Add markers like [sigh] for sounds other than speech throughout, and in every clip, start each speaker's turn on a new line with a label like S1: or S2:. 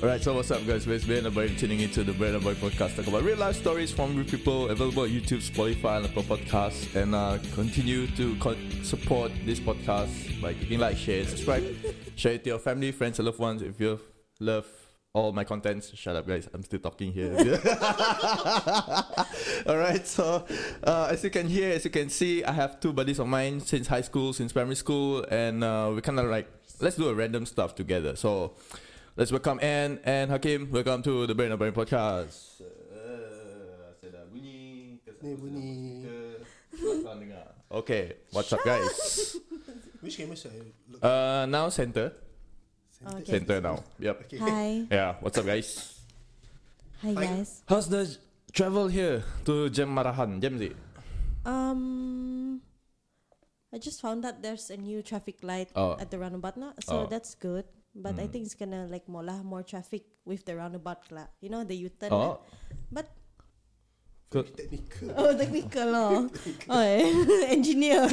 S1: Alright, so what's up, guys? It's Ben and Boy tuning into the Brand and Boy podcast. Talk about real life stories from real people available on YouTube, Spotify, and Apple Podcasts. And uh, continue to con- support this podcast by clicking like, share, subscribe, share it to your family, friends, and loved ones. If you love all my contents, shut up, guys. I'm still talking here. Alright, so uh, as you can hear, as you can see, I have two buddies of mine since high school, since primary school, and uh, we kind of like, let's do a random stuff together. So, Let's welcome Anne and Hakim. Welcome to the Brain of Brain podcast. Uh, saya dah bunyi. Kasi
S2: Ni bunyi.
S1: Korang dengar. Okay, what's up guys?
S2: Which camera should I look
S1: Uh, now center.
S2: Center.
S3: Okay.
S1: Center now. Yep.
S2: Okay.
S3: Hi.
S1: [laughs] Yeah, what's up guys?
S3: Hi
S2: Hi.
S3: guys.
S1: How's the travel here to Jem Marahan? Jem sih?
S3: Um I just found out there's a new traffic light
S1: Oh.
S3: at the roundabout now.
S1: Oh.
S3: So
S1: Mm.
S3: that's good. But I think it's gonna like molah more traffic with the roundabout lah. You know the U turn.
S1: Oh.
S3: But
S1: Ke- [laughs]
S2: Technical.
S3: oh technical oh. oh eh. [laughs] engineer.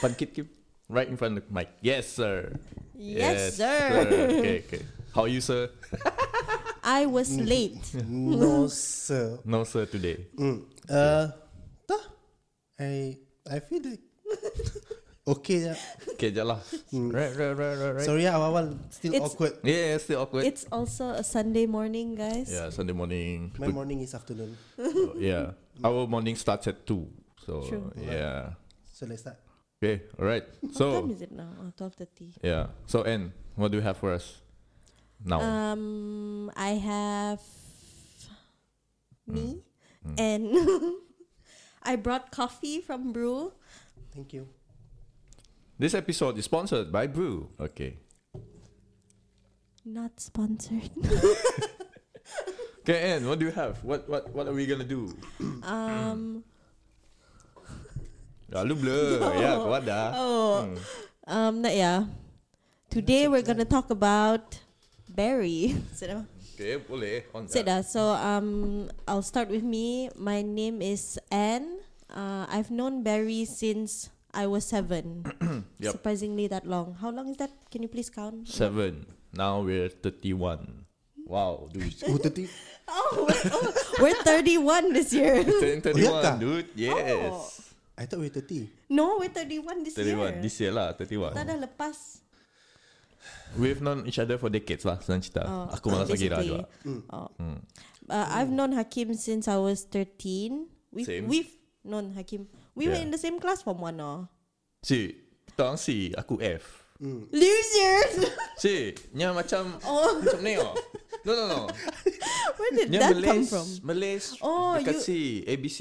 S1: Pankit Kim. Right in front of the mic. Yes, sir.
S3: yes, [laughs] sir.
S1: Okay, okay. How are you, sir?
S3: I
S1: [laughs]
S3: was late.
S2: no sir.
S1: No, sir, today.
S2: Mm. Uh, dah. I I feel like [laughs] okay. Yeah.
S1: Okay, jalan. [laughs] Right, right, right, right, right.
S2: Sorry, yeah, awal still
S3: It's-
S2: awkward.
S1: Yeah, still awkward.
S3: It's also a Sunday morning, guys.
S1: Yeah, Sunday morning.
S2: My morning is afternoon,
S1: Oh, yeah. Our morning starts at 2. So,
S3: True.
S1: yeah.
S2: so let's start.
S1: Okay, all right.
S3: What time
S1: So,
S3: is it now? Oh, 12.30.
S1: yeah. So, Anne, what do you have for us now?
S3: Um, I have me and [laughs] I brought coffee from Brew.
S2: Thank you.
S1: this episode is sponsored by Brew. Okay.
S3: Not sponsored.
S1: Okay, Anne, what do you have? What what what are we gonna do?
S3: [coughs] um,
S1: Ya, Ah, lu
S3: [laughs]
S1: blur. Ya, kau ada.
S3: oh, um, na- yeah. Today we're gonna talk about [laughs] berry. Sit down.
S1: Okay, boleh. On
S3: Sit down. So um, I'll start with me. My name is Anne. Uh, I've known Barry since I was seven.
S1: Yep.
S3: Surprisingly, that long. How long is that? Can you please count?
S1: [laughs] Seven. Now we're 31. Wow,
S3: [laughs]
S1: dude.
S2: Oh, 30.
S3: Oh, we're, oh, we're 31 this year.
S1: Turn
S2: tak?
S1: 31, dude. Yes.
S3: Oh,
S2: I thought we were 30.
S3: No, we're 31 this
S1: 31.
S3: year.
S1: This year lah,
S3: Kita
S1: 31.
S3: dah lepas.
S1: We've known each other for decades lah, senang cerita. Aku malas nak kira
S3: Oh, basically.
S1: juga.
S3: Oh.
S1: Hmm.
S3: Uh, I've known Hakim since I was 13. We've,
S1: Same.
S3: we've known Hakim. We were
S1: Yeah.
S3: in the same class from one oh.
S1: Si, tang si, aku F.
S3: [laughs] Losers!
S1: Si, nya macam
S3: [laughs] oh,
S1: macam ni oh. No no
S3: [laughs]
S1: no.
S3: where did
S1: Nya
S3: that come
S1: Malays,
S3: from?
S1: Malays
S3: Oh,
S1: dekat
S3: you-
S1: si ABC.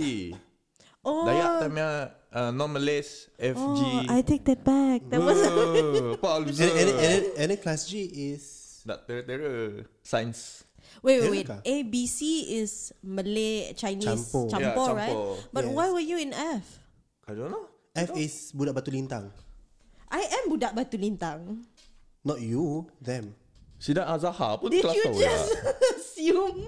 S3: Oh,
S1: Dayak tamnya uh, non Malays FG.
S3: oh I take that back. [laughs] That was
S1: Oh, apa
S2: And, and, and,
S1: alza?
S2: and, and then class G is
S1: Tak tertera Sains.
S3: Wait, wait, wait.
S2: Elaka.
S3: A, B, C is Malay, Chinese,
S2: Campur.
S3: Champo,
S1: Yeah,
S3: right?
S1: campur.
S3: But
S2: Yes.
S3: why were you in F?
S1: I don't know.
S2: F is budak batu lintang.
S3: I am budak Batu Lintang.
S2: Not you, them.
S1: Sidak Azhar pun
S3: Did
S1: kelas
S3: you
S1: tahu
S3: just
S1: lah.
S3: [laughs] assume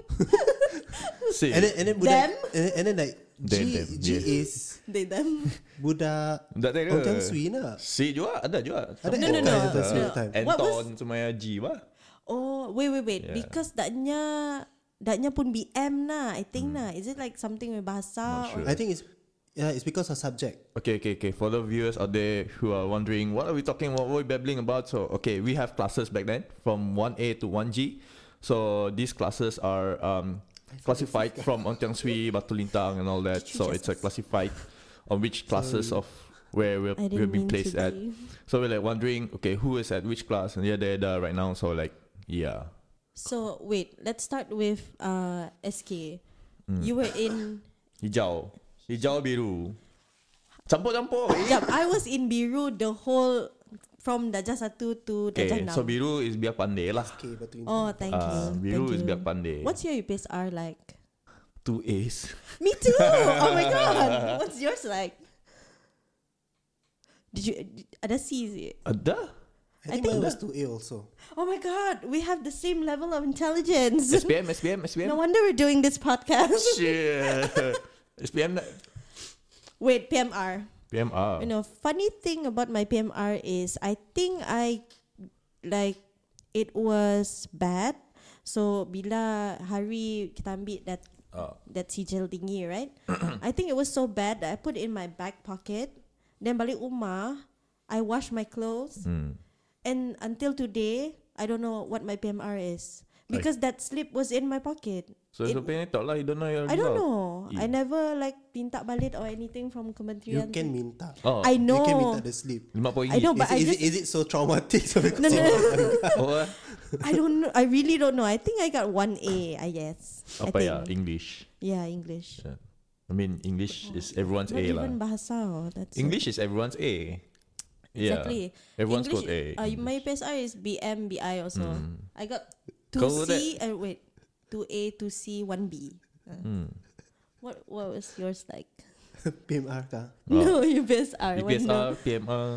S1: Si.
S2: And then and then budak
S3: Them?
S2: and then, and then like G,
S1: Them, them,
S2: G
S1: yes.
S2: is
S3: they them?
S2: budak
S1: Tak tertera.
S2: Orang Sui nak.
S1: Si juga ada juga.
S2: Ada
S3: No, no,
S2: Time,
S3: no.
S2: time, time,
S3: No.
S2: time.
S3: What was-
S1: Anton semua G lah.
S3: Oh, wait, wait, wait.
S1: Yeah.
S3: Because daknya daknya pun BM na, I think na. Is it like something with
S1: Hmm.
S3: bahasa?
S1: Not sure.
S2: I think it's yeah, it's because of subject.
S1: Okay, okay, okay. For the viewers out there who are wondering, what are we talking? What we're babbling about? So, okay, we have classes back then from one A to one G. So these classes are um, classified from Ontiang Sui, Batu Lintang, and all that.
S3: Did you
S1: So
S3: just
S1: it's a classified on which classes of where we're,
S3: I
S1: we've
S3: didn't
S1: been
S3: mean
S1: placed
S3: to
S1: at.
S3: be.
S1: So we're like wondering, okay, who is at which class? And yeah, they're there right now. So like, yeah,
S3: So wait, let's start with uh SK.
S1: Hmm.
S3: You were in.
S1: hijau, hijau biru, campur campur.
S3: yeah, I was in Biru the whole from Dajah satu to Dajah
S1: Okay,
S3: enam.
S1: so biru is biar pandai lah.
S2: Okay, batu lintang.
S3: Oh, thank
S1: Ah,
S3: you.
S1: biru
S3: thank
S1: is
S3: you.
S1: biar pandai.
S3: What's your UPS are like?
S1: Two A's.
S3: Me too. oh my
S1: [laughs]
S3: god. What's yours like? Did you ada C is it?
S1: Ada?
S2: I think,
S3: I think
S2: mine was 2A also.
S3: Oh my god, we have the same level of intelligence.
S1: SPM, SPM, SPM.
S3: No wonder we're doing this podcast.
S1: Shit. SPM nak.
S3: Wait, PMR.
S1: PMR.
S3: You know, funny thing about my PMR is I think I like it was bad So bila hari kita ambil that
S1: Ah.
S3: that sijil
S1: [coughs]
S3: tinggi, right? I think it was so bad that I put it in my back pocket. Then balik rumah, I wash my clothes.
S1: Hmm.
S3: And until today, I don't know what my PMR is because that slip was in my pocket.
S1: So it's
S3: It-
S1: a panic talk lah. You don't know your
S3: I don't
S1: result.
S3: know. I
S1: Eh.
S3: never like tinta balik or anything from
S2: You
S3: kementerian.
S2: can minta.
S1: Oh,
S3: I know.
S2: You can minta the sleep.
S1: lima poin
S3: I
S1: gig.
S3: know,
S2: Is,
S3: but I
S2: is,
S3: just
S2: it, is it so traumatic? [laughs]
S3: no, no, no.
S1: Oh, eh.
S3: I don't know. I really don't know. I think I got one A. I guess. I
S1: apa ya?
S3: think.
S1: English.
S3: Yeah, English.
S1: Yeah. I mean, English is everyone's
S3: Not
S1: A lah.
S3: even bahasa. oh, That's
S1: English is everyone's A. Yeah.
S3: Exactly.
S1: Everyone's
S3: English,
S1: got A. Hmm.
S3: Uh, my PSR is BM, BI also. I got two
S1: Kau
S3: C. Uh, wait, two A, two C, one B. Uh.
S1: Hmm.
S3: What What was yours like?
S2: PMR ka.
S1: Oh.
S3: No, [laughs] your PSR. what
S1: EPSR,
S3: no.
S1: PMR.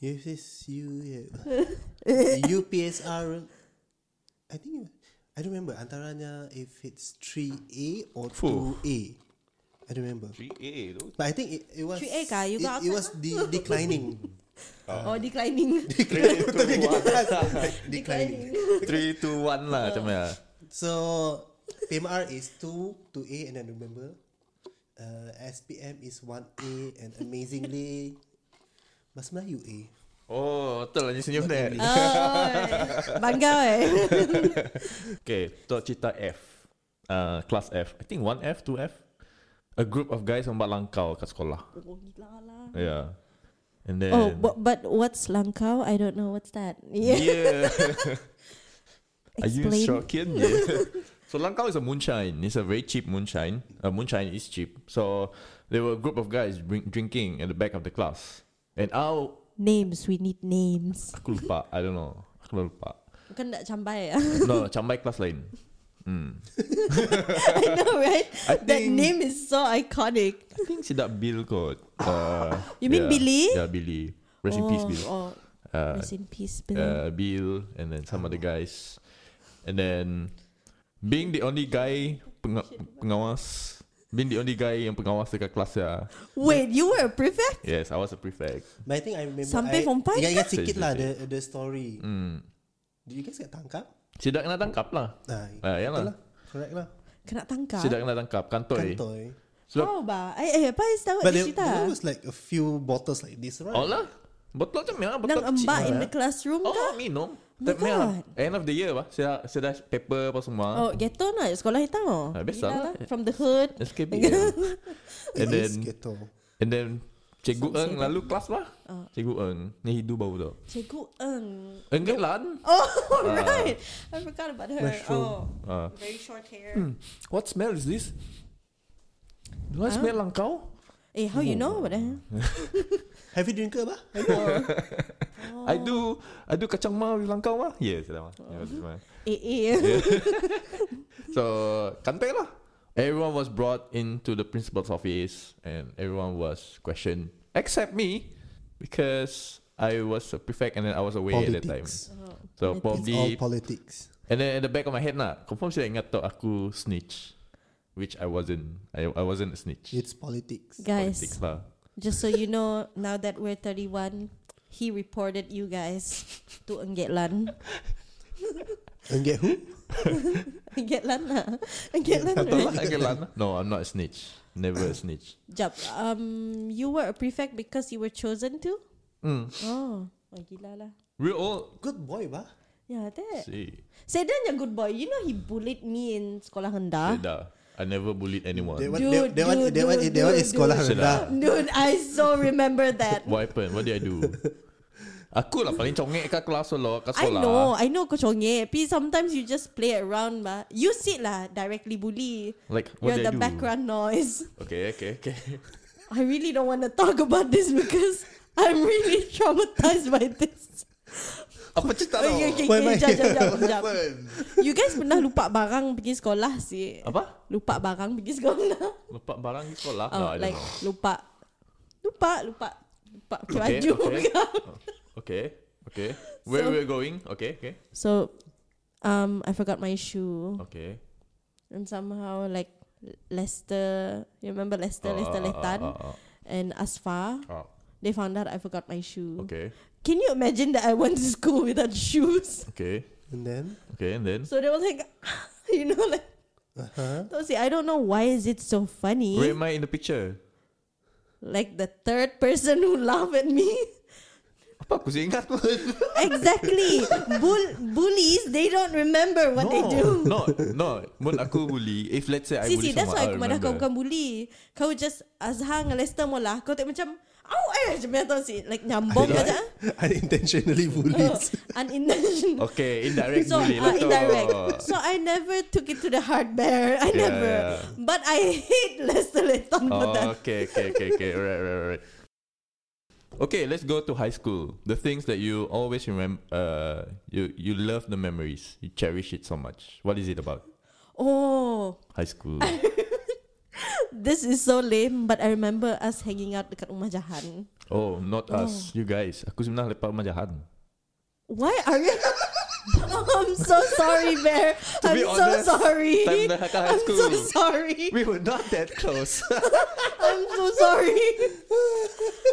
S2: USU,
S3: [laughs]
S2: UPSR. I think I don't remember antaranya if it's 3A or
S1: Fuh.
S2: 2A. I don't remember.
S1: 3A tu.
S2: But I think it, it was
S3: 3A ka? You
S2: it,
S3: got
S2: it
S3: apa?
S2: was
S3: [laughs]
S2: de- declining.
S1: Oh.
S3: Or Oh, declining.
S2: [laughs] Tapi kita declining.
S1: 3, 2, 1 lah macam mana.
S2: So PMR is 2, 2A and I remember. Uh, SPM is 1A and amazingly Mas Melayu A.
S1: Oh, betul lah dia senyum dia.
S3: Oh, bangga eh. [laughs]
S1: Okay, Tok Cita F. Uh, class F. I think 1F, 2F. A group of guys membuat langkau kat sekolah.
S3: Oh, gila lah.
S1: [laughs] Yeah. And then...
S3: Oh, but, but what's langkau? I don't know what's that. Yeah. [laughs]
S1: yeah. Are you
S3: Explain. [laughs]
S1: shocking? Yeah. so Langkau is a moonshine. It's a very cheap moonshine. Uh, moonshine is cheap. So there were a group of guys drink, drinking at the back of the class. And I,
S3: Names, we need names.
S1: aku lupa. I don't know. Aku lupa.
S3: [laughs] Kan tak [laughs] cambai ya.
S1: No, cambai kelas lain. Hmm.
S3: I know, right?
S1: I
S3: That
S1: think-
S3: name is so iconic.
S1: I think sedap Bill kot. Uh,
S3: You mean
S1: yeah.
S3: Billy?
S1: Yeah, Billy. Rest in peace,
S3: Oh,
S1: Bill.
S3: Oh,
S1: Uh,
S3: rest in peace, Bill.
S1: uh, Bill and then some other guys. And then being the only guy penga- pengawas, being the only guy yang pengawas dekat kelas ya.
S3: Wait, you were a prefect?
S1: Yes, I was a prefect.
S2: But I think I remember I,
S3: Sampai form five
S2: Ingat-ingat
S1: kah?
S2: sikit lah
S1: Sedih,
S2: the, the story
S1: Hmm.
S2: Do you guys get tangkap?
S1: Sidak kena tangkap lah.
S2: Nah,
S1: Ah, ya
S2: betul
S1: lah.
S2: lah Correct lah
S3: Kena tangkap.
S1: Sidak kena tangkap kantor. Eh.
S2: Kantoy
S1: Sebab
S3: Tahu ba? Eh, eh, apa is tahu
S2: But there, there
S3: cerita?
S2: was like a few bottles like this right?
S1: oh lah. Botol macam mana? Botol
S3: Nang embak in the
S1: eh.
S3: classroom
S1: Oh,
S3: kah?
S1: minum.
S3: My
S1: Tapi
S3: God.
S1: end of the year bah. Saya saya dah paper apa semua.
S3: Oh, ghetto lah. Sekolah hitam.
S1: Ah, biasa
S3: Gila
S1: lah.
S3: lah, From the hood.
S1: SKB.
S3: [laughs]
S1: ya.
S2: It
S1: and
S2: is
S1: then
S2: ghetto.
S1: and then Cikgu
S3: Sampai
S1: Eng lalu kelas lah.
S3: Oh.
S1: Cikgu Eng. Ni hidu bau tu.
S3: Cikgu Eng.
S1: Enggak lah.
S3: Oh, [laughs] right. I forgot about her.
S2: Mushroom.
S3: Oh,
S1: Ah.
S3: very short hair.
S1: What smell is this? Do I smell langkau?
S3: Eh, how
S1: Hmm.
S3: you know about that?
S2: Have you drink ke bah?
S1: I do. I do kacang ma with langkau ma. Yes, yeah, yeah, [laughs]
S3: Eh, eh.
S1: So kantai lah. Everyone was brought into the principal's office and everyone was questioned except me because I was a prefect and then I was away at that time.
S2: Politics
S3: [laughs] Oh.
S1: So
S2: It's all
S3: Politics.
S1: probably
S2: politics
S1: and then at the back of my head lah, confirm saya ingat tu aku snitch, which I wasn't. I, I wasn't a snitch.
S2: It's politics
S3: Guys,
S1: Politics lah.
S3: Just so you know, now that we're 31, he reported you guys to [laughs] Enggetlan.
S2: And get who?
S3: Enggetlan lah. Enggetlan
S1: Betul lah,
S3: ah. right?
S1: I get lah. No, I'm not a snitch. Never a snitch.
S3: Jap, um, you were a prefect because you were chosen to?
S1: Mm.
S3: Oh, oh gila lah.
S1: We're all
S2: Good boy bah
S3: Yeah, that.
S1: see.
S3: Sedan yang good boy. You know he bullied me in sekolah rendah.
S1: Seda. I never bullied anyone.
S2: That one,
S3: Dude,
S2: that, that one,
S3: dude,
S2: that one,
S3: dude,
S2: that one is
S3: dude,
S2: sekolah
S1: dude.
S2: rendah
S3: Dude, I so remember that.
S1: What happened? What did I [laughs] do? Aku lah paling congek kat kelas lo, kat
S3: I
S1: sekolah.
S3: know, I know kau congek. Tapi sometimes you just play around ba. You sit lah, directly bully.
S1: Like what
S3: You're
S1: did I
S3: the
S1: do?
S3: background noise.
S1: Okay, okay, okay.
S3: I really don't want to talk about this because I'm really traumatized by this.
S1: [laughs]
S3: Oh,
S1: Apa cerita tau?
S3: Okay, okay, [laughs]
S2: Why am I
S3: okay. Jap,
S2: here?
S3: jap,
S2: [laughs]
S3: jap,
S1: [laughs]
S3: jap.
S2: Happen?
S3: You guys pernah lupa barang pergi sekolah sih?
S1: Apa?
S3: Lupa barang pergi sekolah.
S1: Lepak barang di sekolah?
S3: Oh,
S1: [laughs] no, I don't
S3: like
S1: know.
S3: lupa. Lupa, lupa. Lupa pakai
S1: Okay,
S3: baju.
S1: okay.
S3: kan?
S1: Okay,
S3: [laughs]
S1: okay. Where
S3: So-
S1: we're going? Okay, okay,
S3: [laughs] So, um, I forgot my shoe.
S1: okay.
S3: And somehow like Lester, you remember Lester,
S1: Uh,
S3: Lester Letan? And Asfa,
S1: oh,
S3: they found out I forgot my shoe.
S1: okay,
S3: Can you imagine that I went to school without [laughs] shoes?
S1: okay.
S2: And then,
S1: Okay, and then
S3: So they were like, [laughs] you know, like,
S2: uh-huh.
S3: so see, I don't know why is it so funny.
S1: where am I in the picture?
S3: Like the third person who [laughs] laughed at me.
S1: Apa aku sih ingat pun.
S3: exactly.
S1: [laughs]
S3: Bull- bullies, they don't remember what
S1: no,
S3: they do.
S1: no, no. Mun aku bully, if let's say [laughs] I
S3: See,
S1: bully
S3: see, that's
S1: someone,
S3: why aku
S1: I'll
S3: marah kau
S1: remember.
S3: bukan bully. Kau just azhar dengan Lester mula. Kau tak macam, au eh, macam mana tau si, like nyambung
S1: Like-
S3: aja.
S1: [laughs]
S3: [laughs]
S2: unintentionally bullied.
S3: Unintentional.
S1: [laughs] Okay, indirect
S3: So
S1: bully
S3: uh,
S1: lah tu. [laughs]
S3: indirect. [laughs] So I never took it to the heart bear. I
S1: Yeah,
S3: never.
S1: yeah.
S3: But I hate [laughs] Lester Leighton
S1: Oh,
S3: for that.
S1: okay, okay, okay, okay. Right, right, right. Okay, let's go to high school. The things that you always remember, uh, you you love the memories. You cherish it so much. What is it about
S3: Oh,
S1: high
S3: [laughs]
S1: school?
S3: this is so lame. But I remember us hanging out dekat rumah Jahan.
S1: oh, not us, you guys. Aku sebenarnya lepak majahan.
S3: Why are you? [laughs] I'm so sorry, Bear. I'm
S1: be honest,
S3: so sorry.
S1: time dah kakak high
S3: I'm so
S1: school.
S3: sorry.
S1: We were not that [laughs] close.
S3: I'm so sorry.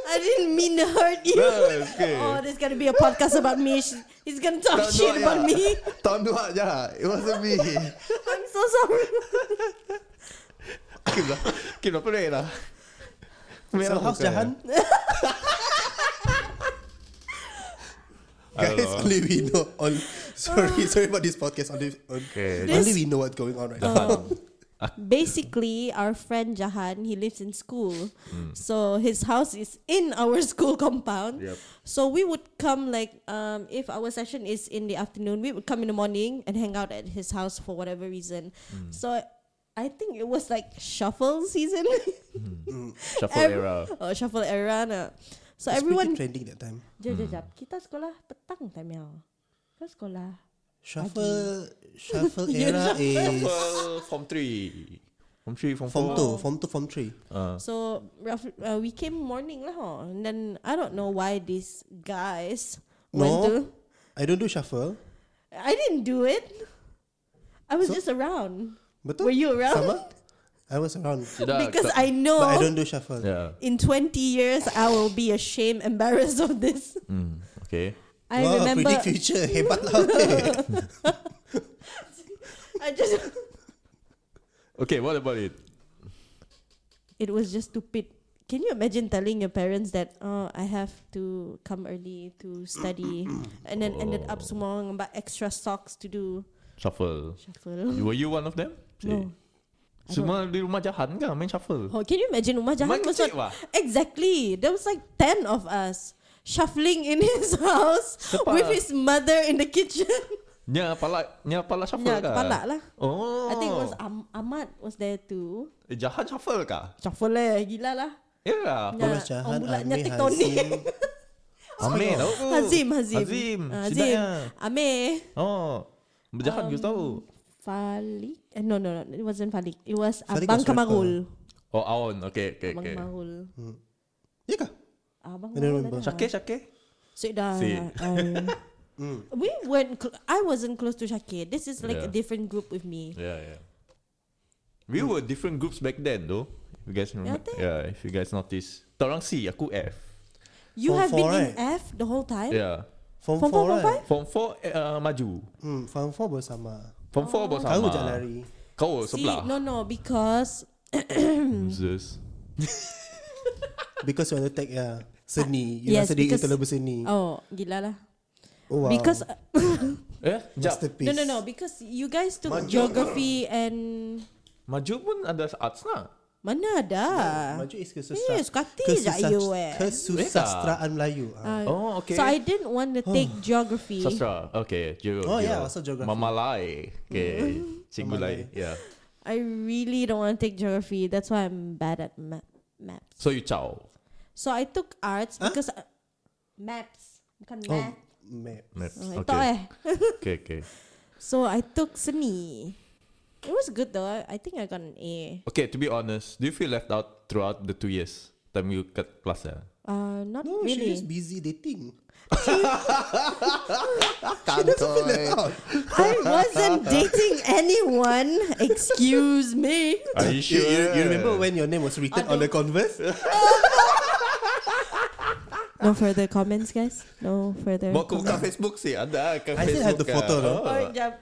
S3: I didn't mean to hurt you.
S1: No, it's okay.
S3: Oh, there's gonna be a podcast about me. She, he's gonna
S1: Tahun
S3: talk shit
S1: dua,
S3: about
S1: yeah.
S3: me.
S1: Tahun dua je. It wasn't
S2: [laughs]
S1: me.
S3: I'm so sorry.
S1: Kim lah. Kim lah pelik lah.
S2: so how's Jahan?
S1: I don't
S2: [laughs] Guys,
S1: know.
S2: only we know. On,
S3: [laughs]
S2: sorry, sorry about this podcast. Only, on-
S1: Okay.
S3: This- Oh,
S2: only we know what's going on right now.
S3: Basically, our friend Jahan, he lives in school,
S1: Hmm.
S3: so his house is in our school compound.
S1: Yep.
S3: So we would come like um, if our session is in the afternoon, we would come in the morning and hang out at his house for whatever reason.
S2: Mm.
S3: So I think it was like shuffle season. [laughs]
S1: Shuffle
S3: Ev- [laughs]
S1: era.
S3: Oh, shuffle era na. So
S2: It's pretty Mm.
S3: everyone
S2: trending that time.
S3: Jap, jap, jap. Kita sekolah petang tak, Mel? Kau sekolah.
S2: Shuffle, shuffle
S3: [laughs] You
S2: era is
S1: Well, form three. Form three, form,
S2: form
S1: four.
S2: two, form two, form three.
S3: So, rough, uh, we came morning lah, ho. And then, I don't know why these guys went
S2: No,
S3: to...
S2: I don't do shuffle.
S3: I didn't do it. I was
S2: So-
S3: just around.
S2: Betul?
S3: Were you around? Oh.
S2: Sama? I was around,
S1: Tidak,
S3: [laughs] because
S1: tak-
S3: I know
S2: but I don't do shuffle.
S1: Yeah.
S3: in 20 years, I will be ashamed, embarrassed of this.
S1: Mm, okay.
S3: I
S2: wow,
S3: remember...
S2: predict
S3: [laughs]
S2: future hebat lah. Okay.
S3: I just... [laughs]
S1: Okay, what about it?
S3: It was just stupid. Can you imagine telling your parents that oh I have to come early to study and then ended up semua orang nampak extra socks to do
S1: Shuffle.
S3: shuffle.
S1: Were you one of them?
S3: [laughs] No. I
S1: Semua di rumah jahan kan main shuffle.
S3: Oh, can you imagine rumah jahan
S1: Main
S3: was
S1: kecil lah. wah.
S3: not- Exactly. There was like 10 of us shuffling in [laughs] his house
S1: Sepak.
S3: with his mother in the kitchen.
S1: Nya pala, nya pala
S3: [laughs]
S1: shuffle
S3: yeah,
S1: kah?
S3: kepala lah.
S1: Oh.
S3: I think it was Am- Ahmad was there too.
S1: Eh, jahan shuffle kah?
S3: Shuffle eh, gila lah.
S1: Ya lah.
S3: Nya,
S2: Thomas Jahan,
S3: orang bulatnya
S2: Amir
S3: tektonik.
S2: Hazim.
S1: Amir tau.
S2: Oh,
S1: aku.
S3: Hazim, Hazim.
S1: Oh.
S3: Um,
S1: Hazim.
S3: Ah,
S1: Sidaknya.
S3: Amir.
S1: Oh. Jahan you tahu.
S3: Falik? Eh, no, no, no. It wasn't Falik. It was
S2: Falik was
S3: Abang
S2: Hmm. rapper.
S3: Kamarul.
S1: Oh, Aon. Okay, okay,
S3: Abang
S1: okay.
S3: Kamarul.
S2: Ya kah?
S3: Abang
S2: I don't
S3: Kamarul.
S2: remember.
S3: ada.
S1: Syakir, Syakir.
S3: Syed dah.
S1: Syed.
S2: [laughs]
S3: Um, We weren't. Cl- I wasn't close to Shakir. This is like a
S1: Hmm. Yeah.
S3: different group with me.
S1: Yeah, yeah. We
S3: Hmm.
S1: were different groups back then though. If you guys remember.
S3: think-
S1: Yeah, if you guys notice. Torang C, aku F.
S3: You
S2: Form
S3: have
S2: four,
S3: been in
S2: right?
S3: F the whole time.
S1: Yeah.
S2: Form 4
S3: Form four, form
S2: right?
S1: Form 4 uh, maju.
S2: Hmm, form 4 bersama.
S1: Form
S3: Oh.
S1: 4 pun sama.
S2: Kau je lari.
S1: Kau Oh,
S3: See,
S1: sebelah.
S3: no, no, because
S1: Zeus.
S2: Because you want to take uh, seni. You
S3: Yes,
S2: yes, rasa diri
S3: because-
S2: terlalu berseni.
S3: oh, gila lah.
S2: Oh, wow.
S3: Because uh,
S1: Eh, jap.
S2: Masterpiece.
S3: no, no, no, because you guys took
S2: Maju.
S3: geography and
S1: Maju pun ada arts lah. na.
S3: mana ada?
S2: Maju is kesusah.
S3: Yes, kati je you eh.
S2: Kesusastraan Melayu. Ah.
S3: Ah,
S1: Oh, okay.
S3: So I didn't want to take
S2: [sighs]
S3: geography.
S1: Sastra. Okay. Geo,
S2: Oh,
S1: geo.
S2: yeah, also geography.
S1: Mamalai. Okay.
S3: Mm-hmm.
S1: Singulai. Yeah.
S3: I really don't want to take geography. That's why I'm bad at ma- maps.
S1: So you chow.
S3: So I took arts because uh, maps. Bukan
S2: Oh,
S3: math.
S2: map.
S1: Maps.
S3: Oh, ito
S1: Okay.
S3: eh.
S1: okay, okay.
S3: So I took seni. It was good though. I- I think I got an A.
S1: Okay, to be honest, do you feel left out throughout the two years? Time you cut class eh?
S3: Uh, not
S2: No, she
S3: really.
S2: is busy
S3: [laughs]
S2: dating. eh.
S3: I
S2: [laughs]
S3: wasn't dating anyone. Excuse me.
S1: Are you
S2: You,
S1: sure?
S2: you, you remember when your name was written on the converse?
S3: No further comments, guys. No further.
S1: Bawa kau buka
S3: comments.
S1: Facebook sih Ada kan
S2: I still have the photo though.
S3: Oh, jap.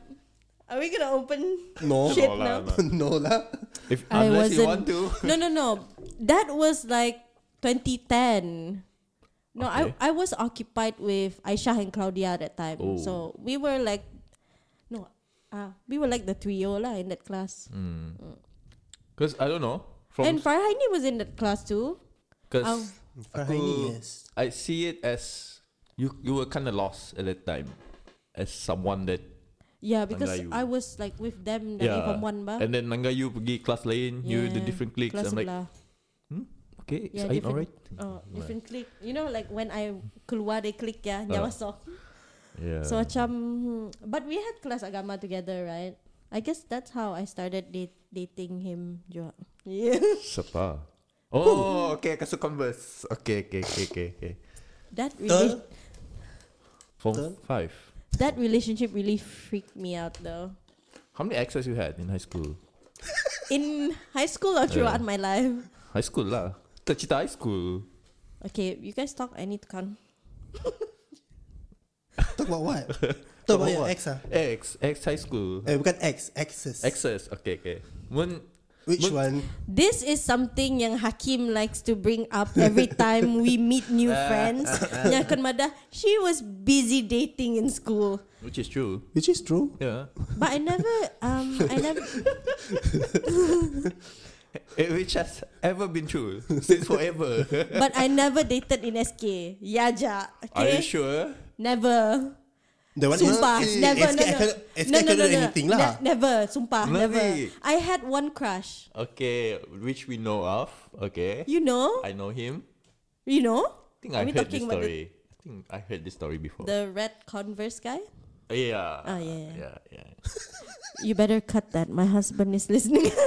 S3: Are we gonna open?
S2: No.
S3: Shit, no.
S2: [laughs] no lah.
S1: If,
S3: I
S1: unless you
S3: wasn't-
S1: want to
S3: No, no, no. That was like 2010. No,
S1: Okay.
S3: I I was occupied with Aisha and Claudia at that time.
S1: Oh.
S3: So we were like, no, uh, we were like the trio lah in that class.
S1: Mm. Because I don't know
S3: And
S1: From
S3: Farhaini was in that class too.
S1: Because
S3: Oh.
S2: Farhaini, yes.
S1: I see it as you you were kind of lost at that time, as someone that
S3: Yeah, because
S1: Melayu.
S3: I was like with them dari yeah. form one ba.
S1: And then Nangayu pergi kelas lain, you the
S3: Yeah,
S1: different cliques.
S3: Kelas
S1: I'm like,
S3: sebelah.
S1: okay, is
S3: Yeah,
S1: Ain
S3: different-
S1: alright?
S3: Oh, different clique. You know like when I keluar dari clique ya,
S1: Ah.
S3: nyawa sok.
S1: Yeah.
S3: So macam hmm, But we had kelas agama together right I guess that's how I started date, dating him juga Yeah
S1: Siapa? Oh, okay, kasu converse. Okay, okay, okay, okay. okay.
S3: [laughs] That
S2: Betul.
S3: rela-
S1: Form
S2: Betul.
S1: five.
S3: that relationship really freaked me out though
S1: How many exes you had in high school?
S3: In high school or throughout my life
S1: High school lah. Tercita high school.
S3: Okay you guys talk I need to count
S2: Talk about what?
S1: Talk
S2: Talk
S1: about
S2: about your
S1: what?
S2: ex ah.
S1: Ex, ex high school.
S2: Eh bukan ex, exes.
S1: Exes, okay, okay. When But-
S2: Which one?
S3: This is something yang Hakim likes to bring up
S1: [laughs]
S3: every time we meet new
S1: Uh,
S3: friends Nya kenmada She was busy dating in school
S1: which is true.
S2: Which is true.
S1: Yeah.
S3: But I never um, I never
S1: Eh, which has ever been true since forever.
S3: [laughs] But I never dated in SK Yaja
S1: Are you
S3: Okay
S1: sure?
S3: Never.
S2: The one
S3: Sumpah.
S2: is SK, I
S3: never. no, no.
S2: cannot, SK
S3: no,
S2: I
S3: no,
S2: cannot do
S3: no, no.
S2: anything
S3: Ne-
S2: lah.
S3: never. Sumpah. Never.
S1: Really?
S3: I had one crush.
S1: Okay, which we know of. Okay,
S3: You know?
S1: I know him.
S3: You know?
S1: I think
S3: Are
S1: I
S3: we
S1: heard this
S3: talking about
S1: story. I think I heard this story before. Oh,
S3: The red Converse guy?
S1: yeah.
S3: Ah, yeah, yeah.
S1: Yeah. Yeah.
S3: You better cut that. My husband is listening. [laughs]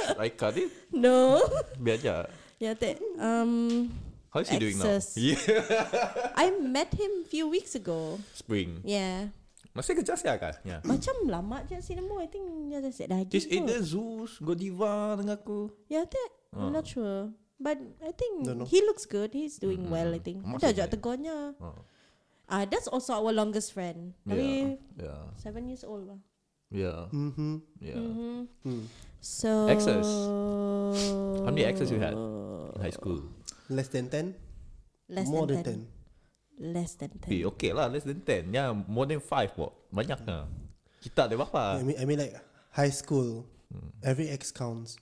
S1: Should I cut it.
S3: no.
S1: Biar aja.
S3: Yeah, that, um,
S1: How's he doing now?
S3: Exes.
S1: Yeah.
S3: I met him few weeks ago.
S1: Spring.
S3: Yeah.
S1: Masih kerja sih kah? Yeah.
S3: Macam lama je si nemu. I think dia dah set lagi.
S1: This
S3: kot.
S1: either Zeus, Godiva dengan aku.
S3: Yeah, that, I'm
S1: Ah.
S3: not sure. But I think
S2: Don't know.
S3: he looks good. He's doing
S1: Mm-hmm.
S3: well, I think.
S1: Masih
S3: Dah jatuh
S1: baik.
S3: tegurnya.
S1: Oh.
S3: Ah, that's also our longest friend. Tapi
S1: Yeah.
S3: seven years old lah.
S1: Yeah.
S2: Mm-hmm.
S1: Yeah.
S2: Hmm.
S3: So
S1: Exes. How many exes you had in high school?
S2: Less than 10?
S3: Less
S2: More
S3: than,
S2: than 10.
S3: 10. Less than ten.
S1: Be okay lah, less than 10. Yeah, more than 5 kok. Banyak lah. Kita ada
S2: I
S1: berapa?
S2: mean, I mean like high school. Every ex counts.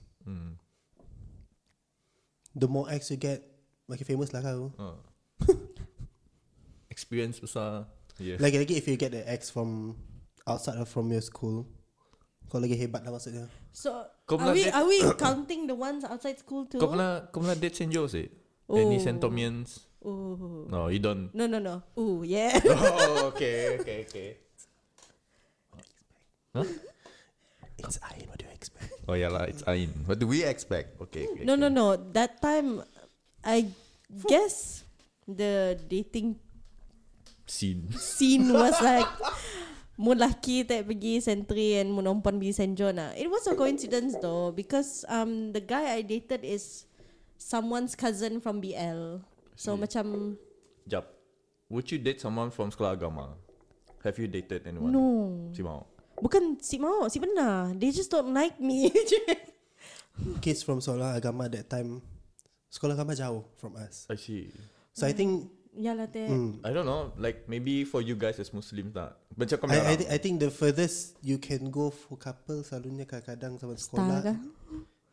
S2: The more ex you get, makin famous lah kau.
S1: Experience besar. Yeah.
S2: Lagi-lagi if you get the ex from outside or from your school, kau lagi hebat lah maksudnya.
S3: So
S1: Kau
S3: are
S1: pernah
S3: we
S1: date-
S3: are we counting the ones outside school too?
S1: Kau pernah kau pernah date Saint Jose? Any
S3: Oh.
S1: Santomians?
S3: Ooh.
S1: No, you don't.
S3: No no no. Ooh yeah.
S1: [laughs] oh, okay, okay, okay.
S2: It's I, what do you expect?
S1: Oh yeah lah, it's Ain. What do we expect? Okay, okay.
S3: [laughs] no no
S1: okay.
S3: no. That time, I guess the dating
S1: Scene.
S3: scene was like Mun laki tak pergi sentry and mun perempuan pergi St. John lah. It was a coincidence though because um the guy I dated is someone's cousin from BL. So macam
S1: Jap. Would you date someone from sekolah agama? Have you dated anyone?
S3: no.
S1: Si mau.
S3: Bukan si mau, si benar. They just don't like me. [laughs]
S2: Kids from sekolah agama that time, sekolah agama jauh from us.
S1: I see.
S2: So I
S3: Hmm.
S2: think,
S3: Yalah teh.
S2: Hmm,
S1: I don't know. Like maybe for you guys as Muslims tak. Macam kau
S2: I, I,
S1: orang.
S2: thi- I think the furthest you can go for couple selalunya kadang-kadang sama sekolah
S3: Tara.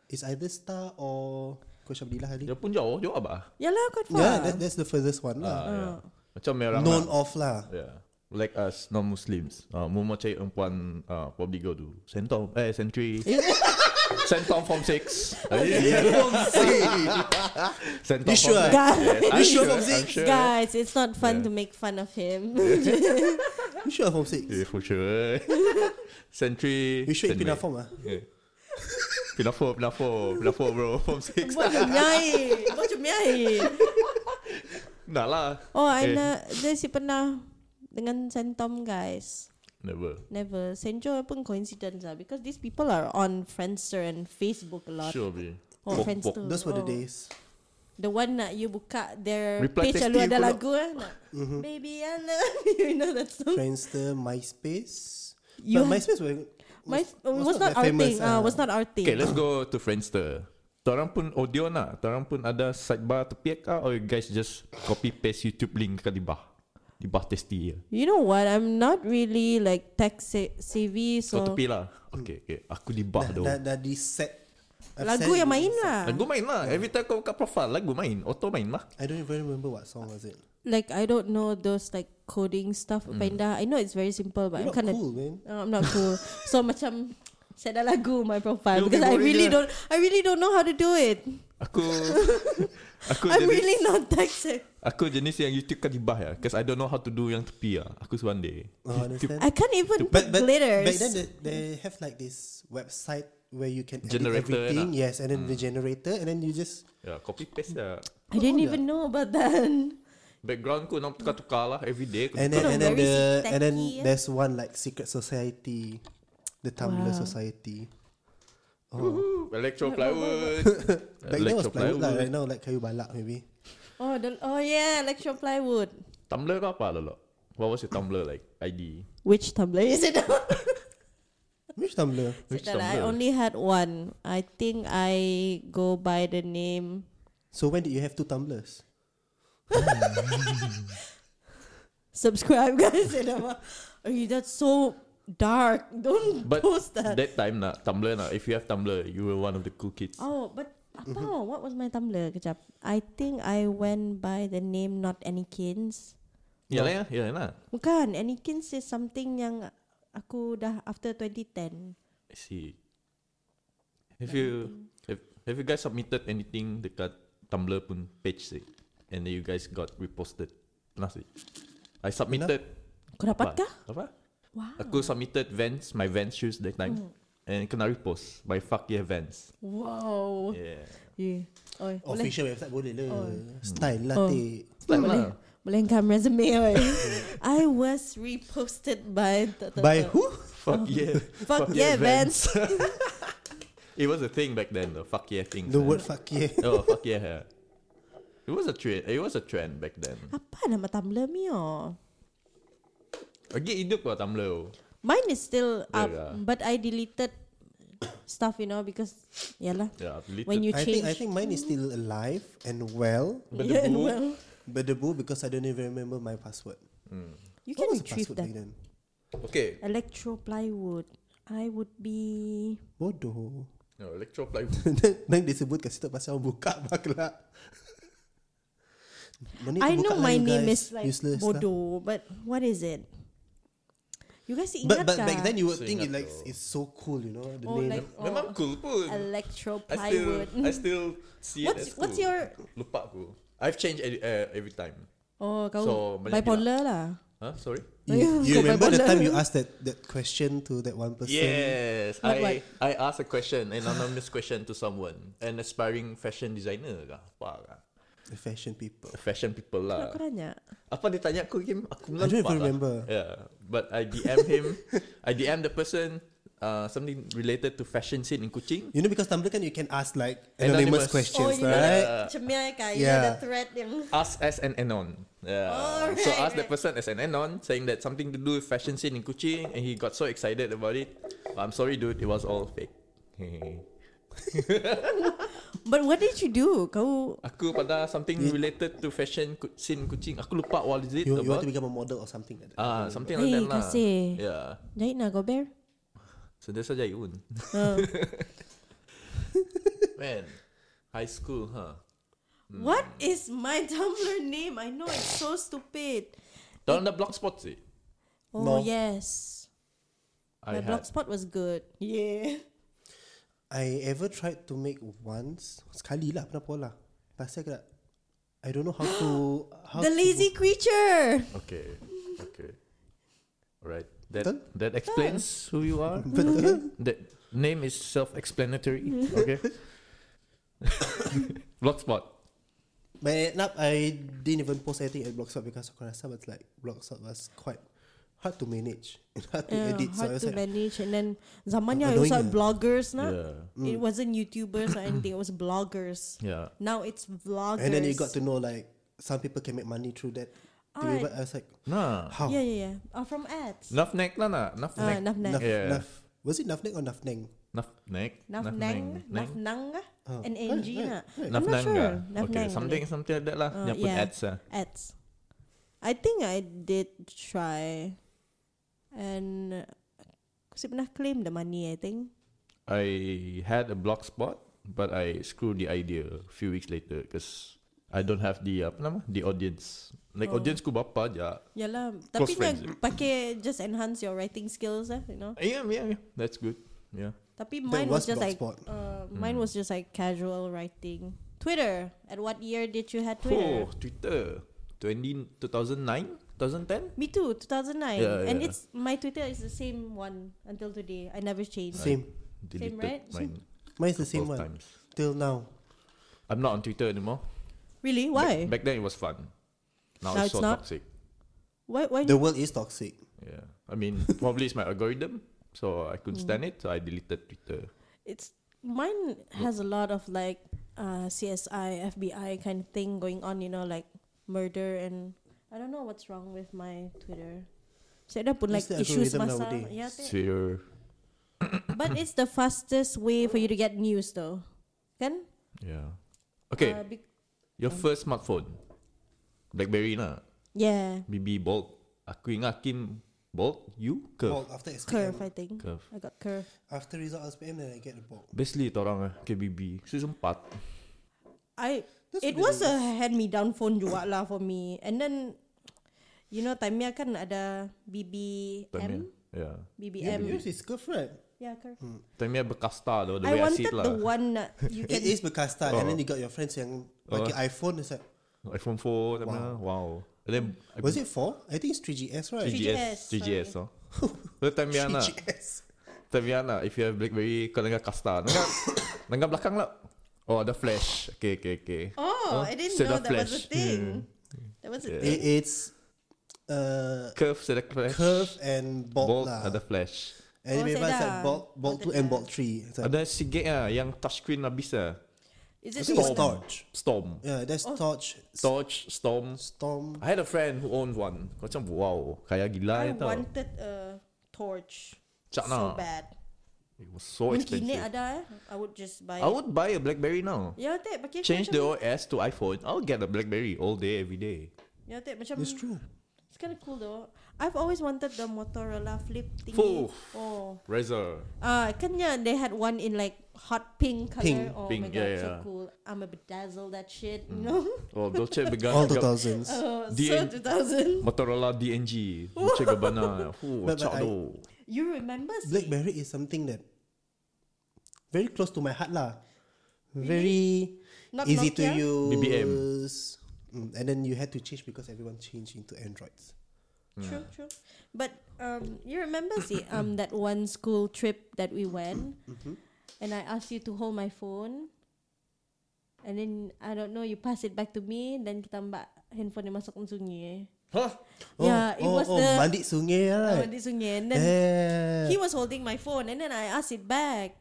S2: is either star or Coach Abdillah kali.
S1: Dia pun jauh, jauh apa?
S3: Yalah kau faham.
S2: Yeah, Ya, that, that's the furthest one
S1: Ah,
S2: lah.
S1: yeah. Macam merang lah.
S2: Known of
S1: [laughs]
S2: lah.
S1: Yeah. Like us non-Muslims. Uh, mau mau cari perempuan uh, probably go to Sentom. Eh, Sentry. Sentom Form 6. Sentom
S2: You sure?
S1: Form 6.
S3: Guys,
S1: Yes, I'm
S2: You sure Form
S1: I'm
S2: six?
S1: sure.
S3: guys, it's not fun
S1: Yeah.
S3: to make fun of him.
S2: You sure form six?
S1: Yeah, for sure. Sentry.
S2: You sure in
S1: Senway.
S2: Pina form ah?
S3: Oh.
S1: Yeah. Pinafore, Pinafore, Pinafore bro, Form 6.
S3: [laughs] Buat nyai, buat nyai.
S1: Nah lah.
S3: Oh, I
S1: Eh,
S3: nak dia si pernah dengan Sentom guys.
S1: Never.
S3: Never. Senjo pun coincidence lah because these people are on Friendster and Facebook a lot.
S1: Sure be.
S3: Oh,
S1: Pok,
S3: Friendster.
S1: pok.
S3: [laughs]
S2: Those were the
S3: Oh.
S2: days.
S3: The one nak you buka their
S1: Reply
S3: page
S1: text
S3: lalu
S1: you
S3: ada
S1: pula.
S3: lagu eh. nak, Baby I love [laughs] you. You know that song?
S2: Friendster, MySpace.
S3: You-
S2: but MySpace was,
S3: My,
S2: was,
S3: was, not,
S2: that
S3: our
S2: famous,
S3: thing. Uh,
S2: ah.
S3: was not our thing.
S1: Okay, let's go to Friendster. Torang pun audio nak. Torang pun ada sidebar tepiak kah? Or you guys just copy paste YouTube link ke di bah? Di bah testi je.
S3: You know what? I'm not really like tech sa- savvy,
S1: Kau
S3: so
S1: tepi lah. Okay, okay. Aku di bah tu.
S2: dah, dah di set. I've
S3: lagu
S2: set
S3: yang
S2: it.
S3: main lah.
S1: Lagu main lah. Every time kau buka profile, lagu main. Auto main lah.
S2: I don't even remember what song was it.
S3: Like I don't know those like coding stuff. Panda. I know it's very simple, but
S2: You're
S3: I'm kind
S2: not
S3: of
S2: cool, man.
S3: Uh, I'm not cool.
S2: [laughs]
S3: so macam set dah lagu my profile
S1: You
S3: because I
S1: boleh
S3: really
S1: je.
S3: don't I really don't know how to do it.
S1: Aku...
S3: [laughs]
S1: aku
S3: I'm
S1: jenis,
S3: really not tech savvy.
S1: Aku jenis yang YouTube kan di bah ya. Because I don't know how to do yang tepi lah. Aku sebanding.
S2: Oh, understand.
S3: I can't even
S2: But,
S3: put
S2: but
S3: glitters.
S2: back then they, they have like this website where you can edit
S1: Generator lah.
S2: everything. Yes, and then the generator, and then you just
S1: Ya, copy paste lah.
S3: I didn't
S2: oh,
S3: even know about that. [laughs]
S1: Background ku nak tukar-tukar lah every day. Aku
S2: and
S1: tukar.
S2: then
S3: Kind of
S2: and then
S3: very
S2: the and then
S3: tacky, eh?
S2: there's one like secret society, the Tumblr
S3: Wow.
S2: society. Oh.
S1: Woohoo, Electro
S2: [laughs]
S1: plywood.
S2: Back then was plywood lah. Right now like kayu balak maybe.
S3: Oh, the, oh yeah, electro plywood.
S1: Tumblr kau apa lolo? What was your Tumblr like? ID?
S3: Which Tumblr is [laughs] it?
S2: Which Tumblr?
S1: Which
S3: That I
S1: Tumblr?
S3: only had one. I think I go by the name.
S2: So when did you have two Tumblrs?
S3: Subscribe, [laughs] guys. You know? Okay, that's so dark. Don't
S1: But
S3: post that.
S1: that time nak Tumblr nak. If you have Tumblr, you were one of the cool kids.
S3: oh, but apa? What was my Tumblr? Kejap. I think I went by the name Not Anykins.
S1: Ya lah ya, ya lah.
S3: Bukan, Anykins is something yang aku dah after 2010.
S1: I see. Have you have, have you guys submitted anything dekat Tumblr pun page sih? And then you guys got reposted. Pernah sih? I submitted.
S3: Kau dapat kah?
S1: Apa?
S3: Wow.
S1: Aku submitted Vans, my Vans shoes that time.
S3: Hmm.
S1: And kena repost by fuck yeah Vans.
S3: Wow.
S1: Yeah.
S3: Yeah. Oi, boleh
S2: Official website boleh lah. Style lah
S3: Oh.
S2: teh.
S1: Like
S3: boleh.
S1: lah.
S3: Boleh come resume oi. [laughs] I was reposted by the, the,
S2: By
S3: the-
S2: who?
S3: [laughs]
S1: Fuck yeah.
S3: Fuck, yeah, Vance.
S1: It was a thing back then, the fuck yeah thing.
S2: The word fuck yeah.
S1: Oh, fuck yeah. yeah. It was a trend. It was a trend back then.
S3: Apa nama Tumblr mi oh?
S1: Okay, hidup lah Tumblr.
S3: Mine is still up,
S1: Yeah.
S3: but I deleted stuff, you know, because ya lah. yalah.
S1: Yeah, deleted.
S3: When you
S2: I
S3: change,
S2: think I think mine is still alive and well,
S3: yeah, and
S1: Berdebu.
S3: [laughs] well,
S2: berdebu because I don't even remember my password.
S3: you
S2: What
S3: can
S2: was the
S3: retrieve
S2: password
S3: that.
S2: back then?
S1: Okay.
S3: Electro plywood. I would be
S2: Bodoh. [laughs]
S1: No, electro plywood.
S2: Nang disebut kat situ pasal buka bakla. Mana
S3: I
S2: terbuka
S3: know
S2: lah,
S3: my
S2: you
S3: name
S2: guys.
S3: is like
S2: Useless lah.
S3: bodoh, but what is it? You guys ingat
S2: But but
S3: kah?
S2: back then you would
S1: So
S2: think it
S1: ingat
S2: like
S1: tu.
S2: it's so cool, you know, the
S3: Oh,
S2: name.
S3: like-
S1: Memang cool pun.
S3: electro
S1: I still,
S3: plywood.
S1: I still see
S3: [laughs]
S1: it as
S3: What's
S1: cool.
S3: what's your
S1: Lupa aku. I've changed every, uh, every time.
S3: oh kau
S1: So, banyak
S3: bipolar lah.
S1: Huh? Sorry?
S3: [laughs]
S2: you, you
S3: Kau
S2: remember the
S3: bipolar.
S2: time you asked that that question to that one person?
S1: Yes,
S3: Like
S1: I
S3: what?
S1: I asked a question, an anonymous question to someone, an aspiring fashion designer kah, apa kah?
S2: The fashion people.
S1: Fashion people lah.
S3: Aku tanya.
S1: Apa dia tanya aku Kim? Aku lupa
S2: I don't even
S1: lah.
S2: remember.
S1: Yeah, but I DM him. [laughs] I DM the person uh, something related to fashion scene in Kuching.
S2: You know because Tumblr kan you can ask like
S1: Anonymous.
S2: anonymous,
S3: Oh,
S2: questions,
S3: you know
S2: right?
S3: that cemil kah? You
S2: Yeah.
S3: know the thread yang
S1: Ask as an anon. Yeah.
S3: Oh,
S1: so
S3: right,
S1: ask that
S3: right.
S1: person as an anon, saying that something to do with fashion scene in Kuching, and he got so excited about it. I'm sorry, dude. It was all fake. [laughs]
S3: But what did you do? Kau
S1: Aku pada something related to fashion ku- scene Kuching. Aku lupa what is it
S2: You, you want
S1: about.
S2: to Eh, become a model or something like that.
S1: Ah, something
S3: Hey,
S1: like that lah.
S3: kasih.
S1: Yeah.
S3: jahit nak kau bear?
S1: Sentiasa jayun.
S3: Huh.
S1: [laughs] Man, high school, ha. huh? Hmm.
S3: What is my [laughs] Tumblr name? I know it's so stupid.
S1: Dalam the blogspot sih.
S3: Oh
S2: No.
S3: yes.
S1: I
S3: my
S1: had.
S3: blogspot was good. Yeah.
S2: I ever tried to make once sekali lah pernah pola. Pasal kena I don't know how
S3: [gasps]
S2: to how
S3: the
S2: to
S3: lazy creature.
S1: Okay. Okay. Alright. That
S2: Betul?
S1: that explains who you are.
S2: [laughs] Betul.
S1: That name is
S3: [laughs]
S1: self-explanatory. Okay. [laughs] Blogspot.
S2: But end up I didn't even post anything at Blogspot because aku rasa was like Blogspot was quite hard to manage [laughs] and hard to
S3: Yeah,
S2: edit. so I
S3: hard
S2: was
S3: to
S2: like,
S3: manage and then zamannya it
S2: Annoying,
S3: was
S2: eh?
S3: like
S2: yeah.
S3: bloggers na.
S1: Yeah.
S2: mm.
S3: It wasn't YouTubers or anything. It was bloggers.
S1: Yeah.
S3: Now it's vloggers.
S2: and then you got to know like some people can make money through that.
S3: Ah,
S2: TV, but I was like,
S1: Nah.
S2: how?
S3: Yeah, yeah, yeah. Uh, from ads.
S1: Nafnek lah nak. Nafnek.
S3: Ah, Nafnek.
S2: Naf,
S1: Yeah.
S2: naf, was it Nafnek or Nafneng?
S1: Nafnek.
S3: Nafnang, Nafnang,
S2: Oh.
S3: and NG na. I'm
S1: Nafnang ke?
S3: not sure.
S1: Okay,
S3: Nafnang
S1: something
S3: boleh.
S1: something like that lah.
S3: Uh,
S1: Yang pun
S3: yeah.
S1: ads lah.
S3: ads. I think I did try, and kasi pernah claim the money. I think.
S1: I had a blog spot, but I screwed the idea a few weeks later because I don't have the apa nama the audience. Like
S3: Oh.
S1: audience ku bapa aja.
S3: Yalah, tapi dia
S1: friends, eh?
S3: pakai just enhance your writing skills lah, you know.
S1: Yeah, yeah, yeah. That's good. Yeah.
S3: Tapi
S2: That
S3: mine was,
S2: was
S3: just like
S2: Blogspot.
S3: uh,
S1: Mm.
S3: mine was just like casual writing. Twitter. At what year did you had
S1: Oh,
S3: Twitter?
S1: Twitter. 20, 2009, 2010.
S3: Me too, 2009.
S1: Yeah,
S3: and
S1: yeah.
S3: it's my Twitter is the same one until today. I never changed.
S2: Same.
S1: Deleted
S3: right?
S1: mine
S2: Mine's the same
S1: both
S2: one
S1: times.
S2: till now.
S1: I'm not on Twitter anymore.
S3: Really? Why?
S1: Back then it was fun. Now,
S3: Now
S1: it's so
S3: it's not?
S1: toxic.
S3: why why
S2: The world is toxic.
S1: Yeah. I mean, [laughs] probably it's my algorithm, so I couldn't stand it, so I deleted Twitter.
S3: it's mine has a lot of like uh, CSI, FBI kind of thing going on. You know, like murder and I don't know what's wrong with my Twitter. Saya dah pun like
S2: What's the
S3: issues
S2: algorithm
S3: masa.
S2: nowadays?
S3: Yeah, thank-
S1: Sphere.
S3: but it's the fastest way for you to get news though. Kan?
S1: Yeah. Okay,
S3: Uh, bec-
S1: your first smartphone. Blackberry lah.
S3: yeah.
S1: BB Bolt. Aku ingat Kim Bolt. You? Curve.
S2: Bulk after
S3: Curve, I
S2: SPM.
S3: think.
S1: Curve.
S3: I got curve.
S2: After result SPM, then I get the bulk.
S1: Basically, torang eh. KBB. Season 4.
S3: I
S2: That's
S3: it
S2: what
S3: was a hand me down phone juga lah for me. And then you know time nya kan ada BBM,
S1: Yeah.
S2: Yeah,
S3: BBM.
S2: yours is curve, right?
S3: Yeah, curve.
S1: Time Bekasta though. The
S3: I
S1: way I, see
S3: wanted
S1: it
S3: the
S1: lah.
S3: one that
S2: [laughs]
S3: you
S2: It
S3: can
S2: is Bekasta, and then
S1: Oh.
S2: you got your friends yang
S1: Oh.
S2: pakai iPhone. It's like,
S1: iPhone 4. Time wow. wow. And then.
S2: was it four? I think it's 3GS, right?
S1: 3GS. 3GS.
S3: 3GS,
S1: oh. [laughs] So time yang nak.
S2: 3GS.
S1: Tapi Ana, if you have Blackberry, kau dengar casta.
S2: Kan?
S1: Dengar, dengar belakang lah. Oh, ada flash. Okay, okay, okay.
S3: Oh,
S1: Huh?
S3: I didn't
S1: Instead
S3: know
S1: of
S3: that was
S1: flash.
S3: a thing. That was a
S1: Yeah.
S3: thing.
S2: It- It's uh,
S1: Curve, saya ada flash.
S2: curve and bulk,
S1: Bolt,
S2: lah.
S1: ada flash.
S2: And
S3: Oh,
S2: then maybe it's
S3: sedap.
S2: like bulk, bulk
S3: Oh,
S2: 2 and
S3: sedap.
S2: bulk 3. It's like,
S1: Ada Seagate lah, yang touchscreen habis lah.
S3: Is
S2: I
S3: it
S2: think it's
S3: Golden?
S2: Torch.
S1: Storm.
S2: Yeah, that's
S3: Oh.
S2: Torch.
S1: Torch, Storm.
S2: Storm.
S1: I had a friend who owned one. Kau macam, wow, kaya gila
S3: I
S1: ya tau.
S3: wanted a torch
S1: Cak
S3: so
S1: nak.
S3: bad.
S1: It was so
S3: Mungkin ni
S1: expensive.
S3: ada eh. I would just buy.
S1: I would buy a Blackberry now.
S3: Ya, tak pakai
S1: Change the
S3: macam,
S1: OS to iPhone. I'll get a Blackberry all day, every day.
S3: Ya, tak macam
S2: That's true.
S3: It's kind of cool though. I've always wanted the Motorola flip thingy.
S1: Fuh.
S3: Oh.
S1: Razor.
S3: Uh, kan ya, they had one in like hot pink color.
S2: Pink. Mm.
S3: Oh my
S1: Pink,
S3: god,
S1: yeah,
S3: so
S1: yeah.
S3: cool. I'm a bedazzle that shit, you know? [laughs]
S1: Oh, Dolce
S2: [laughs]
S1: and Gabbana.
S2: All 2000s.
S3: Uh, so
S1: DN
S3: 2000.
S1: Motorola DNG Dolce Gabbana Oh,
S2: But- but
S1: cak
S2: I-
S1: tu
S3: You remember? Si?
S2: Blackberry is something that very close to my heart lah. Very
S3: Not
S2: easy to
S3: Nokia?
S1: BBM.
S2: use. Mm, and then you had to change because everyone changed into Androids.
S3: True, true. But um, you remember
S2: [coughs]
S3: see um that one school trip that we went, and I asked you to hold my phone, and then I don't know you pass it back to me, then kita ambak handphone yang masuk dalam sungai.
S1: Huh?
S3: yeah, it
S2: oh,
S3: was
S2: oh,
S3: the
S2: mandi sungai lah,
S3: uh,
S2: right?
S3: di sungai, and then
S2: yeah.
S3: he was holding my phone, and then I asked it back.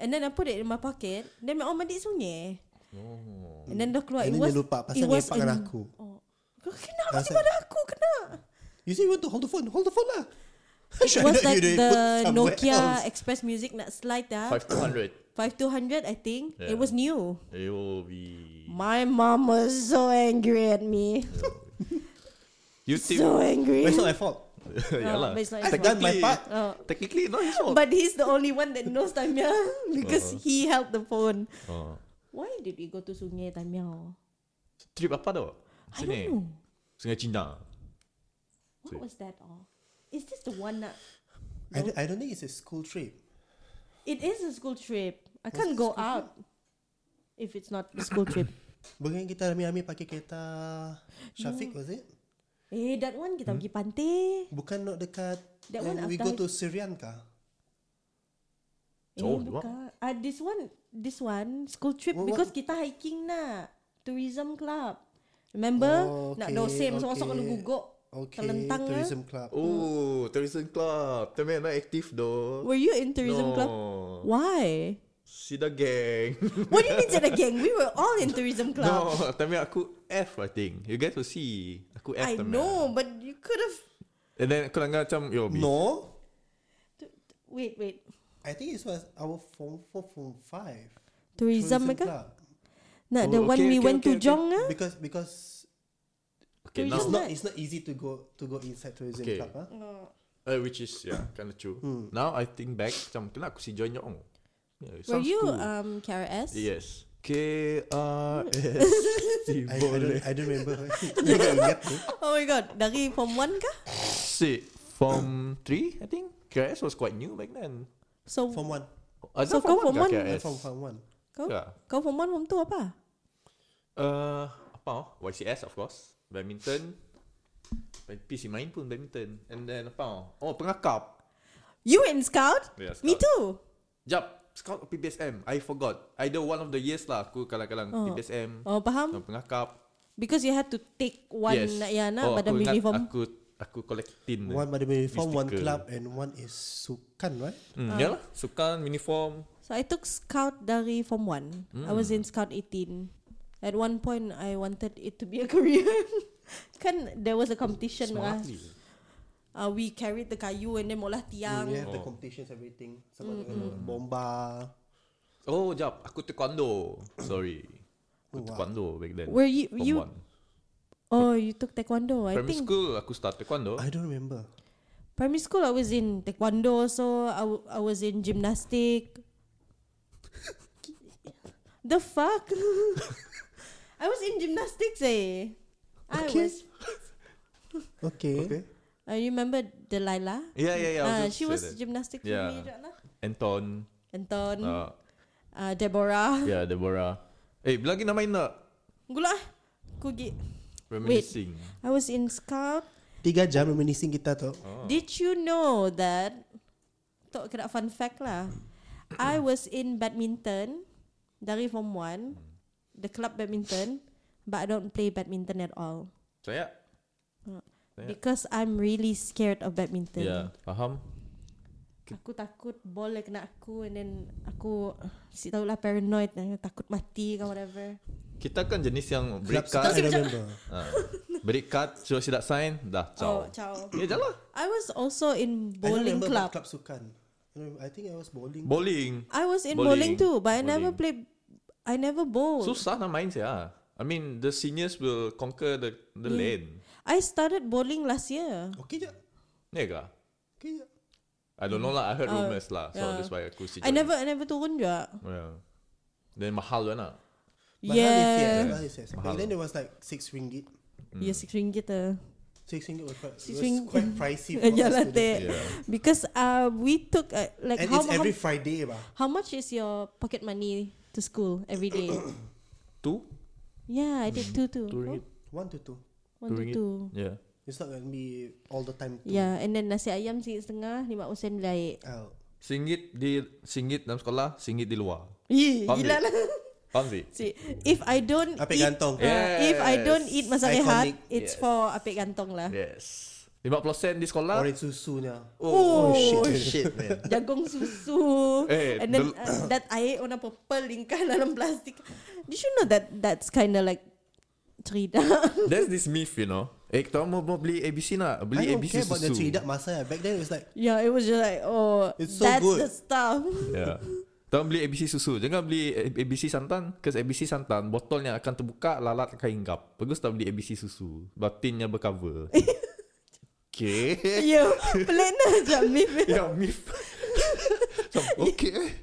S3: And then I put it in my pocket. Then my oh mandi sungai.
S1: Oh.
S3: And then dah keluar.
S2: And
S3: it
S2: then
S3: was,
S2: dia lupa pasal
S3: it was
S2: ngepak dengan
S3: an-
S2: aku.
S3: Oh. Kau kenapa
S2: I
S3: sih
S2: said-
S3: pada aku kena?
S2: You say you want to hold the phone, hold the phone lah.
S3: It
S2: [laughs] Should I
S3: was
S2: not- you
S3: like
S2: didn't put
S3: the
S2: somewhere
S3: Nokia
S2: else?
S3: Express Music nak slide ah, dah.
S1: 5200
S3: 5200 I think.
S1: Yeah.
S3: It was new.
S1: It will be
S3: My mom was so angry at me.
S1: YouTube
S3: [laughs]
S1: [laughs]
S3: So angry.
S2: But it's not my fault.
S1: Yalah
S3: but [laughs] it's not-
S2: I've done my
S1: Technically-
S2: part.
S3: Oh.
S1: Technically not his fault
S3: But he's the only one that knows Tamiya [laughs] because he held the phone.
S1: oh.
S3: Why did we go to Sungai Tamiya?
S1: Trip apa tu?
S3: I don't know.
S1: Sungai Cina
S3: What was that all? Is this the one that
S2: I don't, I don't think it's a school trip.
S3: it is a school trip. I can't go out if it's not a school trip.
S2: Bukan kita rami-rami pakai kereta Syafiq was it?
S3: Eh, that one
S1: Hmm?
S3: kita pergi pantai.
S2: Bukan not dekat
S3: That
S2: when
S3: one
S2: we go to
S3: after-
S2: Syrian kah?
S3: Eh,
S1: Oh, the
S3: bukan. Ah, this one, this one school trip
S2: Wha- what-
S3: because kita hiking na tourism club. Remember?
S2: Oh,
S3: Nak
S2: okay,
S3: dosim, Oh, okay. masuk
S2: okay.
S3: masuk guguk.
S2: Okay,
S3: Kelentang lah.
S2: tourism club.
S1: Oh, tourism club. Tapi not active though.
S3: Were you in
S1: no.
S3: tourism club? Why?
S1: See the gang. [laughs]
S3: What do you mean to the gang? We were all in tourism club.
S1: no, tapi aku F I think. You guys will see. Aku F
S3: I
S1: tapi.
S3: know, but you could have.
S1: And then kau langgar macam yo B.
S2: No,
S3: Wait, wait.
S2: I think it was our form four, form five.
S3: Tourism, tourism
S2: club.
S3: No, the
S1: lah. Oh,
S3: one
S1: okay,
S3: we
S1: okay,
S3: went
S1: okay,
S3: to
S1: okay.
S3: Jong. ah?
S2: Because because
S1: Okay,
S3: Tourism
S1: now
S2: it's not
S3: Right.
S2: it's not easy to go to go inside tourism
S1: Okay.
S2: club. Huh?
S1: uh, which is yeah, kind of true. Now I think back macam kenapa aku si join yong. Yeah, it
S3: Hmm. Were
S1: sounds
S3: you
S1: cool.
S3: um KRS?
S1: Yes. K R S T
S2: I, I, don't,
S1: boleh.
S2: I don't
S1: [laughs]
S2: remember. [laughs] Dia tak ingat tu.
S3: [laughs] Oh my god, dari form 1 kah?
S1: Si form 3 I think. KRS was quite new back then.
S3: So
S2: Form one.
S1: Uh,
S3: So kau form one?
S2: Yes.
S1: KRS.
S2: Form form one.
S3: kau
S1: yeah.
S3: kau form 1 form 2 apa?
S1: Uh, apa? oh? YCS of course. Badminton. Bad- PC main pun badminton. And then apa? oh? Oh, pengakap.
S3: You in scout?
S1: Yeah,
S3: Me
S1: scout.
S3: too.
S1: Jap, scout or PBSM. I forgot. Either one of the years lah aku kalang-kalang
S3: Oh.
S1: PBSM. Oh.
S3: Oh, faham?
S1: Pengakap.
S3: Because you had to take one
S1: yes.
S3: ya na
S1: oh,
S3: pada
S1: aku
S3: mini
S1: ingat
S3: form.
S1: Aku aku collect tin.
S2: One by the way, form one
S1: Mystical.
S2: club and one is sukan right?
S1: Hmm,
S3: Ah.
S1: ya lah. Sukan, uniform.
S3: So I took scout dari form 1. I was
S1: Hmm.
S3: in scout 18. At one point I wanted it to be a [laughs] career. kan there was a competition lah.
S1: Smart.
S3: Uh, we carried the kayu and then molah tiang.
S2: We have the
S1: Oh.
S2: competitions everything. Sama dengan bomba.
S1: Oh, jap. Aku taekwondo. Sorry. Aku
S2: Wow.
S1: taekwondo back then.
S3: Were you-
S1: Form
S3: you-
S1: one.
S3: Oh, you took taekwondo. I
S1: Primary
S3: think
S1: school aku start taekwondo.
S2: I don't remember.
S3: primary school I was in taekwondo, so I, w- I was in gymnastic. [laughs] the fuck? [laughs] I was in gymnastics eh. I
S2: Okay.
S3: was
S2: Okay. okay.
S3: I remember Delilah.
S1: Yeah, yeah, yeah. I was
S3: Ah,
S1: just
S3: she
S1: say
S3: was
S1: that.
S3: gymnastics
S1: Yeah.
S3: with me juga lah.
S1: Anton.
S3: Anton, uh,
S1: Uh,
S3: Deborah.
S1: yeah, Deborah. Eh, bila lagi nama nak?
S3: Gula ah. Ku gi-
S1: Reminiscing.
S3: I was in scout.
S2: Tiga jam reminiscing kita tu.
S1: Oh.
S3: Did you know that? Tok kena fun fact lah. I was in badminton dari form 1, the club badminton, but I don't play badminton at all
S1: Saya. Yeah.
S3: because I'm really scared of badminton.
S1: Yeah, faham.
S3: Aku takut ball yang kena aku and then aku si tahu lah paranoid eh, takut mati ke whatever.
S1: Kita kan jenis yang
S2: Club
S1: break
S2: sukan I
S1: card.
S2: remember.
S1: Ha. Break card, so tidak sign, dah
S3: Oh,
S1: ciao.
S3: ciao.
S1: Ya, jalan.
S3: I was also
S2: I
S3: in
S2: don't
S3: bowling
S2: remember
S3: club.
S2: about club sukan. I don't remember. I think I was bowling.
S1: Bowling.
S3: I was in
S1: Bowling.
S3: bowling, too, but I never
S1: Bowling.
S3: played. I never bowled.
S1: Susah nak main saya. I mean, the seniors will conquer the the lane.
S3: I started bowling last year.
S2: okay je.
S1: Ya ke?
S2: Okay je.
S1: I don't know lah. I heard
S3: Uh,
S1: rumors lah. So
S3: yeah.
S1: that's why aku si
S3: I never, I never turun juga.
S1: Yeah. Then Ya. mahal kan lah.
S2: Mahal is yes,
S3: Yeah,
S2: mahal is yes. Back then it was like six ringgit. Hmm.
S3: yeah, six ringgit lah.
S2: Six ringgit was quite, was
S3: Six ring-
S2: quite
S3: [laughs]
S2: pricey for
S3: yeah,
S2: us
S3: lah,
S2: to do.
S3: teh.
S1: Yeah.
S3: Because uh, we took uh, like
S2: And it's
S3: how, how,
S2: every Friday bah.
S3: how much is your pocket money to school
S2: [coughs]
S3: every day?
S1: Two?
S3: yeah, I did two too.
S1: Two ringgit.
S2: One to two.
S3: One to two.
S1: Yeah.
S2: It's not gonna be all the time. Two.
S3: Yeah, and then nasi ayam sikit setengah lima usen laik.
S2: Out.
S1: Singgit di singgit dalam sekolah, singgit di luar.
S3: Ih,
S1: Faham tak?
S3: gila lah. [laughs]
S1: Faham si?
S3: Si, if I don't
S2: Apek
S3: eat,
S2: gantong.
S3: uh, if I don't
S1: Yes.
S3: eat masak rehat,
S2: Iconic.
S3: it's
S1: Yes.
S3: for apek gantong lah.
S1: Yes. 50% di sekolah. [laughs]
S2: Orange susunya.
S3: Oh,
S1: shit man.
S3: Jagung susu
S1: Eh,
S3: And then
S1: the-
S3: uh, That air warna purple Lingkar [laughs] dalam plastik Did you know that That's kind of like Cerita [laughs]
S1: There's this myth, you know. Eh, kita mau, mau beli ABC nak?
S2: I
S1: Beli
S2: don't
S1: ABC
S2: care about the
S1: susu.
S2: ceridak masa. Back then it was like
S3: Yeah it was just like Oh
S2: It's so
S3: That's
S2: good.
S3: the stuff
S1: [laughs] Yeah. Jangan Ya. beli ABC susu. Jangan beli A- ABC santan. Because ABC santan, botolnya akan terbuka, lalat akan hinggap. Bagus tak beli ABC susu. Sebab tinnya bercover. [laughs] okay.
S3: [laughs] You Pelik lah Sekejap mif
S1: Eh. [laughs] yeah, Ya, myth. so, okay.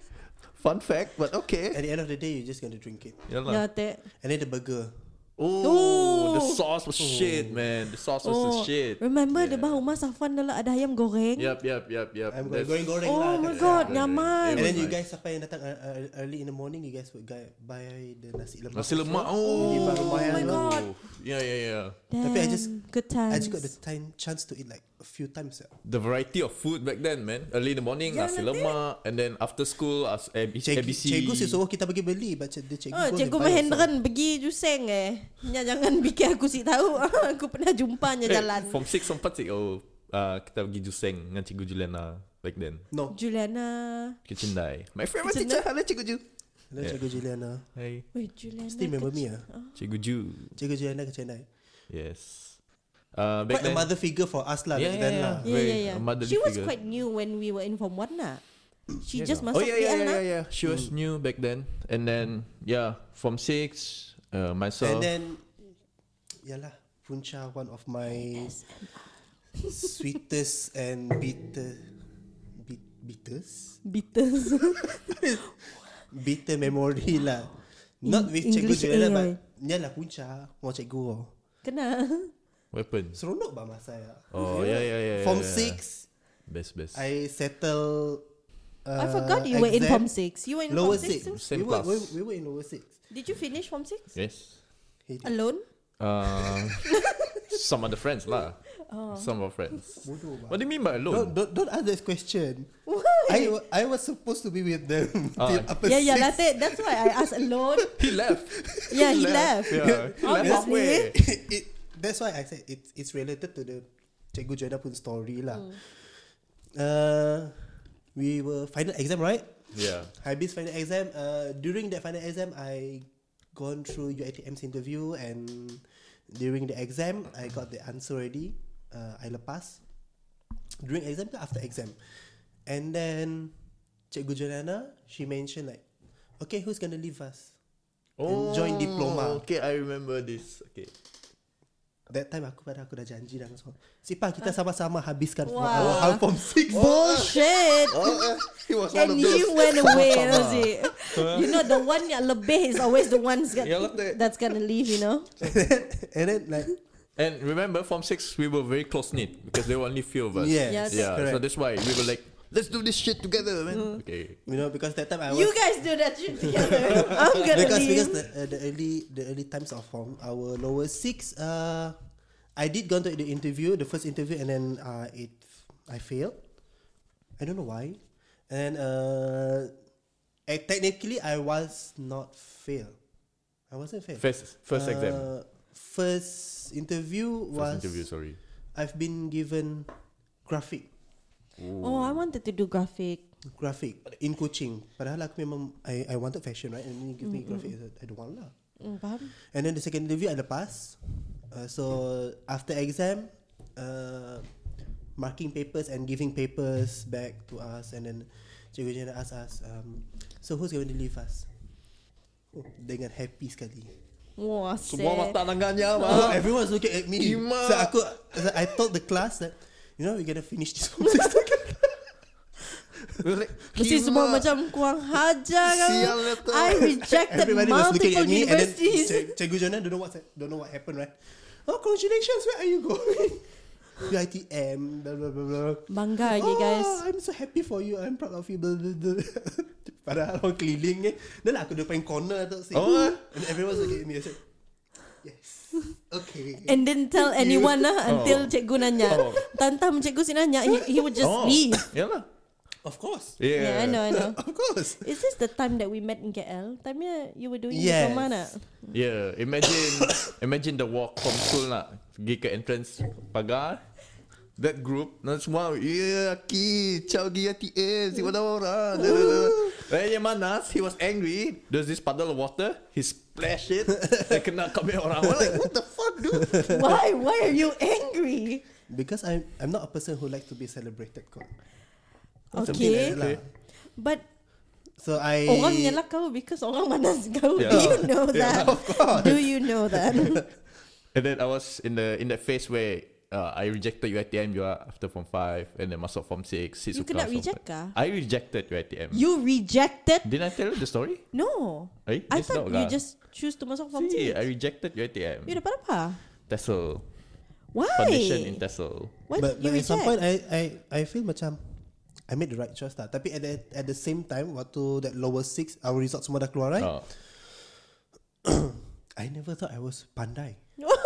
S1: Fun fact, but okay.
S2: at the end of the day you're just gonna drink it.
S3: Ya
S1: Yalah.
S3: teh
S2: And then the burger.
S1: Oh, the
S3: Oh.
S1: sauce was shit, man. The sauce was the
S3: Oh
S1: shit.
S3: Remember
S1: Yeah.
S3: yeah. depan rumah Safwan dah ada ayam goreng
S1: Yep, yep, yep, yep.
S2: I'm
S1: That's-
S2: going going goreng
S3: Oh
S2: lah.
S3: my
S2: kat-
S3: god
S1: Yeah.
S3: Nyaman
S1: It
S2: And
S1: was
S2: then you
S1: nice.
S2: guys sampai yang datang uh, uh, early in the morning, you guys would guy, buy the nasi lemak.
S1: Nasi lemak. Oh,
S2: Di baru
S3: Oh
S2: bayar
S3: my
S2: tu.
S3: god
S1: Oh, Yeah, yeah, yeah.
S3: Damn,
S2: Tapi I just-
S3: good times.
S2: I just got the time chance to eat like a few times. Yeah.
S1: The variety of food back then, man. Early in the morning,
S3: Yeah,
S1: nasi
S3: betul.
S1: lemak, and then after school, as ABC.
S2: Cik, cikgu sih suruh kita pergi beli but cik- dia cikgu
S3: Oh,
S2: pun dia bayar,
S3: cikgu
S2: so-
S3: Mahendran pergi Juseng eh. Nya jangan [laughs] fikir aku si tahu. [laughs] aku pernah jumpanya
S1: Eh,
S3: jalan.
S1: From 6 sampai 4 oh, uh, kita pergi Juseng dengan Cikgu Juliana back then.
S2: No.
S3: Juliana.
S1: Ke Cindai. My favorite
S3: Ke
S1: teacher, hello Cikgu Ju.
S2: Hello
S1: Yeah.
S2: cikgu Juliana.
S1: Hey,
S3: Wait, Juliana.
S2: Still remember me ah.
S1: Cikgu Ju.
S2: Cikgu Juliana ke Chennai.
S1: Yes. Uh, back
S2: Quite a
S1: then,
S2: mother figure for us lah
S1: Yeah,
S2: back then
S1: yeah,
S2: lah.
S1: yeah.
S3: Yeah,
S1: Very
S3: yeah, yeah.
S1: motherly
S3: She was
S1: figure.
S3: quite new when we were in Form 1 lah. She just
S1: oh
S3: masuk
S1: yeah, Mm. yeah,
S3: PL
S1: yeah,
S3: lah.
S1: yeah, yeah. She was new back then, and then yeah, from six, uh, myself.
S2: And then Yalah Punca one of my
S3: [laughs]
S2: Sweetest and bitter bit, Bitters
S3: Bitters.
S2: Bitter memory [laughs] lah Not with cikgu
S3: English
S2: Juliana
S3: A,
S2: but
S3: oi.
S2: Yalah Punca Mau cikgu oh.
S3: [laughs] Kena.
S1: Weapon.
S2: Seronok bah masa ya
S1: Oh yeah, yeah, yeah.
S2: Form
S1: yeah.
S2: 6
S1: Best, best.
S2: I settle uh,
S3: I forgot you were in
S2: exam.
S3: Form 6. You were in
S2: Lower
S3: Form 6
S2: six.
S3: too?
S1: Same
S2: we, were, we,
S1: class.
S2: we were in lower six.
S3: Did you finish Form 6?
S1: yes.
S2: Hey, dude,
S3: Alone?
S1: Uh, [laughs] some of the friends lah.
S3: Oh.
S1: Some of our friends.
S2: bodoh
S1: What
S2: bah.
S1: do you mean by
S2: Don't,
S1: alone?
S2: don't don't ask this question.
S3: Why?
S2: I wa- I was supposed to be with them
S1: [laughs] Ah.
S2: till upper
S3: yeah, yeah,
S2: six.
S3: that's it. That's why I asked
S1: [laughs]
S3: alone.
S1: He left.
S3: Yeah, he left. Oh,
S1: Yeah, he left
S3: Obviously.
S1: halfway.
S2: [laughs] it, that's why I said it, it's related to the cikgu Joanna pun story lah.
S3: Hmm.
S2: Uh, we were final exam right?
S1: Yeah.
S2: Habis final exam. Uh, during that final exam, I gone through UiTM's interview and during the exam, I got the answer already. Uh, I lepas. During exam ke after exam? And then Cikgu Juliana, she mentioned like, okay, who's gonna leave us? And join diploma.
S1: Oh, Okay, I remember this. Okay.
S2: That time aku pada aku dah janji dengan Sol. Sipa kita sama-sama habiskan
S3: Wah. Oh.
S2: our hal form 6.
S3: [laughs] Bullshit.
S1: Oh, he was
S3: And you
S1: [laughs]
S3: went away, Rosie. you know the one yang lebih is always the one's got,
S1: Yeah, lebih.
S3: that's gonna leave. You know.
S2: and then like
S1: And remember, from six, we were very close knit because there were only few of us.
S2: yes,
S3: Yes.
S1: Yeah. So
S2: correct.
S1: that's why we were like, let's do this shit together, man. Okay.
S2: you know because that time I was
S3: You guys do that shit
S1: [laughs]
S3: together. I'm gonna
S2: because
S3: leave.
S2: because the, uh, the early the early times of form our lower six uh I did go to the interview the first interview and then uh it I failed I don't know why and uh I, technically I was not failed I wasn't failed
S1: First, first exam.
S2: Uh, first interview was
S1: First interview. Sorry.
S2: I've been given graphic
S3: oh, I wanted to do graphic.
S2: graphic in coaching padahal aku memang I, I wanted fashion right and then you give me graphic I said, I don't want lah
S3: Mm, faham?
S2: And then the second interview I lepas. Uh, so after exam, uh, marking papers and giving papers back to us, and then cikgu Jana asked us, um, so who's going to leave us? Oh, dengan happy sekali.
S3: Wah,
S1: Semua
S3: sad.
S1: mata nangannya,
S2: Oh,
S1: mah.
S2: everyone's looking at me.
S1: Ima.
S2: So aku, so I told the class that, you know, we're gonna finish this [laughs] from six together.
S3: Mesti semua macam kurang hajar kan.
S1: Sial lah tu.
S3: I rejected
S2: Everybody was looking at me,
S3: multiple
S2: and then
S3: universities.
S2: Cik- cikgu Jana don't know what don't know what happened, right? Oh, congratulations, where are you going? [laughs] UITM, blah blah blah blah.
S3: Bangga je
S2: oh,
S3: guys.
S2: I'm so happy for you. I'm proud of you. Blah, blah, blah. [laughs] Padahal orang keliling eh. Dah lah aku depan corner tu sih.
S3: eh?
S1: Oh.
S2: And everyone's looking at me. I said, yes. Okay.
S3: And then tell anyone lah until cikgu nanya.
S1: Oh.
S3: Tantam cikgu si nanya, he, he would just
S1: Oh.
S3: leave.
S1: Yeah lah.
S2: of course.
S1: Yeah.
S3: Yeah, I know, I know.
S2: [laughs] of course.
S3: Is this the time that we met in KL? Time yeah, you were doing
S2: Yes.
S3: diploma nak?
S1: Yeah, imagine [coughs] imagine the walk from school nak pergi ke entrance pagar. That group, dan semua, yeah, ki, ciao gi ATM, si mana orang. Eh, yang manas, he was angry. There's this puddle of water, he splash [laughs] it, dia kena kami orang. We're like, what the fuck, dude?
S3: [laughs] Why? Why are you angry?
S2: Because I'm I'm not a person who like to be celebrated. Kot. Something like
S3: Okay.
S2: that lah.
S3: But
S2: So I
S3: Oh, orang lah. nyelak kau because orang manas
S1: Eh.
S3: kau.
S1: Yeah.
S3: Do you know
S1: Yeah,
S3: that? Do you know that?
S1: And then I was in the in that phase where uh, I rejected UITM you are after form 5 and then masuk form 6
S3: You cannot reject kah?
S1: I rejected UITM
S3: You rejected?
S1: Didn't I tell you the story?
S3: No.
S1: Eh,
S3: I
S1: just
S3: thought
S1: now
S3: you
S1: lah.
S3: just choose to masuk form
S1: See,
S3: six.
S1: I rejected UITM
S3: You dapat apa?
S1: Tessel
S3: Why?
S1: Foundation in Tessel
S3: Why
S2: but, but
S3: did you
S2: at
S3: reject?
S2: some
S3: [laughs]
S2: point I I I feel macam I made the right choice lah. Tapi at the, at the same time waktu that lower six
S1: Uh,
S2: our results semua dah keluar right.
S1: Oh.
S2: I never thought I was pandai.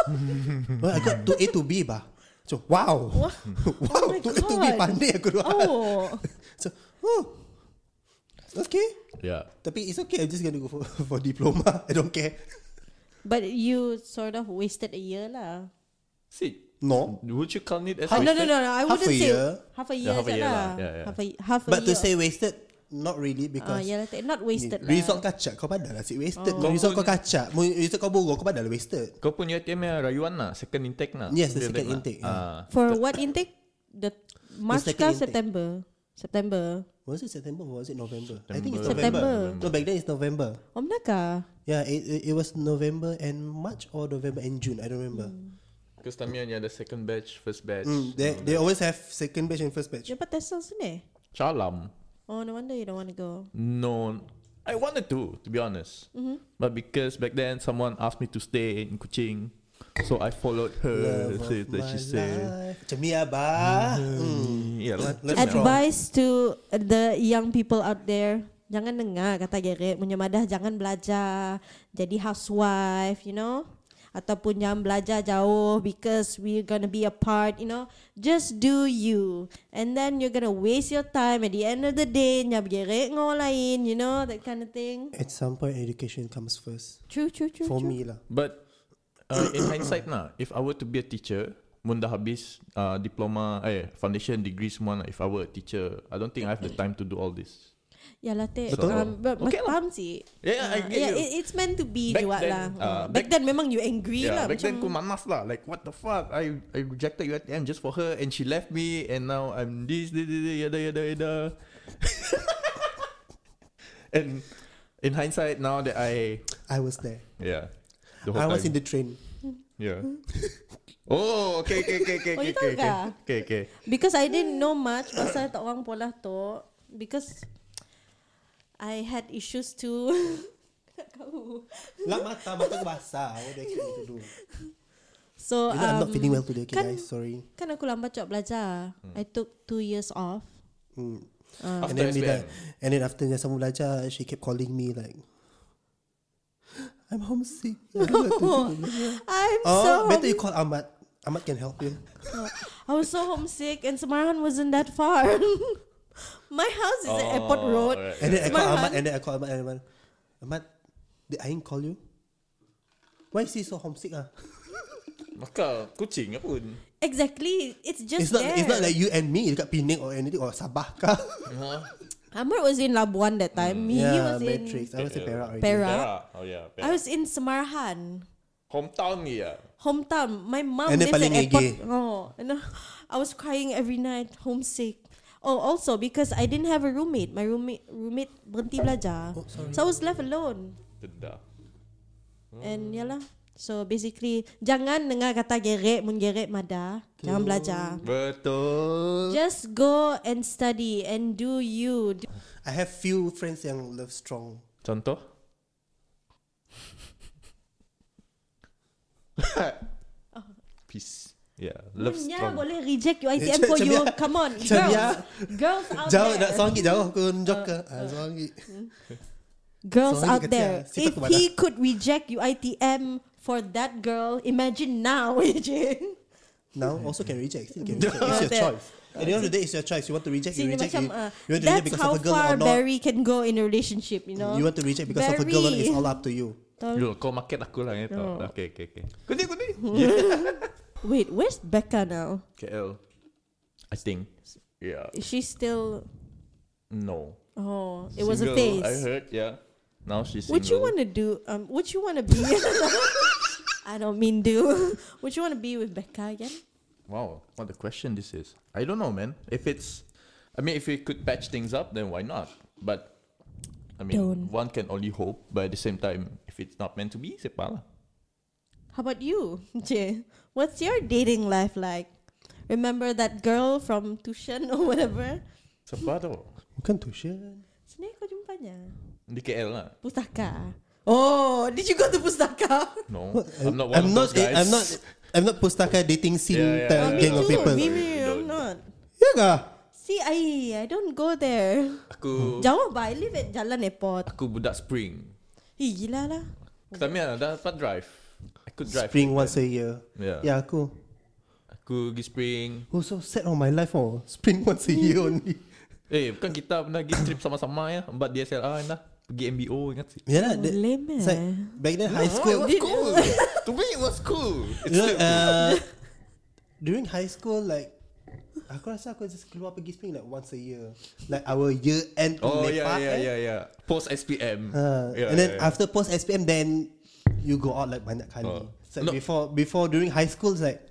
S3: Hmm.
S2: well, I got to A to B bah. So wow,
S3: Wah.
S2: [laughs] wow,
S3: Oh my
S2: to A to B
S3: God.
S2: pandai aku dua.
S3: Oh.
S2: So oh, okay.
S1: Yeah.
S2: Tapi it's okay. I'm just gonna go for, [laughs] for diploma. I don't care.
S3: But you sort of wasted a year lah.
S1: See,
S2: No.
S1: would you count it as
S3: Oh, no, no,
S1: wasted?
S3: no, no. I
S2: Half a
S3: wouldn't say
S2: year.
S3: half a year.
S1: Yeah, half a
S3: je
S1: year
S3: lah.
S1: lah. Yeah, yeah.
S3: Half a half a
S2: But
S3: year.
S2: to say wasted, not really
S3: ah,
S2: because
S3: yeah, lah, tak- not wasted lah.
S2: Result kacak Kau pandai lah Asyik wasted
S1: Oh.
S2: oh. Result
S1: Kau
S2: kau kacak Mu- Result kau borong Kau pandai lah wasted
S1: Kau punya ATM yang rayuan lah Second intake lah
S2: Yes, the second intake,
S1: Ah,
S2: yeah.
S3: For what intake? The March
S2: second
S3: ke
S2: intake.
S3: September? September.
S2: Was it September or was it November? I think it's
S1: September.
S2: November.
S1: September.
S2: No, back then it's November.
S3: Oh, menakah?
S2: Yeah, it, it, it was November and March or November and June. I don't remember.
S1: Because Tamiya ni ada second batch First batch
S2: Mm, they, they always have second batch and first batch.
S3: You dapat Tesla sini?
S1: Calam
S3: Oh, no wonder you don't want to go.
S1: No I wanted to To be honest
S2: Mm-hmm.
S1: But because back then Someone asked me to stay In Kuching So I followed her
S2: Love
S1: say Mm-hmm.
S2: of
S1: That
S2: my
S1: she said
S2: life. Macam ni ah, bah. Mm.
S1: Yeah, let-
S2: Let- let-
S1: let-
S3: Advice to the young people out there. Jangan dengar kata Gerrit punya madah jangan belajar jadi housewife, you know. Ataupun jangan belajar jauh because we're gonna be apart, you know. Just do you. And then you're gonna waste your time at the end of the day nyab Gerrit ngau lain, you know, that kind of thing.
S2: At some point, education comes first.
S3: True, true, true.
S2: For
S3: true.
S2: me lah.
S1: But uh, in hindsight lah, if I were to be a teacher, mun dah habis uh, diploma, eh foundation degree semua lah, if I were a teacher, I don't think I have the time to do all this.
S3: Yalah teh
S1: Betul.
S3: um, but
S1: Okay lah.
S3: faham sih
S1: Yeah, yeah, I
S3: Ah,
S1: get you.
S3: it, It's meant to be
S1: Back
S3: juga
S1: then,
S3: lah
S1: ah,
S3: Ah, Back
S1: back-
S3: then memang you angry lah
S1: back then
S3: macam
S1: ku manas lah, like what the fuck, I I rejected UTM just for her and she left me and now I'm this, this, this, this yada yada yada. [laughs] and in hindsight now that I
S2: I was there.
S1: yeah, the
S2: I was in the train.
S1: yeah. [laughs] oh, okay, okay, okay, okay,
S3: Oh, you
S1: okay, okay, okay,
S3: tahu kah?
S1: okay, okay.
S3: Because I didn't know much pasal tak orang pola tu Because I had issues too [laughs]
S2: lah mata, mata aku basah. What do I expect you to do?
S3: So
S2: You know, I'm not
S3: um,
S2: feeling well today, okay
S3: kan-
S2: guys. Sorry.
S3: Kan aku lambat cak belajar I took two years off
S2: Mm.
S3: Ah,
S2: And
S1: After
S2: then bila
S1: SPM.
S2: And then after Sama belajar She kept calling me like I'm homesick [laughs] I don't know what to do."
S3: I'm
S2: Oh
S3: so
S2: Better
S3: home-
S2: you call Ahmad Ahmad can help you
S3: I was so homesick and Semaran wasn't that far [laughs] My house is at Airport
S1: Oh,
S3: Road
S1: alright.
S2: And then I call Ahmad
S3: Ahmad.
S2: And then I call Ahmad and Ahmad Ahmad Did Ain call you? Why is he so homesick ah?
S1: Maka kucing apa pun.
S3: Exactly It's just
S2: It's not
S3: there
S2: It's not like you and me Dekat Penang or anything Or Sabah kah
S3: Ahmad was in Labuan that time.
S2: [laughs]
S3: He
S2: Yeah
S3: was in
S2: Matrix I was in Perak already
S3: Perak.
S1: Oh yeah.
S3: I was in Semarhan,
S1: Hometown ni ya.
S3: hometown. My mom
S2: And then
S3: lives at
S2: paling
S3: airport.
S2: ngege.
S3: Oh, and uh, I was crying every night, homesick. Oh, also because I didn't have a roommate. My roommate roommate berhenti belajar,
S2: Oh,
S3: so I was left alone.
S1: Dedah.
S3: And yalah. So basically, jangan dengar kata gerek mun gerek mada. Jangan belajar.
S1: Betul.
S3: Just go and study and do you. Do-
S2: I have few friends Yang love strong
S1: Contoh? [laughs] Peace. Yeah, love
S3: Punya
S1: strong.
S3: Mm, boleh reject your
S2: Eh,
S3: ITM for
S2: Cem-
S3: you.
S2: Cemia.
S3: Come on,
S2: Cemia.
S3: girls. Girls out
S2: Jauh
S3: there.
S2: nak songgi Jauh aku jok ke
S3: Uh,
S2: Ah, Songgi
S3: Girls
S2: Sorry
S3: out
S2: kata,
S3: there,
S2: siapa
S3: if
S2: kemana?
S3: he could reject UITM for that girl, imagine now, [laughs] Ejin.
S2: Now also can reject. Still
S3: [laughs]
S2: can reject. It's your
S3: That-
S2: choice. At the end of the day, it's your choice. You want to reject,
S3: See,
S2: you
S3: dia
S2: reject.
S3: macam,
S2: You,
S3: uh,
S2: you want to reject
S3: that's
S2: because
S3: how
S2: of a girl
S3: far
S2: or not.
S3: Barry can go in a relationship, you know.
S2: You want to reject because of a girl or not. It's
S3: Barry.
S2: all up to you.
S1: Yo, kau market aku lah ya tau.
S3: No.
S1: Okay, okay, okay. Kucing, kucing.
S3: Wait, where's Becca now?
S1: KL. I think. Yeah.
S3: Is she still?
S1: No.
S3: Oh, it was a
S1: Single,
S3: phase.
S1: I heard, yeah. Now she's single.
S3: Would you want to do? Um, would you want to be? [laughs] I don't mean do. [laughs] would you want to be with Becca again?
S1: Wow, what a question this is. I don't know, man. If it's, I mean, if we could patch things up, then why not? But, I mean,
S3: Don't.
S1: one can only hope. But at the same time, if it's not meant to be, sepa lah.
S3: How about you, [laughs] Jay? What's your dating life like? Remember that girl from tuition or whatever?
S1: Sepa tu.
S2: Bukan tuition.
S3: Sini kau jumpa niya.
S1: Di KL lah.
S3: Pustaka. Oh, did you go to Pustaka?
S1: No, I'm not one
S2: I'm
S1: of
S2: not.
S1: those guys.
S2: I'm not. I'm not pustaka dating scene
S1: Yeah, yeah,
S2: type
S1: yeah,
S2: gang Uh, of
S1: yeah.
S2: people.
S3: Oh, Me,
S1: We-
S3: me,
S1: You
S3: I'm
S1: don't.
S3: not.
S2: Yeah kah?
S3: See, I, I don't go there.
S1: Aku,
S3: Jauh ba? I live at Jalan Airport.
S1: aku budak spring.
S3: Ih, gila lah.
S1: Tapi ada dapat drive. I Aku drive.
S2: Spring once a year.
S1: Yeah.
S2: Yeah, aku.
S1: Aku pergi spring.
S2: Oh, so sad on my life oh. Spring once a year
S3: [laughs]
S2: only.
S1: Eh, bukan kita pernah pergi trip sama-sama ya. Empat DSLR lah. Pergi MBO ingat sih.
S2: Yeah, lah,
S3: Oh,
S2: that,
S3: lame,
S2: it's like
S3: eh.
S2: back then high school.
S1: it was cool. [laughs] to me, it was cool. It's
S2: You know,
S1: still cool. [laughs]
S2: uh, during high school, like aku rasa aku just keluar pergi spring like once a year, like our year end
S1: Oh
S2: lepak,
S1: yeah, yeah,
S2: eh.
S1: yeah, yeah. Post SPM.
S2: Uh,
S1: yeah,
S2: and then
S1: yeah, yeah.
S2: after post SPM, then you go out like banyak kali.
S1: Oh.
S2: It's like
S1: No.
S2: before before during high school, it's like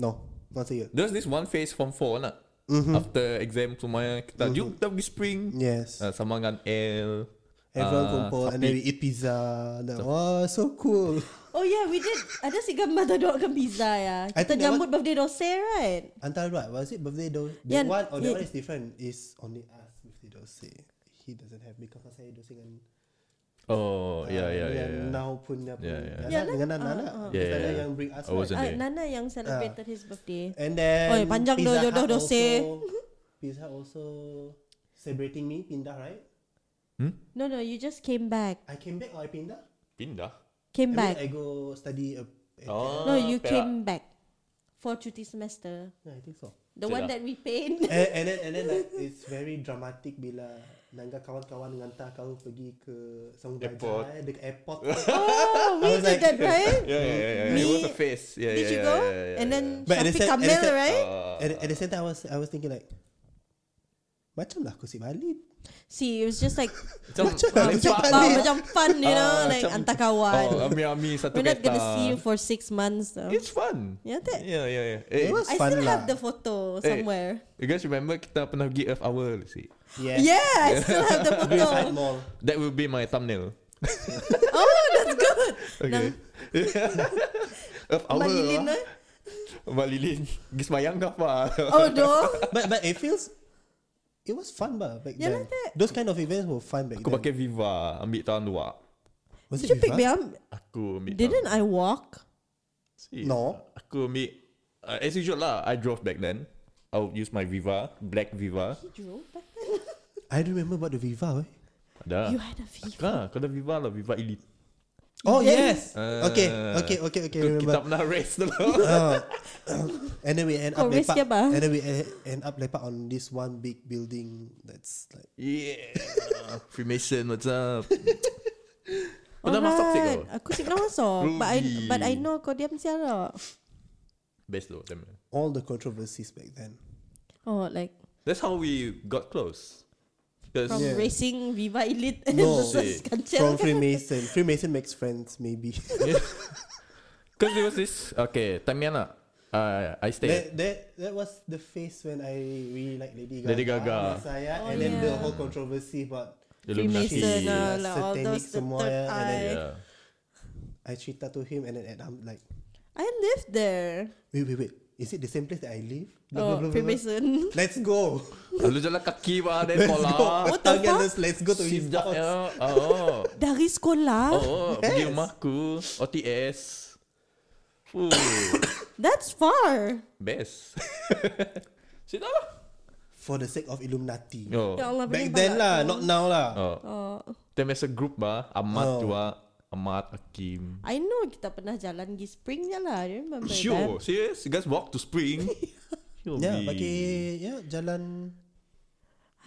S2: no once a year.
S1: There's this one phase from four nak. After exam semuanya kita mm kita pergi spring.
S2: Mm-hmm. Yes,
S1: Uh, sama dengan L.
S2: everyone
S1: ah,
S2: kumpul and
S1: Sapi.
S2: then we eat pizza. Like, oh, so cool. [laughs]
S3: Oh yeah, we did. Ada si gambar dodok kan pizza ya.
S2: I
S3: Kita
S2: think that
S3: jambut birthday dose right?
S2: Antara what was it birthday dose?
S3: Yeah,
S2: That one or that
S3: yeah.
S2: one is different. Is only us birthday dose. He doesn't have because saya dosing kan dengan
S1: Oh yeah, yeah, yeah.
S2: dengan
S1: yeah.
S2: now punya
S1: Yeah, yeah.
S2: Nana,
S3: Yeah, lah.
S2: dengan Nana, Nana.
S1: ah. Yeah,
S2: Kita ada
S1: yeah.
S2: yang bring us
S1: I wasn't
S2: right?
S3: Uh,
S1: Sunday.
S3: Nana yang
S2: Ah.
S3: celebrated his birthday.
S2: And then
S3: Oi, panjang
S2: Pizza
S3: doh
S2: Hut
S3: jodoh dosa.
S2: also- Pizza Hut also celebrating me pindah right?
S3: No no, you just came back.
S2: I came back or I pindah?
S1: Pindah.
S3: Came
S2: I mean, I
S3: back.
S2: go study a, eh,
S1: Oh.
S3: No, you
S1: Perak.
S3: came back for cuti semester.
S2: Yeah, I think so.
S3: The
S1: Betul
S3: one
S1: lah.
S3: that we
S2: [laughs]
S3: paid.
S2: and, and then and then like it's very dramatic bila Nangga kawan-kawan hantar kau pergi ke Song
S1: Airport.
S2: Belajar dekat airport.
S3: Oh,
S2: I
S3: we
S2: was
S3: did
S2: like-
S3: that, right?
S1: Yeah, yeah, yeah. yeah.
S3: Me-
S1: It was a phase. Yeah,
S3: Did
S1: yeah,
S3: you
S1: yeah,
S3: go?
S1: Yeah, yeah, yeah,
S3: And then
S2: But at the
S3: Shafiq
S2: side- at the
S3: Kamil,
S2: side-
S3: right?
S1: Uh,
S2: at, at the same time, I was I was thinking like, macam lah aku si Bali.
S3: See, it was just [laughs] like
S1: macam
S2: macam
S1: ah,
S2: macam
S1: lepak.
S2: balik.
S3: wow, macam fun,
S1: [laughs]
S3: you know,
S1: Ah,
S3: like
S1: macam-
S3: antar kawan.
S1: Oh, ami-ami satu
S3: We're not
S1: kereta.
S3: gonna see you for six months though.
S1: It's fun.
S3: Yeah, that-
S1: Yeah, yeah, yeah. Eh,
S2: It was
S3: I
S2: fun
S3: still
S2: lah.
S3: have the photo
S1: Eh.
S3: somewhere.
S1: you guys remember kita pernah pergi Earth Hour sih?
S2: yeah.
S3: Yeah, I still have the
S1: [laughs]
S2: Riverside
S3: photo.
S2: Mall.
S1: That will be my [laughs] thumbnail.
S3: oh, that's good.
S1: Okay. [laughs] Earth Hour.
S3: Mak Lilin,
S1: [laughs] ah.
S3: eh?
S1: Mak Lilin. Pergi semayang ke apa?
S3: Oh, doh.
S2: But but it feels it was fun bah back
S3: Yeah,
S2: then.
S3: like that.
S2: Those kind of events were fun back
S1: Aku
S2: then.
S1: pakai Viva. Ambil tahun dua.
S2: Was
S3: Did you pick me
S2: Viva?
S3: up?
S1: Aku ambil
S3: Didn't
S1: tahun
S3: I walk?
S1: See,
S2: No.
S1: Aku ambil. Uh, as usual lah. I drove back then. I would use my Viva. Black Viva.
S3: He drove back
S2: I don't remember about the Viva. Eh?
S1: Ada.
S3: You had a fever.
S1: Ah, kau ada Viva lah. Viva Elite.
S2: Oh
S3: Yes.
S2: yes.
S1: Ah.
S2: [laughs] okay okay okay okay.
S1: Kau- Kita
S2: remember.
S1: pernah race dulu.
S2: [laughs] Uh, and then we end
S3: Kau ah.
S2: up
S3: raise
S2: lepak.
S3: dia, bah.
S2: And then we e- end up lepak on this one big building that's like
S1: yeah. Freemason, what's up? Pernah masuk sih [laughs] kau?
S3: Aku sih pernah masuk. but I
S1: Rugi.
S3: but I know kau diam siapa.
S1: Best though. time dia.
S2: all the controversies back then.
S3: Oh, like
S1: That's how we got close. Because
S3: from
S2: Yeah.
S3: racing Viva Elite [laughs]
S2: No.
S3: versus
S1: Sih.
S2: From
S3: Kancil.
S2: Freemason, Freemason makes friends maybe.
S1: Because there was this okay, time yan lah. Uh, I stayed.
S2: That, that that was the phase when I really like Lady Gaga.
S1: Lady Gaga.
S2: Messiah,
S3: Oh,
S2: and then the
S3: yeah.
S2: whole controversy about
S1: Illuminati.
S3: Freemason lah,
S2: Yeah,
S3: like all
S2: satanic
S3: those the
S2: semua, ya,
S3: third
S2: yeah, and then-
S3: eye.
S1: Yeah.
S2: I cheated to him and then and I'm like,
S3: I lived there.
S2: wait, wait, wait. Is it the same place that I live? Blah, blah,
S3: Oh,
S2: blah, blah, blah.
S3: Freemason.
S2: Let's go.
S1: Lalu jalan kaki bah then
S2: Let's [laughs] go.
S1: pola.
S3: What the
S2: Tangan
S3: fuck?
S2: us, Let's go to his
S1: Sejak
S2: house.
S1: ya. Oh.
S3: [laughs] Dari sekolah.
S1: Oh, pergi
S2: Yes.
S1: rumahku OTS. [laughs] Fuh,
S3: That's far.
S1: [laughs] best. Sudah lah.
S2: For the sake of Illuminati.
S1: Oh.
S3: Ya Allah,
S2: Back
S3: pening
S2: then
S3: pala
S2: lah,
S3: aku.
S2: not now lah.
S1: Oh.
S3: Oh.
S1: Then as a group bah, Ahmad
S2: Oh.
S1: juga, Ahmad Hakim.
S3: I know kita pernah jalan pergi spring je lah. I remember
S1: Sure,
S3: that.
S1: serious? You guys walk to
S3: [laughs]
S1: spring? Sure,
S2: Ya,
S1: we-
S2: pakai ya jalan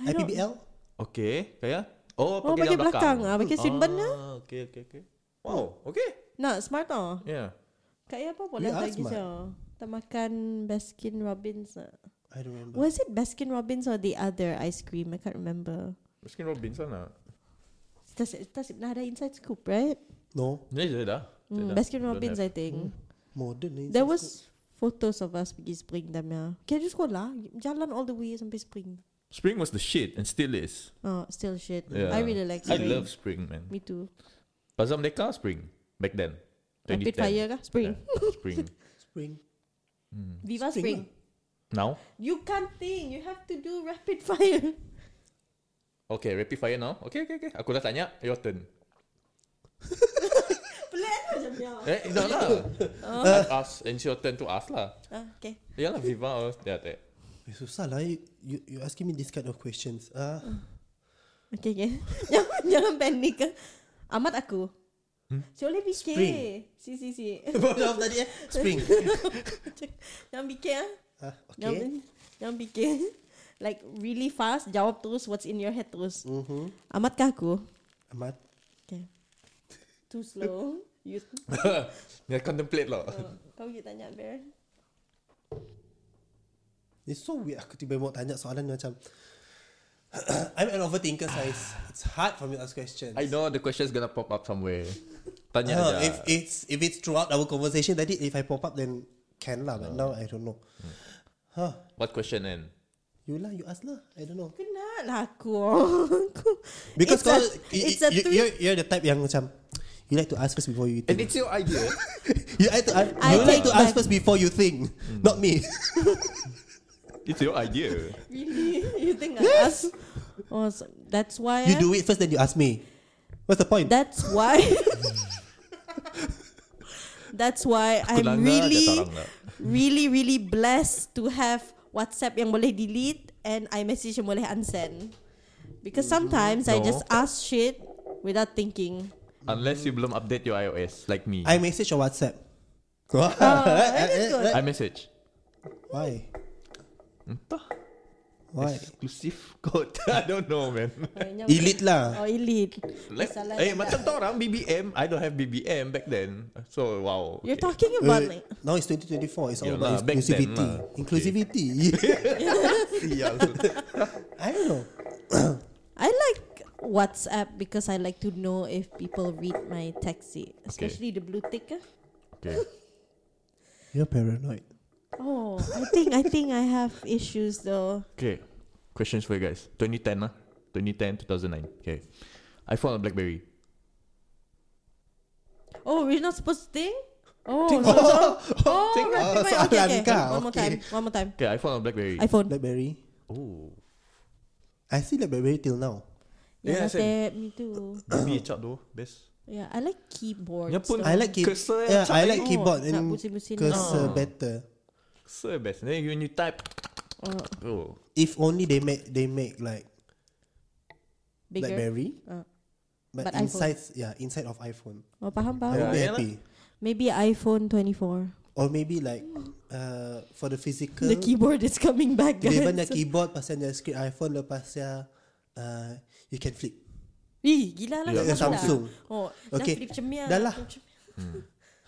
S3: I don't-
S2: IPBL.
S1: Okay, kaya? Oh,
S3: Oh,
S1: pakai
S3: pakai
S1: jalan belakang.
S3: belakang. Ah, pakai Sinban lah.
S1: Ah, okay, okay, okay. Ya. Wow, okay.
S3: Nah, smart oh.
S1: Yeah.
S3: Kak Ia apa
S2: You
S3: boleh
S2: are
S3: lagi
S2: smart.
S3: so. Kita makan Baskin Robbins. ah.
S2: I don't remember.
S3: Was it Baskin Robbins or the other ice cream? I can't remember.
S1: Baskin Robbins lah.
S3: Kita si- kita si- pernah ada inside scoop, right?
S2: No,
S1: Ni je dah.
S3: Hmm, Baskin Robbins, I
S2: Hmm.
S3: think.
S2: modern eh? ni.
S3: There was photos of us pergi spring dah ya. Kita sekolah, jalan all the way sampai spring.
S1: Spring was the shit and still is.
S3: Oh, still shit.
S1: Yeah.
S3: I really like
S1: I
S3: spring.
S1: love spring, man.
S3: Me too.
S1: Plaza Merdeka, spring. Back then.
S3: Rapid fire kah? Spring.
S1: Yeah, spring.
S2: spring.
S3: Viva
S2: Hmm. Spring
S3: spring.
S1: Now?
S3: You can't think. You have to do rapid [laughs] fire.
S1: Okay, rapid fire now. Okay, okay, okay. Aku dah tanya, your
S3: [laughs]
S1: turn.
S3: Pelan macam ni. ah.
S1: Eh, dah
S3: [laughs]
S1: lah. I've asked, and it's your turn to ask lah.
S3: Ah, okay.
S1: Yalah, Viva. or- Yeah, tak. [laughs]
S2: Eh, susah lah. You, you, you asking me this kind of questions. Ah, [laughs]
S3: [laughs] Okay, okay. jangan, jangan panik. ah. Amat aku.
S1: Hmm?
S3: Cik boleh fikir.
S2: Spring.
S3: Si, si, si. [laughs]
S2: Bodoh tadi eh Spring
S3: Jangan fikir ah.
S2: Ah,
S3: Jangan,
S2: Okay
S3: jangan fikir. [laughs] Like really fast, jawab terus what's in your head terus.
S2: mm-hmm.
S3: Amatkah aku?
S2: Amat
S3: Okay. Too [laughs] slow. You,
S1: Dia contemplate lah.
S3: oh, kau pergi tanya Bear.
S2: It's so weird Aku tiba mau tanya soalan ni macam [clears throat] I'm an overthinker so it's, it's hard for me to ask questions
S1: I know the question's gonna pop up somewhere. Tanya
S2: Ah,
S3: Uh-huh,
S1: aja.
S2: if it's if it's throughout our conversation tadi if I pop up then can lah but
S3: Uh.
S2: now I don't know huh
S1: What question then?
S2: you lah you ask lah I don't know
S3: Kenal lah aku. Aku-
S2: because
S3: it's a,
S2: kau
S3: it's a
S2: you,
S3: three.
S2: you're, you're the type yang macam you like to ask first before you
S1: And
S2: think
S1: it's your idea.
S2: you like to ask,
S3: I Hmm.
S2: you like
S3: take
S2: to ask
S3: my-
S2: first before you think not me
S1: [laughs] it's your idea.
S3: [laughs] really? You think I ask? Oh, so that's why.
S2: you
S3: ah.
S2: do it first then you ask me what's the point
S3: That's why. [laughs] That's why
S1: Kulang
S3: I'm
S1: lah, dia
S3: really,
S1: tarang lah.
S3: really, really blessed to have WhatsApp yang boleh delete and iMessage yang boleh
S2: Mm.
S3: unsend. Because sometimes I
S1: No.
S3: just ask shit without thinking.
S1: Unless you belum update your iOS like me.
S2: I message or WhatsApp [laughs]
S3: that's Oh, good.
S1: I message.
S2: why
S1: Entah.
S2: why
S1: Exclusive code. [laughs] I don't know, man.
S2: elite lah
S3: Oh, elite.
S1: Like,
S3: Masalah lah.
S1: eh,
S3: juga.
S1: macam tu orang BBM. I don't have BBM back then. So, wow.
S3: You're
S1: okay.
S3: talking
S2: Uh,
S3: about like
S2: now it's 2024 it's
S1: Yeah
S2: all
S1: lah,
S2: about
S1: back then
S2: inclusivity
S1: lah. Okay. [laughs]
S2: inclusivity [laughs]
S1: Sial.
S2: I don't know
S3: I like WhatsApp because I like to know if people read my taxi, especially the blue tick. ah.
S1: okay.
S2: you're paranoid
S3: Oh, I think I think I have issues though.
S1: Okay. Questions for you guys. 2010 lah. 2010, 2009. Okay. iPhone or Blackberry?
S3: Oh, we're not supposed to think? Oh, [laughs]
S2: Think-
S3: so,
S2: Oh,
S3: oh,
S1: think-
S3: right,
S2: oh,
S3: right, right. okay,
S2: soalan
S3: okay.
S2: kau,
S3: One more
S2: okay.
S3: time, one more time.
S1: Okay, iPhone or Blackberry?
S3: iPhone.
S2: Blackberry
S1: oh.
S2: I see Blackberry till now
S1: Yeah,
S3: Yeah,
S1: same.
S3: yeah me too.
S1: Baby chat tu. Best.
S3: Yeah, I like keyboards.
S1: Nya pun-
S2: I
S3: though.
S2: like key-
S1: Cursor eh? yang
S2: yeah,
S1: macam
S2: I
S1: ni.
S2: like
S3: Oh,
S2: keyboard
S3: nak
S2: and
S3: pusing-pusing.
S2: cursor
S1: Ah.
S2: better.
S1: So best. Then when you type,
S3: Oh,
S1: oh,
S2: If only they make they make like
S3: bigger.
S2: BlackBerry,
S3: Ah.
S2: but,
S3: But iPhone.
S2: inside yeah inside of iPhone,
S3: Oh,
S2: I
S3: faham, faham.
S1: Yeah.
S2: would be
S1: lah.
S2: happy.
S3: Maybe iPhone 24.
S2: Or maybe like uh, for the physical,
S3: The keyboard is coming back, guys.
S2: tiba-tiba
S3: [laughs]
S2: dia keyboard pasal dia screen iPhone lepas dia uh, you can flip.
S3: Ih, gila lah.
S1: Yeah,
S3: kenapa
S2: Samsung.
S3: tak? Oh,
S2: Okay,
S3: okay. flip cemia.
S2: dah lah.
S3: flip cemia.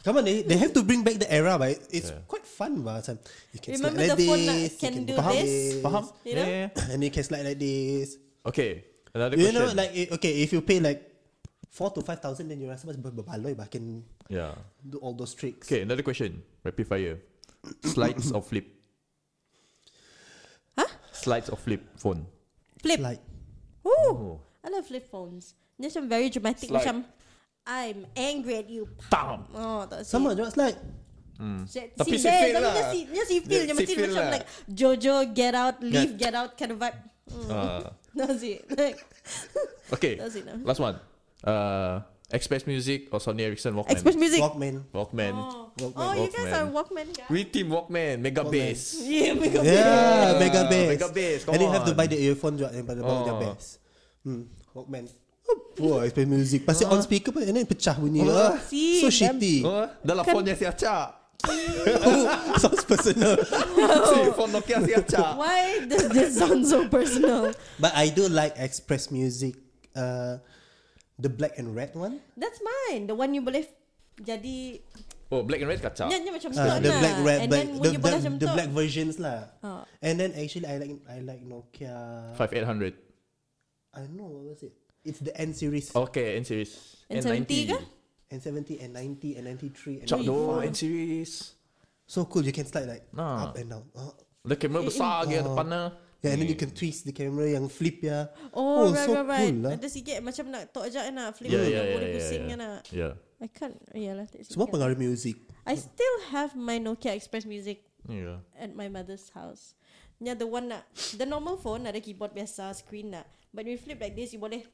S2: Come on, they, they have to bring back the era, but it's
S1: Yeah.
S2: quite fun, but macam you can
S3: Remember
S2: slide like
S3: the phone
S2: this,
S3: that
S2: you
S3: can do
S2: faham?
S3: this?
S1: faham?
S3: You know?
S1: Yeah, yeah, yeah.
S2: [coughs] and you can slide like this.
S1: Okay. Another
S2: you
S1: question.
S2: know, like eh, okay, if you pay like four to five thousand, then you rasa macam berbaloi, but I can
S1: yeah.
S2: do all those tricks.
S1: Okay, another question. Rapid fire. Slides or flip? Huh? Slides or flip phone?
S3: Flip.
S2: Like
S1: Oh.
S3: Ooh, I love flip phones. Dia macam very dramatic.
S1: Slide.
S3: Macam, I'm angry at you.
S1: Tam.
S3: Oh, tak see.
S2: sama je like
S1: Tapi
S3: Tapi
S1: si
S3: si
S1: Phil
S3: Phil Tapi
S1: lah.
S3: dia si, dia si Phil
S1: Dia-
S3: Dia
S1: si
S3: mesti
S1: Phil
S3: macam
S1: lah.
S3: like Jojo get out Leave get out kind of vibe mm.
S1: Uh,
S3: That's it [laughs] like,
S1: okay.
S3: That's it now
S1: Last one. Uh, Express Music or Sony Ericsson Walkman?
S3: Express music
S2: Walkman.
S1: Walkman.
S3: Oh,
S2: Walkman,
S3: oh you guys
S1: Walkman.
S3: are Walkman guys
S1: We team Walkman, Mega
S2: Walkman.
S1: Bass.
S3: [laughs] Yeah we got
S2: Yeah,
S1: Yeah,
S2: mega bass.
S1: Ah, mega bass, come
S2: And you have to
S1: on.
S2: buy the earphone juga daripada oh.
S1: Oh.
S2: mega bass. Hmm, Walkman. Wah, I play music. Pasti on speaker pun, and then pecah bunyi.
S1: Oh.
S2: Oh.
S3: See,
S2: So
S3: them-
S2: shitty.
S1: Oh, dalam
S3: Kan-
S1: phone yang si Acak.
S3: [laughs]
S2: [laughs] Sounds personal.
S3: Oh.
S1: Si phone Nokia si
S3: [laughs]
S1: Acak.
S3: Why does this sound so personal
S2: But I do like Express Music. Uh, the black and red one.
S3: That's mine The one you boleh Jadi
S1: Oh, black and red kacak.
S3: Nyanyi macam tu
S2: Uh, the
S3: lah.
S2: black red
S3: And
S2: black
S3: then
S2: the,
S3: when you boleh
S2: the,
S3: macam
S2: the
S3: tu
S2: black versions lah.
S3: Oh.
S2: And then actually I like I like Nokia.
S1: 5800.
S2: I don't know what was it. It's the N series.
S1: Okay, N series.
S3: N70 ke?
S2: N70 and 90 and 93 and
S1: Cak doh,
S3: Ui.
S1: N series.
S2: So cool, you can slide like
S1: Nah.
S2: up and down. Oh.
S1: The camera besar ke depan lah.
S2: Yeah, and then you can twist the camera yang flip ya.
S3: Oh, right
S2: so
S3: right right
S2: cool lah.
S3: Ada sikit macam nak Tok ajak nak
S1: Yeah,
S3: Flip
S1: yeah,
S3: yang
S1: yeah,
S3: Boleh
S1: yeah,
S3: pusing kan,
S1: yeah.
S3: nak
S2: Ya.
S1: Yeah.
S3: I can't Yalah tak
S2: Semua
S3: sikit.
S2: pengaruh music.
S3: I still have my Nokia Express Music
S2: Ya.
S1: Yeah.
S3: at my mother's house. Yeah, the one nak the normal phone ada keyboard biasa, screen nak. But when you flip like this, you boleh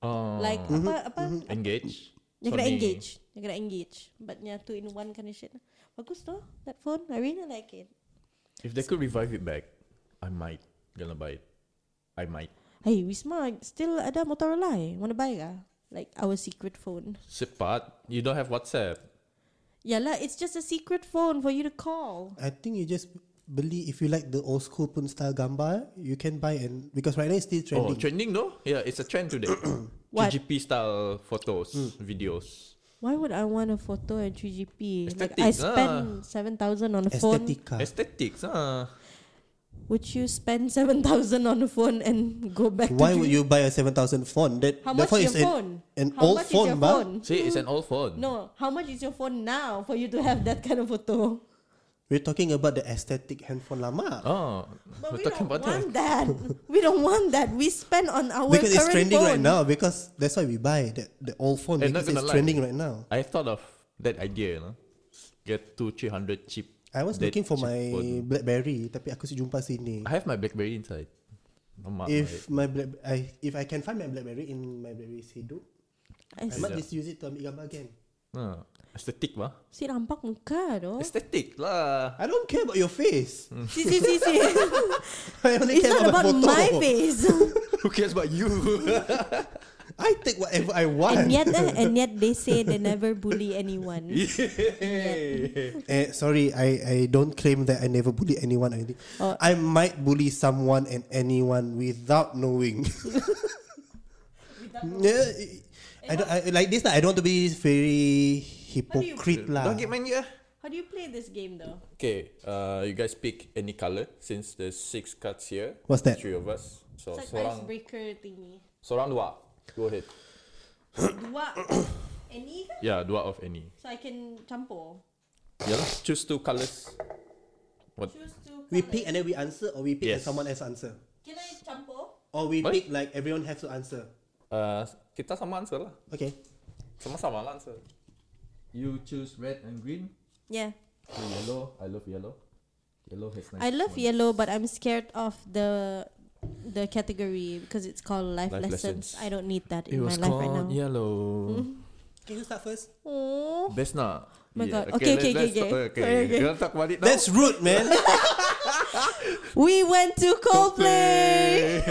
S1: Oh.
S3: like apa
S2: Mm-hmm,
S3: apa?
S1: Engage.
S3: You kena
S1: Sony.
S3: engage, you kena engage. But yeah, two in one kind of shit. Bagus though that phone. I really like it.
S1: If they could revive it back, I might gonna buy it. I might.
S3: Hey Wisma, still ada Motorola eh? Wanna buy ka? like our secret phone.
S1: Sepat. You don't have WhatsApp.
S3: Yeah lah, it's just a secret phone for you to call.
S2: I think you just beli if you like the old school pun style gambar, you can buy and because right now it's still
S1: Oh,
S2: trending.
S1: trending no? Yeah, it's a trend today.
S3: [coughs] What?
S1: GGP style photos,
S2: Hmm.
S1: videos.
S3: Why would I want a photo at 3GP? Like
S2: ah.
S3: I
S1: Aesthetics,
S3: spend seven thousand on a phone.
S2: Aesthetica.
S1: Aesthetics, ah.
S3: Would you spend [laughs] seven thousand on a phone and go back?
S2: Why
S3: to
S2: would
S3: 3GP?
S2: you buy a seven thousand phone? That
S3: How
S2: that
S3: much is
S2: is an-
S3: your phone?
S2: an
S3: How
S2: old
S3: much
S2: phone,
S3: is your
S2: ba?
S3: phone?
S1: See, it's an old phone.
S3: No, how much is your phone now for you to have that kind of photo?
S2: We're talking about the aesthetic handphone lama.
S1: Oh,
S3: But
S1: we're
S3: we
S1: [laughs] talking
S3: don't
S1: about
S3: want that. we don't want that. We spend on our
S2: because
S3: Oh,
S2: it's
S3: current
S2: trending
S3: phone.
S2: right now. Because that's why we buy the, the old phone
S1: And not
S2: because
S1: gonna
S2: it's
S1: lie.
S2: trending right now.
S1: I thought of that idea, you know? Get two, three hundred cheap.
S2: I was
S1: that
S2: looking for
S1: cheap
S2: my
S1: phone. Ah,
S2: BlackBerry, tapi aku jumpa sini.
S1: I have my BlackBerry inside. Lemak,
S2: If my Black, I, if I can find my BlackBerry in my BlackBerry Sidu,
S3: I
S2: I
S3: s-
S2: might
S1: Yeah.
S2: just use it to ambil gambar again.
S1: Ah, aesthetic lah.
S3: si rampak muka doh.
S1: Aesthetic
S2: [laughs]
S1: lah.
S2: I don't care about your face.
S1: Hmm.
S3: Si si si si.
S2: [laughs] I only
S3: It's
S2: care
S3: not
S2: about,
S3: about
S2: my
S3: my
S2: photo. [laughs]
S3: face.
S1: Who cares about [laughs] you?
S2: I take whatever I want.
S3: and yet, eh, and yet they say they never bully anyone.
S2: Eh, sorry, I, I don't claim that I never bully anyone. or anything.
S3: Oh.
S2: I might bully someone and anyone without knowing. [laughs] yeah, I, don't, I like this. lah, I don't want to be very
S3: do you-
S2: hypocrite lah.
S1: Don't get man yeah.
S3: How do you play this game though?
S1: Okay, uh, you guys pick any color since there's six cards here.
S2: What's that?
S1: Three of us. So
S3: It's like
S1: sorang,
S3: icebreaker thingy.
S1: sorang dua. Go ahead. [coughs]
S3: Dua any ke?
S1: Yeah, dua of any.
S3: So I can campur.
S1: Yeah, lah. choose two colors. What?
S3: Choose two.
S2: we
S3: colours.
S2: pick and then we answer, or we pick
S1: Yes.
S2: and someone else answer,
S3: Can I campur?
S2: or we
S1: What?
S2: pick like everyone has to answer.
S1: Uh, kita sama answer lah.
S2: Okay.
S1: Sama-sama lah answer. You choose red and green.
S3: Yeah.
S1: So yellow. I love yellow. Yellow has nice.
S3: I love yellow, but I'm scared of the the category because it's called life,
S1: Life
S3: lessons.
S1: lessons.
S3: I don't need that in my life right now. [laughs]
S1: yellow.
S2: Can you start first?
S3: Oh,
S1: Best nak.
S3: my God. Okay, okay,
S1: let's- let's-
S3: okay, okay.
S1: okay.
S3: Okay, okay.
S1: We'll talk about it now.
S2: That's rude, man.
S3: [laughs] we went to Coldplay.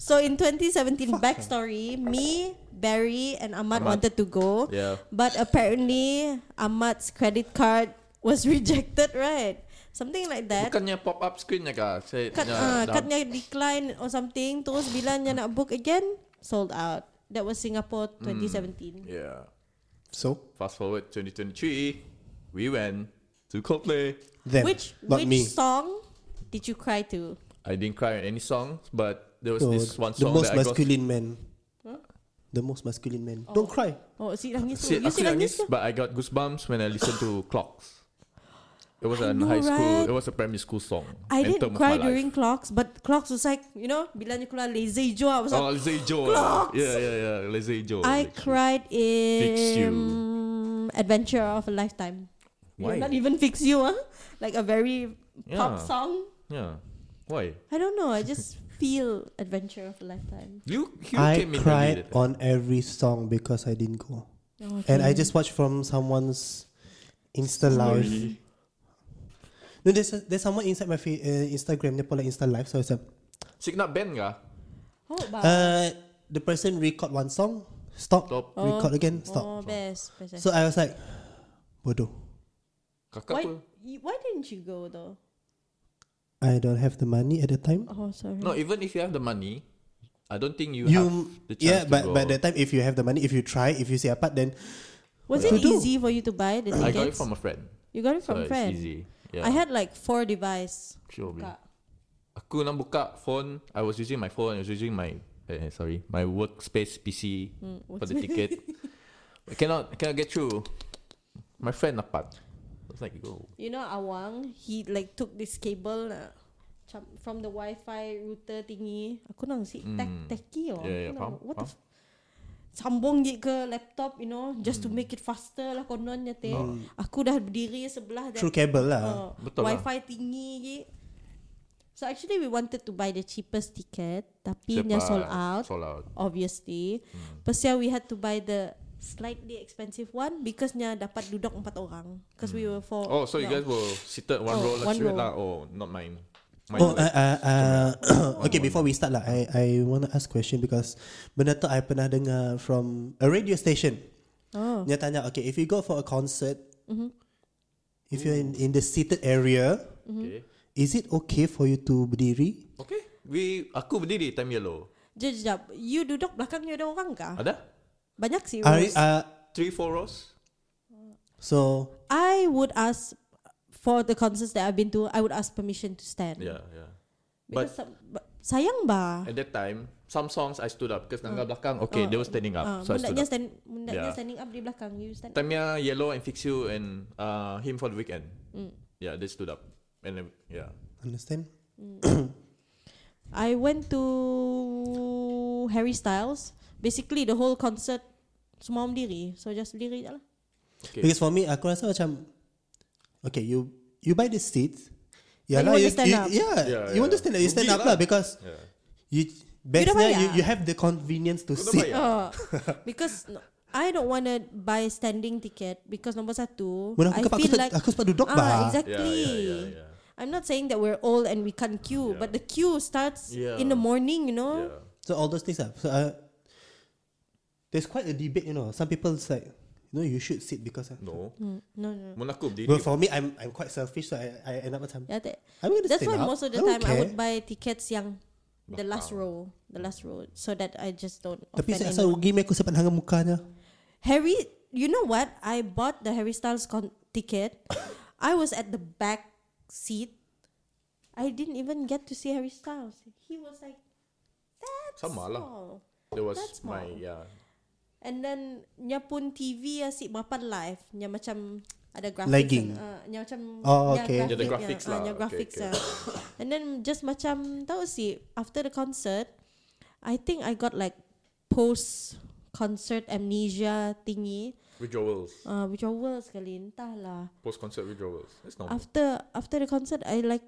S3: so in 2017, backstory: me, Barry, and Ahmad
S1: Ahmad.
S3: wanted to go,
S1: Yeah.
S3: but apparently Ahmad's credit card was [laughs] rejected. Right, something like that.
S1: Bukannya pop up screennya kah? Saya
S3: Kad, uh, kadnya decline or something Terus bila nya nak book again Sold out That was Singapore 2017
S1: Yeah.
S2: so
S1: Fast forward 2023, we went to Coldplay.
S2: then,
S3: Which
S2: not
S3: which
S2: me.
S3: song did you cry to?
S1: I didn't cry on any song, but there was
S2: No,
S1: this one
S2: Oh, the
S1: song
S2: most
S1: that I got.
S2: masculine man. The most masculine man. Don't cry.
S3: Oh, si nangis tu.
S1: See,
S3: You si
S1: aku nangis,
S3: nangis tu.
S1: but I got goosebumps when I listened to Clocks. It was
S3: I
S1: a
S3: know,
S1: high school. It
S3: right?
S1: was a primary school song.
S3: I
S1: anthem
S3: didn't
S1: of
S3: cry
S1: my life.
S3: during clocks, but clocks was like, you know, bila nya keluar laser hijau, I was like,
S1: Oh, Laser Ijo.
S3: Clocks!
S1: Yeah, yeah, yeah. Laser Ijo.
S3: I cried
S1: Oh, Fix You.
S3: in Adventure of a Lifetime.
S1: Why?
S3: Not even Fix You, huh? Like a very
S1: Yeah.
S3: pop song.
S1: Yeah. Why?
S3: I don't know. I just feel Adventure of a Lifetime.
S1: You, you
S2: I
S1: came in
S2: cried
S1: early.
S2: on every song because I didn't go. And
S1: Hmm.
S2: I just watched from someone's Insta live. No, there's there's someone inside my fa- uh, Instagram. They put like Insta live. So it's a,
S1: Signa band kah?
S3: How about
S2: uh, the person record one song, stop,
S1: Stop.
S2: record again, stop.
S3: Oh, best, best. best.
S2: So I was like, bodoh.
S1: Kakak
S3: why,
S1: apa?
S3: y- why didn't you go though?
S2: I don't have the money at the time.
S3: Oh, sorry.
S1: No, even if you have the money, I don't think you,
S2: You,
S1: have the chance
S2: yeah,
S1: to
S2: but
S1: go.
S2: by the time if you have the money, if you try, if you say apart, then
S3: Was
S2: What
S3: it
S2: to do?
S3: easy for you to buy the tickets?
S1: I got it from a friend.
S3: you got it
S1: So
S3: from
S1: it's
S3: friend.
S1: easy. Yeah.
S3: I had like four device.
S1: Sure,
S3: Buka.
S1: Aku nak buka phone. I was using my phone. I was using my eh, sorry, my workspace PC
S3: Hmm.
S1: for the ticket. I cannot cannot get through. My friend dapat. I was like, go.
S3: You know Awang, he like took this cable lah. Macam from the wifi router thingy. Aku nang si tech techie or
S1: Hmm. Yeah, yeah, faham,
S3: what the
S1: faham.
S3: f- sambung je ke laptop you know just to
S1: Hmm.
S3: make it faster lah kononnya teh. Aku dah berdiri sebelah that
S2: through cable lah.
S3: Oh,
S1: Betul lah.
S3: Wi-Fi tinggi je. So actually we wanted to buy the cheapest ticket tapi nya sold out
S1: Sold out. Hmm.
S3: obviously. Pasal we had to buy the slightly expensive one because nya dapat duduk empat orang because we were four.
S1: Oh, so you
S3: no.
S1: guys were seated one
S3: Oh,
S1: row lah.
S3: one
S1: straight
S3: row.
S1: lah. Oh, not mine. Mic
S2: Oh,
S1: check.
S2: uh, uh, uh, okay. Before we start lah, I I want to ask question because benda tu I pernah dengar from a radio station.
S3: Oh.
S2: Dia tanya, okay, if you go for a concert,
S3: Mm-hmm.
S2: if you're in, in the seated area,
S3: Mm-hmm.
S1: okay.
S2: is it okay for you to berdiri?
S1: okay. We aku berdiri time yellow.
S3: Jap, jap. You duduk belakangnya ada orang kah?
S1: Ada?
S3: Banyak sih.
S2: Are,
S3: Rose.
S2: uh,
S1: Three, four rows?
S2: so
S3: I would ask for the concerts that I've been to. I would ask permission to stand.
S1: Yeah, yeah.
S3: Because some- but, sayang ba?
S1: At that time, some songs I stood up because tangga belakang, okay, they were standing up.
S3: Ah,
S1: so I stood
S3: mundaknya
S1: up.
S3: stand, mundaknya
S1: Yeah.
S3: standing up di belakang. You stand.
S1: Time yeah, yellow and fix you and uh, him for the weekend.
S3: Mm.
S1: Yeah, they stood up. And then- yeah.
S2: understand?
S3: I went to Harry Styles. Basically the whole concert semua berdiri. So just berdiri je lah.
S1: Okay.
S2: Because for me, aku rasa macam, okay, you you buy the seat.
S3: But you want to stand
S2: you,
S3: up.
S2: Yeah,
S1: Yeah,
S2: you want to
S1: yeah.
S2: stand up. You stand
S1: Rugi
S2: up
S1: lah.
S2: lah because
S1: Yeah.
S2: you bestnya
S3: bayar.
S2: you, you have the convenience to
S1: Kau dah
S2: sit.
S1: bayar? [laughs]
S3: Oh, because no, I don't want to buy standing ticket because number satu,
S2: When
S3: I
S2: aku kepak, aku,
S3: feel
S2: like,
S3: like
S2: aku sempat duduk
S3: ah,
S2: bah.
S3: exactly.
S1: Yeah, yeah, yeah, yeah.
S3: I'm not saying that we're old and we can't queue, but the queue starts
S1: Yeah.
S3: in the morning, you know.
S1: Yeah.
S2: So all those things lah. So, uh, there's quite a debate, you know. Some people like, no, you should sit because. Uh,
S1: No.
S3: Hmm. No, no.
S1: Mun aku berdiri.
S2: Well, for me, I'm I'm quite selfish, so I I end up macam.
S3: Yeah, that,
S2: I'm gonna
S3: that's
S2: stand
S3: why
S2: up.
S3: most of
S2: I
S3: the
S2: don't
S3: time I
S2: care.
S3: would buy tickets yang the last row, the last row, so that I just don't.
S2: Tapi saya
S3: offend
S2: rasa
S3: anyone.
S2: rugi meh aku sempat hanga mukanya.
S3: Harry, you know what? I bought the Harry Styles con- ticket. I was at the back seat. I didn't even get to see Harry Styles. He was like that
S1: Sama lah.
S3: small.
S1: There was
S3: That's
S1: my
S3: small.
S1: yeah.
S3: And then nya pun TV asyik berapa live. Nya macam ada graphics.
S2: Lagging.
S3: Uh, nya macam
S2: Oh,
S3: nya
S2: okay.
S1: Dia ada graphics
S3: nya,
S1: lah.
S3: ah, nya
S1: Okay,
S3: graphics
S1: okay.
S3: lah. And then just macam tahu sih after the concert, I think I got like post concert amnesia thingy.
S1: Withdrawals.
S3: Uh, withdrawal sekali entahlah.
S1: Post concert withdrawals. That's normal.
S3: After after the concert I like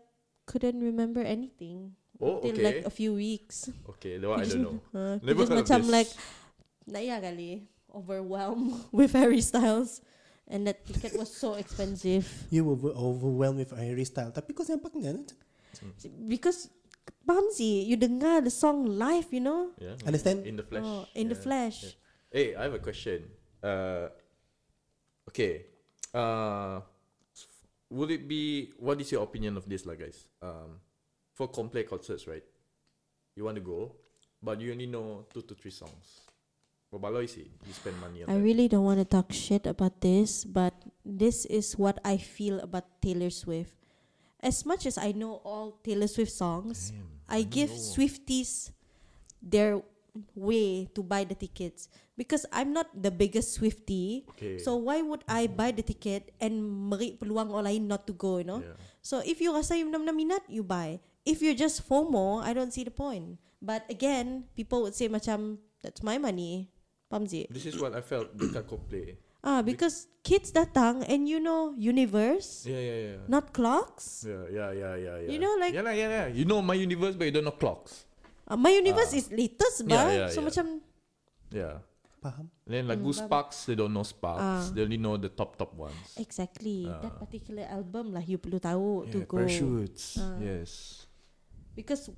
S3: couldn't remember anything.
S1: Oh,
S3: Till
S1: okay.
S3: like a few weeks.
S1: okay, that one
S3: [laughs]
S1: I don't know.
S3: Uh,
S1: Never
S3: just
S1: heard of
S3: macam
S1: this.
S3: like Naya kali overwhelmed [laughs] with Harry Styles and that ticket was so expensive
S2: You were overwhelmed with Harry style. Tapi kau sempaknya.
S3: because faham sih you dengar the song live you know
S1: Yeah.
S2: Understand?
S1: In the flesh.
S3: oh, in the
S1: Yeah.
S3: flash
S1: Hey, I have a question. Uh, okay. Uh, would it be what is your opinion of this, lah, guys? Um, for complete concerts, right? You want to go, but you only know two to three songs. But baloi sih, you spend money on
S3: I
S1: that.
S3: really don't want to talk shit about this, but this is what I feel about Taylor Swift. As much as I know all Taylor Swift songs, I give Swifties their way to buy the tickets because I'm not the biggest Swiftie.
S1: Okay.
S3: So why would I buy the ticket and merit peluang orang lain not to go, you know?
S1: Yeah.
S3: So if you rasa you benar-benar minat, you buy. If you're just FOMO, I don't see the point. But again, people would say macam, that's my money. Faham sih?
S1: This is what I felt dekat Coldplay.
S3: Ah, because kids datang and you know universe,
S1: Yeah, yeah, yeah.
S3: not clocks.
S1: Yeah, yeah, yeah, yeah, yeah.
S3: You know, like-
S1: yeah, lah, yeah, yeah. You know my universe, but you don't know clocks.
S3: Ah, my universe is latest,
S1: Yeah,
S3: bah.
S1: yeah,
S3: so
S1: yeah.
S3: macam
S1: Yeah.
S2: Faham?
S1: And then
S3: Mm,
S1: lagu Sparks, they don't know
S3: Ah.
S1: Sparks. They only know the top top ones.
S3: exactly that particular album lah you perlu tahu
S1: Ah.
S3: to
S1: Yeah,
S3: go Ah.
S1: parachutes. Yes.
S3: because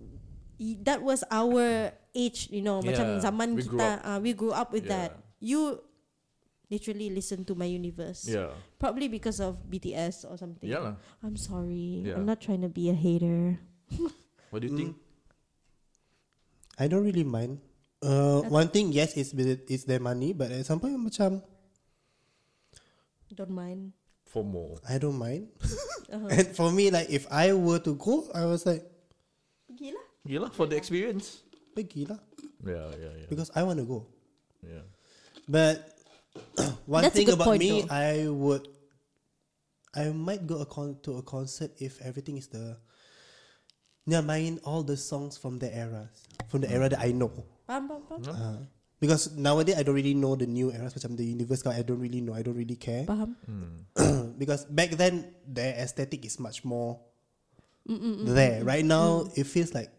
S3: i- that was our age, you know, macam
S1: Yeah,
S3: zaman
S1: we grew
S3: kita, ah, we grew up with that.
S1: Yeah.
S3: You literally listen to my universe,
S1: Yeah.
S3: probably because of BTS or something.
S1: Yeah lah.
S3: I'm sorry,
S1: Yeah.
S3: I'm not trying to be a hater.
S1: What do you think?
S2: I don't really mind. Uh, one thing, yes, it's with- it's their money, but at some point macam
S3: Don't mind.
S1: For more.
S2: I don't
S3: [laughs]
S2: mind.
S3: Uh-huh.
S2: And for me, like if I were to go, I was like,
S3: Pergilah.
S1: Yelah, for the experience.
S2: pergilah
S1: Yeah, yeah, yeah.
S2: because I want to go.
S1: yeah.
S2: But [clears throat] one
S3: That's a
S2: thing
S3: good
S2: about
S3: point,
S2: me,
S3: though.
S2: I would, I might go a con- to a concert if everything is the, yeah, main all the songs from the eras, from the era that I know.
S3: Faham, faham, faham.
S2: Uh, because nowadays I don't really know the new eras, macam the universe. kau, I don't really know. I don't really care
S3: Faham.
S2: [clears throat]
S1: Hmm.
S2: because back then their aesthetic is much more there. Right now it feels like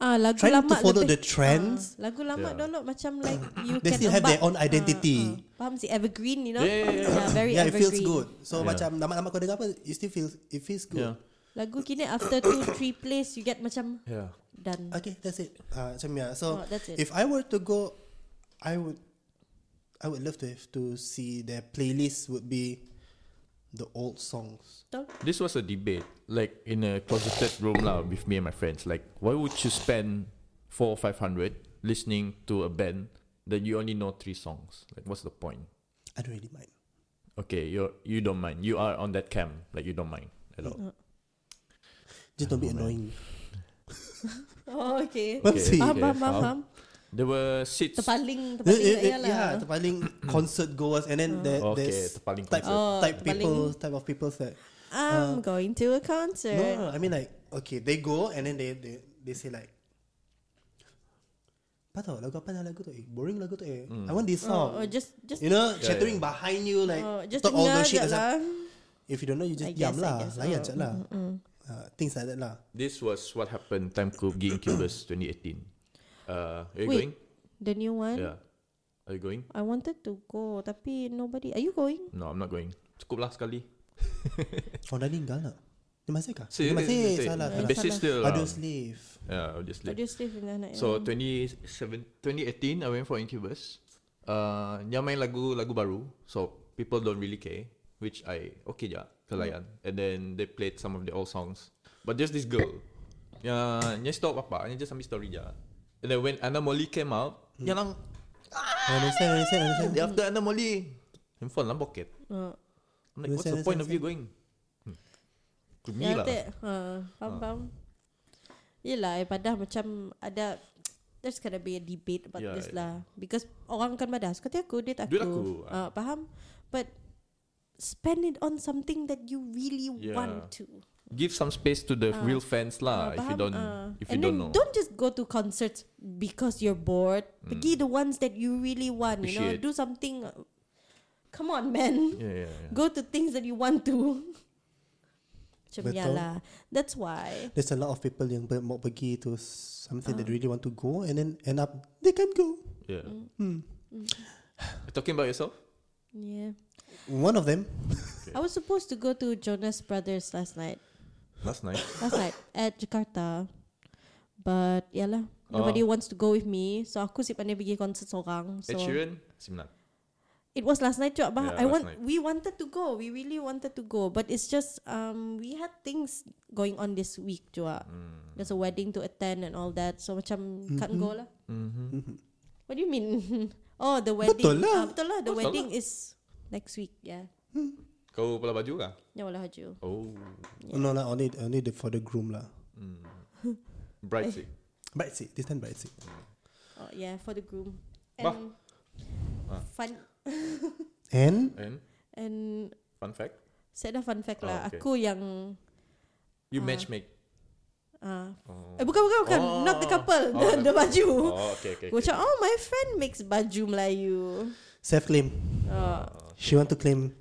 S3: Ah, lagu
S2: Trying to
S3: lama
S2: follow
S3: lebih-
S2: the trends.
S3: Ah, lagu lama
S1: Yeah.
S3: dulu macam
S2: [coughs]
S3: like you
S2: They
S3: can
S2: still have their
S3: embed-
S2: own identity.
S3: Ah, ah. Faham sih evergreen, you know?
S1: Yeah, yeah, yeah.
S3: very
S2: yeah, it feels
S3: evergreen.
S2: good. So
S1: Yeah.
S2: macam lama-lama kau dengar apa, it still feels it feels good.
S1: Yeah.
S3: Lagu kini after two three plays you get macam
S1: Yeah.
S3: done.
S2: Okay, that's it. Uh, macam yeah. So
S3: Oh, that's it.
S2: if I were to go, I would, I would love to have to see their playlist would be the old songs.
S3: Tau?
S1: This was a debate, like in a closeted room now with me and my friends. Like, why would you spend four or five hundred listening to a band that you only know three songs? Like, what's the point?
S2: I don't really mind.
S1: Okay, you're you don't mind. You are on that camp, like you don't mind at all.
S2: Just don't be annoying.
S3: Oh okay.
S2: Faham
S1: Okay.
S2: sih?
S3: Faham faham faham.
S1: faham.
S3: faham.
S1: There were seats.
S2: Eh,
S3: Terpaling
S2: eh,
S3: terpaling tak
S2: eh,
S3: payah lah.
S2: yeah, the
S1: [coughs]
S2: paling concert goers, and then there,
S1: Okay,
S2: there's
S1: terpaling
S2: type,
S1: concert.
S3: Oh,
S2: type
S3: terpaling.
S2: people, type of people that.
S3: I'm going to a concert.
S2: uh, No, no, I mean like okay, they go and then they they they say like. Apa tau lagu apa lah lagu tu eh Boring lagu tu eh I want this song
S3: Oh, oh, just just
S2: You know
S1: Hmm. Yeah,
S2: Chattering behind you Like
S3: oh, just
S2: talk all
S3: dengar
S2: those shit
S3: je
S2: asal-
S3: lah.
S2: If you don't know, you just
S3: I
S2: diam
S3: guess, I
S2: lah,
S3: guess.
S2: layan
S3: Oh,
S2: je lah. Uh, things like that lah.
S1: This was what happened time Club Gig Incubus [coughs] 2018. Uh, are you
S3: Wait.
S1: going?
S3: The new one.
S1: Yeah. Are you going?
S3: I wanted to go tapi nobody. Are you going?
S1: No, I'm not going. Cukup lah sekali.
S2: Oh, dah meninggal lah. Dia masih kah?
S1: See,
S2: Dia masih,
S1: see,
S2: salah,
S1: see.
S2: salah.
S1: Bassist still around.
S2: Ada slave.
S1: Yeah, obviously.
S3: Obviously pindah naik.
S1: So 2017, 2018 I went for Incubus. Uh, yang main lagu lagu baru, so people don't really care, which I okay ja, kelayan. And then they played some of the old songs. But there's this girl, yang yang stop apa, yang just ambil story ja. And then when Anna Molly came out,
S2: Hmm.
S1: yang lang,
S2: I understand, I understand, I understand.
S1: dia after Anna Molly, handphone lah pocket.
S3: Oh.
S1: I'm like, what's
S2: Understand,
S1: the point of
S2: understand,
S1: you going? Hmm. To me
S3: Ya,
S1: lah.
S3: tak. Ha, faham, faham. Yelah, eh, padah macam ada there's gonna be a debate about
S1: Ya,
S3: this
S1: ya.
S3: lah. Because orang kan padah, suka hati aku, dia tak
S1: Duit aku,
S3: aku. Ah, faham? But spend it on something that you really
S1: Ya.
S3: want to.
S1: Give some space to the real fans lah.
S3: Ah,
S1: if you
S3: faham?
S1: don't,
S3: Ah.
S1: if you
S3: And
S1: don't
S3: then
S1: know.
S3: don't just go to concerts because you're bored. Pergi the ones that you really want, you know.
S1: Hmm. Appreciate.
S3: Do something. uh, Come on, man.
S1: Yeah, yeah, yeah.
S3: Go to things that you want to. [laughs] Macam
S2: Betul.
S3: ya lah. That's why.
S2: There's a lot of people yang ber- mau pergi to something
S3: Ah.
S2: that really want to go and then end up they can't go.
S1: Yeah.
S3: Mm.
S1: Talking about yourself?
S3: Yeah.
S2: One of them.
S3: I was supposed to go to Jonas Brothers last night.
S1: Last night.
S3: Last
S1: [laughs]
S3: night at Jakarta. But ya lah. Nobody
S1: Oh.
S3: wants to go with me. So aku si pandai pergi concert seorang. So
S1: Ed Sheeran? Simnan.
S3: it was last night juga.
S1: Yeah,
S3: I
S1: last
S3: want
S1: night.
S3: we wanted to go. We really wanted to go, but it's just um we had things going on this week juga.
S1: Hmm.
S3: There's a
S1: Mm.
S3: wedding to attend and all that. So macam can't go lah.
S2: Mm-hmm.
S3: What do you mean? [laughs] oh, the wedding.
S2: Betul lah.
S3: Ah, betul lah. The
S1: Betul
S3: wedding is next week. Yeah.
S1: Kau pula baju kah?
S3: Ya wala haju.
S1: Oh. Hmm.
S2: No lah, only only the, for the groom lah.
S1: Bright
S3: Eh.
S1: sih.
S2: Bright seat. This time bright seat.
S3: Oh yeah, for the groom.
S1: Bah.
S3: And fun
S2: And
S1: And
S3: and
S1: fun fact,
S3: saya dah fun fact
S1: Oh,
S3: lah.
S1: okay.
S3: Aku yang
S1: you matchmake.
S3: ah eh bukan bukan bukan
S1: Oh.
S3: [laughs] not the couple,
S1: Oh,
S3: the, the
S1: the-
S3: baju.
S1: Oh, okay, okay.
S3: Aku
S1: okay.
S3: macam oh my friend makes baju Melayu.
S2: self claim.
S3: Oh.
S1: Ah.
S2: She want to claim.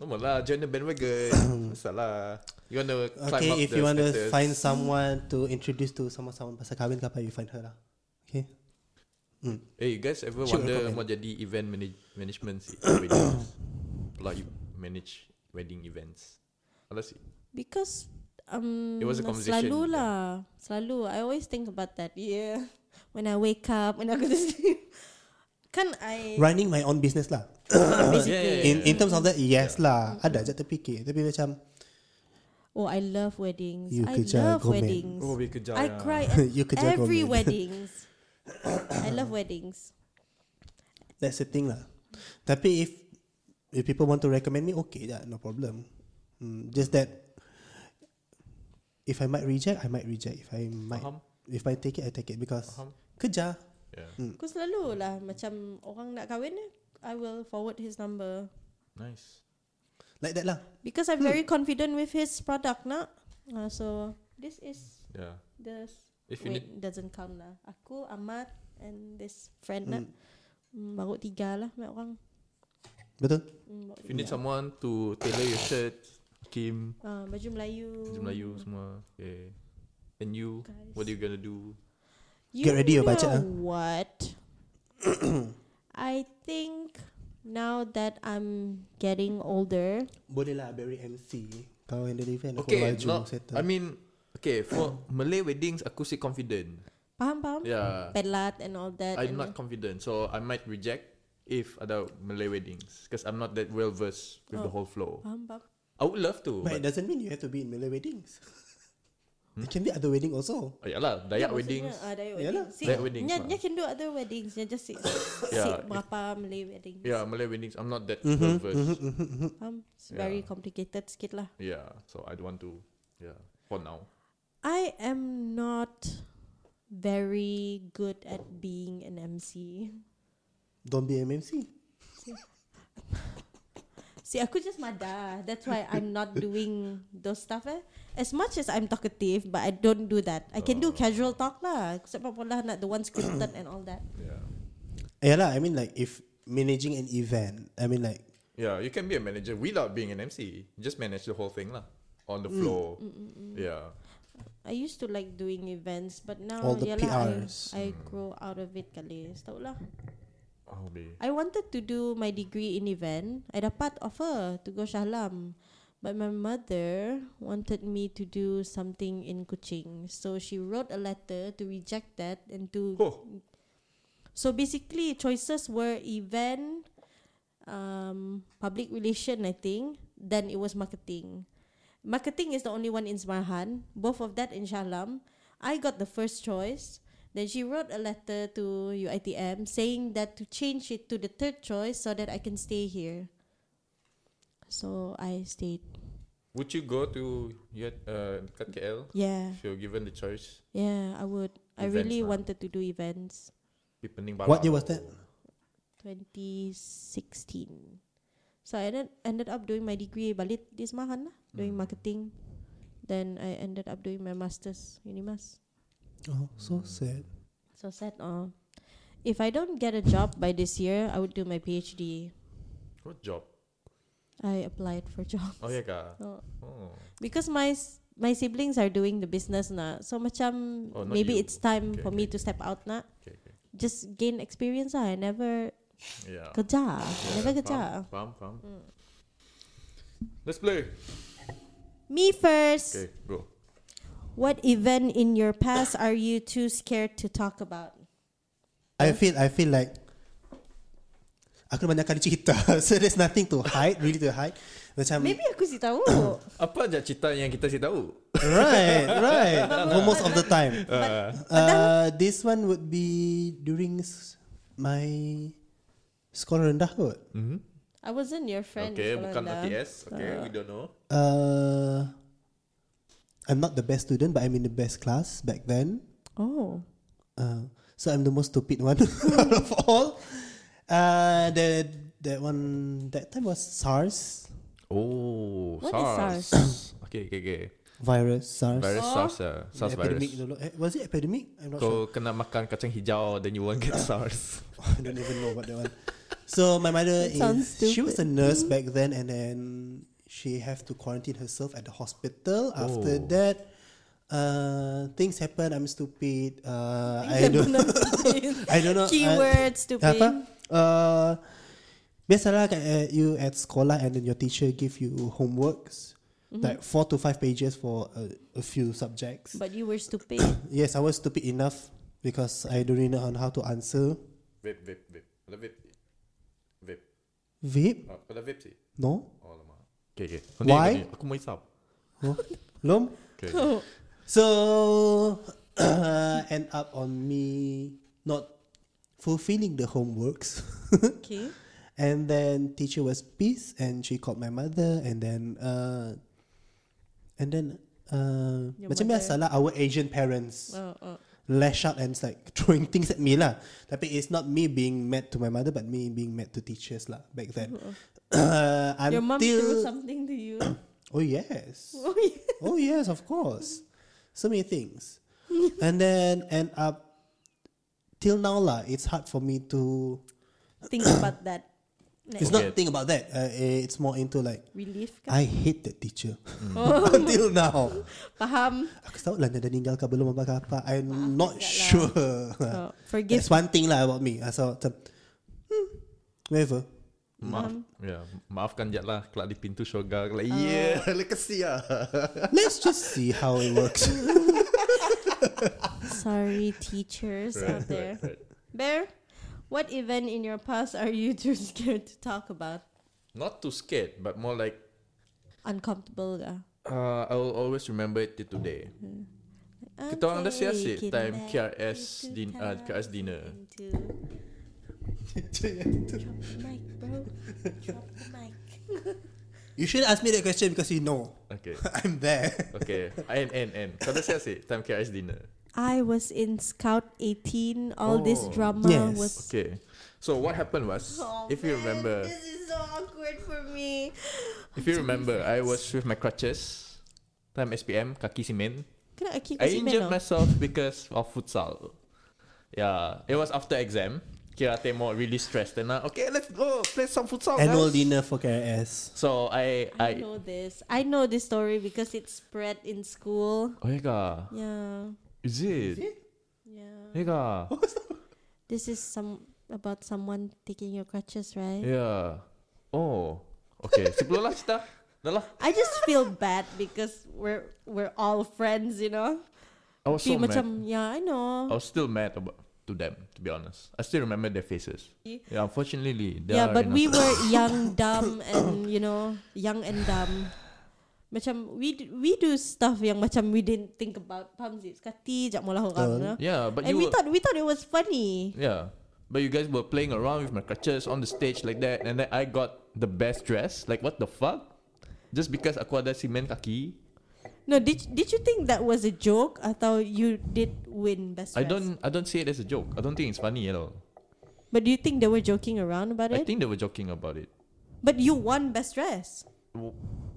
S1: Normal lah, join the bandwagon.
S3: [coughs]
S1: Masalah. You want to climb up
S2: Okay, if
S1: the
S2: you want to
S1: status.
S2: find someone to introduce to sama-sama pasal kahwin ke apa, you find her lah. Okay.
S1: Hey, Eh, you guys ever
S2: Sure,
S1: wonder
S2: recommend.
S1: mau jadi event manage management [coughs] sih? Wedding. Like you manage wedding events. Alah sih.
S3: Because um
S1: It was a conversation,
S3: selalu
S1: yeah.
S3: lah. Selalu I always think about that. Yeah. When I wake up, when I go to sleep. [laughs] Kan I
S2: Running my own business lah.
S1: yeah,
S3: basically
S2: In in terms of that, yes lah. Ada je terfikir. Tapi macam,
S3: Oh, I love weddings.
S2: You
S3: I
S2: kerja
S3: love
S2: gomen.
S3: weddings.
S1: Oh, we kerja
S3: I
S1: ya. [laughs]
S3: cry at
S2: You kerja
S3: every
S2: gomen.
S3: weddings. I love weddings.
S2: that's the thing lah. Tapi if if people want to recommend me, okay je, no problem. Hmm, just that, if I might reject, I might reject. If I might,
S1: Faham?
S2: if I take it, I take it because
S1: Faham?
S2: kerja.
S1: Yeah.
S3: Aku selalu lah macam orang nak kahwin eh, I will forward his number
S1: Nice.
S2: Like that lah.
S3: because I'm very confident with his product nak. Uh, so this is
S1: Yeah.
S3: the
S1: If you
S3: wait doesn't count lah. Aku Ahmad and this friend nak. Mm, baru tiga lah banyak orang.
S2: Betul?
S3: Mm, baru
S1: If you need
S3: tiga.
S1: someone to tailor your shirt, Kim,
S3: Ah, baju Melayu.
S1: Baju Melayu semua. Okay. And you,
S3: Guys.
S1: what are you gonna do?
S3: You
S2: Get ready your budget, ah.
S3: know What? I think now that I'm getting older,
S2: Boleh lah Barry MC Kau yang deliver and aku
S1: Okay,
S2: maju
S1: not,
S2: settle.
S1: I mean, okay, for Malay weddings, aku still confident.
S3: paham paham?
S1: Yeah.
S3: Pelat and all that.
S1: I'm not
S3: and-
S1: confident, so I might reject if ada Malay weddings because I'm not that well versed with the
S3: Oh.
S1: whole flow.
S3: Faham, faham.
S1: I would love to,
S2: But it
S1: but,
S2: doesn't mean you have to be in Malay weddings.
S1: Hmm?
S2: It can be other wedding also.
S1: oh, yeah lah, Dayak weddings.
S3: Maksudnya, ah, Dayak
S2: Yalah.
S3: weddings. See,
S1: Dayak weddings
S3: Nya,
S1: lah.
S3: nya can do other weddings. Nya just sit,
S1: [coughs]
S3: sit
S1: Yeah, it-
S3: berapa Malay wedding.
S1: yeah, Malay weddings. I'm not that
S2: Mm-hmm,
S1: well versed.
S3: Faham? It's
S1: Yeah.
S3: very complicated sikit lah.
S1: Yeah, so I don't want to. Yeah, for now.
S3: I am not very good at being an MC.
S2: Don't be MMC.
S3: See, aku just mada. That's why I'm
S2: [laughs]
S3: not doing those stuff. Eh. As much as I'm talkative, but I don't do that. I can do
S2: Oh.
S3: casual talk lah. Except for lah not the one scripted and all that.
S1: Yeah,
S2: Yeah lah, I mean like if managing an event, I mean like
S1: yeah. You can be a manager without being an MC. Just manage the whole thing lah on
S2: Mm.
S1: the floor.
S3: Mm,
S1: Yeah,
S3: I used to like doing events, but now
S2: All the Hmm.
S3: yalah,
S2: PRs.
S3: I, I grow out of it kali. Tahu lah.
S1: I'll be.
S3: I wanted to do my degree in event. I dapat offer to go Shahlam. But my mother wanted me to do something in Kuching. So she wrote a letter to reject that and to
S1: Oh,
S3: So basically, choices were event, um, public relation, I think. Then it was marketing. Marketing is the only one in Semarhan. Both of that in Shalam. I got the first choice. Then she wrote a letter to UITM saying that to change it to the third choice so that I can stay here. So I stayed.
S1: would you go to yet uh, kat KL
S3: Yeah,
S1: if you're given the choice?
S3: yeah, I would. I
S1: Events
S3: really
S1: lah.
S3: wanted to do events.
S1: Di Pening
S2: What year was
S1: Balau.
S2: that?
S3: 2016. So I ended, ended up doing my degree balik di Semahan lah, doing
S1: Hmm.
S3: marketing. Then I ended up doing my masters Unimas.
S2: oh so sad.
S3: So sad. Uh, if I don't get a job by this year, I would do my PhD.
S1: What job?
S3: I applied for jobs.
S1: Oh yeah, ka.
S3: Oh.
S1: Oh.
S3: because my s- my siblings are doing the business na. So macam
S1: Oh, not
S3: maybe
S1: you.
S3: it's time
S1: Okay,
S3: for
S1: okay,
S3: me to step out na.
S1: Okay, okay.
S3: Just gain experience ah. I never
S1: Yeah.
S3: kerja.
S1: Ah. Yeah,
S3: Never
S1: Ya. faham,
S3: kerja.
S1: Faham, faham. Let's play.
S3: Me first.
S1: Okay, go.
S3: What event in your past are you too scared to talk about?
S2: I feel I feel like aku dah banyak kali cerita. [laughs] so there's nothing to hide, really to hide. Macam
S3: Maybe aku sih tahu.
S1: Apa aja cerita yang kita sih tahu?
S2: right,
S3: [laughs]
S2: right. Almost of the time.
S3: but
S2: Uh, this one would be during s- my sekolah rendah kot.
S3: [coughs] I wasn't your friend.
S1: Okay, eh?
S3: kalau
S1: bukan
S3: dah.
S1: ATS. Okay, we don't know.
S2: Uh, I'm not the best student, but I'm in the best class back then.
S3: Oh,
S2: Uh, so I'm the most stupid one [laughs] out of all. Uh, the that one that time was SARS
S1: Oh,
S3: What is
S1: SARS. [coughs] okay, okay, okay.
S2: virus. SARS.
S1: Virus
S3: Oh.
S1: SARS, ah. SARS
S2: epidemic
S1: virus.
S2: dulu. Eh, was it epidemic? I'm not sure. [laughs]
S1: Kau kena makan kacang hijau, then you won't get SARS.
S2: I don't even know about that one. So my mother
S3: That sounds
S2: is she was a
S3: stupid. Mm-hmm.
S2: nurse back then, and then she have to quarantine herself at the hospital. After
S1: Oh.
S2: that, uh, things happen. I'm stupid. Uh, I
S3: Example [laughs]
S2: don't. [laughs] Uh,
S3: number three.
S2: I don't know.
S3: Keyword
S2: I,
S3: stupid.
S2: apa? Uh, biasalah kat, uh, you at sekolah and then your teacher give you homeworks.
S3: Mm-hmm.
S2: Like four to five pages for a, a few subjects.
S3: But you were
S2: [coughs]
S3: stupid. [coughs]
S2: yes, I was stupid enough because I don't really know on how to answer.
S1: Vape, vape, vape. Ada vape. sih? Vape.
S2: Vape?
S1: Ah, Ada vape sih?
S2: No?
S1: Oh, lama. Okay, okay.
S2: Why?
S1: Continue, continue. Aku mau isap.
S2: Oh, Lom?
S1: Okay.
S2: So [coughs] uh, end up on me not fulfilling the homeworks.
S3: okay.
S2: and then teacher was pissed and she called my mother and then uh and then uh
S3: Your
S2: macam
S3: mother-
S2: biasalah our Asian parents
S3: Oh, oh.
S2: lash out and it's like throwing things at me lah. Tapi it's not me being mad to my mother but me being mad to teachers lah back then. Uh,
S3: Oh,
S2: [coughs]
S3: Your mom threw
S2: until
S3: something to you. [coughs]
S2: oh
S3: [laughs]
S2: yes.
S3: oh, yeah.
S2: Oh yes, of course. So many
S3: [laughs]
S2: things. and then end up till now lah, it's hard for me to
S3: Think about that.
S2: it's
S3: Next.
S2: not
S1: Okay.
S2: think about that. Uh, eh, it's more into like
S3: Relief kan? Mm. Oh.
S2: I hate that teacher [laughs] until now.
S3: Faham.
S2: Aku tahu lah dia dah meninggal ke belum apa ke apa. I'm not
S3: juga lah.
S2: sure. [laughs]
S3: Ah,
S2: Uh,
S3: Oh, forgive.
S2: That's one thing lah about me. I saw macam, hmm, whatever.
S1: [laughs] Maaf, ya, maafkan je lah kelak di pintu syurga. Kelak, yeah, legacy lah.
S2: Let's just see how it
S3: [laughs]
S2: works.
S3: Sorry, teachers out there.
S1: right.
S3: Bear, what event in your past are you too scared to talk about?
S1: Not too scared, but more like
S3: Uncomfortable lah.
S1: uh, I will always remember it till today. Kita orang dah
S3: I'm
S1: siasat
S3: taking
S1: time
S3: back
S1: KRS din, uh,
S3: time
S1: KRS dinner.
S3: into-
S2: you
S3: Drop the mic, bro. Drop the mic.
S2: shouldn't ask me that question because you know [laughs]
S1: Okay.
S2: I'm there.
S1: Okay. N N N. Kau dah siasat time KRS dinner.
S3: I was in Scout 18. All this
S1: Oh.
S3: drama
S2: Yes.
S3: was
S1: Okay. So what happened was,
S3: Oh,
S1: if you
S3: man,
S1: remember,
S3: this is so awkward for me.
S1: if you remember, I was with my crutches. Time SPM, kaki simen.
S3: Can I keep
S1: I
S3: this
S1: injured
S3: email?
S1: myself because of futsal. Yeah, it was after exam. Kira Temo really stressed and uh, okay, let's go play some
S3: Oh,
S1: futsal.
S2: Annual
S1: guys.
S2: dinner for KRS.
S1: So I
S3: I
S1: I
S3: know this. I know this story because it spread in school.
S1: oh my god,
S3: Yeah,
S1: is it?
S3: yeah.
S1: Oh my god,
S3: This is some about someone taking your crutches, right?
S1: yeah. Ya. Oh,
S3: [laughs]
S1: okay. Sebelum lah cerita, dah lah.
S3: I just feel bad because we're we're all friends, you know.
S1: I was so
S3: Be
S1: mad.
S3: macam, yeah, I
S1: I
S3: know.
S1: was still mad about to them. To be honest, I still remember their faces. Yeah, unfortunately, they are
S3: yeah, Ya, but we
S1: innocent.
S3: were young, dumb, and you know, young and dumb. Macam we d- we do stuff yang macam we didn't think about. Faham sih? Sekati jak mula orang, you know?
S1: Yeah, but
S3: and
S1: you
S3: we
S1: were,
S3: thought we thought it was funny.
S1: Yeah. But you guys were playing around with my crutches on the stage like that, and then I got the best dress. Like, what the fuck? Just because aku ada simen kaki?
S3: No, did did you think that was a joke? I thought you did win best.
S1: I
S3: Dress.
S1: don't I don't see it as a joke. I don't think it's funny at all.
S3: But do you think they were joking around about
S1: I
S3: it?
S1: think they were joking about it.
S3: but you won best dress.
S1: W-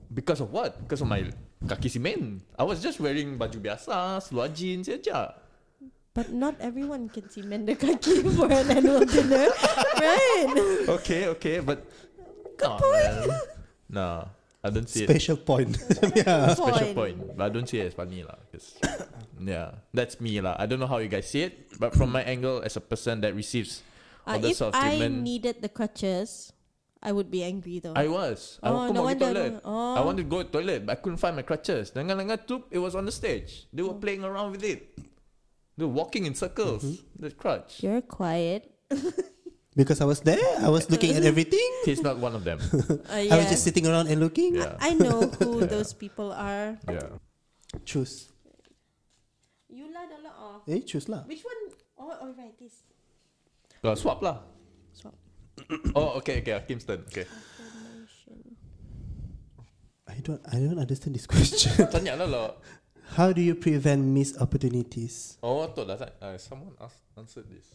S1: Because of what? Because of my kaki simen. I was just wearing baju biasa, seluar jeans saja.
S3: But not everyone can see Menda Kaki [laughs] for an annual
S1: [laughs]
S3: dinner, right?
S1: Okay, okay, but... Come on, man.
S3: [laughs]
S1: Nah, I don't see it.
S2: Special point. [laughs] yeah.
S1: Special point. But I don't see it as funny lah. 'cause- [coughs] yeah, that's me lah. I don't know how you guys see it, but from my angle as a person that receives all
S3: Uh,
S1: the
S3: if
S1: sort of
S3: I
S1: treatment,
S3: needed the crutches, I would be angry though.
S1: I was. I
S3: Oh,
S1: want to
S3: no
S1: go to
S3: wonder,
S1: toilet.
S3: no- oh.
S1: I wanted to go to toilet, but I couldn't find my crutches. Dengan dengan tu, it was on the stage. They were
S3: Oh.
S1: playing around with it. They were walking in circles. The crutch.
S3: Oh, You're quiet.
S2: Because I was there, I was looking at everything.
S1: He's not one of them.
S3: Uh,
S2: [laughs] I
S3: yeah.
S2: was just sitting around and looking.
S1: Yeah. [laughs]
S3: I know who
S1: Yeah.
S3: those people are.
S1: yeah.
S2: Choose.
S3: You lah, dah lah, oh.
S2: Eh, choose lah.
S3: Which one? Oh, oh, right, this.
S1: Go swap lah.
S3: Swap.
S1: Oh, okay, okay. Kingston. Okay.
S3: Formation.
S2: I don't I don't understand this question. [laughs]
S1: Tanya lah lo.
S2: How do you prevent missed opportunities?
S1: Oh, tu dah. Uh, someone asked, answered this.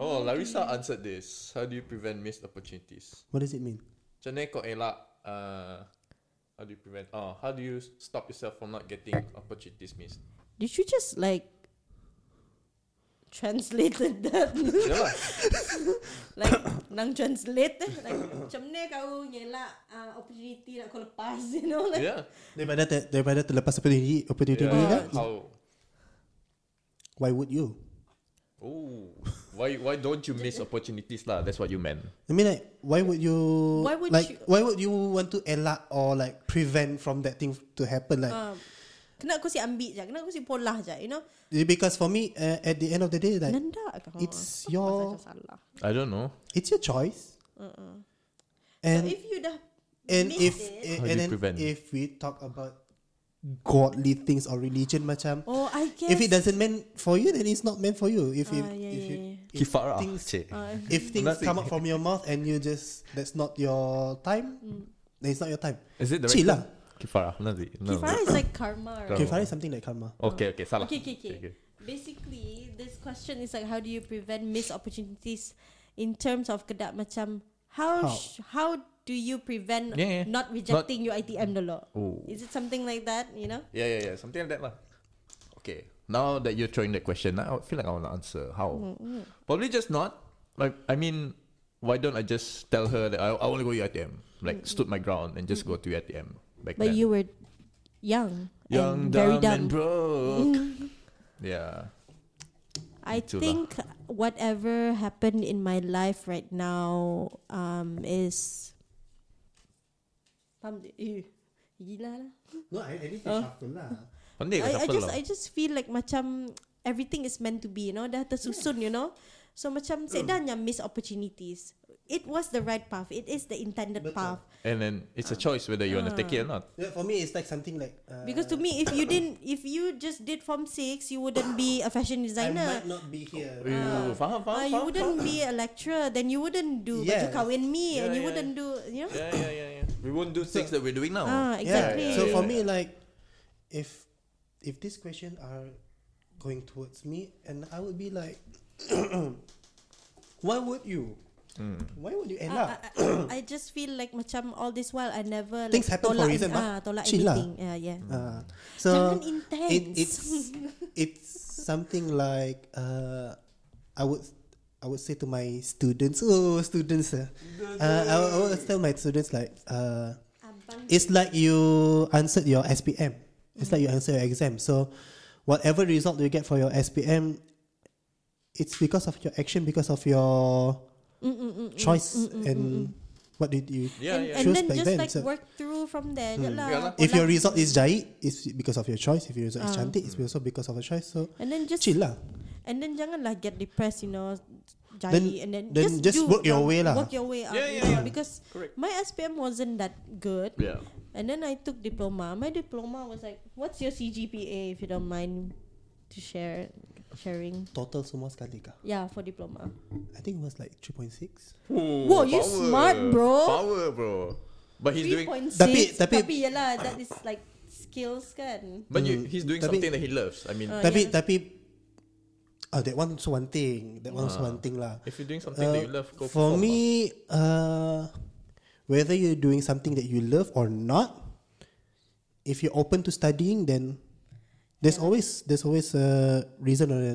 S1: Oh, Larissa answered this. How do you prevent missed opportunities?
S2: What does it mean?
S1: Macam mana kau elak uh, How do you prevent Oh, how do you stop yourself from not getting opportunities missed?
S3: Did you just like translated [laughs] that?
S1: Yalah.
S3: like nang translate eh. like macam ni kau ngelak uh, opportunity nak kau lepas [laughs] you know like
S1: yeah.
S2: Daripada ter, daripada terlepas opportunity opportunity
S1: yeah.
S2: yeah. kan?
S1: How?
S2: Why would you?
S1: Oh, why why don't you miss opportunities lah? That's what you meant.
S2: I mean like why would you
S3: Why would
S2: like
S3: you-
S2: why would you want to elak or like prevent from that thing to happen like
S3: um, kena aku si ambil je kena aku si polah je you know
S2: because for me uh, at the end of the day like
S3: nanda kau
S2: it's
S3: Apa
S2: your-
S3: pasal salah Uh-uh.
S1: I don't know.
S2: it's your choice.
S3: so
S2: And
S3: if you dah
S2: And
S3: miss
S2: if
S3: it,
S2: eh,
S1: How do
S2: and
S1: you
S2: then
S1: prevent?
S2: if we talk about godly things or religion, macam
S3: oh I guess
S2: if it doesn't meant for you, then it's not meant for you. If
S3: Ah,
S2: if,
S3: yeah,
S2: if
S3: yeah,
S2: you
S1: If Kifarah.
S2: things
S3: uh,
S2: if things
S1: Nothing.
S2: come out from your mouth and you just that's not your time,
S3: Mm.
S2: then it's not your time.
S1: Is it the
S2: Chill
S1: right
S2: lah.
S1: term? Kifarah. Nanti. No.
S3: kifara is like karma right?
S1: Karma.
S2: Kifara is something ah. like karma.
S1: Okay, okay. Salah.
S3: Okay, okay, okay. Basically, this question is like how do you prevent missed opportunities in terms of kedak macam
S2: How?
S3: how how, sh- how do you prevent
S1: Yeah, yeah.
S3: not rejecting your ITM dulu?
S1: Oh.
S3: Is it something like that, you know?
S1: Yeah, yeah, yeah. Something like that lah. Okay. Now that you're throwing that question, I feel like I want to answer.
S3: Mm-hmm.
S1: How?
S3: Oh.
S1: Probably just not. Like, I mean, why don't I just tell her that I, I want to go to UITM? Like, stood my ground and just go to UITM back
S3: Mm-hmm. But
S1: then.
S3: you were young
S1: Young,
S3: and Mm.
S1: dumb,
S3: very dumb.
S1: and broke. yeah.
S3: I
S1: Itulah.
S3: think whatever happened in my life right now um, is. Faham tak? Eh, Gila lah.
S2: No, I, I didn't
S3: Oh.
S2: shuffle lah.
S1: Pandai ke
S3: I, I
S1: shuffle
S3: just
S1: lah
S3: I just feel like macam everything is meant to be, you know, dah tersusun, you know. So macam sedannya miss opportunities. It was the right path. It is the intended
S2: Betul.
S3: path.
S1: And then it's a choice whether you want to take
S3: Ah.
S1: it or not
S2: Yeah, for me, it's like something like uh,
S3: Because to me, if you didn't, if you just did form six, you wouldn't be a
S2: I
S3: fashion designer.
S2: might not be here.
S1: Ooh, Faham faham
S3: Uh, you
S1: faham
S3: wouldn't be a lecturer, then you wouldn't do
S2: Yes.
S3: baju kawin
S1: Yeah,
S3: me, and you
S1: yeah.
S3: wouldn't do, you know.
S1: Yeah yeah yeah yeah We won't do things that we're doing now
S3: Ah, exactly.
S2: Yeah. So
S1: yeah,
S2: for
S1: yeah.
S2: me, like, if if these questions are going towards me, and I would be like, [coughs] why would you? Why would you end up?
S3: Ah, I, I, I just feel like macam all this while I never
S2: Things
S3: like,
S2: happen for a
S3: tolak,
S2: reason,
S3: ah,
S2: bah.
S3: tolak
S2: Chill lah.
S3: everything. Yeah, yeah.
S2: Uh,
S3: Jangan
S2: so
S3: intense.
S2: it, it's it's something like uh, I would I would say to my students, oh students, uh, uh, I, would- I would tell my students like uh,
S3: Abang
S2: it's like you answered your SPM. It's like you answer your exam. So whatever result you get for your SPM, it's because of your action, because of your choice and what did you
S1: Yeah,
S3: and,
S1: yeah.
S3: and
S2: choose
S3: then
S2: back
S3: just
S2: then.
S3: like
S2: So- Hmm.
S3: work through from there. je lah.
S1: Yeah lah.
S2: if
S3: Tolak.
S2: your result is jahit, it's because of your choice. If your result is cantik, it's also because of a choice. So
S3: and then just
S2: chill lah.
S3: and then janganlah get depressed, you know.
S2: Then-
S3: Jari and then,
S2: then just
S3: do
S2: work your
S3: down-
S2: way lah.
S3: Work your way up.
S1: Yeah,
S3: you
S1: yeah,
S3: know,
S1: yeah.
S3: Because
S1: Correct.
S3: my SPM wasn't that good.
S1: Yeah
S3: And then I took diploma. My diploma was like, what's your CGPA if you don't mind to share sharing?
S2: Total semua sekali kah?
S3: Yeah, for diploma.
S2: I think it was like 3.6.
S1: Ooh,
S3: Whoa, you smart, bro.
S1: Power bro But he's doing
S3: 3.6.
S2: Tapi- tapi-
S3: tapi yalah, that is like skills kan.
S1: But you, he's doing
S2: Tapi-
S1: something that he loves I mean
S3: Ah,
S2: tapi
S3: yeah.
S2: tapi oh, that one so one thing. That one's one thing lah.
S1: If you're doing something that you
S2: Uh,
S1: love Go perform,
S2: for
S1: ah.
S2: me, uh, whether you're doing something that you love or not, if you're open to studying, then there's always there's always a reason or a,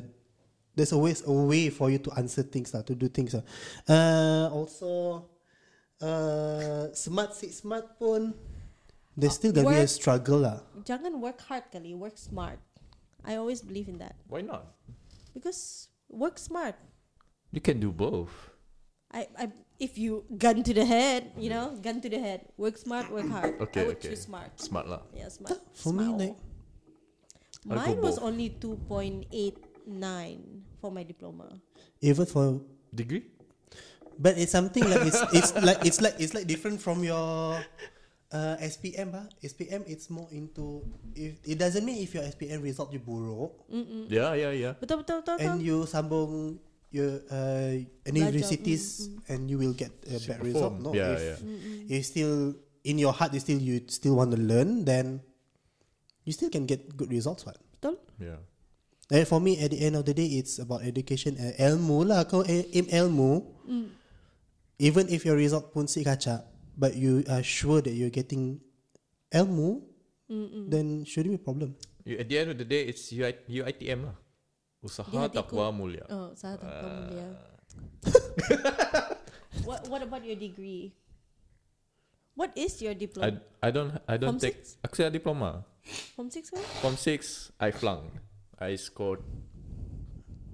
S2: there's always a way for you to answer things lah, to do things lah. Uh, also, uh, smart si smart pun there's still gonna be a
S3: Work-
S2: struggle lah.
S3: Jangan work hard kali, work smart. I always believe in that.
S1: Why not?
S3: Because work smart.
S1: You can do both
S3: I, I if you gun to the head, you know, gun to the head. Work smart, work hard.
S1: Okay,
S3: I would
S1: okay.
S3: choose smart.
S1: Smart lah
S3: Yeah, smart.
S2: For me,
S3: Smart.
S2: like-
S1: I'll go
S3: mine was
S1: both.
S3: only two point eight nine for my diploma.
S2: Even for
S1: Degree?
S2: But it's something like it's [laughs] it's like it's like it's like different from your uh, SPM ah. SPM it's more into if it doesn't mean if your SPM result you buruk
S3: Mm.
S1: Yeah, yeah, yeah
S3: Betul betul betul. betul.
S2: and you sambung your uh, universities and you will get a bad result.
S1: perform.
S2: No,
S1: Yeah,
S2: if
S1: yeah.
S2: you still in your heart you still you still want to learn then you still can get good results what.
S3: betul.
S1: Yeah
S2: Eh, for me, at the end of the day, it's about education. Uh, ilmu lah. Kau eh, aim ilmu.
S3: Mm.
S2: Even if your result pun si kacak, but you are sure that you're getting ilmu,
S3: Mm.
S2: then shouldn't be a problem.
S1: you, At the end of the day It's UI, UITM lah
S3: Di
S1: Usaha
S3: hatiku.
S1: takwa mulia
S3: Oh, saya
S1: Ah.
S3: tak tahu
S1: [laughs]
S3: mulia. What What about your degree? What is your
S1: I,
S3: diploma?
S1: I don't I don't
S3: Form
S1: take
S3: six?
S1: Aku saya diploma
S3: Form six kan?
S1: Form 6 I flung I scored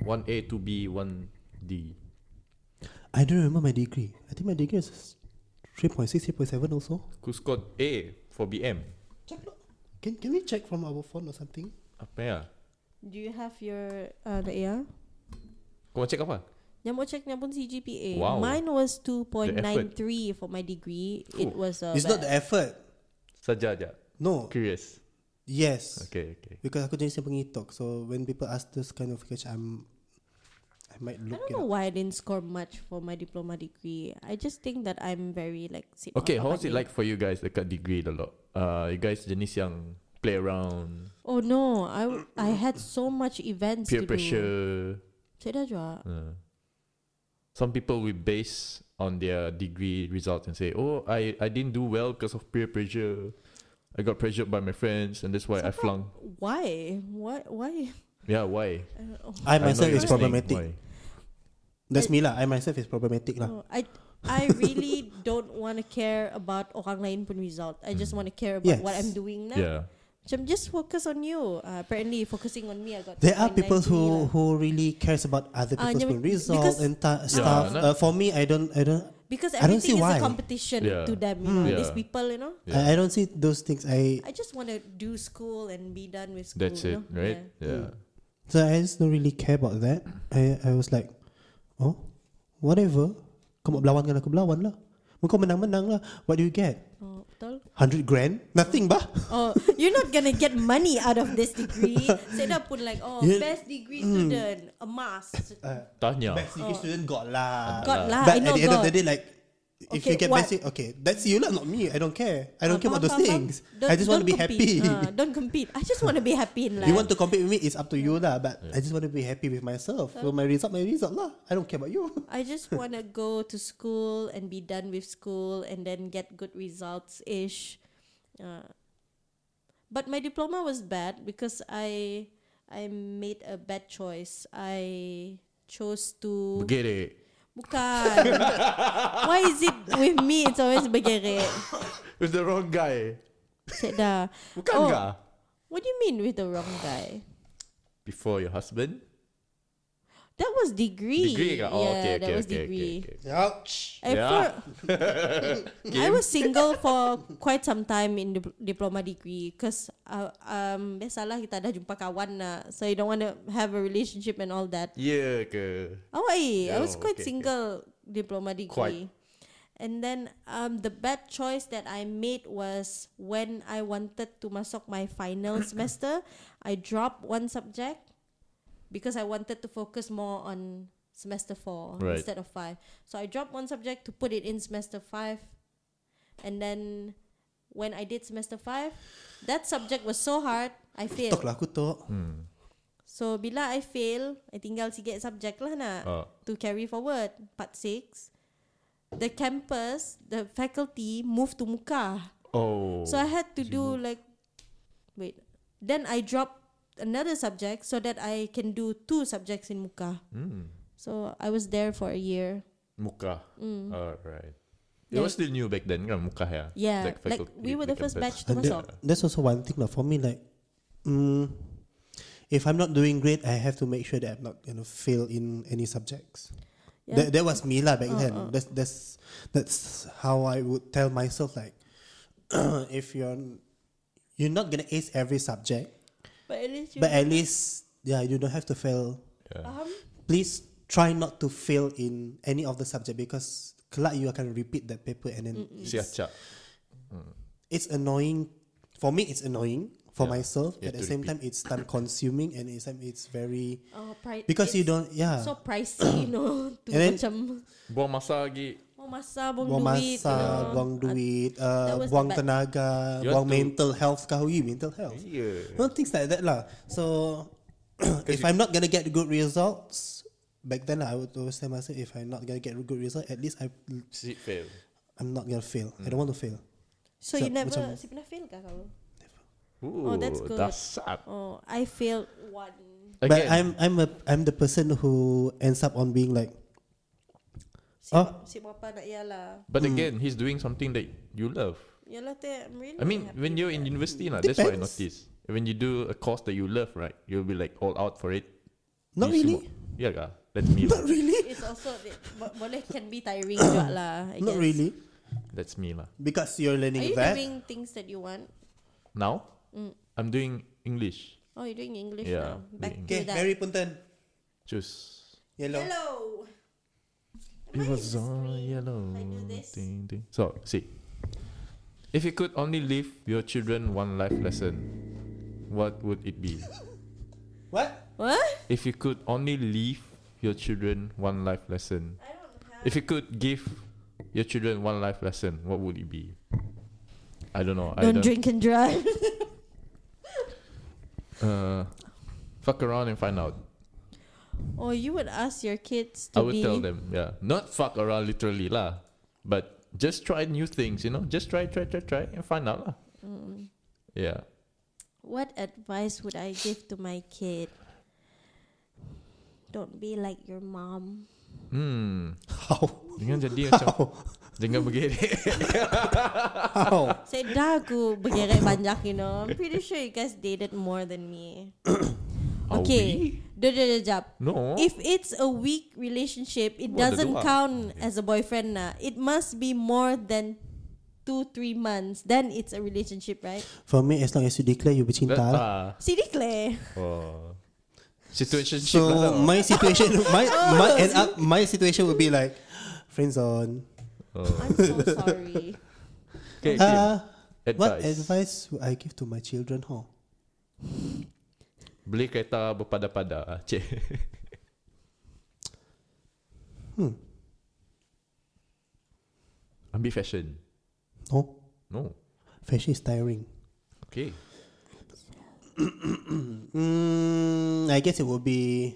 S1: 1A, 2B, 1D
S2: I don't remember my degree. I think my degree is 3.6, 3.7 also.
S1: Aku scored A for BM
S2: Check lah. Can, can we check from our phone or something?
S1: Apa ya?
S3: Do you have your uh, the AR?
S1: Kau check apa?
S3: Yang mau check niya pun CGPA.
S1: Wow.
S3: Mine was 2.93
S1: The
S3: for my degree. It was uh,
S2: it's not the effort.
S1: Saja aja
S2: No.
S1: Curious
S2: Yes.
S1: Okay, okay
S2: Because aku jenis yang pengitok. So when people ask this kind of question, I'm, I might look
S3: I
S2: it
S3: don't
S2: up.
S3: know why I didn't score much for my diploma degree. I just think that I'm very like sip
S1: Okay,
S3: up
S1: how was
S3: about
S1: it like for you guys dekat degree dulu? Uh, you guys jenis yang play around,
S3: Oh no, I w- I had so much events
S1: peer
S3: to do.
S1: pressure.
S3: Saya dah jual.
S1: Uh. Some people will base on their degree results and say, "Oh, I I didn't do well because of peer pressure. I got pressured by my friends, and that's why I flung."
S3: Why? Why? Why?
S1: Yeah, why?
S3: I don't know.
S2: I
S1: I know
S2: myself
S1: you're
S2: is
S1: listening.
S2: problematic.
S1: Why?
S2: That's me lah. I myself is problematic lah.
S3: No, I I
S2: [laughs]
S3: really don't want to care about orang lain pun result. I just want to care about
S2: Mm. Yes.
S3: what I'm doing now.
S1: Yeah,
S3: Macam just focus on you. Uh, apparently focusing on me, I got.
S2: There are
S3: like
S2: people who
S3: 90 lah.
S2: who really cares about other
S3: Ah,
S2: people's
S3: yeah,
S2: school
S3: because-
S2: result and ta- stuff.
S1: nah.
S2: Uh, for me, I don't, I don't,
S3: because
S2: I don't see
S3: everything is
S2: why. Mm.
S3: a competition
S1: Yeah.
S3: to them. You know,
S1: Yeah.
S3: these people, you know.
S1: Yeah.
S2: I, I don't see those things. I
S3: I just want to do school and be done with school.
S1: That's it,
S3: you know?
S1: right?
S3: Yeah.
S1: Yeah.
S2: so I just don't really care about that. I I was like, oh, whatever. Kau mau berlawan dengan aku berlawan lah. Kau menang-menang lah. What do you get?
S3: Oh, betul.
S2: 100 grand? Nothing bah.
S3: Oh, [laughs] you're not gonna get money out of this degree. Saya dah pun like, oh,
S2: You-
S3: best degree
S2: Mm.
S3: student, a mass.
S1: Tanya.
S2: Best degree student got lah.
S3: Got lah,
S2: But
S3: I know
S2: at the end of
S3: got.
S2: the day, like, if
S3: Okay,
S2: you get
S3: what?
S2: best, okay, that's you lah, not me. I don't care. I don't
S3: Ah,
S2: care about
S3: faham,
S2: those
S3: faham, faham.
S2: things.
S3: Don't-
S2: I just want to
S3: don't
S2: be happy.
S3: compete. Ah, don't compete. I just want to be happy in life.
S2: [laughs] You want to compete with me? It's up to you lah. But I just want to be happy with myself. So my result, my result lah. I don't care about you.
S3: I just want to go to school and be done with school and then get good results ish. Uh, but my diploma was bad because I I made a bad choice. I chose to
S1: Bergerik. [laughs]
S3: bukan. Why is it with me? It's always bergerik.
S1: With the wrong guy.
S3: Cik dah.
S1: Bukan
S3: Oh.
S1: kah?
S3: What do you mean with the wrong guy?
S1: Before your husband?
S3: That was degree.
S1: Degree kah? Oh,
S3: yeah,
S1: okay,
S3: that
S1: okay,
S3: was
S1: okay,
S3: degree.
S1: okay, okay.
S2: Ouch.
S3: I,
S1: Yeah.
S3: for- I was single for quite some time in dip- diploma degree because uh, um, biasalah kita dah jumpa kawan lah. So you don't want to have a relationship and all that.
S1: Yeah ke?
S3: Awak eh, I was
S1: Oh, okay,
S3: quite
S1: okay.
S3: single diploma degree. And then um, the bad choice that I made was when I wanted to masuk my
S1: [coughs]
S3: final semester, I dropped one subject because I wanted to focus more on semester four
S1: Right.
S3: instead of five. So I dropped one subject to put it in semester five. And then when I did semester five, that subject was so hard, I
S2: Tok
S3: failed.
S2: lah aku tok.
S3: So bila I fail, I tinggal sikit subject lah nak
S1: Ah.
S3: to carry forward. Part 6. The campus, the faculty moved to Muka.
S1: Oh.
S3: So I had to do like wait. Then I dropped another subject so that I can do two subjects in Muka.
S1: Hmm.
S3: So I was there for a year.
S1: Muka.
S3: Mm.
S1: Alright. It was still new back then kan Muka ya?
S3: Yeah, like, we were the first batch to
S2: And that- [laughs]
S3: masuk.
S2: that's also one thing lah for me. Like, mm, if I'm not doing great, I have to make sure that I'm not gonna fail in any subjects. That,
S3: Yeah.
S2: that was me lah back then. That's that's that's how I would tell myself like, [clears throat] if you're you're not gonna ace every subject,
S3: But at least you um,
S2: but at least yeah, you don't have to fail
S3: faham.
S2: please try not to fail in any of the subject because kelak you akan repeat that paper and then
S1: Si Acak.
S2: it's annoying for me it's annoying for
S1: Yeah,
S2: myself
S1: you
S2: at
S1: have
S2: the
S1: to
S2: same
S1: repeat.
S2: time it's
S1: [coughs]
S2: time consuming and it's time it's very
S3: Oh, pri-
S2: because you
S3: it's
S2: don't yeah
S3: so pricey, you [coughs] know, to
S2: And then-
S3: macam
S1: Buang masa lagi.
S3: mau masa, buang,
S2: buang
S3: duit.
S2: masa
S3: you know.
S2: buang duit uh,
S3: that was the
S2: buang
S3: bad-
S2: tenaga
S1: You
S2: buang
S1: have to-
S2: mental health kau you mental health
S1: Yeah.
S2: no things like that lah so [coughs] if I'm not gonna get good results back then lah, I would always tell myself if I'm not gonna get good result at least I
S1: Si fail.
S2: I'm not gonna fail I don't
S1: Mm.
S2: want to fail
S3: So,
S2: So,
S3: you never
S2: macam-
S3: si pernah fail kah kau?
S1: Ooh,
S3: Oh, that's good.
S1: Dasar.
S3: Oh, I failed one.
S2: But I'm I'm a I'm the person who ends up on being like
S3: Si,
S2: Ah.
S3: si bapa nak ialah.
S1: But
S2: mm.
S1: again, he's doing something that you love.
S3: Ialah teh, I'm really
S1: I mean,
S3: happy
S1: when
S3: with
S1: you're
S3: that.
S1: in university, lah, that's what I
S2: Depends.
S1: noticed. When you do a course that you love, right, you'll be like all out for it.
S2: not
S1: You
S2: really,
S1: semua- Yeah, kah? That's me. lah.
S2: [laughs] not really,
S3: It's also it- bo- boleh can be
S2: [coughs]
S3: tiring juga lah. I
S2: not
S3: guess.
S2: really,
S1: That's me, lah.
S2: because you're
S3: Are
S2: learning
S3: you
S2: that.
S3: doing things that you want?
S1: Now,
S3: Mm.
S1: I'm doing English.
S3: Oh, you're doing English
S1: Yeah,
S3: now.
S1: doing
S3: Back to
S2: okay,
S3: that.
S2: Mary Punten,
S1: Choose.
S2: yellow.
S3: Hello.
S1: It was all yellow.
S3: I do this.
S1: Ding, ding. So, see. If you could only leave your children one life lesson, what would it
S3: [laughs]
S1: be?
S2: What?
S1: [laughs]
S3: What?
S1: if you could only leave your children one life lesson,
S3: I don't have.
S1: if you could give your children one life lesson, what would it be? I don't know. I
S3: don't
S1: don't
S3: drink and drive. [laughs]
S1: Uh, fuck around and find out.
S3: or Oh, you would ask your kids
S1: I
S3: to
S1: would
S3: be.
S1: tell them. Yeah, not fuck around literally lah, but just try new things. You know, just try, try, try, try, and find out lah. Yeah.
S3: mm, What advice would I give to my kid? Don't be like your mom.
S1: Hmm.
S2: How? [laughs]
S1: Jangan jadi macam Jangan
S3: [laughs]
S1: bergerik
S2: How?
S3: Saya dah aku bergerak banyak, you know. I'm pretty sure you guys dated more than me.
S1: Are
S3: okay. Duh, duh, duh, jap.
S1: No
S3: If it's a weak relationship, it
S1: What the
S3: doesn't
S1: dua?
S3: count as a boyfriend. Nah. It must be more than two, three months. Then it's a relationship, right?
S2: For me, as long as you declare you bercinta
S1: That- ah.
S2: lah.
S3: Sidi Clay.
S1: Oh. Situation ship lah
S2: So
S1: tau.
S2: [laughs] my situation,
S3: [laughs]
S2: my
S3: Oh.
S2: my end up, my situation would be like friend zone.
S3: I'm so sorry.
S1: Okay, okay.
S2: Uh, what
S1: Advice.
S2: advice would I give to my children? Huh?
S1: Beli kereta berpada-pada ah, Cik
S2: [laughs] Hmm.
S1: Ambil fashion
S2: No,
S1: No
S2: fashion is tiring.
S1: Okay
S2: Mm, I guess it would be.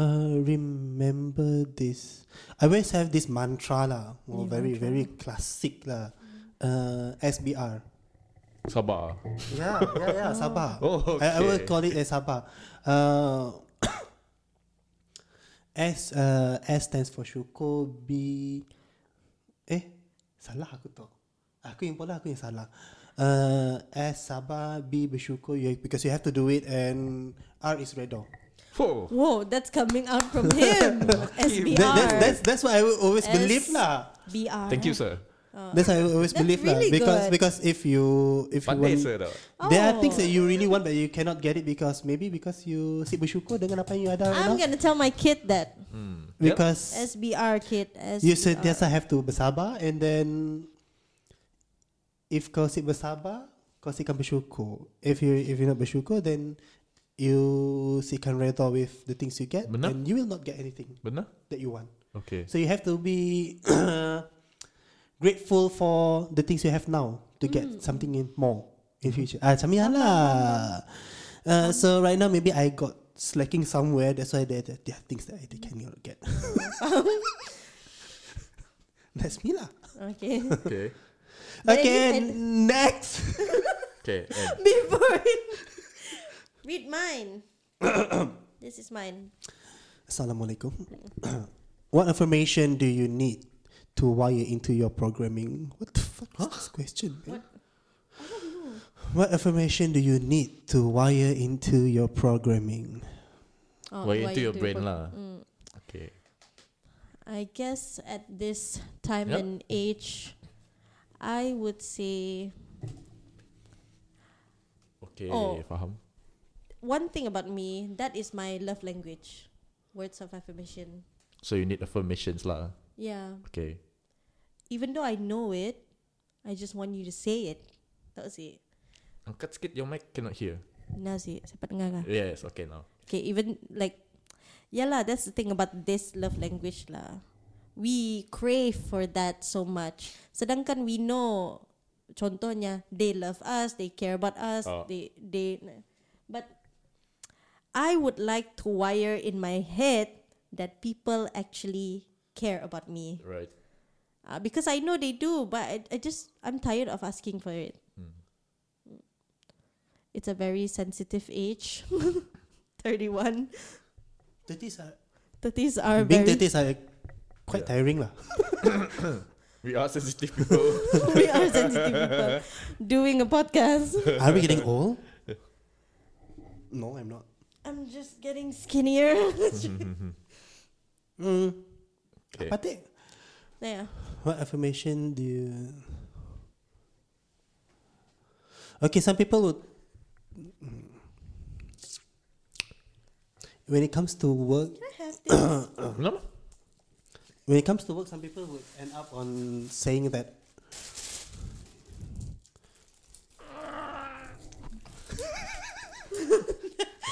S2: Uh, remember this. I always have this mantra lah, or very very classic lah. Uh, SBR.
S1: Sabar
S2: Yeah, yeah, yeah. Sabah.
S1: Oh,
S2: I, I will
S1: okay.
S2: call it as Sabah. Uh, [coughs] S uh, S stands for syukur. B eh salah aku tu. Aku yang pola aku yang salah. Uh, S sabar B bersyukur you, because you have to do it and R is redo.
S1: Oh.
S3: Whoa, that's coming out from him. SBR.
S2: That, that's that's that's what I will always
S3: S-
S2: believe lah.
S3: BR.
S1: Thank you sir
S2: That's what I will always
S3: That's
S2: believe lah
S3: really
S2: because
S3: good.
S2: because if you if you
S1: Pandai
S2: want
S1: sir tau
S2: There are things
S3: Oh.
S2: that you really want but you cannot get it because maybe because you si bersyukur dengan apa yang you ada right now.
S3: I'm gonna tell my kid that
S2: Because
S3: SBR kid. SBR.
S2: you sentiasa have to bersabar and then if kau si bersabar, kau si akan bersyukur. If you if you not bersyukur then you si akan reda with the things you get
S1: Benar.
S2: and you will not get anything
S1: Benar
S2: that you want.
S1: Okay
S2: So you have to be [coughs] grateful for the things you have now to get something in more in future. Ah, macam yan lah. Uh, so right now maybe I got slacking somewhere. That's why there, there are things that I cannot get. [laughs] That's me lah.
S3: [laughs] Okay.
S1: Okay
S3: But
S2: Okay,
S3: at least
S2: next.
S1: Okay and
S3: Before it. Read mine. this is mine.
S2: Assalamualaikum. what information do you need to wire into your programming? What the fuck is this question? Man? What? information do you need to wire into your programming?
S3: Oh,
S1: Wire
S3: do I
S1: into your
S3: do
S1: brain
S3: pro-
S1: lah.
S3: Mm.
S1: Okay
S3: I guess at this time
S1: Yep.
S3: and age, I would say
S1: Okay
S3: Oh.
S1: Faham
S3: one thing about me that is my love language, words of affirmation.
S1: So you need affirmations lah
S3: Yeah,
S1: Okay
S3: even though I know it, I just want you to say it. That was it.
S1: Angkat sikit your mic cannot [laughs] hear
S3: Now see, saya pat dengar kah?
S1: Yes okay now
S3: Okay, even like, yeah lah. That's the thing about this love language lah. We crave for that so much. Sedangkan we know, contohnya, they love us, they care about us,
S1: Oh.
S3: they they. But I would like to wire in my head that people actually care about me
S1: Right
S3: uh, because I know they do, but I, I just I'm tired of asking for it.
S1: Hmm.
S3: It's a very sensitive age. [laughs] 31.
S2: Thirties are
S3: 30s are
S2: being
S3: very
S2: thirties are quite
S1: Yeah.
S2: tiring lah.
S1: We are sensitive [laughs] people
S3: [laughs] we are sensitive people doing a podcast.
S2: Are we getting old? No, I'm not.
S3: I'm just getting skinnier. Mm-hmm.
S2: Mm.
S1: Okay.
S2: Patik.
S3: yeah.
S2: What affirmation do you? Okay, some people would. When it comes to work,
S3: I have this. [coughs]
S1: No
S2: when it comes to work, some people would end up on saying that. [laughs]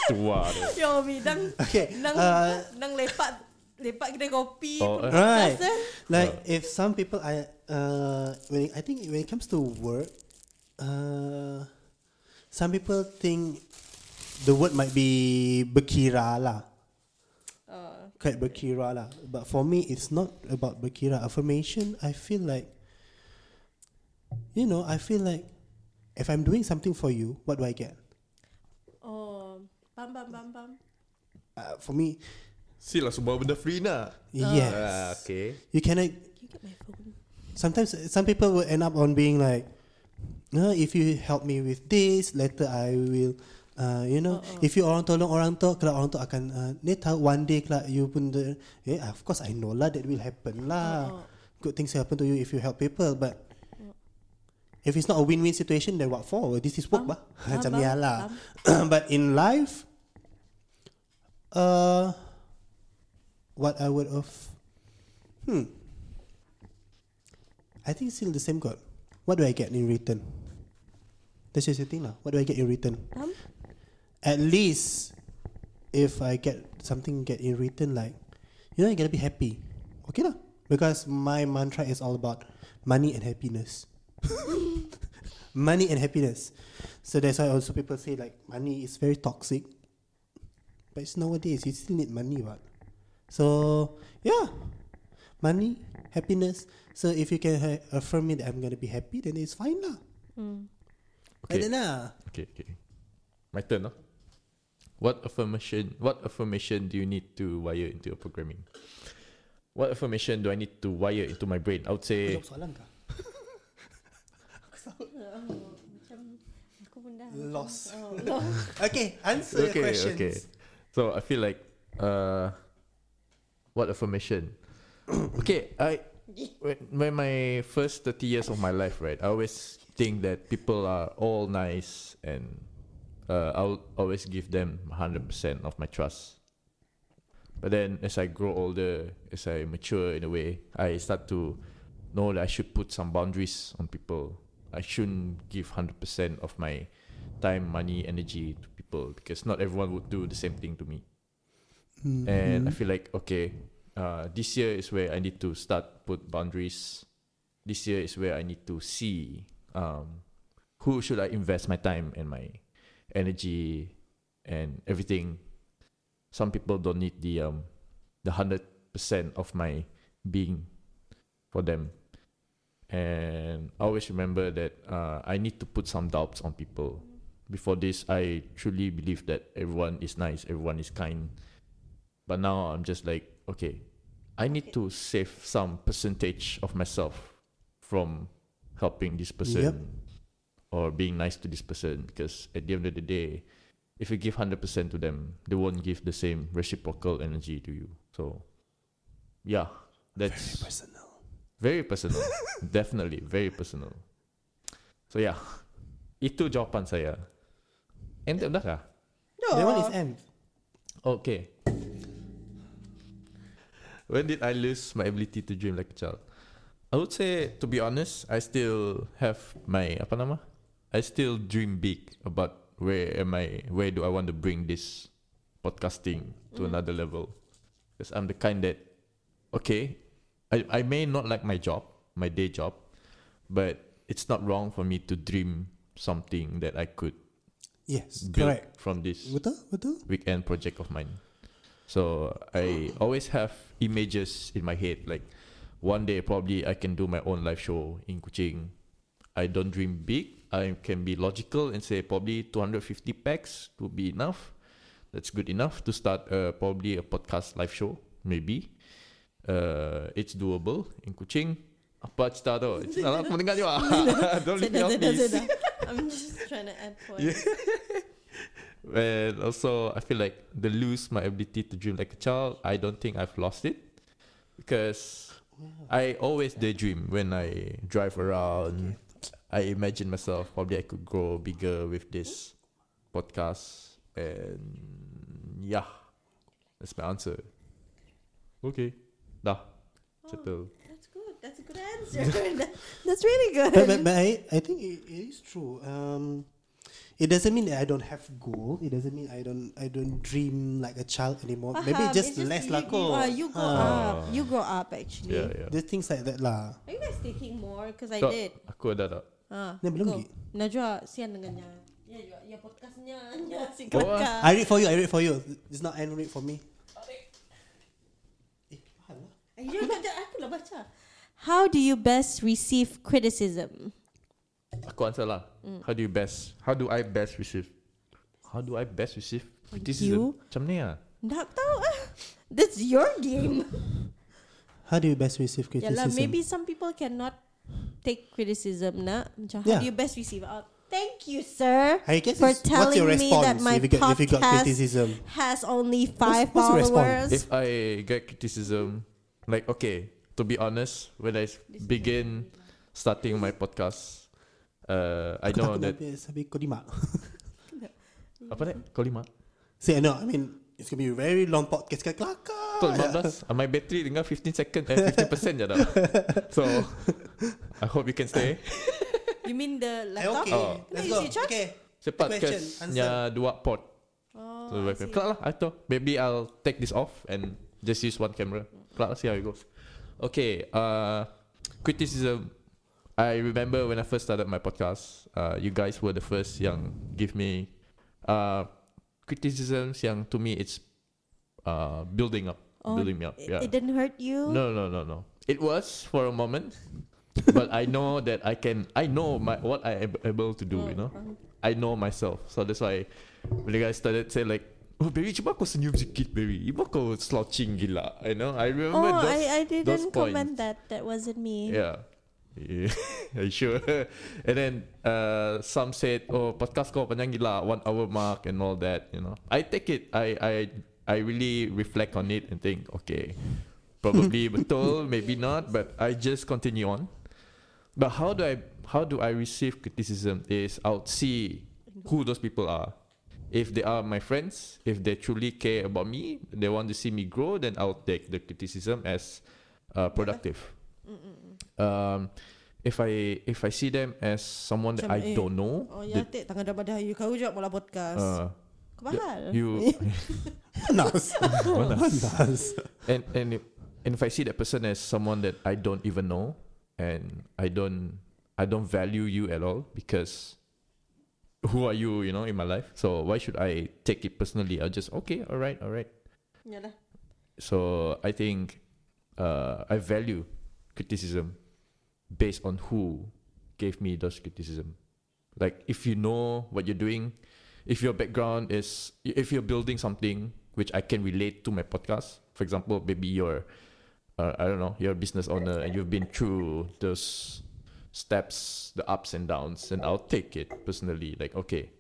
S1: Tua tu
S3: Yo, mi nang
S2: Okay,
S3: nang
S2: uh,
S3: nang lepak lepak kita kopi.
S1: [laughs] Oh, eh.
S2: right.
S3: Rasa?
S2: Like if some people, I uh, when it- I think when it comes to work, uh, some people think the word might be berkira lah.
S3: Uh,
S2: Quite Bakira lah. But for me, it's not about Bakira. Affirmation, I feel like, you know, I feel like if I'm doing something for you, what do I get?
S3: oh, bam bam bam bam.
S2: Uh, for me,
S1: Sila semua benda free nak.
S2: Yes.
S1: Ah, okay.
S2: You cannot.
S3: Can you get my phone?
S2: Sometimes some people will end up on being like, no, if you help me with this, later I will. Uh, you know,
S1: Uh-uh.
S2: if you orang tolong orang tu, kalau orang tu akan uh, ni tahu one day kalau you pun the, yeah, of course I know lah that will
S1: Uh-uh.
S2: happen lah.
S3: Oh, oh.
S2: Good things happen to you if you help people, but if it's not a win-win situation, then what for? This is work bah. Macam
S3: faham,
S2: ya lah. [coughs] but in life, uh, what I would have, hmm, I think still the same God. What do I get in return? That's just the thing lah. What do I get in return?
S3: Faham?
S2: At least, if I get something get in return, like you know, you gotta be happy. Okay lah, because my mantra is all about money and happiness. [laughs] money and happiness. So that's why also people say like money is very toxic. But it's nowadays you still need money, but so yeah, money, happiness. So if you can ha- affirm me that I'm gonna be happy, then it's fine lah.
S1: Okay.
S2: Like that lah.
S1: Okay, okay. My turn, no? What affirmation what affirmation do you need to wire into your programming? What affirmation do I need to wire into my brain? I would say
S2: Jawab soalan kah?
S3: Oh, Macam aku pun dah
S2: Lost.
S3: Oh, lost.
S2: Okay, answer your questions.
S1: So I feel like uh what affirmation? [coughs] okay, I when, when my first 30 years of my life, right? I always think that people are all nice and uh, I'll always give them 100% of my trust. But then as I grow older, as I mature in a way, I start to know that I should put some boundaries on people. I shouldn't give 100% of my time, money, energy to people because not everyone would do the same thing to me.
S2: Mm-hmm.
S3: Mm-hmm.
S1: And I feel like, okay, uh, this year is where I need to start put boundaries. This year is where I need to see um, who should I invest my time and my energy and everything. Some people don't need the um, the hundred percent of my being for them. And I always remember that uh, I need to put some doubts on people. Before this, I truly believe that everyone is nice, everyone is kind. But now I'm just like, okay, I need to save some percentage of myself from helping this person
S2: Yep.
S1: or being nice to this person because at the end of the day, if you give 100% to them, they won't give the same reciprocal energy to you. So, yeah, that's
S2: Mm-hmm. Personal.
S1: very personal. [laughs] Definitely very personal. So yeah. Itu jawapan saya. Ente dah lah. kah?
S3: No.
S2: [laughs] That one is end.
S1: Okay. When did I lose my ability to dream like a child? I would say, to be honest, I still have my apa nama? I still dream big about where am I? Where do I want to bring this podcasting to another level? Because I'm the kind that, okay, I I may not like my job, my day job, but it's not wrong for me to dream something that I could
S2: Yes,
S1: build
S2: correct.
S1: from this
S2: Betul, betul.
S1: weekend project of mine. So I always have images in my head like one day probably I can do my own live show in Kuching. I don't dream big. I can be logical and say probably 250 packs would be enough. That's good enough to start uh, probably a podcast live show maybe. Uh, it's doable in Kuching. Apa cerita tu? Cerita nak mendengar juga. [laughs] Don't leave me
S3: Sedap,
S1: off
S3: sedap,
S1: please.
S3: sedap. I'm just trying to [laughs] add points.
S1: And also, I feel like the lose my ability to dream like a child. I don't think I've lost it because I always daydream when I drive around. I imagine myself probably I could grow bigger with this podcast, and yeah, that's my answer. Okay, dah settle.
S3: Oh, That's good. That's a good answer. [laughs] That- That's really good.
S2: [laughs] But, but, but I, I think it, it is true. Um, it doesn't mean that I don't have goal. It doesn't mean I don't I don't dream like a child anymore. Maybe
S3: Faham,
S2: just,
S3: it's
S2: less
S3: you,
S2: lah
S3: You,
S2: kot.
S3: uh, you grow
S2: Ah.
S3: up. You grow up actually.
S1: Yeah, yeah.
S2: There's things like that lah.
S3: Are you guys taking more? Because I
S1: So,
S3: did.
S1: aku ada tak?
S3: Ha.
S2: Ni belum
S3: go.
S2: lagi.
S3: Najwa sian dengannya. Ya, ya, ya podcastnya. [laughs] Ya, si
S1: Oh,
S3: kelakar.
S2: I read for you. I read for you. It's not end read for me. Eh, mahal lah.
S3: Ya, kejap, aku lah baca. How do you best receive criticism?
S1: Aku answer lah.
S2: Hmm.
S1: How do you best? How do I best receive? How do I best receive criticism?
S3: you.
S1: Macam ni lah.
S3: Nak tahu ah. That's your game.
S2: How do you best receive [laughs]
S3: yeah
S2: criticism?
S3: lah, maybe some people cannot take criticism na. Macam, How
S2: Yeah.
S3: do you best receive out? Thank you, sir,
S2: I guess
S3: for
S2: it's- what's
S3: telling
S2: your
S3: me
S2: response
S3: that my
S2: if you got- if you got
S3: podcast
S2: criticism?
S3: has only five
S2: what's your response?
S3: followers.
S1: If I get criticism, like okay, to be honest, when I s- begin starting my podcast, uh, I
S2: Aku
S1: know
S2: takut
S1: that
S2: nanti Sampai kau dimak
S1: apa ni? Kolima?
S2: See, I know, I mean It's gonna be a very long podcast Kan kelakar
S1: Betul
S2: [laughs]
S1: 15 Ah, My battery dengan 15 second eh, 50% je dah So I hope you can stay
S3: you mean the
S2: Eh,
S3: laptop?
S2: Okay
S1: Oh.
S2: Let's
S3: Is
S2: go
S3: it charged?
S2: Okay
S1: Cepat
S2: The question,
S1: Kesnya dua port
S3: Oh,
S1: So
S3: I
S1: webcam
S3: see.
S1: Kelak lah I thought Maybe I'll take this off And just use one camera Kelak lah see how it goes Okay uh, Criticism I remember when I first started my podcast uh, You guys were the first yang Give me uh, Criticisms yang to me it's uh, Building up
S3: Oh,
S1: Building me up
S3: It,
S1: yeah.
S3: it didn't hurt you.
S1: No, no, no, no. It was for a moment, [laughs] but I know that I can. I know my what I am able to
S3: Oh,
S1: do. You know, I know myself. So that's why when you guys started say like, "Oh, Barry, cuba kau senyum sikit, Barry. Ibu kau slouching gila." You know, I
S3: Oh,
S1: remember those.
S3: I, I didn't
S1: those points.
S3: comment that. That wasn't me.
S1: yeah. [laughs] Yeah. Are you sure? and then uh, some said, "Oh, podcast kau panjang gila, one hour mark and all that." You know, I take it. I I I really reflect on it and think, okay, probably betul, maybe not, but I just continue on. But how do I how do I receive criticism? Is I'll see who those people are. If they are my friends, if they truly care about me, they want to see me grow, then I'll take the criticism as uh, productive. Um, if I if I see them as someone that
S3: Macam,
S1: I
S3: eh,
S1: don't know,
S3: Oh, ya,
S1: that,
S3: tek tangan dah badah you. Kau jawab malah podcast.
S1: uh,
S3: Kau bahal.
S1: you
S3: [laughs]
S2: Panas Panas
S1: and and if, and if I see that person as someone that I don't even know and I don't I don't value you at all because who are you you know in my life so why should I take it personally I'll just okay all right all right
S3: Ya lah.
S1: so I think uh, I value criticism based on who gave me those criticism like if you know what you're doing if your background is if you're building something which I can relate to my podcast for example maybe you're uh, I don't know you're a business owner and you've been through those steps the ups and downs and I'll take it personally like okay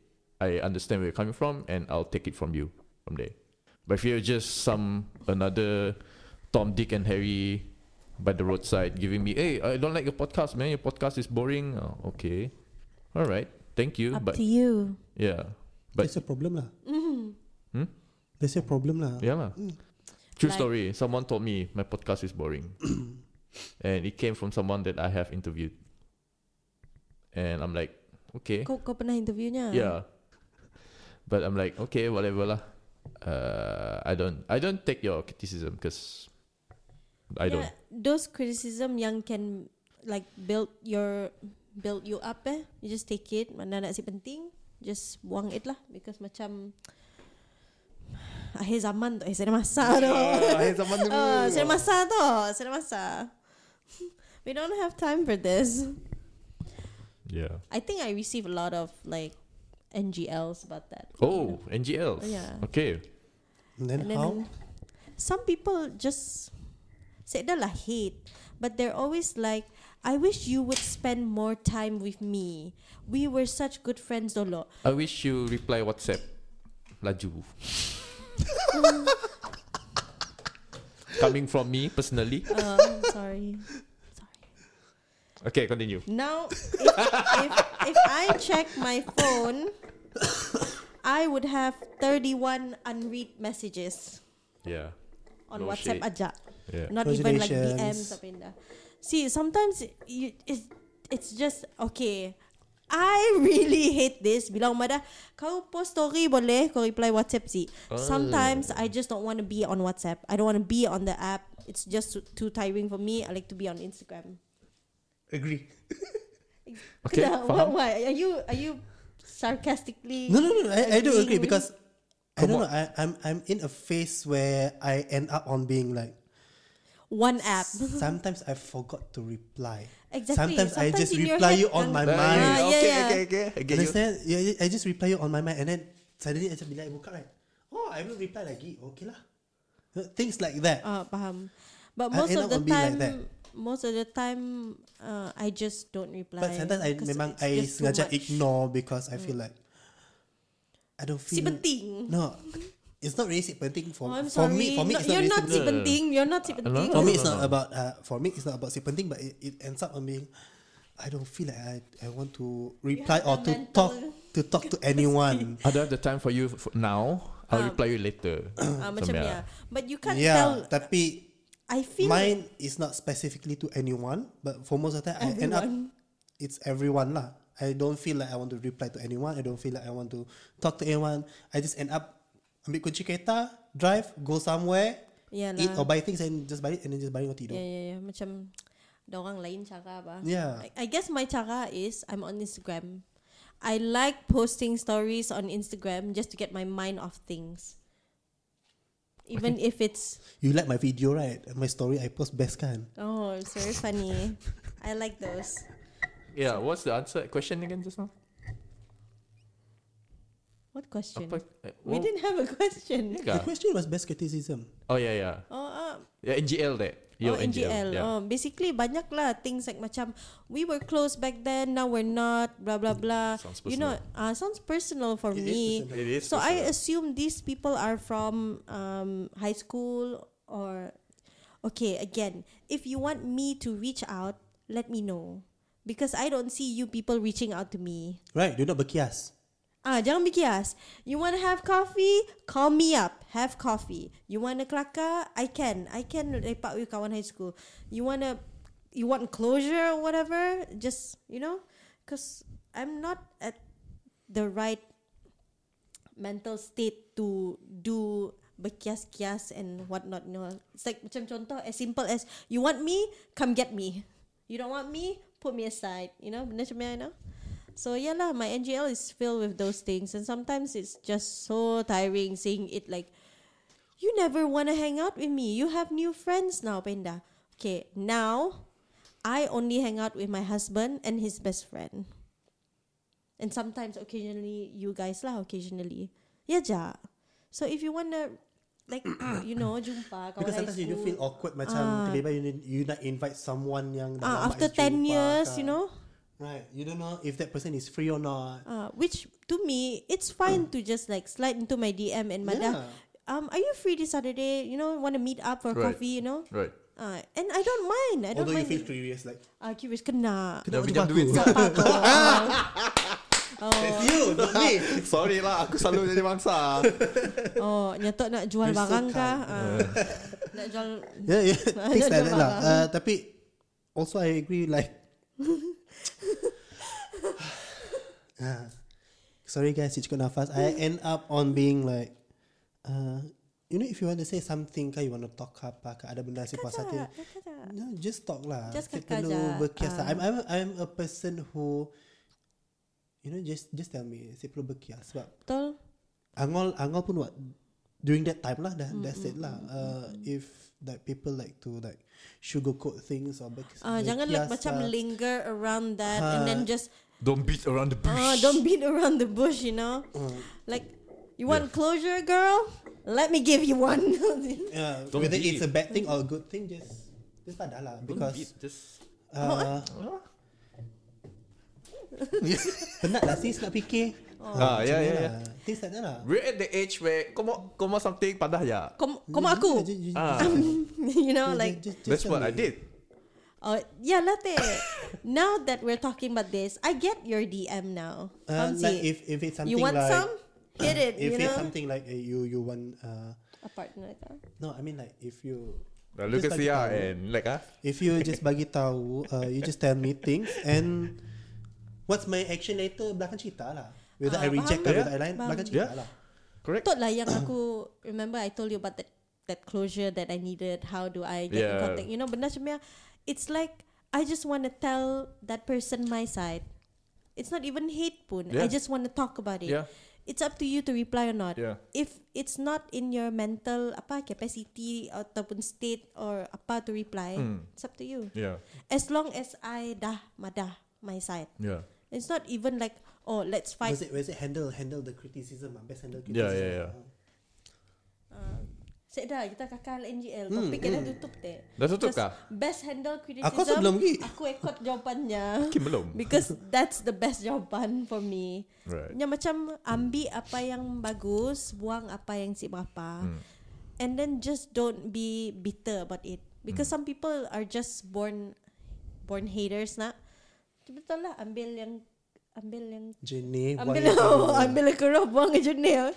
S1: I understand where you're coming from and I'll take it from you from there but if you're just some another Tom Dick and Harry by the roadside giving me hey I don't like your podcast man your podcast is boring oh, okay all right thank you
S3: Up
S1: but
S3: to you.
S1: yeah. But Hmm?
S2: That's your problem lah
S3: Mm.
S2: That's your problem lah
S1: yeah. lah. True
S3: Like-
S1: story. Someone told me my podcast is
S3: [clears throat]
S1: boring. and it came from someone that I have interviewed. And I'm like, okay.
S3: Kau, kau pernah interviewnya?
S1: Eh? Yeah. But I'm like, okay, whatever lah. Uh, I don't I don't take your criticism because I
S3: Yeah,
S1: don't.
S3: Those criticism yang can like build your build you up eh. You just take it. Mana nak si penting, just buang it lah because macam [sighs] akhir zaman tu, eh saya masa tu.
S1: akhir zaman dulu.
S3: [laughs] Ah, saya masa tu, saya masa. [laughs] We don't have time for this.
S1: Yeah.
S3: I think I receive a lot of like NGLs about that.
S1: Oh, NGLs.
S3: Yeah.
S1: Okay.
S2: And then
S3: And then
S2: how
S3: some people just say that lah hate, but they're always like, I wish you would spend more time with me. We were such good friends, dolo.
S1: I wish you reply WhatsApp.
S3: [laughs]
S1: Laju. Coming from me personally.
S3: Uh, [laughs] sorry. Sorry.
S1: Okay, continue.
S3: Now, if, if, if I check my phone, [coughs] I would have 31 unread messages
S1: Yeah.
S3: on
S1: No
S3: WhatsApp
S1: shit.
S3: aja.
S1: Yeah.
S3: not even like DMs
S2: Congratulations.
S3: apa indah. See, sometimes you, it's, it's just okay. I [laughs] really hate this. Bilang mada, kau post story boleh, kau reply WhatsApp si.
S1: Oh.
S3: Sometimes I just don't want to be on WhatsApp. I don't want to be on the app. It's just too tiring for me. I like to be on Instagram.
S2: Agree
S1: Okay,
S3: Kenapa?
S1: faham.
S3: [laughs] Why? Are you are you sarcastically?
S2: No, no, no. I, I do agree
S3: being-
S2: because
S1: Come
S2: I don't know.
S1: on.
S2: I, I'm I'm in a phase where I end up on being like.
S3: one app. [laughs]
S2: [laughs] Sometimes I forgot to reply.
S3: Exactly.
S2: Sometimes, I
S3: Sometimes
S2: just
S3: in your
S2: reply
S3: head
S2: you on
S3: kan-
S2: my
S3: Ah,
S2: mind.
S3: yeah, yeah.
S1: okay. I get you.
S2: Understand? Yeah, yeah, I just reply you on my mind, and then suddenly I just bila I buka right. Oh, I haven't reply lagi. Okay lah. Things like that.
S3: Ah, faham.
S2: I
S3: But most
S2: end
S3: of
S2: up
S3: the
S2: on being like
S3: time,
S2: that.
S3: most of the time, uh, I just don't reply.
S2: But sometimes I
S3: because
S2: memang
S3: it's
S2: I
S3: just too
S2: sengaja
S3: much. Mm.
S2: ignore because I feel like I don't
S3: Si
S2: feel
S3: penting.
S2: No. It's not really sick penting for
S3: Oh, I'm
S2: for
S3: sorry.
S2: me for me
S3: No,
S2: it's
S3: you're
S2: not,
S3: not
S2: really
S3: si
S2: sick
S1: penting.
S3: penting. You're not si penting.
S2: for me
S1: No,
S2: it's
S1: no,
S2: not
S1: no.
S2: about uh, for me it's not about sick penting but it, it ends up on being I don't feel like I, I want to reply or
S3: have
S2: to
S3: a mental
S2: talk to talk
S3: [laughs]
S2: to anyone.
S1: I don't have the time for you f- now. I'll reply you later.
S3: [clears throat] Ah,
S1: Macam,
S3: macam ya. But you can't
S2: yeah,
S3: tell.
S2: tapi
S3: I feel
S2: mine is not specifically to anyone, but for most of the time I end up
S3: everyone.
S2: it's everyone lah. I don't feel like I want to reply to anyone. I don't feel like I want to talk to anyone. I just end up ambil kunci kereta, drive, go somewhere,
S3: Yeah
S2: eat
S3: lah.
S2: or buy things and just balik and then just balik or tidur.
S3: Ya ya ya macam ada orang lain cara apa.
S2: Yeah.
S3: I, I guess my cara is I'm on Instagram. I like posting stories on Instagram just to get my mind off things. Even if it's
S2: You like my video right? My story I post best kan?
S3: oh, it's very funny. I like those.
S1: yeah, what's the answer question again just now?
S3: What question?
S1: Apa- eh,
S3: We
S1: what-
S3: didn't have a question.
S1: Yeah.
S2: The question was best criticism.
S1: Oh yeah, yeah.
S3: Oh, ah,
S1: Yeah, NGL that. Yo,
S3: oh, NGL.
S1: Yeah.
S3: Oh, basically banyak lah things like macam we were close back then, now we're not, blah blah blah.
S1: Hmm, Sounds
S3: you know, uh, sounds personal for
S2: It is
S3: me.
S2: personal.
S1: It is.
S3: So I
S1: personal.
S3: assume these people are from um, high school or okay. Again, if you want me to reach out, let me know because I don't see you people reaching out to me.
S2: Right, do not berkias.
S3: Ah, jangan bikias. You want to have coffee? Call me up. Have coffee. You want to kelakar? I can. I can lepak with kawan high school. You want to, you want closure or whatever? Just you know, because I'm not at the right mental state to do berkias-kias and whatnot. You know, it's like macam contoh as simple as you want me, come get me. You don't want me, put me aside. You know, benda macam you know. So yeah lah, my NGL is filled with those things, and sometimes it's just so tiring seeing it like, you never wanna hang out with me. You have new friends now, Penda. Okay, now I only hang out with my husband and his best friend, and sometimes occasionally you guys lah, occasionally. Yeah, ja. So if you wanna, like, [coughs] you know, jumpa kawan
S2: Because
S3: high
S2: sometimes you do
S3: school.
S2: feel awkward macam tiba-tiba you, need- you nak invite someone yang dah
S3: Ah,
S2: lama
S3: after
S2: is
S3: 10
S2: jumpa
S3: years,
S2: kan.
S3: you know,
S2: Right, you don't know if that person is free or not.
S3: Uh, which to me, it's fine to just like slide into my DM and Mada,
S2: Yeah.
S3: um, are you free this Saturday? You know, want to meet up for
S1: Right.
S3: coffee? You know,
S1: right.
S3: uh, and I don't mind. I don't
S2: Although you
S3: mind.
S2: feel curious like
S3: Ah, curious
S2: [laughs]
S1: Dah
S3: kena.
S2: Kenapa
S1: pinjam
S2: jumpa
S1: duit.
S2: aku?
S3: Oh.
S2: That's
S3: [laughs]
S2: you, not me.
S1: Sorry lah, aku selalu jadi mangsa.
S3: oh, nyatok nak jual
S2: You're so
S3: barang
S2: kind.
S3: kah? Ah, nak jual.
S2: Yeah,
S3: [laughs]
S2: yeah. Things like
S3: Jangan
S2: that lah.
S3: marah.
S2: Uh, tapi also I agree
S3: [laughs]
S2: like Ah. sorry guys, you cakap nafas. I
S3: Hmm.
S2: end up on being like uh, you know if you want to say something kah, you want to talk kah, apa kah, ada benda si puas hati.
S3: Tak, tak, tak.
S2: No, just talk lah.
S3: Just
S2: Tak
S3: kakak
S2: perlu
S3: je.
S2: berkias lah.
S3: Ah.
S2: I'm, I'm, I'm a person who you know just just tell me saya perlu berkias sebab
S3: Betul.
S2: Angol Angol pun what during that time lah that, that's it lah uh, if like people like to like sugarcoat things or bek-
S3: Ah, jangan like
S2: berkias
S3: macam
S2: lah.
S3: linger around that and then just
S1: Don't beat around the bush.
S3: Ah, don't beat around the bush, you know. Like, you want closure, girl? Let me give you one. [laughs]
S2: yeah,
S1: Don't
S2: whether
S1: beat.
S2: it's a bad thing or a good thing just just tak ada lah
S1: Don't beat.
S2: because
S1: Just
S3: Oh,
S2: uh,
S3: eh?
S2: [laughs] penat lah sis nak fikir
S3: Oh.
S1: Ah, yeah, yeah, yeah.
S2: things tak ada lah
S1: We're at the age where kau mau kau mau something padah ya.
S3: Kom, kom
S2: [laughs]
S3: aku. [laughs]
S2: Just- just-
S1: Ah,
S3: you know, [laughs] like,
S2: just- just- just
S1: that's what I
S2: tell me.
S1: did.
S3: oh, yeah, latte. now that we're talking about this, I get your DM now.
S2: Uh,
S3: Hamzi,
S2: like if if it's something
S3: you want
S2: like
S3: some? Hit it,
S2: if
S3: you
S2: it's
S3: know.
S2: something like uh, you you want uh,
S3: A partner. tak?
S2: no I mean like if you
S1: Lalu ke
S2: just bagi
S1: Sia
S2: tahu.
S1: and like ah.
S2: If you just bagi tahu, uh, you just tell me things and what's my action later belakang cerita lah. Whether
S3: Ah,
S2: I reject
S3: faham.
S2: ke, whether I line,
S3: Faham.
S2: belakang cerita
S1: Yeah.
S2: lah.
S1: Correct.
S3: Betul lah yang aku remember I told you about that that closure that I needed. How do I get in
S1: Yeah.
S3: contact? You know, benda macam yang- it's like I just want to tell that person my side. It's not even hate pun.
S1: Yeah.
S3: I just want to talk about it.
S1: Yeah.
S3: It's up to you to reply or not.
S1: Yeah.
S3: If it's not in your mental apa capacity ataupun state or apa to
S1: Hmm.
S3: reply, it's up to you.
S1: Yeah.
S3: As long as I dah madah my side.
S1: Yeah.
S3: It's not even like oh let's fight
S2: lah, Was it, was it handle handle the criticism? ah? Best handle
S1: Yeah,
S2: criticism.
S1: yeah, yeah.
S2: ah.
S3: Cik Uh, dah kita kakak NGL Topik kita tutup teh
S1: Dah Hmm, tutup
S3: Because
S1: kah?
S3: Best handle criticism
S2: Aku sebelum pergi.
S3: Aku ikut jawapannya [laughs]
S1: Kim belum.
S3: Because that's the best jawapan for me
S1: Right.
S3: [laughs] Yang macam Ambil apa yang bagus Buang apa yang si berapa
S1: Hmm.
S3: And then just don't be bitter about it Because
S1: Hmm.
S3: some people are just born Born haters nak Betul lah ambil yang Ambil yang
S2: Jenis
S3: Ambil [laughs]
S2: buaya
S3: oh,
S2: keruh.
S3: ambil kerah buang ke jurnal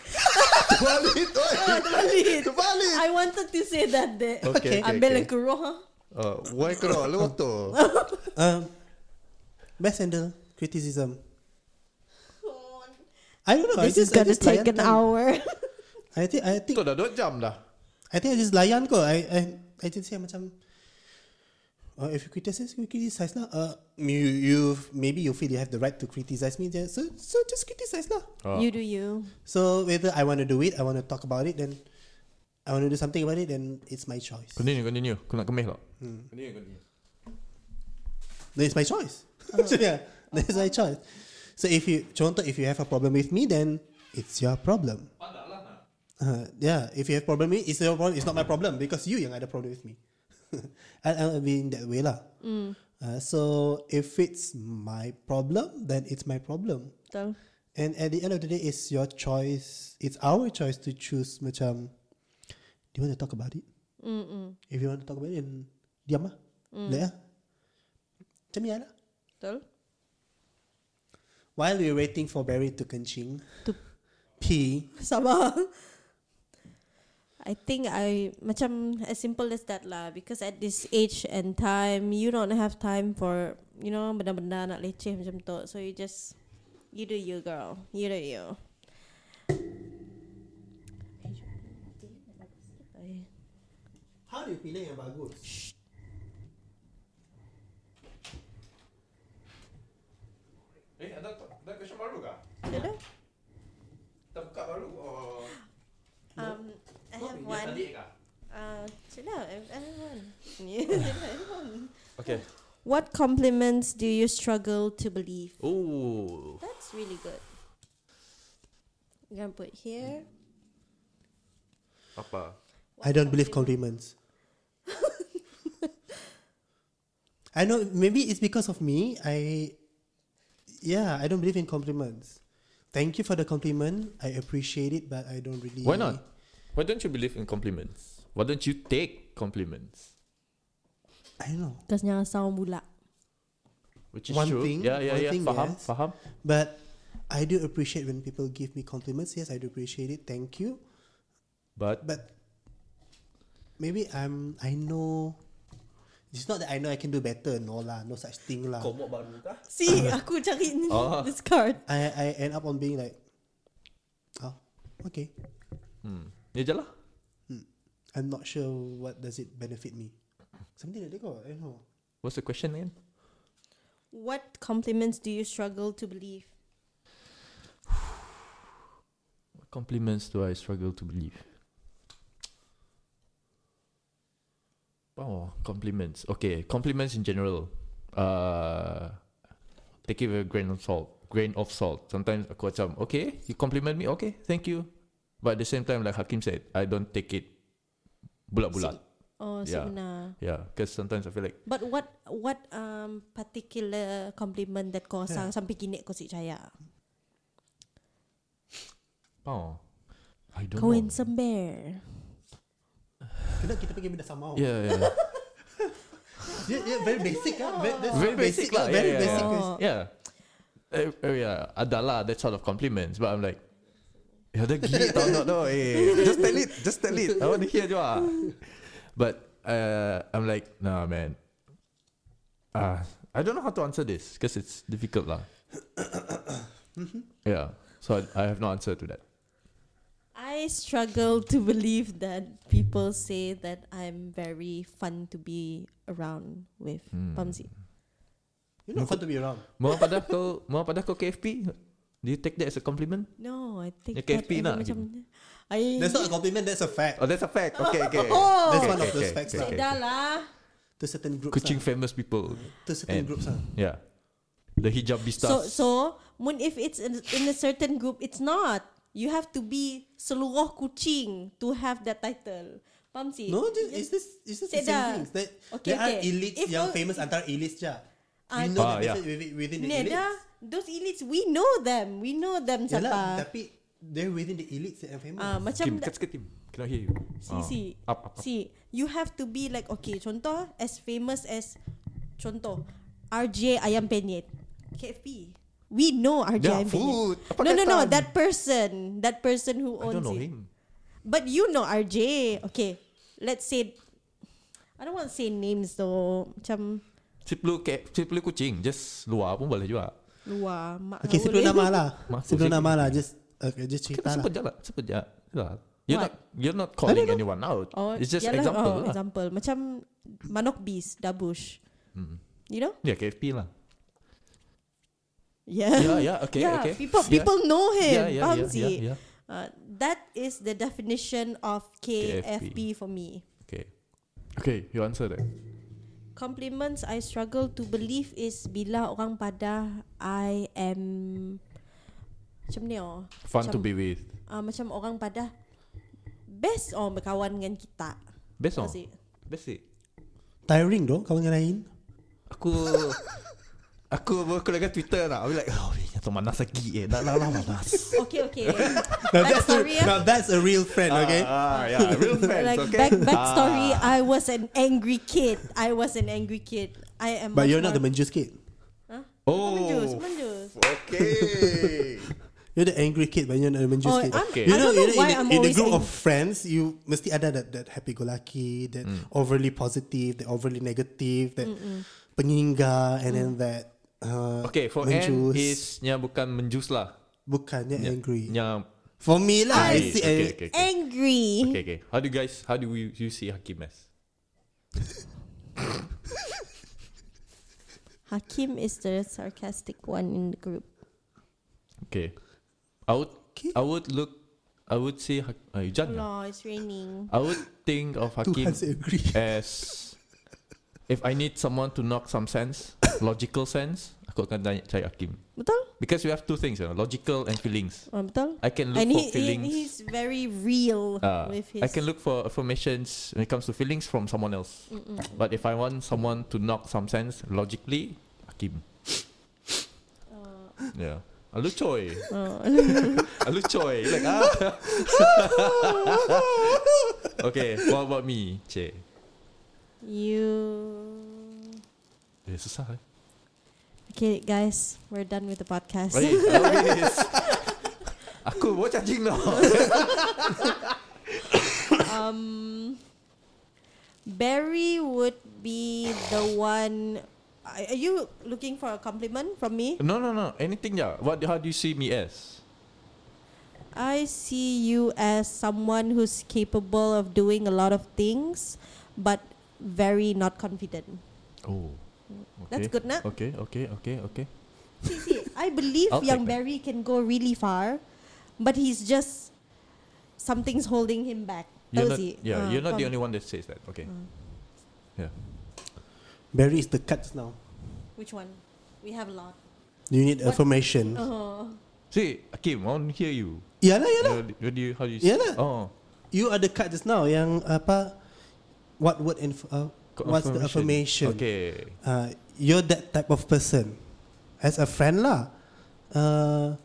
S1: Terbalik. oi.
S3: Terbalik.
S1: Terbalik.
S3: I wanted to say that deh
S1: Okay, okay,
S3: Ambil
S1: okay.
S3: yang kerah huh?
S1: Uh, why kena lewato?
S2: Um, best handle criticism. I don't
S1: Oh,
S2: know. I
S3: This is
S2: just- I
S3: gonna
S2: just layan
S3: take an
S2: kan.
S3: hour
S2: I think I think
S1: Betul dah 2 jam dah.
S2: I think I just layan kot. I I I just say macam uh, if you criticize, you criticize lah. Uh, you you maybe you feel you have the right to criticize me. Then, so so just criticize lah.
S1: Oh.
S3: You do you
S2: So whether I want to do it, I want to talk about it, then I want to do something about it, then it's my choice.
S1: Continue, continue. Kau nak kemeh tak? Hmm. Continue, continue.
S2: Then it's my choice. so [laughs] yeah, that's my choice. So if you, contoh, if you have a problem with me, then it's your problem. Uh, yeah, if you have problem with me, it's your problem. It's not my problem because you yang ada problem with me. [laughs] I, I'll be in that way lah. Uh, so if it's my problem, then it's my problem.
S3: Betul
S2: And at the end of the day, it's your choice. It's our choice to choose. Macam, do you want to talk about it?
S3: Mm-mm.
S2: If you want to talk about it, then diam lah. Let lah. Macam ni lah.
S3: Betul
S2: While we're waiting for Barry to kencing,
S3: To-
S2: pee.
S3: Sabar [laughs] I think I Macam as simple as that lah Because at this age and time You don't have time for You know Benda-benda nak leceh macam tu So you just You do you girl You do you
S2: How do you pilih yang bagus?
S1: Eh, ada ada question baru kah?
S3: Ada?
S1: Kita buka baru oh. or
S3: Um, I have one Uh, sit down, ev- [laughs] everyone. Yeah, sit down, everyone.
S1: Okay.
S3: What compliments do you struggle to believe?
S1: Oh.
S3: That's really good. I'm gonna put here.
S1: Apa?
S2: I don't believe compliments. I know maybe it's because of me. I yeah, I don't believe in compliments. Thank you for the compliment. I appreciate it, but I don't really
S1: Why not? Why don't you believe in compliments? Why don't you take compliments?
S2: I don't know.
S3: Cause jangan sound bulak.
S1: Which is
S2: One
S1: true.
S2: thing-
S1: yeah, yeah,
S2: one
S1: yeah.
S2: thing,
S1: faham,
S2: yes.
S1: faham.
S2: But I do appreciate when people give me compliments. Yes, I do appreciate it. Thank you.
S1: But
S2: But maybe I'm I know it's not that I know I can do better, no lah, no such thing lah.
S1: baru kah?
S3: See,
S2: [laughs]
S3: aku cari ni,
S1: Ah.
S3: this card.
S2: I I end up on being like Oh, okay.
S1: Ya je lah.
S2: I'm not sure what does it benefit me. Something like that, kot, I don't know.
S1: What's the question again?
S3: What compliments do you struggle to believe?
S1: What compliments do I struggle to believe? Oh, compliments. Okay, compliments in general. Uh, take it with a grain of salt. Grain of salt. Sometimes aku macam, okay, you compliment me, okay, thank you. But at the same time, like Hakim said, I don't take it bulat-bulat.
S3: Oh,
S1: Yeah.
S3: sebenar.
S1: Yeah, because sometimes I feel like
S3: But what what um particular compliment that kau sang sampai kini kau si caya?
S1: Oh, I don't
S3: Kau
S1: know.
S3: handsome bear.
S2: Kita kita pergi benda sama. Yeah.
S1: Yeah, yeah,
S2: yeah, very basic ah. Very, that's
S1: Very basic lah, yeah,
S2: Very
S1: yeah,
S2: basic.
S3: yeah.
S2: question.
S1: yeah. Eh, eh, yeah, adalah that sort of compliments, but I'm like, ya dah gini [laughs] tau nak tau, eh, just tell it, just tell it, I want to hear je lah. But uh, I'm like, nah man, uh, I don't know how to answer this because it's difficult lah. yeah, so I, I have no answer to that.
S3: I struggle to believe that people say that I'm very fun to be around with.
S1: Hmm.
S3: Pamsi.
S2: You're not fun to be around.
S1: Mau pada kau, mau pada kau KFP? Do you take that as a compliment?
S3: No, I think
S1: Dia KFP
S3: that
S1: nak
S3: macam I
S2: That's not a compliment. That's a fact.
S1: Oh, that's a fact. Okay, okay.
S3: Oh,
S2: That's
S1: Okay,
S2: one of
S1: okay,
S2: those
S1: okay,
S2: facts
S1: okay,
S2: lah.
S1: okay.
S3: dah lah.
S2: To certain groups.
S1: Kuching
S2: ah.
S1: famous people.
S2: To certain
S1: and-
S2: groups. ah.
S1: Yeah. The hijabi stuff.
S3: So so mun if it's in, in a certain group, it's not. You have to be seluruh kucing to have that title. Faham sih?
S2: No, just, it's this it's just the
S3: Say
S2: same
S3: dah.
S2: things. That
S3: Okay,
S2: there are
S3: okay.
S2: elites
S3: If
S2: yang
S3: you-
S2: famous antara elites je.
S3: Ah,
S2: We know
S4: Ah,
S2: the
S4: yeah.
S2: difference within, within the
S3: Ni dah,
S2: elites.
S3: those elites, we know them. We know them,
S2: Yalah,
S3: Sapa.
S2: tapi they're within the elites that are famous.
S3: Ah, macam
S1: Kim,
S3: da-
S1: kat sikit Kim. Cannot hear you.
S3: See, see.
S1: Up, up, up.
S3: See, you have to be like okay, contoh as famous as contoh RJ Ayam Penyet. KFP. We know RJ
S1: Yeah,
S3: Ayam
S1: food.
S3: Penyet.
S1: Apa
S3: no, no, no,
S1: kaitan?
S3: that person, that person who
S1: I
S3: owns
S1: don't know
S3: it.
S1: him.
S3: But you know RJ. Okay. Let's say I don't want to say names though. Macam
S1: Ciplu ke, ciplu kucing. Just luar pun boleh juga.
S3: luar mak
S2: okay,
S3: kau
S2: sebelum
S3: boleh.
S2: nama lah.
S1: Masuk
S2: Sebelum
S1: sikit.
S2: nama lah. Just, okay, just
S1: Kita
S2: cerita lah.
S1: sebut je lah. Sebut je lah. You're
S3: What?
S1: not, you're not calling anyone out.
S3: Oh,
S1: It's just
S3: yalah,
S1: example
S3: oh,
S1: lah.
S3: Example. Macam Manok Beast, Dabush.
S1: Hmm.
S3: You know?
S1: Yeah, KFP
S3: [laughs]
S1: lah.
S3: Yeah.
S1: Yeah,
S3: [laughs]
S1: yeah, okay,
S3: yeah,
S1: okay.
S3: People,
S1: Yeah.
S3: people know him.
S1: Yeah, yeah,
S3: faham
S1: yeah,
S3: sih?
S1: yeah, yeah.
S3: Uh, that is the definition of KFP, for me.
S1: Okay.
S4: Okay, you answer that.
S3: Compliments I struggle to believe is bila orang pada I am macam ni oh.
S1: Fun
S3: macam,
S1: to be with.
S3: Uh, macam orang pada best oh berkawan dengan kita.
S1: Best song.
S3: Faham sih?
S1: Best sih.
S2: Tiring dong kawan dengan lain.
S1: Aku Aku berkulit dengan Twitter lah Aku like Oh ni jatuh manas lagi eh Nak lah lah manas
S3: Okay, okay.
S2: Now that's, a,
S3: Backstory,
S2: now that's a real friend, okay?
S4: Ah, yeah, real friends,
S3: like
S4: okay? Ah,
S3: back backstory, I was an angry kid. I was an angry kid. I am.
S2: But
S3: much
S2: you're not the
S3: more-
S2: menjus kid.
S3: Bukan menjus,
S4: oh,
S3: menjus.
S4: okay.
S2: You're the angry kid but you're not the menjus
S3: Oh,
S2: kid.
S3: I'm-
S1: Okay.
S3: I don't know
S2: in,
S3: why
S2: the-
S3: I'm
S2: in the
S3: always
S2: group of
S3: angry.
S2: friends, you mesti ada that, that happy-go-lucky, that
S1: Hmm.
S2: overly positive, that overly negative, that penyinga, and
S3: Mm.
S2: then that uh,
S1: Okay for N
S2: menjus.
S1: is Nya bukan menjus lah
S2: bukannya angry.
S1: Nya
S2: For me lah, I, see.
S1: okay,
S2: eh,
S1: okay, okay.
S3: Angry.
S1: okay okay How do you guys How do you, you see Hakim as
S3: Hakim is the sarcastic one in the group.
S1: Okay I would
S2: Okay.
S1: I would look I would see Hak, uh, hujan lah.
S3: No, it's raining.
S1: I would think of Hakim
S2: Tuhan saya agree. [laughs]
S1: as If I need someone to knock some sense [coughs] Logical sense Aku akan tanya, cari Hakim
S3: Betul?
S1: Because we have two things you know, Logical and feelings
S3: Ah, betul?
S1: I can look
S3: And
S1: for
S3: he, he,
S1: feelings
S3: he's very real
S1: Ah,
S3: with his.
S1: I can look for affirmations when it comes to feelings from someone else. But if I want someone to knock some sense logically, Hakim.
S3: Oh,
S1: Yeah. Alu choy. [laughs] Alu choy. Like, ah. [laughs] okay, what about me? Che.
S3: you.
S1: Eh, susah eh.
S3: Okay, guys, we're done with the
S1: [laughs]
S3: podcast.
S1: Baik,
S2: oh,
S1: habis. Aku buat cacing tau.
S3: [laughs] um, Barry would be the one. Are are you looking for a compliment from me?
S1: No, no, no. Anything ya. What, how do you see me as?
S3: I see you as someone who's capable of doing a lot of things, but very not confident.
S1: Oh.
S3: That's
S1: okay.
S3: good, nah?
S1: Okay, okay, okay, okay.
S3: See, see, I believe
S1: I'll
S3: young
S1: take that.
S3: Barry can go really far, but he's just something's holding him back.
S1: You're
S3: Tahu
S1: not,
S3: sih?
S1: yeah,
S2: Uh,
S3: Ah,
S1: you're not the
S3: faham.
S1: only one that says that. Okay.
S2: Mm.
S1: Yeah.
S2: Barry is the cuts now.
S3: Which one? We have a
S1: [laughs]
S3: lot.
S2: You need
S3: What?
S2: affirmation. Ya
S3: Oh,
S1: See, Hakim, I want to hear you.
S2: Yalah, yalah.
S1: How do- What do you, how do you
S2: lah. Yeah
S1: see- Oh,
S2: lah. You are the cut just now yang apa what word and uh,
S1: co-
S2: what's the affirmation?
S1: Okay.
S2: Uh, you're that type of person. As a friend lah. Uh,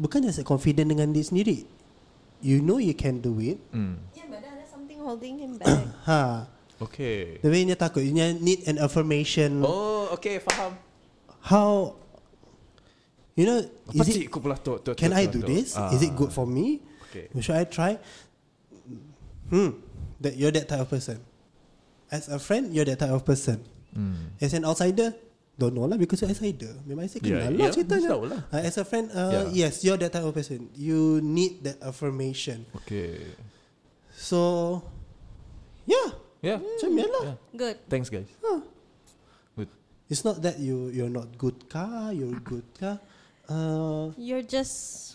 S2: bukan just confident dengan diri sendiri. You know you can do it.
S1: Mm.
S3: yeah, but there's something holding him back.
S2: Ha.
S1: Okay.
S2: Tapi dia takut dia need an affirmation.
S1: Oh, okay, faham.
S2: How you know
S1: Apa
S2: is it
S1: cik aku pula tu? tu- tu-
S2: can I
S1: tu-
S2: do
S1: tu?
S2: this?
S1: Ah,
S2: Is it good for me?
S1: Okay.
S2: Should I try? Hmm. That you're that type of person. As a friend, you're that type of person.
S1: Mm.
S2: As an outsider, don't know lah because you're outsider. Memang
S1: Yeah,
S2: saya
S1: yeah,
S2: kenal lah ceritanya.
S1: mesti tahu lah.
S2: Uh, as a friend, uh,
S1: Yeah.
S2: yes, you're that type of person. You need that affirmation.
S1: Okay.
S2: So, yeah,
S1: Yeah.
S2: macam mm. lah.
S1: yeah.
S3: [coughs] Good.
S1: Thanks, guys.
S2: It's not that you you're not good ka, you're good ka. Uh,
S3: You're just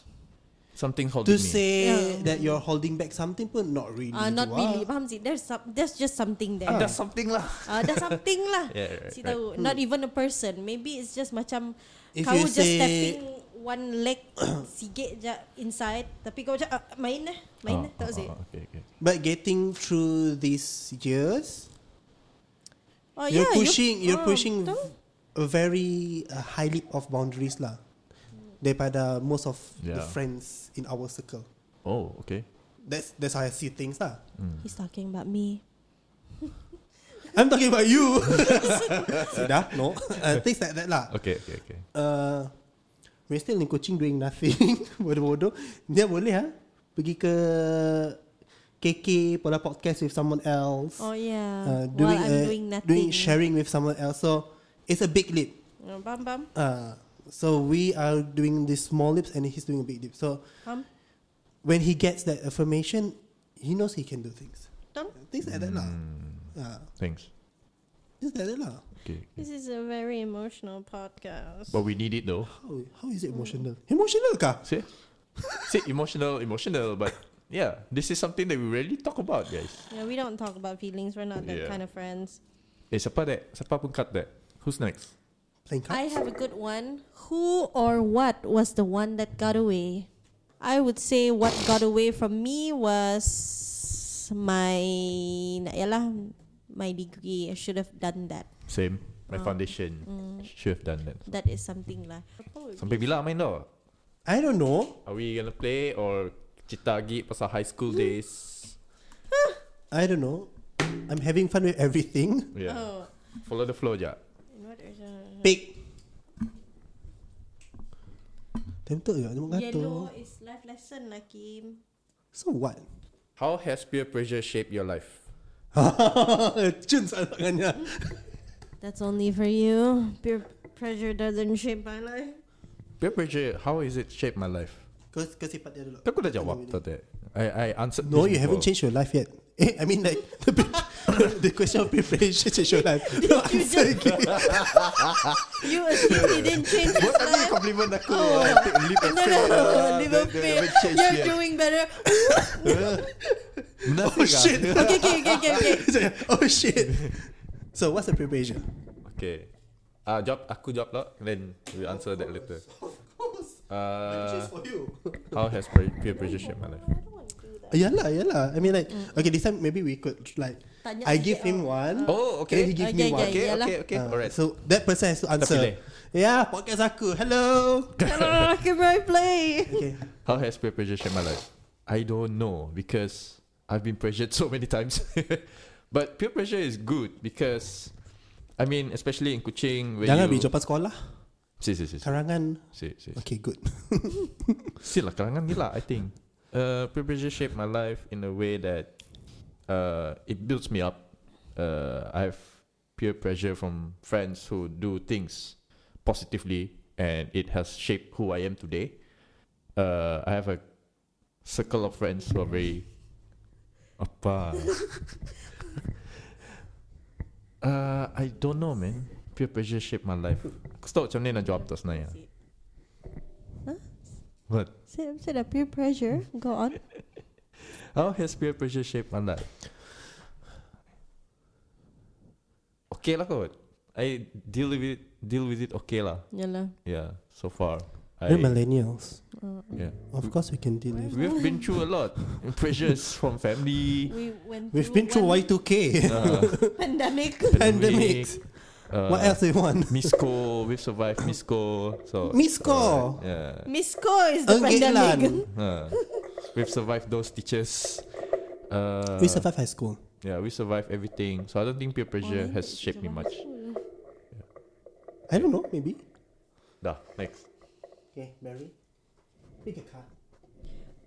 S1: something holding me.
S2: to say
S3: Yeah.
S2: that you're holding back something pun not really.
S3: Ah, not
S2: juga.
S3: really. Faham sih? There's some, there's just something there.
S1: Ah, that's something lah.
S3: Ah, there's something
S1: [laughs]
S3: lah.
S1: Yeah, right,
S3: Si
S1: right.
S3: tahu, not even a person. Maybe it's just macam
S2: Hmm. If
S3: kau
S2: you
S3: just
S2: say-
S3: stepping one leg [coughs] sikit je inside tapi kau macam ah, main lah, main lah. Tak sih.
S1: Oh. okay, okay.
S2: But getting through these years,
S3: Oh
S2: you're
S3: yeah,
S2: pushing, you're
S3: ah,
S2: pushing
S3: betul.
S2: a very uh, high leap of boundaries lah. Daripada most of the
S1: Yeah.
S2: friends in our circle.
S1: Oh, okay. Hmm.
S2: That's that's how I see things lah.
S3: He's talking about me.
S2: I'm talking about you. Sudah, no. Uh, things like that lah.
S1: Okay, okay, okay.
S2: Uh, we're still in coaching doing nothing. [laughs] Bodoh-bodoh. Dia boleh ha? Pergi ke KK Pola Podcast with someone else.
S3: Oh yeah.
S2: uh,
S3: While
S2: doing,
S3: I'm
S2: uh,
S3: doing nothing.
S2: doing sharing with someone else. So it's a big leap.
S3: Ah, Faham, faham,
S2: Uh, so we are doing these small leaps, and he's doing a big leap. So
S3: faham.
S2: when he gets that affirmation, he knows he can do things.
S3: Betul.
S2: Things like that
S1: Mm.
S2: lah. Uh,
S1: Hmm, Thanks.
S2: things like that lah.
S1: Okay. okay.
S3: This is a very emotional podcast.
S1: But we need it though.
S2: How, how is it emotional? Emotional kah?
S1: See? See, emotional, emotional, but yeah, this is something that we rarely talk about, guys.
S3: Yeah, we don't talk about feelings. We're not that
S1: Yeah.
S3: kind of friends.
S1: Eh, siapa that? Siapa pun cut that? Who's next?
S2: Playing
S3: I
S2: cards?
S3: have a good one. Who or what was the one that got away? I would say what got away from me was my yalah, my degree. I should have done that. Mm,
S1: Same.
S3: Oh.
S1: My foundation. Should have done that.
S3: That is something lah.
S1: Sampai bila main tau?
S2: I don't know.
S1: Are we gonna play or cerita lagi pasal high school days?
S2: I don't know. I'm having fun with everything.
S1: Yeah.
S3: Oh,
S1: Follow the flow je.
S3: in what order?
S2: Pig. Time tu ya, tembak
S3: Yellow
S2: gato.
S3: is life lesson lah Kim.
S2: So what? [laughs]
S1: How has peer pressure shaped your life?
S2: Cun sangannya.
S3: That's only for you. Peer pressure doesn't shape my life.
S1: Peer pressure, how is it shaped my life?
S2: Kau kau sifat dia dulu.
S1: Kan aku dah jawab tak tak. I, I answered
S2: No,
S1: this
S2: you haven't
S1: before.
S2: changed your life yet. Eh, I mean like the, pre- [laughs] the question of preparation changed your life. No
S3: [laughs] you
S2: answer again.
S3: You
S2: [laughs]
S3: assume he didn't change his
S1: Buat tadi
S3: life.
S1: compliment aku
S3: [laughs]
S1: I take leap and
S3: No,
S1: fail.
S3: no,
S1: They-
S3: Liverpool.
S1: they haven't changed
S3: You're
S1: yet.
S3: doing better.
S1: Munafik
S2: Oh
S1: ah. [laughs]
S2: shit. [laughs]
S3: Okay, okay, okay, okay, okay.
S2: oh shit. So what's the preparation?
S1: Okay Ah, Jawab Aku jawab lah Then we answer that
S2: [laughs]
S1: later uh,
S2: for you.
S1: How has pre- peer pressure shaped my life?
S2: Yeah lah, yeah lah. I mean like okay, this time maybe we could like
S3: Mm. Tanya
S2: I
S3: sikit,
S2: give him
S3: oh.
S2: one.
S1: Oh okay
S2: okay. he give
S3: Okay,
S2: me
S3: yeah,
S2: one.
S1: Okay
S3: Yalah.
S1: okay okay
S2: Ah,
S1: Alright
S2: So that person has to answer.
S1: pilih.
S2: Yeah, podcast aku. Hello.
S3: Hello, can I play?
S2: Okay.
S1: How has peer pressure shaped my life? I don't know because I've been pressured so many times. [laughs] but peer pressure is good because I mean especially in Kuching where
S2: Jangan
S1: you
S2: pergi jumpa sekolah.
S1: Si si si si.
S2: Karangan.
S1: si, si, si.
S2: Okay, good.
S1: Still lah karangan gila I think uh, Peer pressure shaped my life In a way that uh, It builds me up uh, I have peer pressure from friends Who do things Positively And it has shaped Who I am today uh, I have a Circle of friends Who are very Apa [laughs] uh, I don't know man Peer pressure shaped my life Aku tahu macam mana nak jawab tak sebenarnya What?
S3: Saya saya dah peer pressure. Go on.
S1: How has peer pressure shaped my life? Okay lah kot. I deal with it, deal with it okay lah.
S3: Yalah.
S1: Yeah, so far. I,
S2: We're millennials.
S1: yeah.
S2: Of course we can deal with
S1: We've been through a lot. [laughs] Pressures from
S2: [laughs]
S1: family,
S3: We went
S2: We've been through
S1: [laughs]
S3: one
S2: Y2K.
S1: uh,
S2: [laughs]
S1: pandemic.
S3: pandemic.
S2: Pandemics.
S1: Uh,
S2: what else we want?
S1: Misco, we've survived Misco. So it's
S2: Misco.
S1: alright, Yeah.
S3: Misco is the
S2: Enggelan.
S3: [laughs] pandemic.
S1: Uh, we've survived those teachers. Uh,
S2: we survived high school.
S1: Yeah, we survived everything. So I don't think peer pressure
S3: Oh,
S1: has shaped me much.
S2: I don't know, maybe.
S1: Dah, next.
S2: Okay, Barry. Pick a car.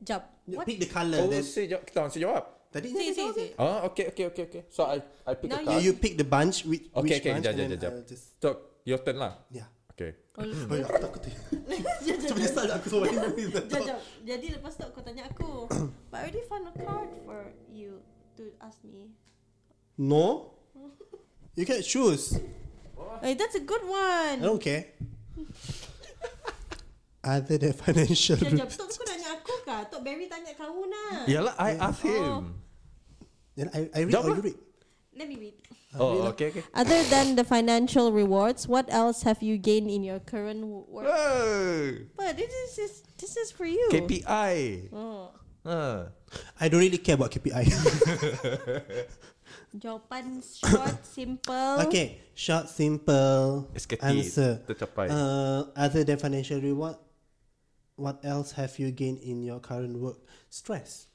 S3: Jap. What?
S2: Pick the colour.
S1: Oh,
S2: then-
S1: si jawab. Kita mesti jawab.
S2: Tadi
S3: Si,
S2: dia
S3: si,
S2: jawab
S3: si.
S2: kan?
S1: Ah, okay, okay, okay, okay. So I I pick
S3: Now
S1: a
S2: You,
S1: card.
S2: you pick the bunch. Which,
S1: okay,
S2: which
S1: okay,
S2: bunch,
S1: jap,
S2: and
S1: jap,
S2: then
S1: jap.
S2: I'll just-
S1: So your turn lah.
S2: Yeah.
S1: Okay.
S2: Oh, ya, aku takut.
S3: [laughs]
S2: Macam menyesal aku semua ini.
S3: Jap, jap. Jadi lepas tu kau tanya aku. [coughs] But I already found a card for you to ask me.
S2: [laughs] No. You can choose.
S3: Hey, Eh, that's a good one.
S2: I don't care. [laughs] Other than financial
S3: Jap, jap.
S2: rules.
S1: [laughs]
S3: Tu kau tanya aku lah.
S1: Yeah, lah, I asked
S3: Oh.
S1: him.
S2: Then I, I read
S1: Jawab
S2: or
S1: lah.
S2: you read.
S3: Let me read.
S1: Oh, okay, okay.
S3: Other than the financial rewards, what else have you gained in your current wo-
S1: Uh.
S3: work?
S1: Hey,
S3: But this is this, this is for you.
S1: KPI.
S3: Oh.
S1: Uh,
S2: I don't really care about [laughs] KPI.
S3: Jawapan short, simple.
S2: okay, short, simple
S1: SKT
S2: answer.
S1: tercapai.
S2: Uh, other than financial reward, what else have you gained in your current work? Stress.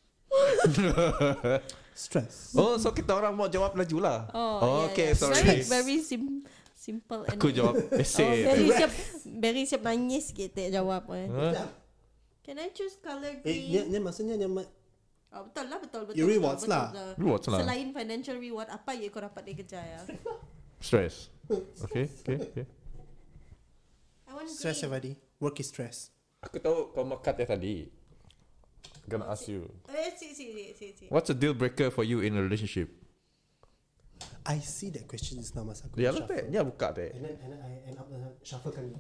S2: Stress.
S1: Oh, so kita orang mau jawab laju lah.
S3: Oh, yeah,
S1: okay,
S3: yeah.
S1: sorry.
S3: Very, very sim- simple. and-
S1: Aku jawab
S3: [laughs] Oh, very
S1: essay.
S3: siap, very siap nangis kita jawab. Eh. Can I choose color
S2: Eh, ni,
S3: green?
S2: ni maksudnya ni ma-
S3: Oh, betul lah, betul, betul.
S2: Your
S3: betul,
S2: rewards
S3: betul,
S2: lah.
S3: betul.
S1: Rewards lah.
S3: Selain financial reward, apa yang kau dapat dari kerja ya?
S1: Stress. Okay, okay, okay.
S3: I want
S2: stress
S3: green.
S2: everybody. Work is stress.
S1: Aku tahu kau makat ya tadi. Gonna ask you.
S3: Eh, si, si, si, si, si.
S1: What's a deal breaker for you in a relationship?
S2: I see that question just now masa aku
S1: Ya lah,
S2: shuffle.
S1: teh. Ya buka teh.
S2: And then, and then I end up uh, shuffle kan.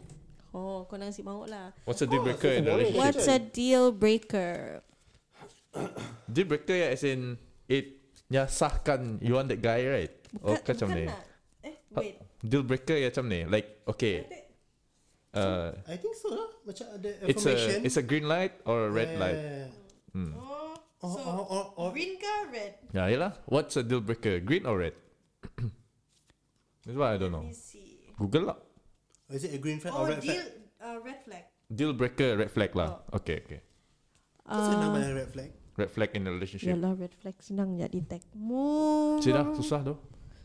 S3: Oh, kau nasi mau lah.
S1: What's a deal breaker in a
S2: Boleh.
S1: relationship?
S3: What's a deal breaker?
S1: Deal breaker ya as in it ya sahkan you want that guy right? oh,
S3: Bukan-
S1: macam
S3: bukan
S1: ni.
S3: nak. Eh, wait.
S1: Deal breaker ya macam ni. Like okay. Uh,
S2: I think so lah. Macam ada
S1: it's a
S2: affirmation.
S1: it's a green light or a red light.
S2: Yeah.
S3: Oh,
S2: Or,
S3: so
S2: or, or, or,
S3: green ke red?
S1: Ya yeah, What's a deal breaker? Green or red? [coughs] That's what I don't know.
S3: Let me see.
S1: Google lah.
S2: is it a green flag
S3: Oh,
S2: or red
S3: deal
S2: flag?
S3: uh, red flag.
S1: Deal breaker red flag lah.
S3: Oh.
S1: Okay okay.
S2: What's
S3: Ah.
S2: the nama red flag?
S1: Red flag in a relationship.
S3: Yalah red flag senang ya detect. Mu.
S1: Sudah susah tu.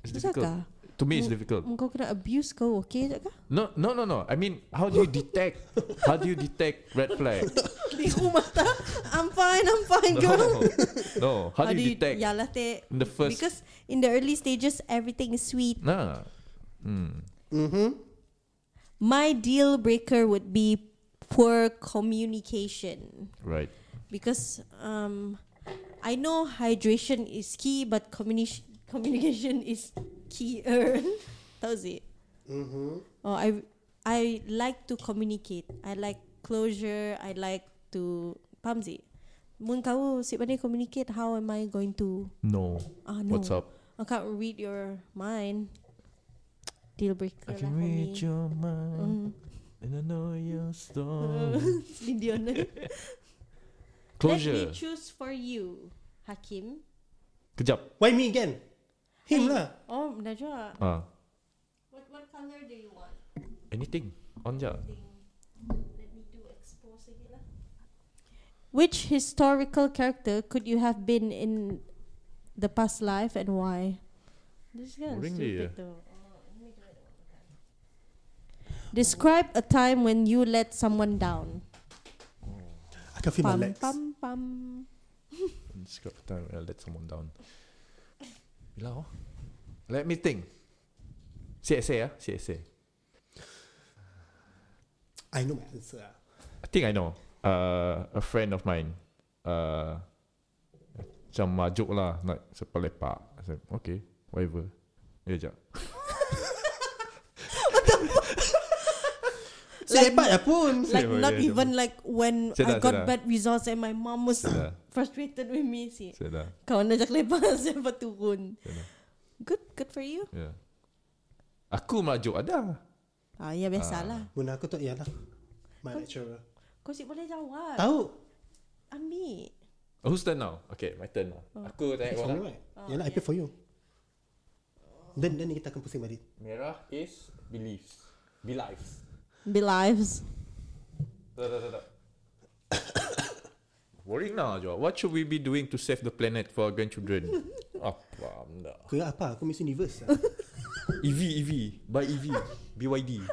S1: It's
S3: Susah
S1: difficult.
S3: kah?
S1: To me it's
S3: Mm.
S1: difficult.
S3: Kau kena abuse kau okay je kah?
S1: No no no no. I mean how do you detect? how do you detect red flag?
S3: [laughs] [laughs] Di rumah tak? I'm fine, I'm
S1: [laughs]
S3: fine girl.
S1: No. no. How, do you detect?
S3: Yalah teh.
S1: In the first-
S3: Because in the early stages everything is sweet.
S1: Nah. Hmm.
S3: My deal breaker would be poor communication.
S1: Right.
S3: because um, I know hydration is key, but communi- [laughs] communication is [laughs] keyer. Tahu sih? Oh, I I like to communicate. I like closure. I like to paham sih. Mun kau si pandai communicate, how am I going to?
S1: No.
S3: Ah no.
S1: What's up?
S3: I can't read your mind. Deal breaker
S1: I
S3: lah for
S1: can read
S3: me. Mm-hmm.
S1: your mind and I know your story.
S3: [laughs] Lidiana. Let
S1: [laughs] Closure.
S3: me choose for you, Hakim.
S1: Kejap.
S2: Why me again? Him lah.
S3: Oh, Najwa.
S1: Ah.
S3: What what color do you want?
S1: Anything. On ya.
S3: Let me do expose sikit lah. Which historical character could you have been in the past life and why? This guy
S1: Boring
S3: stupid
S1: dia.
S3: though. Describe a time when you let someone down.
S2: I can feel my
S3: Pam
S2: legs.
S3: pam pam.
S1: Describe a time when I let someone down. Bila oh. Let me think. Si essay ah. Si essay.
S2: I know my answer. ah.
S1: I think I know. Uh, a friend of mine. Uh, macam majuk lah. Nak sepelepak. I said, okay. Whatever. Ya, jap.
S3: [laughs]
S2: Selebat lah pun.
S3: Like
S1: Siapa
S3: not
S1: dia tu?
S3: even like when
S1: Sedap,
S3: I got
S1: sedap.
S3: bad results and my mom was
S1: Sedap.
S3: frustrated with me. Si.
S1: Saya dah.
S3: Kau nak jak lepas [laughs] siapa turun.
S1: Sedap.
S3: Good good for you.
S1: Ya. Aku majuk ada.
S3: Ah ya biasalah.
S2: Muna aku tu ialah. My lecturer.
S3: Kau Ah. si boleh jawab.
S2: Tahu.
S3: Ambil.
S1: Oh, whose turn now? Okay, my turn now. Aku tanya
S2: For
S1: kau
S2: me
S1: lah.
S2: right?
S3: Ah,
S2: Ialah I pay for you. Then then kita akan pusing balik.
S1: Merah is beliefs. Beliefs.
S3: Be lives.
S1: Tak, tak, [coughs] tak, tak. Worrying now, Jo. What should we be doing to save the planet for our grandchildren? [laughs] Apa anda?
S2: Kira apa? Aku Miss Universe
S3: [laughs]
S2: lah.
S1: EV, EV. E Buy EV. [laughs] BYD.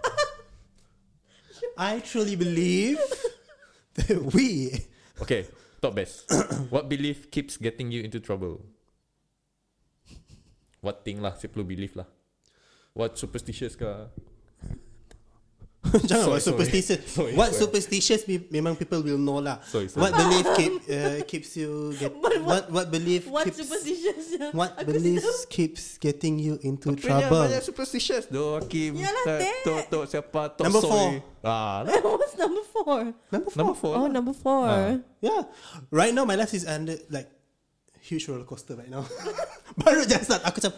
S2: I truly believe [laughs] that we
S1: Okay, top [coughs] best. What belief keeps getting you into trouble? What thing lah, si perlu belief lah. What superstitious ke?
S2: Jangan
S1: Sorry,
S2: what superstitious.
S1: sorry. Sorry,
S2: what
S1: sorry.
S2: superstitious be- memang people will know lah.
S5: Sorry, sorry.
S2: What belief keep, uh, keeps you get what,
S3: But
S2: what
S3: what-
S2: belief
S3: What
S2: keeps
S3: superstitions?
S2: what
S3: Aku sedap.
S2: beliefs keeps getting you into
S5: Punya
S2: trouble.
S5: banyak superstitious doh Hakim
S3: Yalah,
S5: Ta-
S3: Ted.
S5: Tok Tok siapa Tok
S2: Number
S5: Soy.
S2: four.
S5: ah, lah.
S3: [laughs] What's number four?
S2: Number four.
S5: Number four
S3: Oh,
S5: lah.
S3: number four.
S5: Ah.
S2: Yeah. Right now my life is under like huge roller coaster right now. [laughs] baru je start aku macam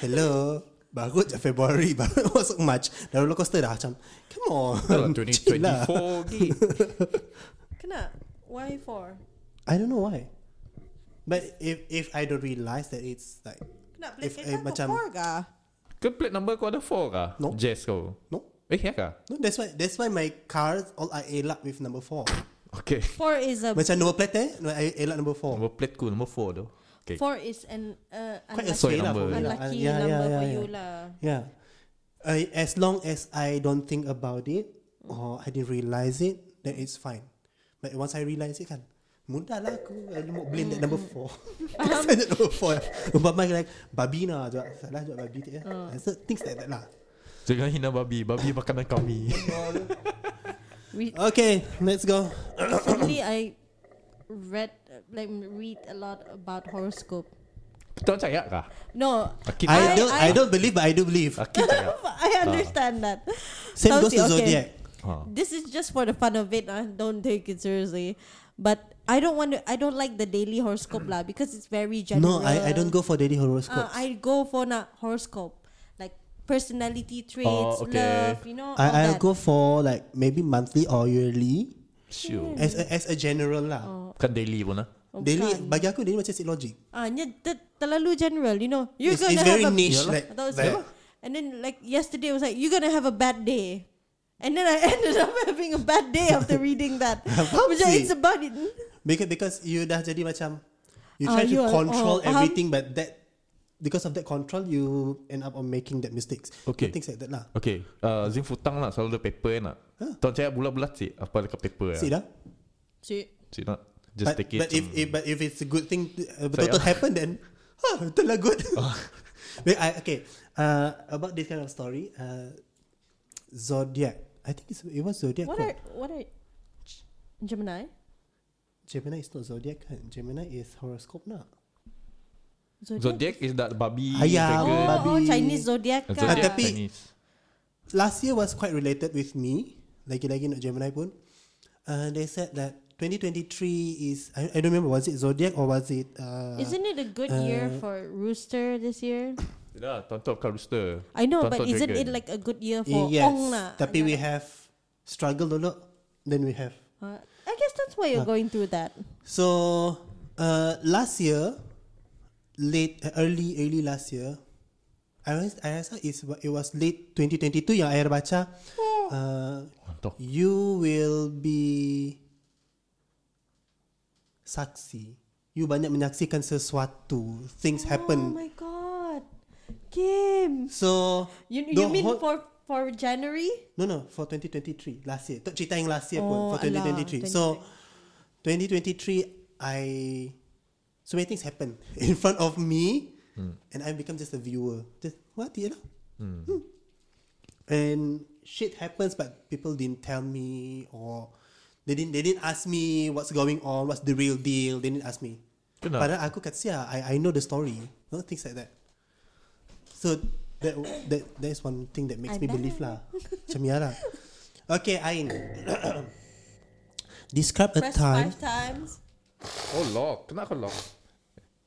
S2: hello. Baru je February [laughs] Baru masuk March Dah roller coaster dah Macam Come on
S5: Dah lah,
S2: [laughs] chill lah.
S5: 2024 lagi
S3: Kena. Why four?
S2: I don't know why But if if I don't realise that it's like
S3: Kena play
S2: If-
S3: eh,
S2: eh,
S3: kau
S2: macam-
S3: four kah?
S5: Kau plate number kau ada 4 kah?
S2: No.
S5: Jazz kau
S2: No
S5: Eh ya kah?
S2: No, that's why that's why my cars all I elak with number four.
S5: Okay
S3: Four is a
S2: Macam nombor plate eh, no, I elak number four.
S5: Number plate ku number 4 doh Okay
S3: four is an uh,
S2: Quite a
S3: unlucky,
S5: Sorry,
S2: scale lah
S5: number.
S2: for me lah.
S3: unlucky
S2: Yeah, yeah, yeah,
S3: number for
S2: yeah.
S3: you lah.
S2: Yeah. I, as long as I don't think about it or I didn't realize it, then it's fine. But once I realize it kan, mudah lah aku. I don't blame that number
S3: [laughs]
S2: four.
S3: Um.
S2: [laughs] Saya that number four. Umpama like, babi na, jawab salah jawab babi tak ya.
S3: Oh.
S2: So, things like that lah.
S5: Jangan hina babi Babi makanan kami
S2: [laughs]
S3: Re-
S2: Okay, let's go.
S3: recently, I read uh, like read a lot about horoscope.
S5: Betul cakap kah?
S3: No,
S5: Hakim
S2: I,
S5: cakap
S2: don't I,
S3: I-
S2: don't believe but I do believe.
S5: Hakim cakap
S3: [laughs] I understand that.
S2: Same goes
S3: Tausi,
S2: to
S3: okay.
S2: zodiac.
S5: Ha.
S3: This is just for the fun of it. Uh, don't take it seriously. But I don't want to. I don't like the daily horoscope lah because it's very
S2: No,
S3: general.
S2: I, I don't go for daily
S3: Uh,
S2: horoscopes.
S3: I go for na horoscope, like personality traits,
S5: Oh, okay.
S3: love. You know, all
S2: I, I'll
S3: Ah, that.
S2: go for like maybe monthly or yearly
S5: Sure
S2: as a, as a general lah.
S5: Bukan daily pun lah
S3: Hmm. Oh,
S2: daily
S3: bukan.
S2: bagi aku daily macam sikit logik.
S3: Ah, nya ter- terlalu general. You know, you're
S2: It's,
S3: gonna
S2: it's very
S3: have [laughs] a
S2: niche
S5: Yalah.
S2: like
S3: I thought it was
S2: that.
S3: like- and then like yesterday was like you're gonna have a bad day, and then I [laughs] ended up having a bad day after reading
S2: [laughs]
S3: that.
S2: Apa
S3: Which
S2: sih?
S3: it's about it.
S2: because because you dah jadi macam you
S3: Ah,
S2: try to
S3: you are-
S2: control
S3: oh, faham.
S2: everything but that because of that control you end up on making that mistakes.
S5: Okay.
S2: Things like that lah.
S5: Okay uh, Zin futang lah Selalu ada paper eh, nak Tuan cakap bulat-bulat si Apa dekat paper
S2: See dah.
S3: See,
S5: Si nak Just
S2: But,
S5: take it ah.
S2: but if, if but if it's a good thing to- uh,
S5: Saya-
S2: betul-betul happen then huh, betul lah
S5: [laughs]
S2: good.
S5: Ah.
S2: [laughs] Wait, I, okay. Uh, about this kind of story, uh, zodiac. I think it's, it was zodiac.
S3: what
S2: kot.
S3: are what are G- Gemini,
S2: Gemini is not zodiac kan? Gemini is horoscope nak.
S5: Zodiac is that babi
S2: Ayam,
S5: dragon.
S2: babi.
S3: Oh, oh, Chinese zodiac.
S5: Uh,
S2: Ah,
S3: kah?
S5: Zodiac
S2: tapi-
S5: Chinese
S2: Last year was quite related with me. Lagi-lagi not Gemini pun. Uh, they said that 2023 is I, I don't remember was it zodiac or was it uh,
S3: Isn't it a good year for rooster this year?
S5: Dah Tuan Tok bukan rooster
S3: I know,
S5: Tuan
S3: but
S5: Tok
S3: isn't
S5: dragon.
S3: it like a good year for
S2: yes.
S3: Ong lah?
S2: Tapi we have struggle dulu then we have
S3: Uh, I guess that's why you're going through that.
S2: So uh, last year, late uh, early early last year, I was I rasa it's, it was late 2022 yang I ada baca.
S3: Oh.
S2: Uh,
S5: Mantap.
S2: you will be saksi. You banyak menyaksikan sesuatu. Things
S3: Oh
S2: happen.
S3: my god, Kim!
S2: So
S3: You
S2: the
S3: you mean
S2: whole-
S3: for for January?
S2: No no for 2023 last year. Tak cerita yang last year
S3: Oh,
S2: pun for
S3: alah,
S2: 2023. So 2023 I so many things happen [laughs] in front of me and I become just a viewer. Just what you know? Hmm. And shit happens but people didn't tell me or they didn't they didn't ask me what's going on, what's the real deal. They didn't ask me.
S5: Kenapa?
S2: Padahal aku kat Sia, I I know the story. You know, things like that. So that that that is one thing that makes me
S3: Alah.
S2: believe
S3: [laughs]
S2: lah. Macam ya lah. Okay, Ain. [clears throat] describe a
S3: Press
S2: time.
S3: five times.
S5: Oh lock Kenapa kau lock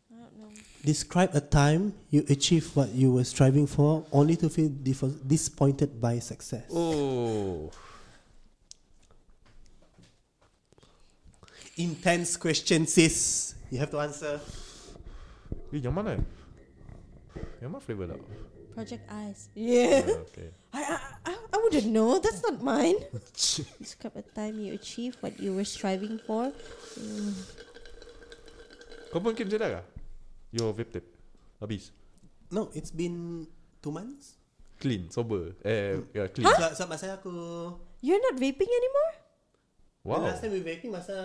S3: I don't know.
S2: Describe a time you achieved what you were striving for, only to feel dif- disappointed by success.
S5: Oh
S2: Intense question, sis. You have to answer.
S5: Eh yang mana Yang mana flavour tak
S3: Project Eyes. Yeah.
S5: Ah, Okay
S3: I, I, I- I wouldn't know. That's not mine.
S2: [laughs]
S3: Describe a time you achieved what you were striving for.
S5: Kau pun Kim Zedak kah Your vape tape Habis
S2: No, it's been two months.
S5: Clean Sober Eh yeah, clean
S2: Huh? So, so masa aku
S3: You're not vaping anymore?
S5: Wow
S2: Last time we vaping masa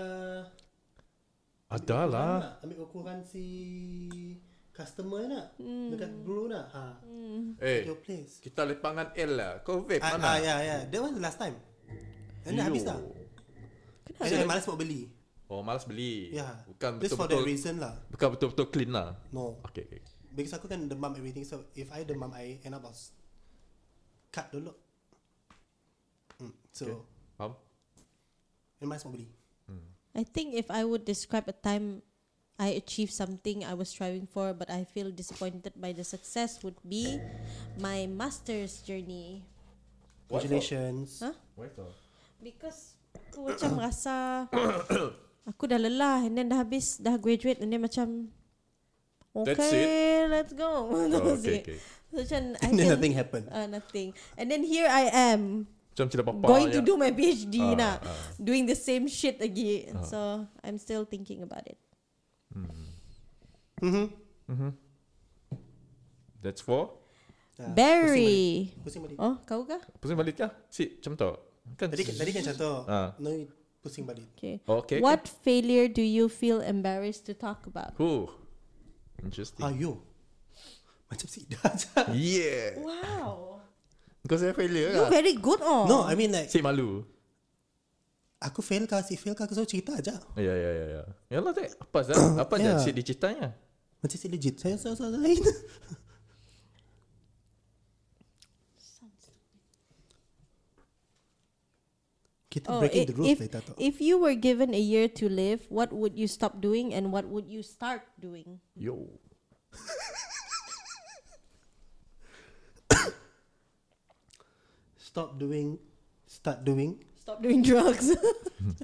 S5: Ada lah
S2: Ambil ukuran si Customer nak
S3: Hmm.
S2: Dekat brew nak ha.
S5: Eh
S2: Your place
S5: Kita lepangan L lah Kau vape
S2: Ah,
S5: mana
S2: ah, yeah, yeah. That was the last time. And dah habis dah
S3: Kenapa?
S2: And I malas nak beli
S1: Oh malas beli
S2: Yeah
S1: Bukan
S2: Just Ya. for that
S1: betul-betul
S2: reason lah
S1: Bukan betul-betul clean lah
S2: No
S1: Okay okay
S2: Because aku kan demam everything So if I demam I end up was Cut dulu mm, So
S1: Okay. Faham?
S2: And malas nak beli
S3: I think if I would describe a time I achieved something I was striving for, but I feel disappointed by the success, would be my master's journey.
S1: What for?
S2: Congratulations
S3: Huh?
S1: Why kau?
S3: Because aku macam
S1: [coughs]
S3: rasa aku dah lelah and then dah habis, dah graduate and then macam okay,
S1: That's
S3: let's go. [laughs]
S1: Oh, [coughs]
S3: That's
S1: okay
S3: it.
S1: okay
S3: So
S1: [laughs]
S3: macam
S2: [laughs]
S3: I
S2: And then
S3: feel-
S2: nothing happened
S3: Uh, nothing. And then here I am
S1: Macam tidak apa-apa
S3: going to
S1: ya.
S3: do my PhD
S1: Ah,
S3: nah,
S1: ah.
S3: doing the same shit again. So I'm still thinking about it. [laughs]
S2: mm-hmm.
S1: That's for
S3: Berry.
S2: Ah, Pusing balik
S3: Oh, kau kah?
S1: Pusing balik kah? Si macam tu Kan
S2: Tadi, tadi kan contoh
S1: Ah.
S2: No pusing balik
S3: Okay.
S1: Okay
S3: What failure do you feel embarrassed to talk about?
S1: Cool Interesting
S2: Ayo Macam si [laughs] dah je. Oh.
S1: Yeah
S3: Wow.
S1: Kau saya failure
S3: You
S1: lah
S3: very good oh.
S2: No I mean like
S1: Si malu
S2: Aku fail kah Si fail kah Aku selalu cerita aja
S1: Ya ya ya ya Yalah tak Apa
S2: [coughs]
S1: sah Apa
S2: Yeah.
S1: yeah. Si dicitanya
S2: Macam si legit Saya saya saya [laughs] lain Kita
S3: Oh,
S2: breaking
S3: i-
S2: the rules
S3: if,
S2: later tau
S3: if you were given a year to live, what would you stop doing and what would you start doing?
S1: Yo
S2: Stop doing Start doing
S3: Stop doing drugs.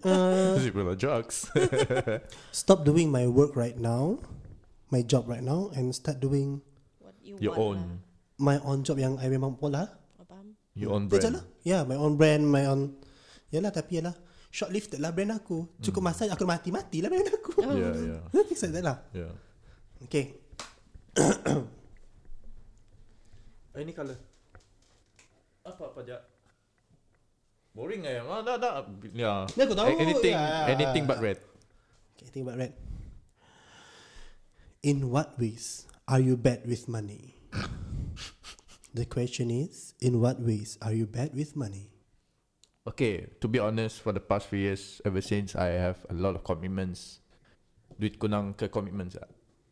S2: Eh.
S1: Si pula drugs
S2: Stop doing my work right now My job right now And start doing
S3: [laughs] what [laughs] you
S1: Your own
S3: want
S2: My own job yang I memang pola
S3: lah. Faham?
S1: [laughs] Your own
S2: Brand. Lah.
S1: brand
S2: Yeah, my own brand, my own. Yalah tapi yalah. Short-lived lah brand aku. Cukup
S3: Hmm.
S2: masa aku mati-mati lah brand aku.
S3: [laughs]
S1: Yeah yeah
S2: Fix like that lah.
S1: Yeah
S2: Okay. [coughs]
S1: Eh ni colour Apa-apa je Boring eh ah, Dah dah Ya
S2: Ni aku tahu,
S1: Anything
S2: ya.
S1: Anything but red
S2: Okay, think about red. In what ways are you bad with money? the question is, in what ways are you bad with money?
S1: Okay, to be honest, for the past few years, ever since I have a lot of commitments, duit kunang ke commitments,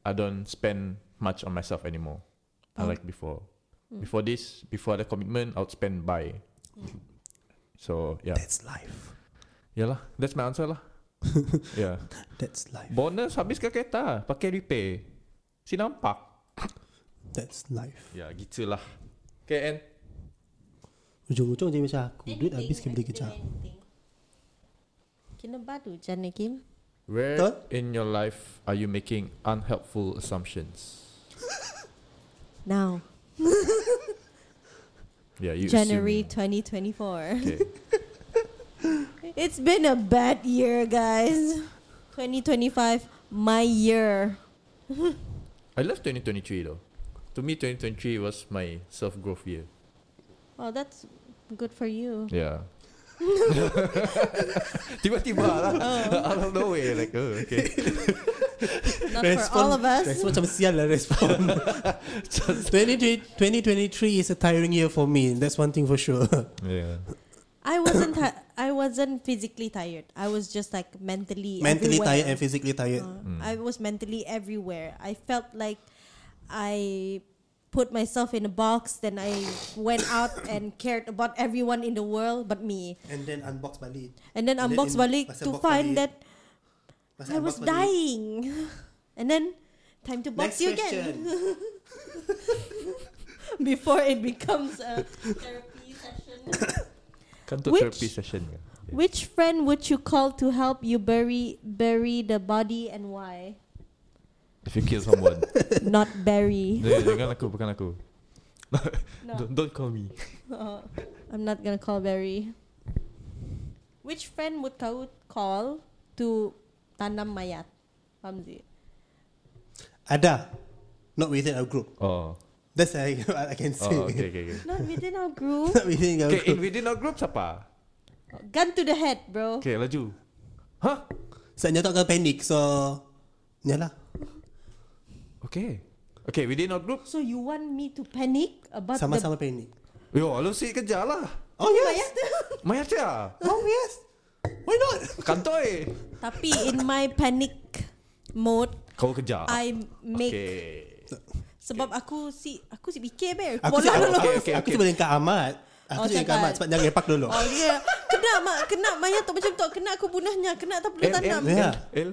S1: I don't spend much on myself anymore, unlike before. Before this, before the commitment, I would spend by. So yeah,
S2: That's life.
S1: yeah lah. That's my answer lah. yeah.
S2: That's life.
S1: Bonus habis ke kereta, pakai repay, si nampak.
S2: That's life.
S1: Ya yeah, gitulah. Okay, and
S2: Ujung-ujung je macam aku. Duit habis ke beli kejap.
S3: Kena badu je ni, Kim.
S1: where
S2: Betul?
S1: in your life are you making unhelpful assumptions?
S3: Now,
S1: Yeah, you assume-
S3: January 2024.
S1: Okay.
S3: It's been a bad year, guys. 2025, my year.
S1: I love 2023 though. To me, 2023 was my self growth year.
S3: Well, that's good for
S1: [laughs]
S3: you.
S1: Yeah. Tiba-tiba lah.
S3: Ah.
S1: Out of nowhere. Like, oh, okay.
S3: Not for all of us.
S2: Respon macam sial lah respon [laughs] 2023 2023 is a tiring year for me That's one thing for sure
S1: Yeah.
S3: I wasn't. ti- I wasn't physically tired. I was just like mentally.
S2: Mentally
S3: everywhere.
S2: tired and physically tired
S3: Uh, I was mentally everywhere. I felt like I put myself in a box. Then I went out and cared about everyone in the world but me.
S2: And then unbox balik
S3: And then
S2: And then
S3: unbox
S2: in-
S3: balik
S2: masa
S3: to
S2: box
S3: find
S2: balik,
S3: that I was dying. [laughs] And then time to
S2: Next
S3: box you
S2: question
S3: again [laughs] before it becomes a therapy session.
S1: Kan tu
S3: Which-
S1: therapy session kan?
S3: Which friend would you call to help you bury bury the body and why?
S1: If you kill
S3: [laughs]
S1: someone.
S3: Not bury.
S1: Jangan jangan aku, bukan aku.
S3: No,
S1: Don't, don't call me.
S3: [laughs] uh, I'm not gonna call bury. Which friend would kau call to tanam mayat? Hamzi.
S2: Ada Not within our group
S1: Oh.
S2: That's I, [laughs] I can say
S1: Oh, okay, okay,
S3: [laughs]
S1: okay.
S3: Not within our group.
S2: [laughs] Not within our
S1: Okay, in
S2: group
S1: within our group siapa?
S3: Gun to the head, bro.
S1: Okay, laju. Huh?
S2: Sebenarnya tak akan panic So Yalah
S1: Okay. Okay, within our group.
S3: So you want me to panic about the
S2: Sama-sama panic
S1: Yo, lu si kerja lah.
S2: Oh yes.
S1: Mayat ya.
S2: Oh yes. Why not?
S1: Kantoi.
S3: [laughs] Tapi in my panic mode,
S1: Kau kerja.
S3: I make
S1: Okay.
S3: sebab aku si aku si fikir ber.
S2: Aku
S3: Bola
S2: cakap-
S3: dulu.
S1: okay,
S2: okay, okay,
S1: okay,
S2: Aku
S1: okay.
S2: cuma dengan Kak Ahmad. Aku
S3: Oh,
S2: cuma dengan Kak
S3: cakap.
S2: Ahmad sebab jangan lepak dulu.
S3: Oh yeah. Kena mak, kena mayat tu macam tu. Kena aku bunuhnya, kena tak perlu
S1: El, El,
S3: tanam. [laughs]
S2: eh.
S1: El,
S2: Yeah.
S1: El.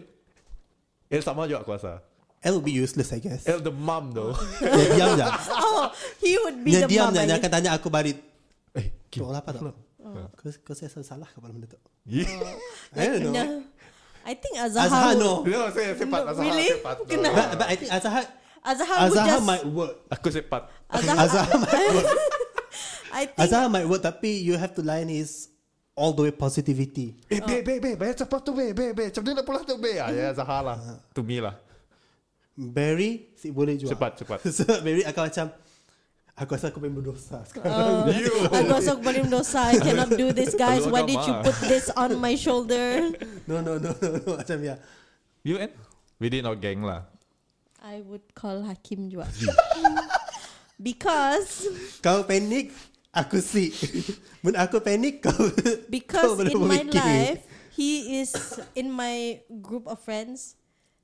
S1: El sama juga aku rasa.
S2: L will be useless I
S3: [laughs]
S2: guess.
S1: El the mom though.
S2: Dia diam je.
S3: Oh, he would be
S2: Dia
S3: the
S2: diam je.
S3: mom. I
S2: Dia
S3: think.
S2: akan tanya aku balik.
S1: [laughs] eh,
S2: Tu orang apa tak? Kau kau saya salah ke benda tu?
S1: [laughs] Yeah.
S2: I don't know.
S3: No. I think Azhar.
S2: Azhar
S3: would-
S2: no.
S1: No, saya sepat
S3: No,
S1: Azhar,
S3: really?
S1: sepat.
S3: Kena.
S2: But, but I think Azhar
S3: Azhar, would
S2: Azhar
S3: just.
S2: might work.
S1: Aku sepat.
S3: Azhar,
S2: Azhar
S3: [laughs]
S2: might work.
S3: I think
S2: Azhar might work tapi you have to line is all the way positivity.
S1: Eh, be, be, be, bayar cepat tu, be, be, be. Macam mana nak pulang tu, be? Ah, ya, Azhar lah. To me lah.
S2: Barry si boleh jual.
S1: Cepat, cepat.
S2: [laughs] so Barry akan macam aku rasa aku paling berdosa sekarang.
S3: Oh, aku rasa aku paling dosa. I cannot do
S1: [laughs]
S3: this, guys. Why did you
S1: Agama.
S3: put this on
S1: [laughs]
S3: my shoulder?
S2: [laughs] No no no no no macam ya.
S1: You and? Within our gang lah.
S3: I would call Hakim
S2: [laughs]
S3: juga. because
S2: Kau panik aku sleep. [laughs] Mun aku panik kau
S3: because
S2: belum
S3: in my
S2: fikir.
S3: life, he is in my group of friends.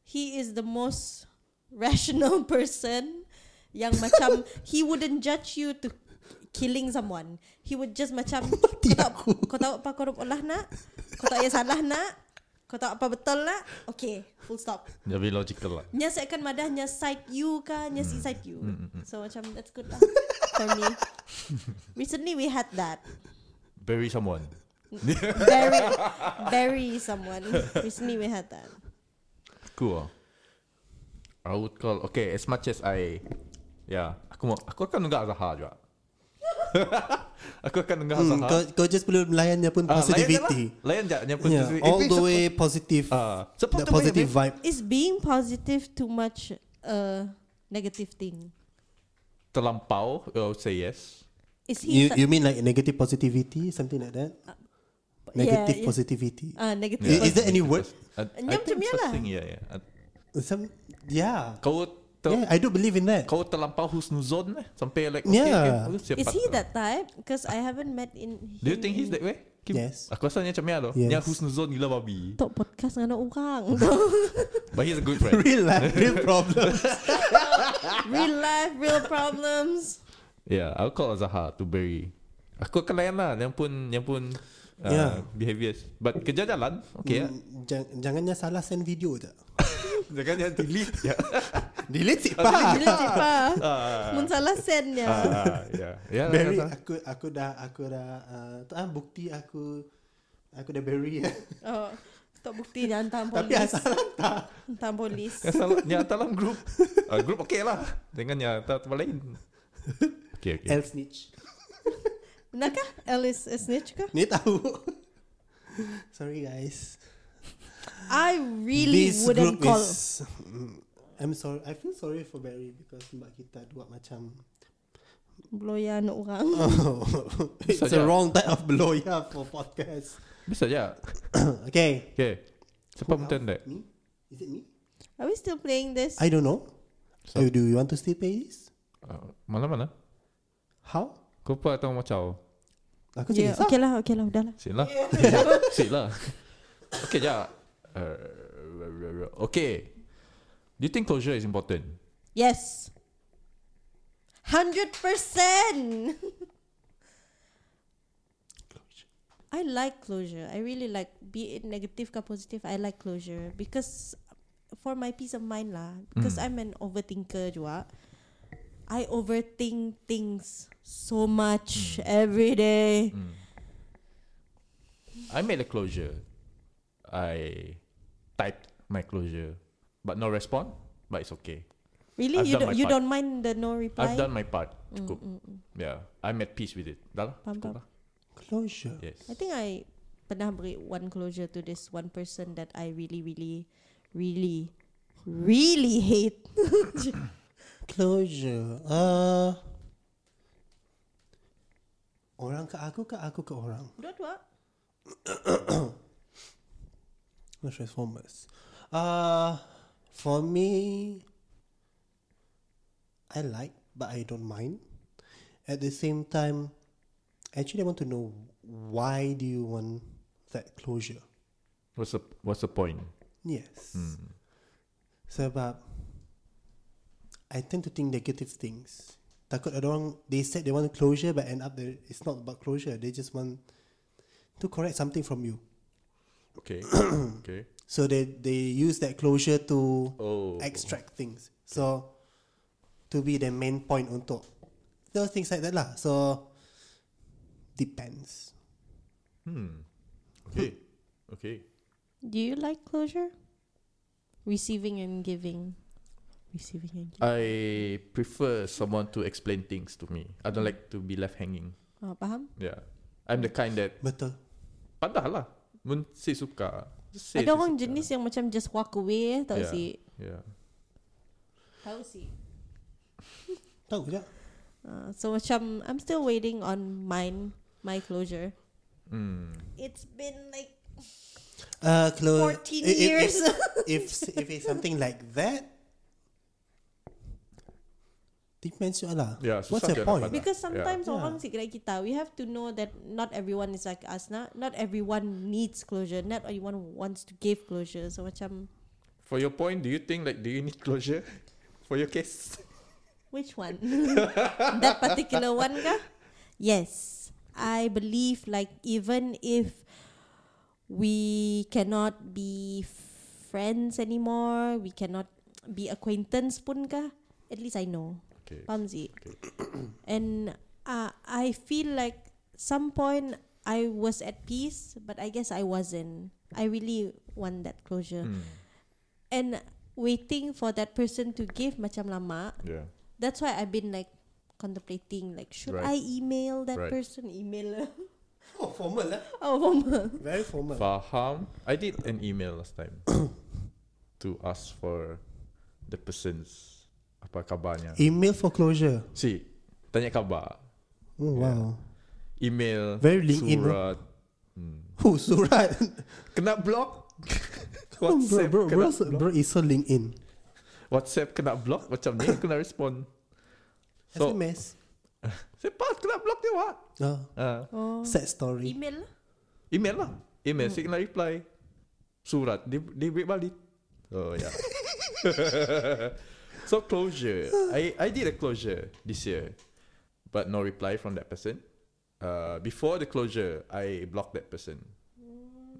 S3: He is the most rational [laughs] person. Yang macam he wouldn't judge you to killing someone. He would just
S2: [laughs]
S3: macam
S2: Mati
S3: kau tahu,
S2: aku."
S3: [laughs] kau tahu apa kau olah nak? Kau tahu yang salah nak? Kau tahu apa betul nak? Okay, full stop.
S1: Jadi logical lah.
S3: Nya saya akan madah nya side you ka nya si
S2: Hmm.
S3: side you. So macam that's good lah for
S2: [laughs]
S3: me. Recently we had that.
S1: Bury someone.
S3: Bury bury someone. Recently we had that.
S1: Cool. ah. I would call, okay, as much as I, yeah, aku mau, aku akan dengar Azhar juga. [laughs] aku akan dengar
S2: Hmm,
S1: Azhar.
S2: kau, kau just perlu melayannya pun
S1: Ah,
S2: positivity.
S1: Layan je lah. Layan je. Yang
S2: Yeah,
S1: positivity.
S2: Ya, all
S1: Eh,
S2: the
S1: support-
S2: way positive.
S1: Ah, support
S2: the
S1: the way,
S2: positive
S1: babe.
S2: vibe.
S3: Is being positive too much a negative thing?
S1: Terlampau, I would say yes.
S3: Is he
S2: You
S3: ta-
S2: you mean like negative positivity, something like that? Negative
S3: Uh, yeah.
S2: positivity.
S3: ah negative?
S2: Is-
S3: pos-
S2: is there any word?
S1: I,
S3: Nyam macam ya lah.
S1: something, yeah, yeah. I-
S2: Some yeah.
S1: Kau ter,
S2: yeah, I do believe in that.
S1: kau terlampau husnuzon eh? Sampai like,
S2: Yeah.
S1: okay, okay, aku
S3: Is
S1: sepat
S3: he
S1: lah.
S3: that type? Because I haven't met in.
S1: Do you think he's that way? Kim?
S2: Yes.
S1: Aku rasa dia macam ni lah.
S2: Yes.
S1: Yes. Yang husnuzon gila babi.
S3: Tok podcast dengan orang.
S1: [laughs] But he's a good
S2: [laughs]
S1: friend.
S2: [laughs] real life, real problem.
S3: real life, real
S2: [laughs]
S3: problems.
S1: yeah, I'll call Azhar to bury. Aku akan layan lah. Yang pun, yang pun uh,
S2: Yeah.
S1: behaviors. But kerja jalan, okay lah.
S2: Mm, jang- jangannya salah send video je.
S1: Jangan yang delete. [laughs] Ya.
S2: [laughs] Delete si pa.
S3: Bila tipa.
S1: [laughs]
S3: Mun salah send ya.
S1: Ah, yeah. Yeah,
S2: Barry,
S1: Azhar.
S2: aku aku dah aku dah uh, tu ah bukti aku aku dah [laughs] bury ya.
S3: Oh, tak bukti dia hantar
S2: Tapi
S3: polis.
S2: asal hantar.
S3: hantar polis.
S1: Yang salah, [laughs] yang dalam grup. Uh, grup okay lah. Jangan yang tak tempat lain. Okay, okay.
S2: L snitch.
S3: Benarkah Alice a snitch kah?
S2: Ni tahu. [laughs] Sorry guys.
S3: I really
S2: This
S3: wouldn't
S2: group
S3: call.
S2: is- Mm, I'm sorry. I feel sorry for Barry because mbak kita buat [laughs] macam
S3: Bloyan orang.
S2: Oh, it's
S1: Saja.
S2: the wrong type of blow yeah for podcast.
S1: Bisa je.
S2: [coughs] okay.
S1: Okay. Siapa mutan dek?
S2: Me? Is it me?
S3: Are we still playing this?
S2: I don't know.
S1: So-
S2: Oh, do you want to still pay this?
S1: Uh, malam mana?
S2: How?
S1: Kau pun atau macam?
S2: Aku
S3: yeah,
S2: yeah,
S3: okay lah, okay lah, udah lah.
S1: Sit lah. [laughs] Sit lah. Okay, ja. Uh, okay. Do you think closure is important?
S3: Yes. 100%. [laughs] I like closure. I really like be it negative or positive. I like closure because for my peace of mind lah because
S1: Mm.
S3: I'm an overthinker juga. I overthink things so much
S1: Mm.
S3: every day.
S1: Hmm. I made a closure. I typed my closure, but no response. But it's okay.
S3: Really
S1: I've
S3: you
S1: done
S3: don't
S1: my
S3: you
S1: part.
S3: don't mind the no reply? Mm,
S1: I've done my part. Cukup. Yeah, I'm at peace with it. Dah lah.
S3: Faham,
S1: cukup
S3: faham.
S1: lah.
S2: Closure.
S1: Yes.
S3: I think I pernah beri one closure to this one person that I really, really, really, really hate.
S2: Closure. Uh, orang ke aku ke aku ke orang?
S3: [laughs] Dua-dua.
S2: Let's transform us. Uh, for me, I like, but I don't mind. At the same time, Actually, I want to know why do you want that closure?
S1: What's the What's the point?
S2: Yes. Sebab I tend to think negative things. Takut ada orang they said they want closure but end up there, it's not about closure. They just want to correct something from you.
S3: [coughs]
S1: Okay. okay.
S2: So they they use that closure to
S1: Oh.
S2: extract things. So to be the main point untuk those things like that lah. So depends.
S1: Hmm. Okay. okay.
S3: Do you like closure? Receiving and giving. Receiving and giving.
S1: I prefer someone to explain things to me. I don't like to be left hanging.
S3: Ah, faham?
S1: Yeah. I'm the kind that
S2: Betul.
S1: padah lah. Mun say suka. Just say
S3: Ada
S1: say
S3: orang
S1: suka.
S3: jenis yang macam just walk away eh, tau
S1: Yeah.
S3: si.
S1: Yeah.
S3: Tahu si.
S2: Tahu je.
S3: Uh, so macam I'm still waiting on mine, my closure.
S1: Mm.
S3: It's been like
S2: Uh, clo-
S3: 14
S2: if- if-
S3: years.
S2: if if it's something like that, depends you lah.
S1: Yeah,
S2: What's
S1: susah
S2: the
S1: dia nak
S2: point?
S1: pandang.
S3: Because sometimes
S2: Yeah.
S3: orang yeah. kita, we have to know that not everyone is like us. Not not everyone needs closure. Not everyone wants to give closure. So macam
S1: For your point, do you think like do you need closure [laughs] for your case?
S3: which one? [laughs] that particular one, kah? Yes, I believe like even if we cannot be friends anymore, we cannot be acquaintance pun kah? At least I know.
S1: Okay.
S3: Faham Zee? And uh, I feel like some point I was at peace, but I guess I wasn't. I really want that closure.
S1: Mm. Hmm.
S3: And waiting for that person to give macam lama.
S1: Yeah.
S3: That's why I've been like contemplating like should
S1: Right.
S3: I email that
S1: Right.
S3: person? Email. [laughs]
S2: Oh, formal lah.
S3: oh, mama.
S2: Very formal.
S1: Faham. I did an email last time [coughs] to ask for the person's apa kabarnya.
S2: Email foreclosure.
S1: si, tanya kabar.
S2: Oh, wow. [laughs]
S1: Email,
S2: Very LinkedIn, no?
S1: surat. Hmm.
S2: Who
S1: [laughs]
S2: surat?
S1: Kena block.
S2: [laughs] bro,
S1: WhatsApp
S2: bro,
S1: kena
S2: bro, bro, is so LinkedIn.
S1: WhatsApp kena block macam ni kena respond. So, [laughs]
S2: SMS.
S1: sepas kena block dia wak.
S2: Oh,
S1: Ah,
S3: Oh.
S2: sad story.
S3: Email. lah.
S1: email lah. Email saya kena reply. Surat dia dia break balik. Oh yeah. [laughs] so closure. I I did a closure this year. But no reply from that person. Uh, before the closure, I blocked that person.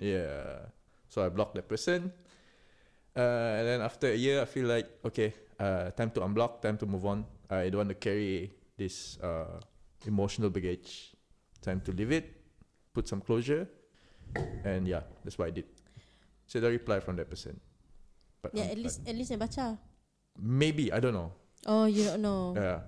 S1: Yeah. So I blocked that person. Uh, and then after a year, I feel like okay, uh, time to unblock, time to move on. I don't want to carry this uh, emotional baggage. Time to leave it, put some closure, and yeah, that's what I did. So the reply from that person, but
S3: Yeah,
S1: um,
S3: at least at least I baca.
S1: maybe I don't know.
S3: Oh, you don't know.
S1: Yeah,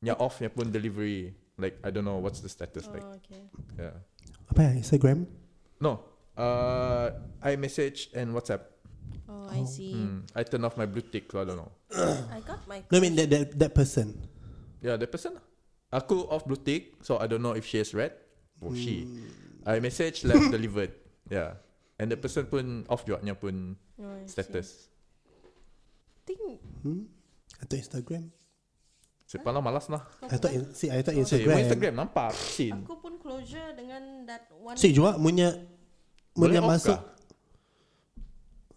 S1: yeah, off yeah, pun delivery. Like I don't know what's the status like.
S3: oh, okay.
S1: Yeah,
S2: Apa ya, Instagram?
S1: no. Uh, I message and WhatsApp.
S3: Oh, I see.
S1: Mm, I turn off my blue tick. So I don't know. Hmm.
S3: I got my.
S2: No, I mean that, that, that person.
S1: Yeah, the person. lah. Aku off blue tick, so I don't know if she has read or
S2: Oh,
S1: she. I message left [laughs] delivered. Yeah. And the person pun off juaknya pun
S3: Oh, I see.
S1: status.
S3: think
S2: Hmm? I thought Instagram.
S1: Sepan lah malas lah.
S3: kau
S2: I thought,
S3: pun-
S2: in- see, I thought
S1: Eh,
S2: Instagram.
S1: bukan Instagram nampak. Sin.
S3: aku pun closure dengan that one
S2: See, juga punya
S1: Boleh
S2: punya
S1: off
S2: masuk.
S1: kah?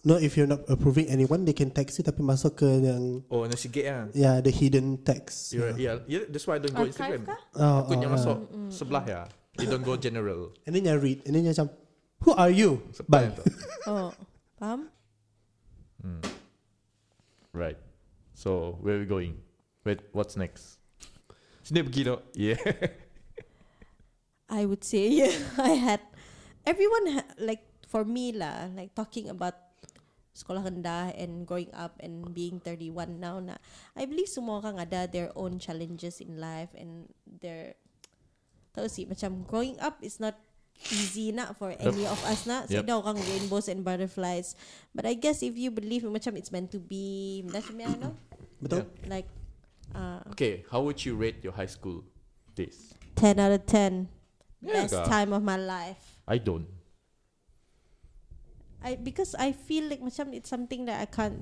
S2: No, if you're not approving anyone, they can text you tapi masuk ke yang
S1: Oh, nasi gate lah.
S2: yeah the hidden text.
S1: Yeah. yeah, yeah, that's why I don't go Instagram.
S3: Archive kah?
S2: Oh,
S1: ya, Aku yang
S2: oh, ah.
S1: masuk sebelah ya. You don't go general.
S2: And then you read, and then you macam, who are you?
S1: Sebelah
S2: Bye.
S1: tu. Hmm.
S3: oh faham
S1: Right. So, where we going? Wait, what's next? Sini pergi dok. Yeah.
S3: I would say [laughs] yeah I had everyone ha- like for me lah like talking about sekolah rendah and growing up and being 31 now na I believe semua orang ada their own challenges in life and their tahu sih macam growing up is not easy nak for any of us nak
S1: Yep.
S3: yep. ada orang rainbows and butterflies but I guess if you believe macam it's meant to be macam mana no?
S1: Ya.
S2: Betul?
S3: like uh,
S1: Okay, how would you rate your high school days?
S3: 10 out of 10
S1: Yeah,
S3: best
S1: kah?
S3: time of my life
S1: I don't.
S3: I because I feel like macam it's something that I can't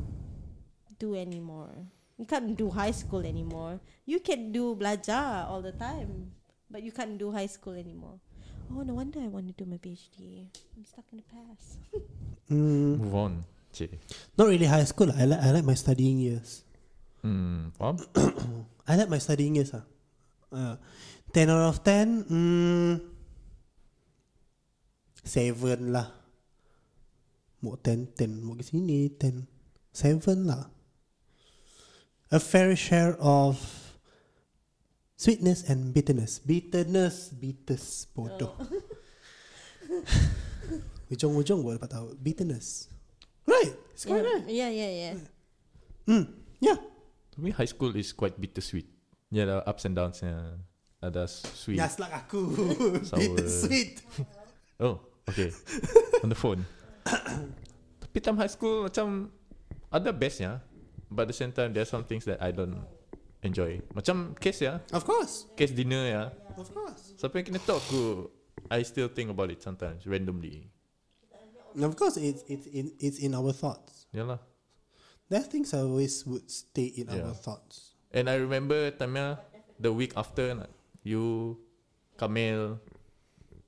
S3: do anymore you can't do high school anymore you can do belajar all the time But you can't do high school anymore. Oh, no wonder I want to do my PhD. I'm stuck in the past.
S2: Mm,
S1: Move on. Cik.
S2: not really high school. I like I like my studying years.
S1: Hmm. Faham?
S2: I like my studying years. Ah, uh, ten out of ten. Mm, seven lah. More ten, ten. More ke sini ten, seven lah. A fair share of sweetness and bitterness. Bitterness, bitters, bodoh. [laughs] Ujung-ujung baru dapat tahu bitterness. Right, it's quite right.
S3: yeah, yeah, yeah, yeah.
S2: Mm, yeah.
S1: To me, high school is quite bittersweet. Yeah, ada ups and downs. Yeah. Ada sweet.
S2: Just like aku
S1: Sour.
S2: Bittersweet
S1: Oh, okay. On the phone. [coughs] Tapi time high school macam ada bestnya, but at the same time there are some things that I don't enjoy. Macam case ya,
S2: Of course
S1: case dinner ya.
S2: Of course
S1: Sampai kena talk aku, I still think about it sometimes randomly.
S2: Of course it's, it's, in, it's in our thoughts
S1: Yalah.
S2: There are things I always would stay in our
S1: Yeah.
S2: thoughts [laughs]
S1: And I remember time ya, the week after nak- you Kamil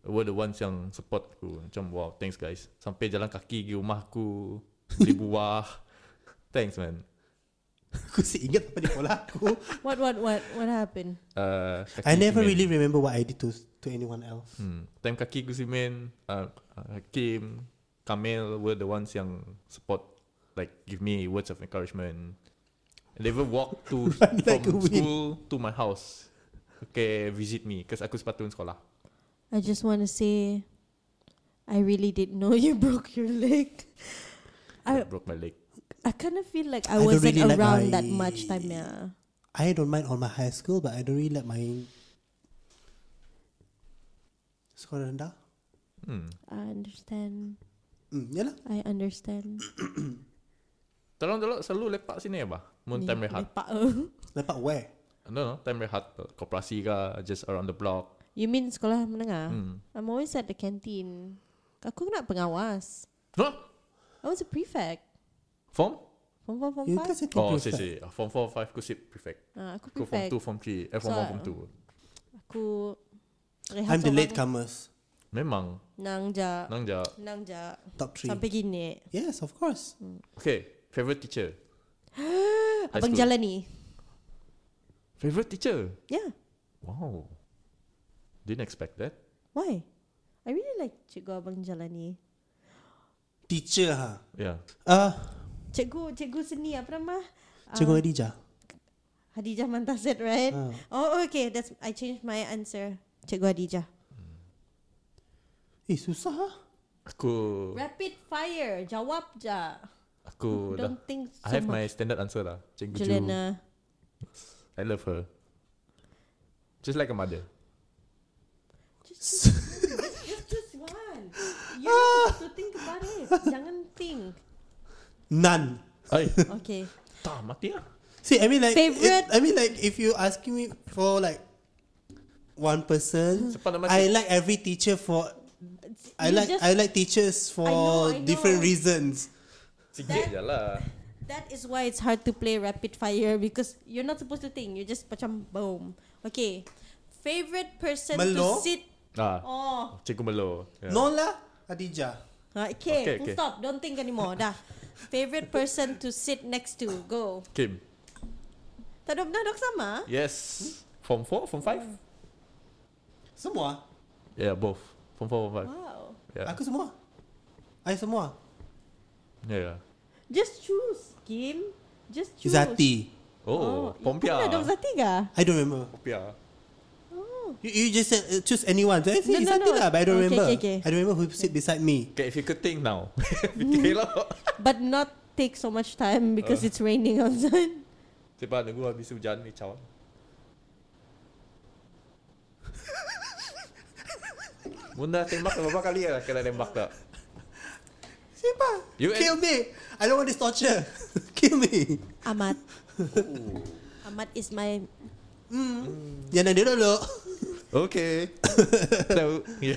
S1: were the ones yang support aku. Macam wow, thanks guys. Sampai jalan kaki pergi rumah aku, beli
S2: [laughs]
S1: buah. thanks man.
S2: Aku sih ingat apa di sekolah aku
S1: [laughs]
S3: What, what, what, what happened?
S1: Uh,
S2: I
S1: kaki
S2: never
S1: cement.
S2: really remember what I did to to anyone else
S1: Hmm. Time kaki Gusimin, uh, Hakim, Kamil were the ones yang support, like give me words of encouragement. They even walk to
S2: Run [laughs] like a
S1: from
S2: wind.
S1: school to my house. Okay, visit me because aku sepatutnya sekolah.
S3: I just want to say, I really didn't know [laughs] you broke your leg.
S1: I,
S3: I,
S1: broke my leg.
S3: I kind of feel like
S2: I
S3: I,
S2: don't
S3: wasn't
S2: really like
S3: around
S2: my-
S3: that much time, yeah.
S2: I don't mind on my high school But I don't really like my Sekolah rendah
S1: Hmm.
S3: I understand.
S2: mm, Yalah
S3: I understand.
S1: Mm. Tolong dulu selalu lepak sini ya bah. Mun time
S3: Ni-
S1: rehat.
S3: lepak, [laughs] oh.
S2: Lepak where
S1: No no, time rehat koperasi ke just around the block.
S3: You mean sekolah menengah?
S1: Hmm.
S3: I'm always at the canteen. Aku nak pengawas.
S1: No
S3: I was a prefect.
S1: form?
S3: Form 4, form
S2: You
S3: 5.
S2: guys are
S1: Oh,
S2: taking
S1: si
S2: prefect.
S1: si. Form 4 5 aku sip prefect.
S3: Ah, aku
S1: Aku form
S3: prefect.
S1: 2 form 3. Eh form
S3: So,
S1: 1 form 2.
S3: Aku rehat
S2: I'm the
S3: seorang.
S2: late comers
S1: Memang
S3: Nang ja.
S1: nang jawab.
S3: Nang ja.
S2: Top 3
S3: Sampai gini.
S2: Yes of course
S1: Okay, favorite teacher. High
S3: [gasps] Abang
S1: school.
S3: jalan ni.
S1: Favorite teacher.
S3: Yeah.
S1: Wow. Didn't expect that.
S3: Why? I really like cikgu abang jalan ni.
S2: Teacher ha
S1: Yeah.
S2: Ah,
S3: Cikgu cikgu seni apa nama? Ah.
S2: Cikgu Adija
S3: Hadijah Mantasid, right?
S2: Ah.
S3: Oh, okay. That's I changed my answer. Cikgu Hadijah.
S2: Eh susah ah.
S1: Aku
S3: Rapid fire. Jawab ja.
S1: aku dah.
S3: Don't think so
S1: I have
S3: much.
S1: my standard answer lah. Cikgu Ju.
S3: Jelena.
S1: I love her. Just like a mother.
S3: Just, just, just this one. You have to think about it. Jangan think.
S2: None
S1: Ay,
S3: Okay.
S1: tak mati lah.
S2: See I mean like it-
S3: Favorite-
S2: I mean like If you asking me For like One person
S1: Cepat amat.
S2: I like every teacher for I
S3: You
S2: like
S3: just-
S2: I like teachers for
S3: I know, I know.
S2: different reasons.
S1: Sikit je lah.
S3: That is why it's hard to play rapid fire because you're not supposed to think. You just macam boom. Okay. Favorite person
S2: Melo?
S3: to sit.
S1: Ah,
S3: Oh.
S1: Cikgu Melo. Ya. Yeah.
S2: Nola Adija.
S3: Okay.
S1: Okay,
S3: okay,
S1: okay.
S3: Stop. Don't think anymore. Dah. Favorite person to sit next to. Go.
S1: Kim.
S3: Tak ada benar dok sama.
S1: Yes. Form 4, form 5?
S2: Semua.
S1: Yeah, both. Form 4, form 5.
S3: Wow.
S1: Yeah.
S2: Aku semua. I semua.
S1: Yeah, yeah.
S3: Just choose, Kim. Just choose.
S2: Zati.
S1: Oh,
S3: Pernah
S1: Pompia.
S3: dok Zati ga?
S2: I don't remember.
S1: Pompia.
S2: You, you just said uh, choose anyone. So I say
S3: No, no,
S2: Zati
S3: no.
S2: lah, but I don't
S3: Okay,
S2: remember.
S3: okay, okay.
S2: I don't remember who sit beside me.
S1: Okay, if you could think now. [laughs] Fikir lah.
S3: But not take so much time because
S1: Uh.
S3: it's raining outside.
S1: Sebab nunggu habis hujan ni [laughs] cawan. Bunda tembak berapa kali ya kena tembak tak?
S2: Siapa?
S1: You and-
S2: Kill me. I don't want this torture. [laughs] Kill me.
S3: Ahmad. Oh. Ahmad is my
S2: Yang nanti dulu.
S1: [laughs] Okay. so, yeah.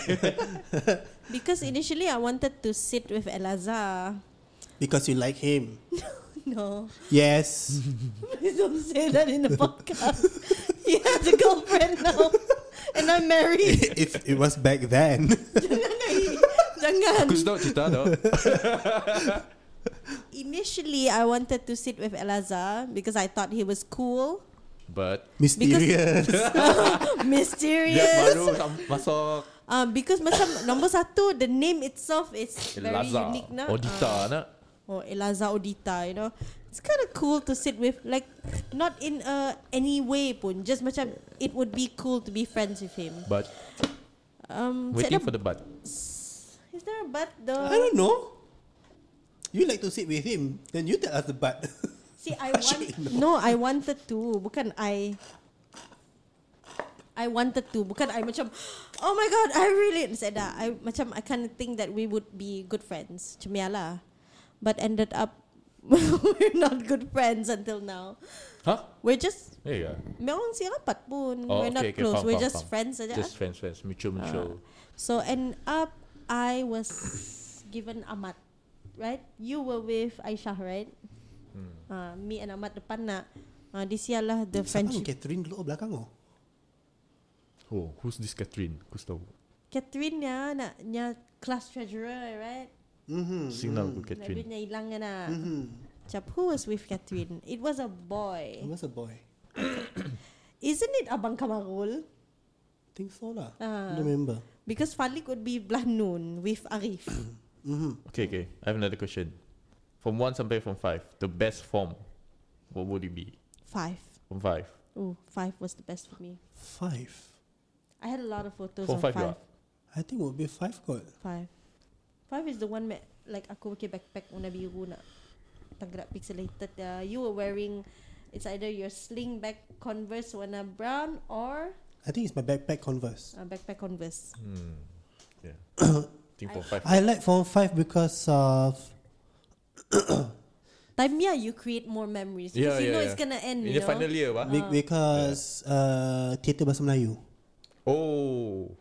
S3: because initially I wanted to sit with Elaza.
S2: Because you like him.
S3: [laughs] No,
S2: Yes.
S1: [laughs]
S3: please don't say that in the podcast. he has a girlfriend now. and
S1: [laughs]
S3: I'm married.
S2: [laughs] if it was back then.
S3: Jangan.
S1: Aku sedap cerita tau
S3: Initially, I wanted to sit with Elazar because I thought he was cool,
S1: But
S2: Mysterious.
S3: [laughs] mysterious.
S1: Dia baru sam- masuk
S3: Uh, because macam nombor satu, the name itself is very
S1: Lazar
S3: unique. Ah. Na?
S1: Odita nak
S3: or Elaza Odita, you know. It's kind of cool to sit with, like, not in uh, any way pun. Just macam, it would be cool to be friends with him.
S1: But
S3: Um,
S1: Waiting
S3: sedap-
S1: for the but
S3: Is there a but though?
S2: I don't know. You like to sit with him, then you tell us the butt. [laughs]
S3: See, I
S2: Actually,
S3: want no. I wanted to. Bukan I. I wanted to. Bukan I macam. Oh my god, I really said that. I macam I kind of think that we would be good friends. Cemiala, but ended up [laughs] we're not good friends until now.
S1: Huh?
S3: We're just
S1: There you go
S3: memang si rapat pun.
S1: Oh,
S3: we're not
S1: okay, okay,
S3: close.
S1: faham,
S3: we're
S1: faham,
S3: just
S1: faham.
S3: friends saja.
S1: Just friends friends Mutual
S3: Ah.
S1: mutual
S3: So end up I was given Ahmad, right? You were with Aisyah, right?
S1: Hmm.
S3: Uh, me and Ahmad depan nak. Uh, this year lah the
S2: Siapa
S3: friendship.
S2: Catherine dulu belakang oh.
S1: Oh who's this Catherine Aku tahu
S3: Catherine ya, nak nya class treasurer, right?
S2: Mm-hmm.
S3: Mm,
S1: Signal aku
S3: Catherine.
S1: Catherine
S3: nya hilang kan nak.
S2: Mm-hmm.
S3: Macam, who was with Catherine? It was a
S2: It
S3: boy.
S2: was a boy.
S3: Isn't it Abang Kamarul?
S2: Think so lah.
S3: Ah.
S2: Don't remember.
S3: Because Falik would be belah noon with Arif.
S2: [coughs] Mm-hmm.
S1: Okay okay I have another question From 1 sampai from 5 The best form What would it be
S3: five.
S1: From 5
S3: Oh, five was the best for me.
S2: Five.
S3: I had a lot of photos
S1: From
S3: of
S1: five you
S3: five.
S1: are?
S2: I think would be five kot.
S3: Five. Five is the one that like aku pakai backpack warna biru nak tanggerak pixelated ya. You were wearing it's either your sling back converse warna brown or
S2: I think it's my backpack Converse.
S3: uh, backpack converse.
S1: Hmm. Yeah Think from 5
S2: I like form five because of
S3: Time yeah, you create more memories because
S1: Yeah,
S3: you
S1: yeah,
S3: know
S1: yeah.
S3: it's gonna end.
S1: In
S3: You
S1: your
S3: know?
S1: final year what?
S2: be- because uh, theater bahasa Melayu.
S1: Oh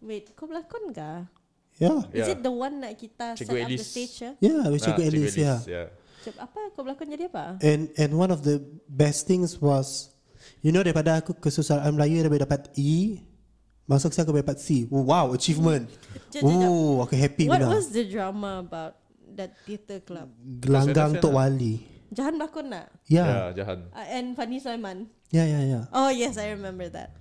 S3: Wait, kau belakon ka?
S2: Yeah.
S3: Is
S1: Yeah.
S3: it the one that kita
S1: Cikgu
S3: set up the
S1: Alice.
S3: stage ya?
S2: Yeah, with
S1: Ah,
S2: Cikgu Elise, yeah.
S1: yeah.
S3: Macam apa kau belakon jadi apa?
S2: And and one of the best things was you know daripada aku kesusahan Melayu dia boleh dapat E masuk saya aku boleh dapat C. Oh, wow, achievement.
S3: Jap, jap, jap.
S2: Oh, aku happy
S3: What
S2: pula.
S3: was the drama about that theater club?
S2: Gelanggang Tok Wali.
S3: Jahan belakon nak?
S1: yeah,
S2: Yeah.
S1: Jahan.
S3: Uh, and Fanny Sulaiman.
S2: Yeah, yeah, yeah.
S3: Oh yes, I remember that.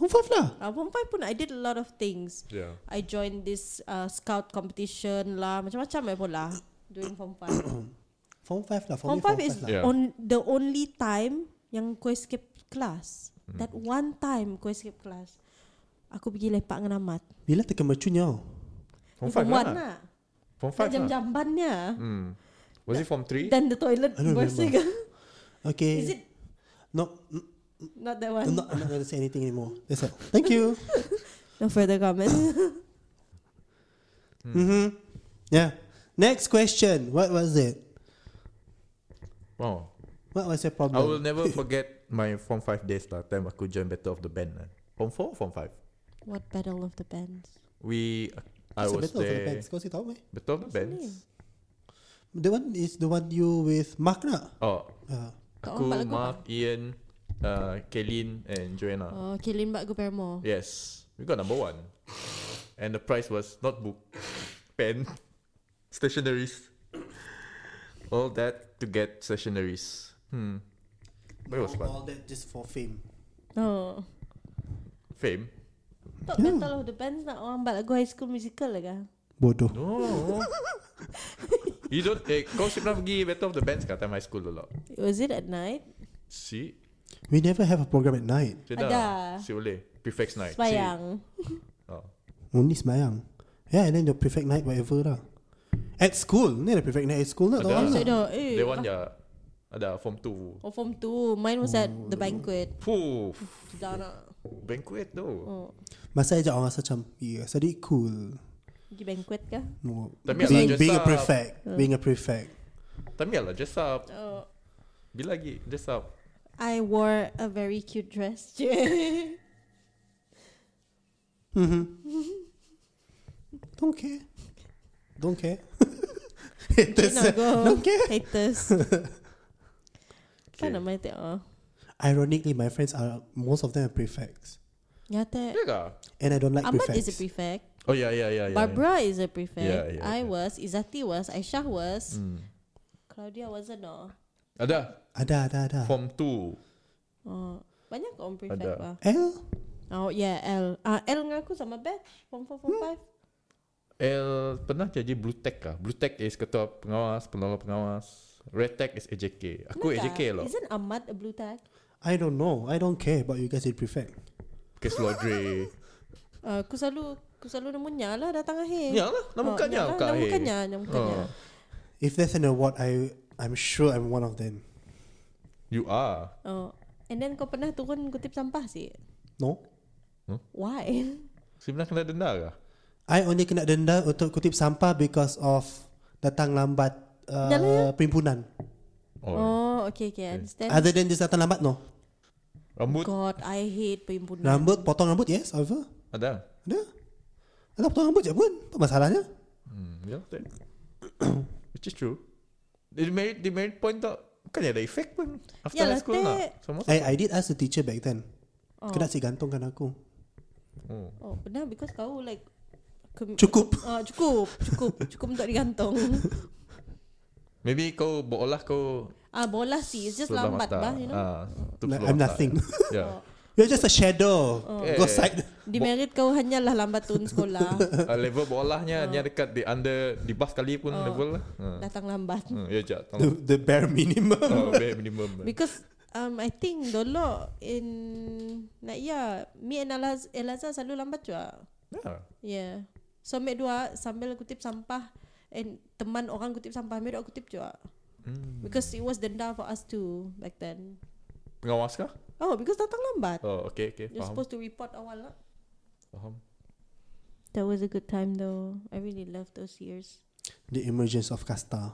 S2: Form five lah.
S3: Uh, form five pun I did a lot of things.
S1: Yeah.
S3: I joined this uh, scout competition lah, macam-macam I pun lah during form
S2: [coughs]
S3: five.
S2: Form five lah. For me, form
S3: form five is
S2: lah.
S1: Yeah.
S3: on the only time yang kau escape class.
S1: Hmm.
S3: That one time kau escape class. Aku pergi lepak dengan Ahmad.
S2: Bila terkemercunya?
S1: Form
S3: Ni form
S1: five
S3: one
S1: lah.
S3: lah.
S1: From
S3: Lah.
S1: five lah.
S3: Jam-jambannya.
S1: Hmm. Was it from three?
S3: Dan the toilet
S2: I don't
S3: bersih
S2: remember.
S3: kan?
S2: Okay.
S3: Is it
S2: No, mm,
S3: not that one?
S2: I'm Eh, not, I'm not going to say anything anymore. That's all. Thank
S1: [laughs]
S2: you.
S3: No further comment.
S2: [laughs]
S1: Hmm.
S2: mm-hmm. Yeah. Next question. What was it?
S1: Oh.
S2: What was your
S1: I
S2: problem?
S1: will
S2: [laughs]
S1: never forget my form five days lah. Time aku join battle of the band lah. Form four, or form five.
S3: What battle of the bands?
S1: We, I
S2: It's a
S1: was
S2: battle for the
S1: there.
S2: bands. Kau sih tahu meh?
S1: Battle of the
S3: name?
S1: bands.
S2: The one is the one you with Mark nak?
S1: Oh,
S2: Uh,
S3: Kat
S1: aku,
S3: orang Pak Lagu
S1: Mark, Ian, uh, Kaylin, and Joanna.
S3: Oh, Kilin Mbak
S1: Eh.
S3: Gubermo.
S1: Yes, we got number one, and the prize was notebook, [laughs] pen, [laughs] stationaries, all that to get stationaries. Hmm, but it was fun.
S2: all that just for fame.
S3: Oh.
S1: Fame?
S3: Tok Battle of the Bands nak orang buat lagu High School Musical lah kah?
S2: Bodoh.
S3: [laughs]
S1: No. you don't. Eh, kau sebenarnya pergi battle of the bands kat time high school dulu.
S3: Was it at night?
S1: Si,
S2: We never have a program at night.
S1: tidak.
S3: Ada.
S1: Si boleh. Prefix night. Si.
S3: Semayang.
S1: Oh.
S2: Only semayang. Yeah, and then the prefect night whatever lah. At school, ni the prefect night at school nak
S1: Ada.
S2: tahu
S3: So
S2: lah.
S3: dah, eh.
S1: That one ya. Ada form two.
S3: Oh, form 2. Mine was
S1: Oh,
S3: at the banquet.
S1: Fuh,
S3: Dah nak.
S1: banquet tu.
S3: Oh.
S2: Masa ajak orang rasa macam, yeah, study cool.
S3: Pergi banquet kah?
S2: No.
S1: Tapi
S2: being,
S1: alah, just,
S2: being a
S1: uh,
S2: prefect, being a prefect.
S1: Tapi lah, dress up.
S3: Oh.
S1: Bila lagi, dress up.
S3: I wore a very cute [laughs] dress.
S2: Mm-hmm. Don't care. Don't care. [laughs] Haters,
S3: Cannot go.
S1: [laughs]
S2: Don't care.
S3: Haters. ah. Kan nama tengok.
S2: Ironically, my friends are most of them are prefects,
S3: Nyata.
S1: Yeah lah.
S2: and I don't like
S3: Ahmad
S2: prefects.
S3: is a prefect.
S1: Oh yeah, yeah, yeah, yeah.
S3: Barbara is a prefect.
S1: Yeah, yeah,
S3: I
S1: yeah.
S3: was. Izati was. Aisha was.
S1: Yeah. Mm.
S3: Claudia wasn't. No.
S1: Ada
S2: ada ada ada.
S1: form two.
S3: Oh. Banyak orang prefect
S1: Ada.
S3: lah.
S2: L
S3: Oh yeah, L. Ah L dengan aku sama batch. Form 4,
S1: Hmm.
S3: form 5.
S1: L pernah jadi Blue Tech lah. Blue Tech is ketua pengawas, penolong pengawas. Red Tech is AJK. Aku
S3: Kenapa?
S1: AJK loh.
S3: Isn't Ahmad a blue tag?
S2: I don't know. I don't care about you guys in prefect.
S1: Kes
S3: [laughs] Eh.
S1: Lodre.
S3: Uh, aku selalu aku selalu nama Nya lah datang akhir.
S1: Ya lah, nama kan Nya,
S3: lah,
S1: bukan
S3: Nama
S1: akhir.
S3: kan Nya, nama kan Nya.
S1: Oh.
S2: If there's an award, I I'm sure I'm one of them.
S1: You are.
S3: Oh. And then kau pernah turun kutip sampah sih?
S2: No,
S3: Why?
S1: Sebenarnya kena denda kah?
S2: I only kena denda untuk kutip sampah because of datang lambat uh,
S3: Jalan ya?
S2: perhimpunan.
S1: Oh.
S3: Oh, okay, okay, I understand.
S2: Other than just datang lambat, no.
S1: Rambut
S3: God, I hate perhimpunan.
S2: Rambut, potong rambut, yes, over.
S1: ada.
S2: Ada. Alah, potong rambut je pun. Apa masalahnya?
S1: Hmm, yeah, that. [coughs] Which is true. The merit, the merit point tak kan ada efek pun after
S3: Yalah,
S1: high school lah.
S3: teh.
S1: Semua.
S2: I, I did ask the teacher back then.
S3: Oh.
S2: Kena si gantungkan aku.
S1: Oh.
S3: Oh, benar because kau like ke-
S2: Cukup.
S3: Ah, cukup, cukup, cukup untuk
S1: [laughs]
S3: digantong.
S1: Maybe kau berolah kau
S3: Ah, bola sih, it's just
S1: sebelah
S3: lambat
S1: mata.
S3: bah, you know. Oh,
S1: Ah, ya. tu
S2: Like,
S1: sebelah
S2: I'm
S1: mata.
S2: nothing. [laughs]
S3: [laughs]
S1: Yeah.
S2: You're just a shadow. Go
S1: Eh.
S2: side.
S3: Demerit kau hanyalah lambat turun sekolah,
S1: [laughs] Ah, level bolahnya hanya dekat di under di bas kali pun
S3: Ah.
S1: level lah. Ha.
S3: datang lambat.
S1: Hmm, ya je.
S2: The, [laughs] the bare
S1: [laughs]
S2: minimum.
S1: Oh, bare minimum.
S3: Because um, I think dulu in nak ya, me and Alaz, Elaza selalu lambat juga.
S1: Yeah.
S3: Yeah. So mek dua sambil kutip sampah and teman orang kutip sampah mek dua kutip juga.
S1: Hmm.
S3: Because it was denda for us too back then.
S1: Pengawas kah?
S3: Oh, because datang lambat.
S1: Oh, okay, okay.
S3: You're
S1: Faham.
S3: supposed to report awal lah.
S1: Faham.
S3: That was a good time though. I really loved those years.
S2: The emergence of Kasta.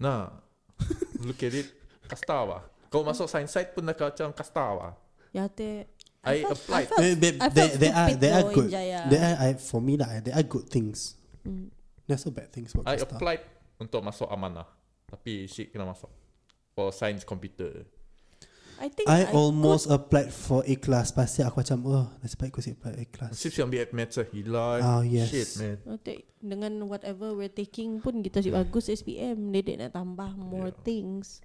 S1: Nah. [laughs] Look at it. Kasta bah. Kau masuk science site pun dah macam kasta bah.
S3: Ya te.
S1: I applied.
S2: Eh, babe,
S3: I felt
S2: there, there are
S3: stupid
S2: there are
S3: though in
S2: good
S3: Jaya.
S2: there are I, for me lah there are good things.
S3: Mm.
S2: There's no bad things about
S1: I
S2: Kasta.
S1: applied untuk masuk amanah. Tapi si kena masuk. For science computer.
S3: I think
S2: I,
S3: I
S2: almost applied for A class pasal aku macam oh nasib baik aku sih apply A class.
S1: Sip yang ambil maths lah. Hilai.
S2: Oh, yes.
S1: Shit, man.
S3: Oh, tak. Dengan whatever we're taking pun kita si bagus SPM Dedek nak tambah more
S1: Yeah.
S3: things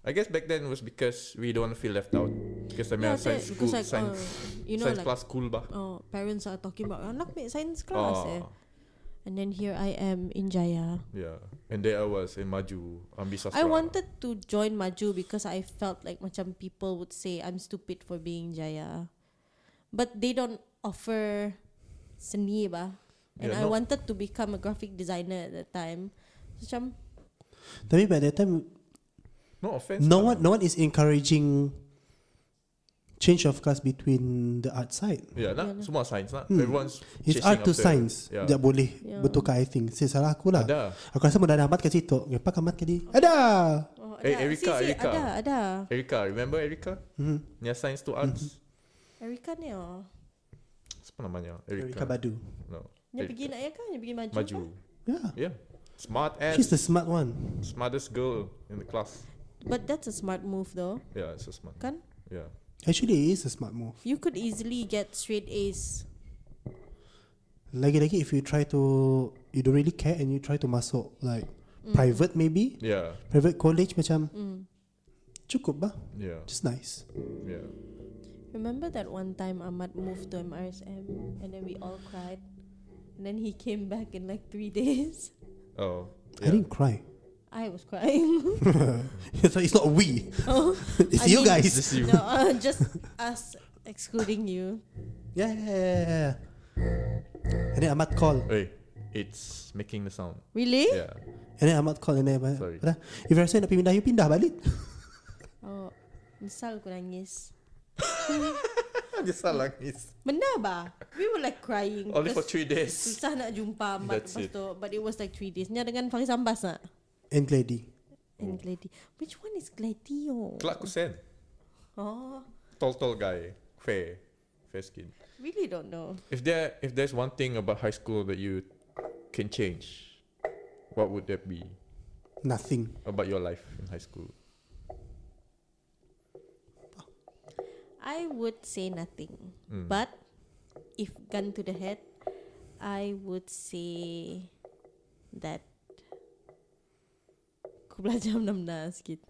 S1: I guess back then was because we don't feel left out. Because I mean,
S3: Yeah,
S1: science
S3: that-
S1: school,
S3: because like,
S1: science,
S3: uh, You know
S1: science
S3: like
S1: class cool bah.
S3: Oh, parents are talking about anak make science class eh.
S1: Ah,
S3: And then here I am in Jaya.
S1: yeah. And there I was in Maju, ambil sastra.
S3: I wanted to join Maju because I felt like macam people would say I'm stupid for being Jaya. But they don't offer seni bah. And
S1: Yeah,
S3: I
S1: no.
S3: wanted to become a graphic designer at that time. So, Macam
S2: Tapi by that time
S1: No offense.
S2: no
S1: lah.
S2: one no one is encouraging change of class between the art side.
S1: Yeah, nah,
S3: Yeah,
S1: semua science lah.
S2: Hmm.
S1: Everyone's
S2: It's
S1: chasing
S2: art
S1: after-
S2: to science.
S1: Yeah.
S2: Tak boleh
S3: Yeah.
S2: bertukar I think. Saya salah aku lah.
S1: Ada.
S2: Aku rasa mudah amat kat situ. Ngepak amat kali. Ada.
S3: oh,
S1: Eh,
S3: ada.
S1: Erica,
S3: Si, si,
S1: Erica.
S3: Ada, ada.
S1: Erika, remember Erika?
S2: Mm-hmm.
S1: Nya science to arts.
S3: Erika ni oh.
S1: Apa namanya?
S2: Erika
S1: Erika.
S2: Badu.
S1: No.
S3: Dia
S1: Erika.
S3: pergi nak ya kan? Dia pergi maju.
S1: Eh, Maju.
S3: Kan?
S2: Yeah.
S1: Yeah. Smart ass.
S2: She's the smart one.
S1: Smartest girl in the class.
S3: But that's a smart move though.
S1: Yeah, it's so smart.
S3: Kan?
S1: Yeah.
S2: Actually, it is a smart move.
S3: You could easily get straight A's.
S2: Lagi-lagi if you try to you don't really care and you try to masuk like private maybe
S1: Yeah.
S2: private college macam
S3: Mm.
S2: cukup bah
S1: Yeah.
S2: just nice
S1: Yeah.
S3: Remember that one time Ahmad moved to MRSM and then we all cried? And then he came back in like three days. [laughs]
S1: Oh.
S2: I
S1: Yeah.
S2: didn't cry
S3: I was crying. [laughs]
S2: so [laughs] it's not we
S3: oh,
S2: [laughs] it's
S3: I
S2: you
S3: mean-
S2: guys
S1: Just you.
S3: no, uh, just us, excluding you.
S2: yeah, yeah, yeah, yeah. and then Ahmad call
S1: Hey, it's making the sound.
S3: Really?
S1: Yeah.
S2: and then Ahmad call and then Ahmad,
S1: Sorry.
S2: "Dah, if you rasa nak pindah you pindah balik
S3: Oh, misal aku nangis.
S1: Dia salah nangis.
S3: Benar bah? We were like crying.
S1: Only for
S3: because
S1: three [laughs] days.
S3: Susah nak jumpa Ahmad
S1: That's
S3: lepas
S1: it.
S3: tu. But it was like three days. Nya dengan Faris Ambas nak?
S2: and Glady
S1: Oh.
S3: And Glady. Which one is Glady? Oh.
S1: Kelak Kusen.
S3: oh,
S1: Tall, tall guy. Fair. Fair skin.
S3: really don't know.
S1: If there, if there's one thing about high school that you can change, what would that be
S2: nothing
S1: about your life in high school?
S3: I would say nothing.
S1: Mm.
S3: But if gun to the head, I would say that aku belajar [laughs] menamna sikit.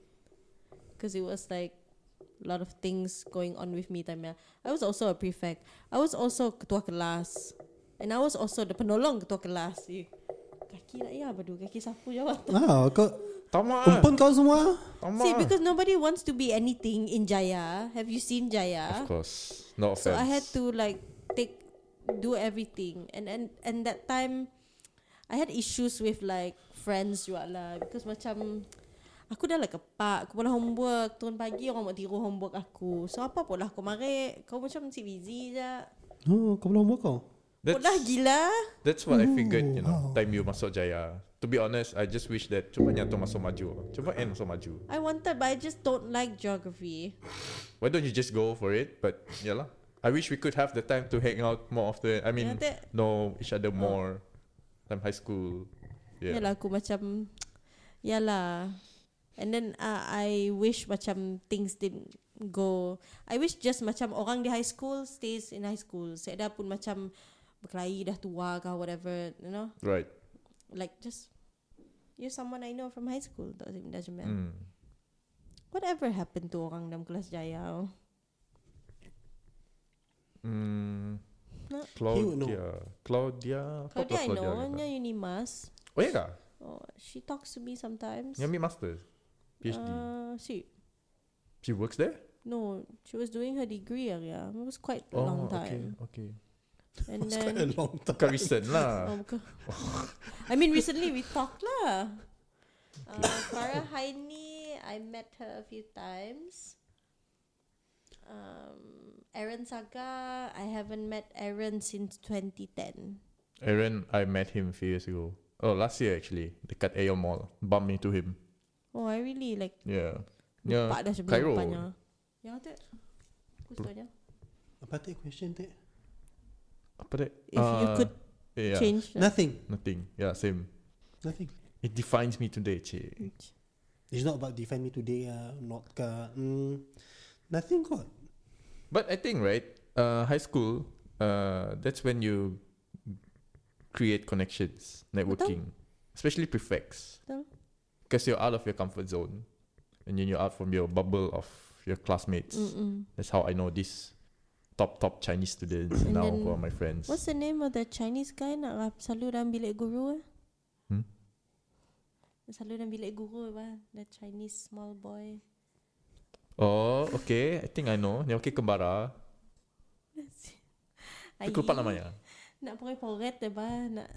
S3: Because it was like a lot of things going on with me time ya. I was also a prefect. I was also ketua kelas. And I was also the penolong ketua kelas. Eh, Kaki nak ya badu, kaki sapu jawab.
S2: Ah, kau
S1: Tamak ah.
S2: umpan kau semua.
S1: Tamak
S3: See,
S1: ah.
S3: because nobody wants to be anything in Jaya. Have you seen Jaya?
S1: Of course. No offense.
S3: uh, So I had to like take do everything and and and that time I had issues with like friends juga lah because macam aku dah like kepak aku pula homework turun pagi orang mau tiru homework aku so apa pula aku marah kau macam si busy je
S2: Oh, kau belum buat kau.
S1: That's,
S3: pula gila
S1: that's what I figured, you know, time you masuk Jaya. To be honest, I just wish that cuba nyatu masuk maju. Cuba N masuk maju.
S3: I wanted but I just don't like geography
S1: Why don't you just go for it? But yeah lah. I wish we could have the time to hang out more often. I mean,
S3: Yeah, that-
S1: know each other more. Time high school. Yeah.
S3: yeah. lah. Yalah aku macam Yalah And then uh, I wish macam Things didn't go I wish just macam Orang di high school Stays in high school Saya dah pun macam Berkelahi dah tua ke whatever You know
S1: Right.
S3: Like just You're someone I know from high school Tak doesn't matter
S1: Mm.
S3: Whatever happened to orang dalam kelas jaya
S1: Mm.
S3: No.
S2: He would know.
S1: Claudia. Claudia.
S3: Kau dia I know
S1: Claudia.
S3: Nya Unimas
S1: Oh yeah. kah?
S3: oh, She talks to me sometimes
S1: Nyambi master. PhD.
S3: uh, She
S1: she works there?
S3: No She was doing her degree area It was quite a long time
S1: Oh, Okay, okay.
S3: And
S2: It's
S3: then
S2: quite a
S3: [laughs]
S2: long
S1: Bukan
S2: time.
S1: recent lah.
S3: Oh, bukan.
S1: [laughs]
S3: I mean, recently we talked lah. Uh, Farah Haini, I met her a few times. Um, Aaron Saga, I haven't met Aaron since 2010.
S1: Aaron, I met him few years ago. Oh, last year actually. Dekat Aeon Mall. Bumped into him.
S3: Oh, I really like
S1: Yeah. Yeah.
S3: lupa dah sebelum
S1: Cairo. Hmm.
S3: rupanya. Yang tu, aku suka je.
S2: Apa tadi question tadi?
S1: Apa dia?
S3: If you
S1: Ah,
S3: could
S1: yeah,
S3: change. that.
S2: Nothing.
S1: Nothing. Yeah, same.
S2: Nothing.
S1: It defines me today, cik.
S2: It's not about defend me today ah, not ke. Mm, nothing kot.
S1: But I think, right, uh, high school, uh, that's when you create connections, networking. Especially prefects.
S3: Betul.
S1: Because you're out of your comfort zone. And then you're out from your bubble of your classmates.
S3: Mm-mm.
S1: That's how I know these top top Chinese students
S3: And
S1: now
S3: then-
S1: who are my friends.
S3: What's the name of the Chinese guy nak rap- selalu dalam bilik guru eh?
S1: Hmm?
S3: Selalu dalam bilik guru apa? The Chinese small boy.
S1: Oh, okay. I think I know. Ni okay kembara.
S3: Ayi,
S1: Aku lupa namanya.
S3: Nak pakai poret eh bah. Nak.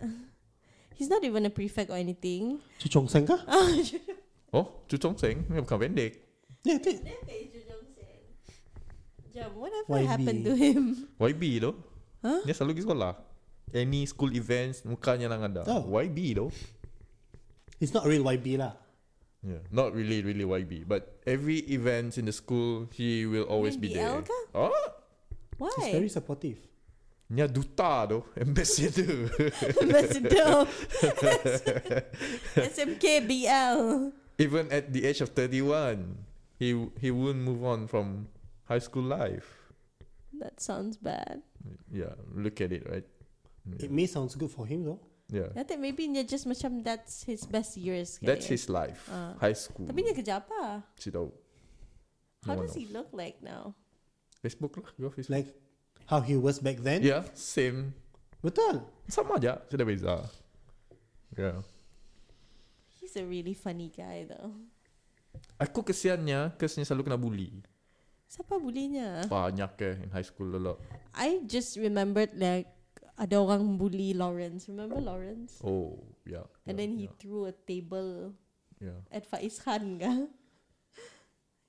S3: [laughs] He's not even a prefect or anything. [laughs]
S2: Chu Chong Seng kah?
S1: Oh, Chu Chong Seng. Ni bukan pendek.
S2: Yeah, tadi.
S3: Jam, whatever
S2: Why me?
S3: happened to him?
S1: YB tu. Huh? Dia selalu pergi sekolah. Any school events, mukanya lang ada.
S2: Oh.
S1: YB tu.
S2: It's not real YB lah.
S1: Yeah, not really, really YB. But every event in the school, he will always be
S3: BL
S1: there.
S3: kah?
S1: Oh,
S2: It's very
S3: [laughs] Why?
S2: supportive.
S1: ni duta tu. [laughs] Ambassador.
S3: Ambassador of
S1: [laughs]
S3: [laughs] SMK BL.
S1: Even at the age of 31, he he won't move on from high school life.
S3: That sounds bad.
S1: Yeah, look at it, right?
S2: It may sounds good for him though.
S1: Yeah.
S3: I think maybe dia just macam that's his best years. kali
S1: That's
S3: eh.
S1: his life.
S3: Ah.
S1: High school.
S3: Tapi dia kerja apa?
S1: Si tahu.
S3: How
S1: No one
S3: does he look like now?
S1: Facebook lah. Go Facebook.
S2: Like how he was back then.
S1: yeah, same.
S2: Betul.
S1: Sama aja. Tidak beza. Yeah.
S3: He's a really funny guy though.
S1: Aku kesiannya, kesnya selalu kena bully.
S2: Ah.
S3: Siapa bulinya?
S1: Banyak eh in high school dulu.
S3: I just remembered like ada orang bully Lawrence. Remember Lawrence?
S1: Oh, yeah. yeah,
S3: And then he
S1: yeah,
S3: threw a table
S1: yeah.
S3: at Faiz Khan [laughs] ka?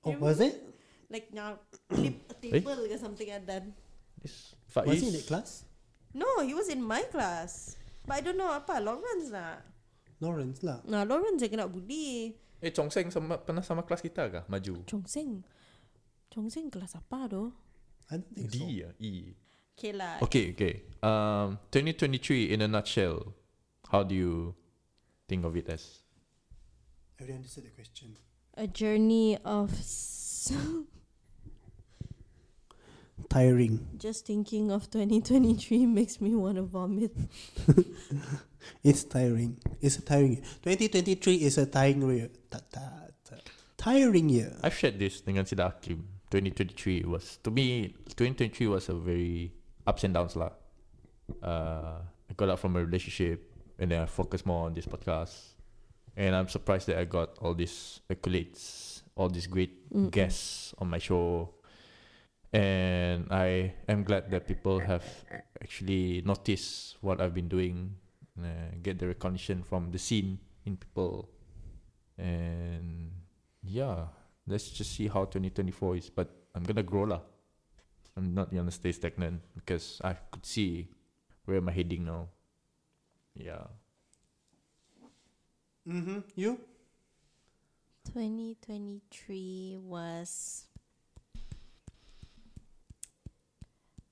S2: Oh, was it?
S3: Like now flip
S1: [coughs]
S3: a table or something like that.
S1: This
S2: Was he
S1: Faiz.
S2: in that class?
S3: No, he was in my class. But I don't know apa Lawrence lah.
S2: Lawrence lah.
S3: Nah, Lawrence yang kena bully.
S1: Eh, Chong Seng sama, pernah sama kelas kita kah? Maju.
S3: Chong Seng. Chong Seng kelas apa doh?
S2: I don't think
S1: D
S2: so.
S1: ya, E.
S3: Okay lah.
S1: Okay, okay. Um, 2023 in a nutshell, how do you think of it as?
S2: I already understood the question.
S3: A journey of s-
S2: tiring.
S3: [laughs] Just thinking of 2023 makes me want to vomit.
S2: It's tiring. It's a tiring. Twenty twenty three is a tiring year. Ta- ta- ta- Tiring year.
S1: I've shared this dengan Sida Hakim. 2023 was to me 2023 was a very ups and downs lah. Uh, I got out from a relationship and then I focused more on this podcast. And I'm surprised that I got all these accolades, all these great
S3: Mm.
S1: guests on my show. And I am glad that people have actually noticed what I've been doing, uh, get the recognition from the scene in people. And yeah, let's just see how 2024 is. But I'm gonna grow lah. I'm not gonna stay stagnant because I could see where am I heading now. Yeah.
S2: Mm-hmm. You?
S3: 2023 was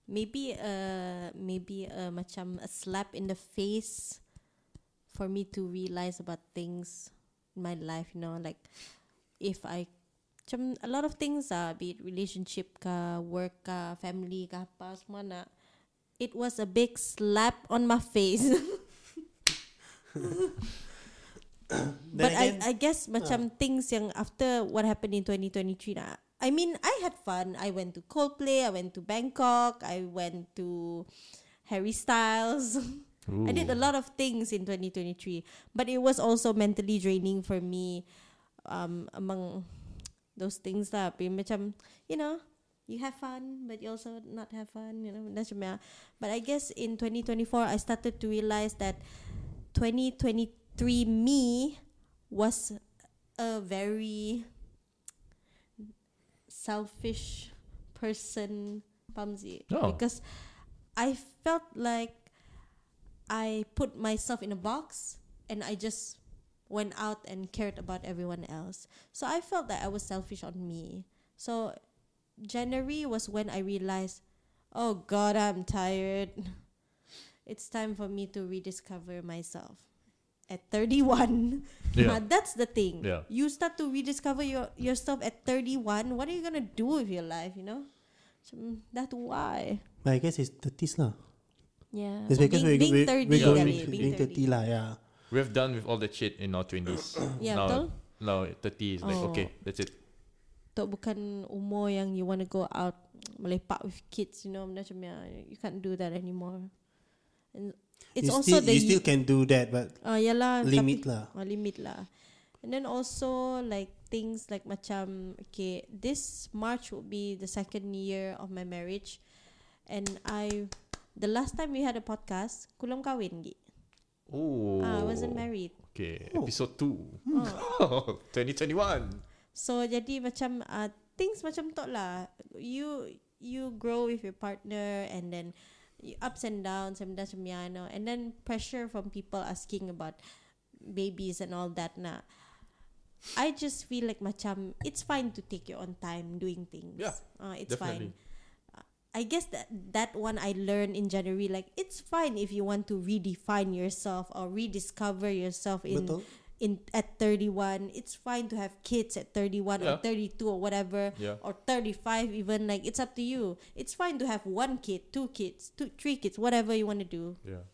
S3: maybe a maybe a macam a slap in the face for me to realize about things in my life you know like if I macam a lot of things ah be it relationship ka work ka family ka apa semua nak it was a big slap on my face [laughs]
S2: Then
S3: But
S2: again,
S3: I, I guess macam things yang after what happened in 2023 na. I mean, I had fun. I went to Coldplay. I went to Bangkok. I went to Harry Styles. [laughs] I did a lot of things in 2023. But it was also mentally draining for me um, among those things lah. Tapi macam, you know, you have fun, but you also not have fun. You know, macam ya. But I guess in 2024, I started to realize that 2023 me was a very selfish person, Pamsi.
S1: Oh.
S3: Because I felt like I put myself in a box and I just went out and cared about everyone else. So I felt that I was selfish on me. So January was when I realized, oh God, I'm tired. [laughs] It's time for me to rediscover myself. At 31.
S1: Yeah.
S3: Ah, [laughs] that's the thing.
S1: Yeah.
S3: You start to rediscover your yourself at 31. What are you going to do with your life, you know? Macam, That's why.
S2: I guess it's 30s lah.
S3: Yeah.
S2: It's
S3: Or
S2: because we're,
S3: being, being
S2: we're,
S3: 30
S2: we're going
S3: kali,
S2: to being
S3: being
S2: 30 lah, yeah.
S1: We've done with all that shit in our 20s.
S3: [coughs] Yeah, betul?
S1: now, now 30 is like,
S3: Oh.
S1: okay, that's it.
S3: Tok bukan umur yang you want to go out melepak with kids, you know, macam ya, you can't do that anymore. And
S2: you
S3: it's also
S2: still,
S3: the
S2: you still can do that, but
S3: Ah, yalah,
S2: limit
S3: tapi-
S2: lah.
S3: Ah, limit lah. And then also like things like macam okay, this March would be the second year of my marriage, and I the last time we had a podcast, kulom kahwin gi.
S1: Oh.
S3: Ah, I wasn't married. Oh.
S1: Okay, episode 2. [laughs] 2021.
S3: So jadi macam uh, things macam tu lah. You you grow with your partner and then you- ups and downs and macam yan, no? and then pressure from people asking about babies and all that na. I just feel like macam it's fine to take your own time doing things.
S1: Yeah,
S3: uh, it's
S1: definitely.
S3: fine. I guess that that one I learned in January. Like it's fine if you want to redefine yourself or rediscover yourself in
S2: Betul.
S3: in at 31 it's fine to have kids at 31
S1: Yeah.
S3: or 32 or whatever
S1: Yeah.
S3: or 35 even like it's up to you it's fine to have one kid two kids two three kids whatever you want to do
S1: Yeah.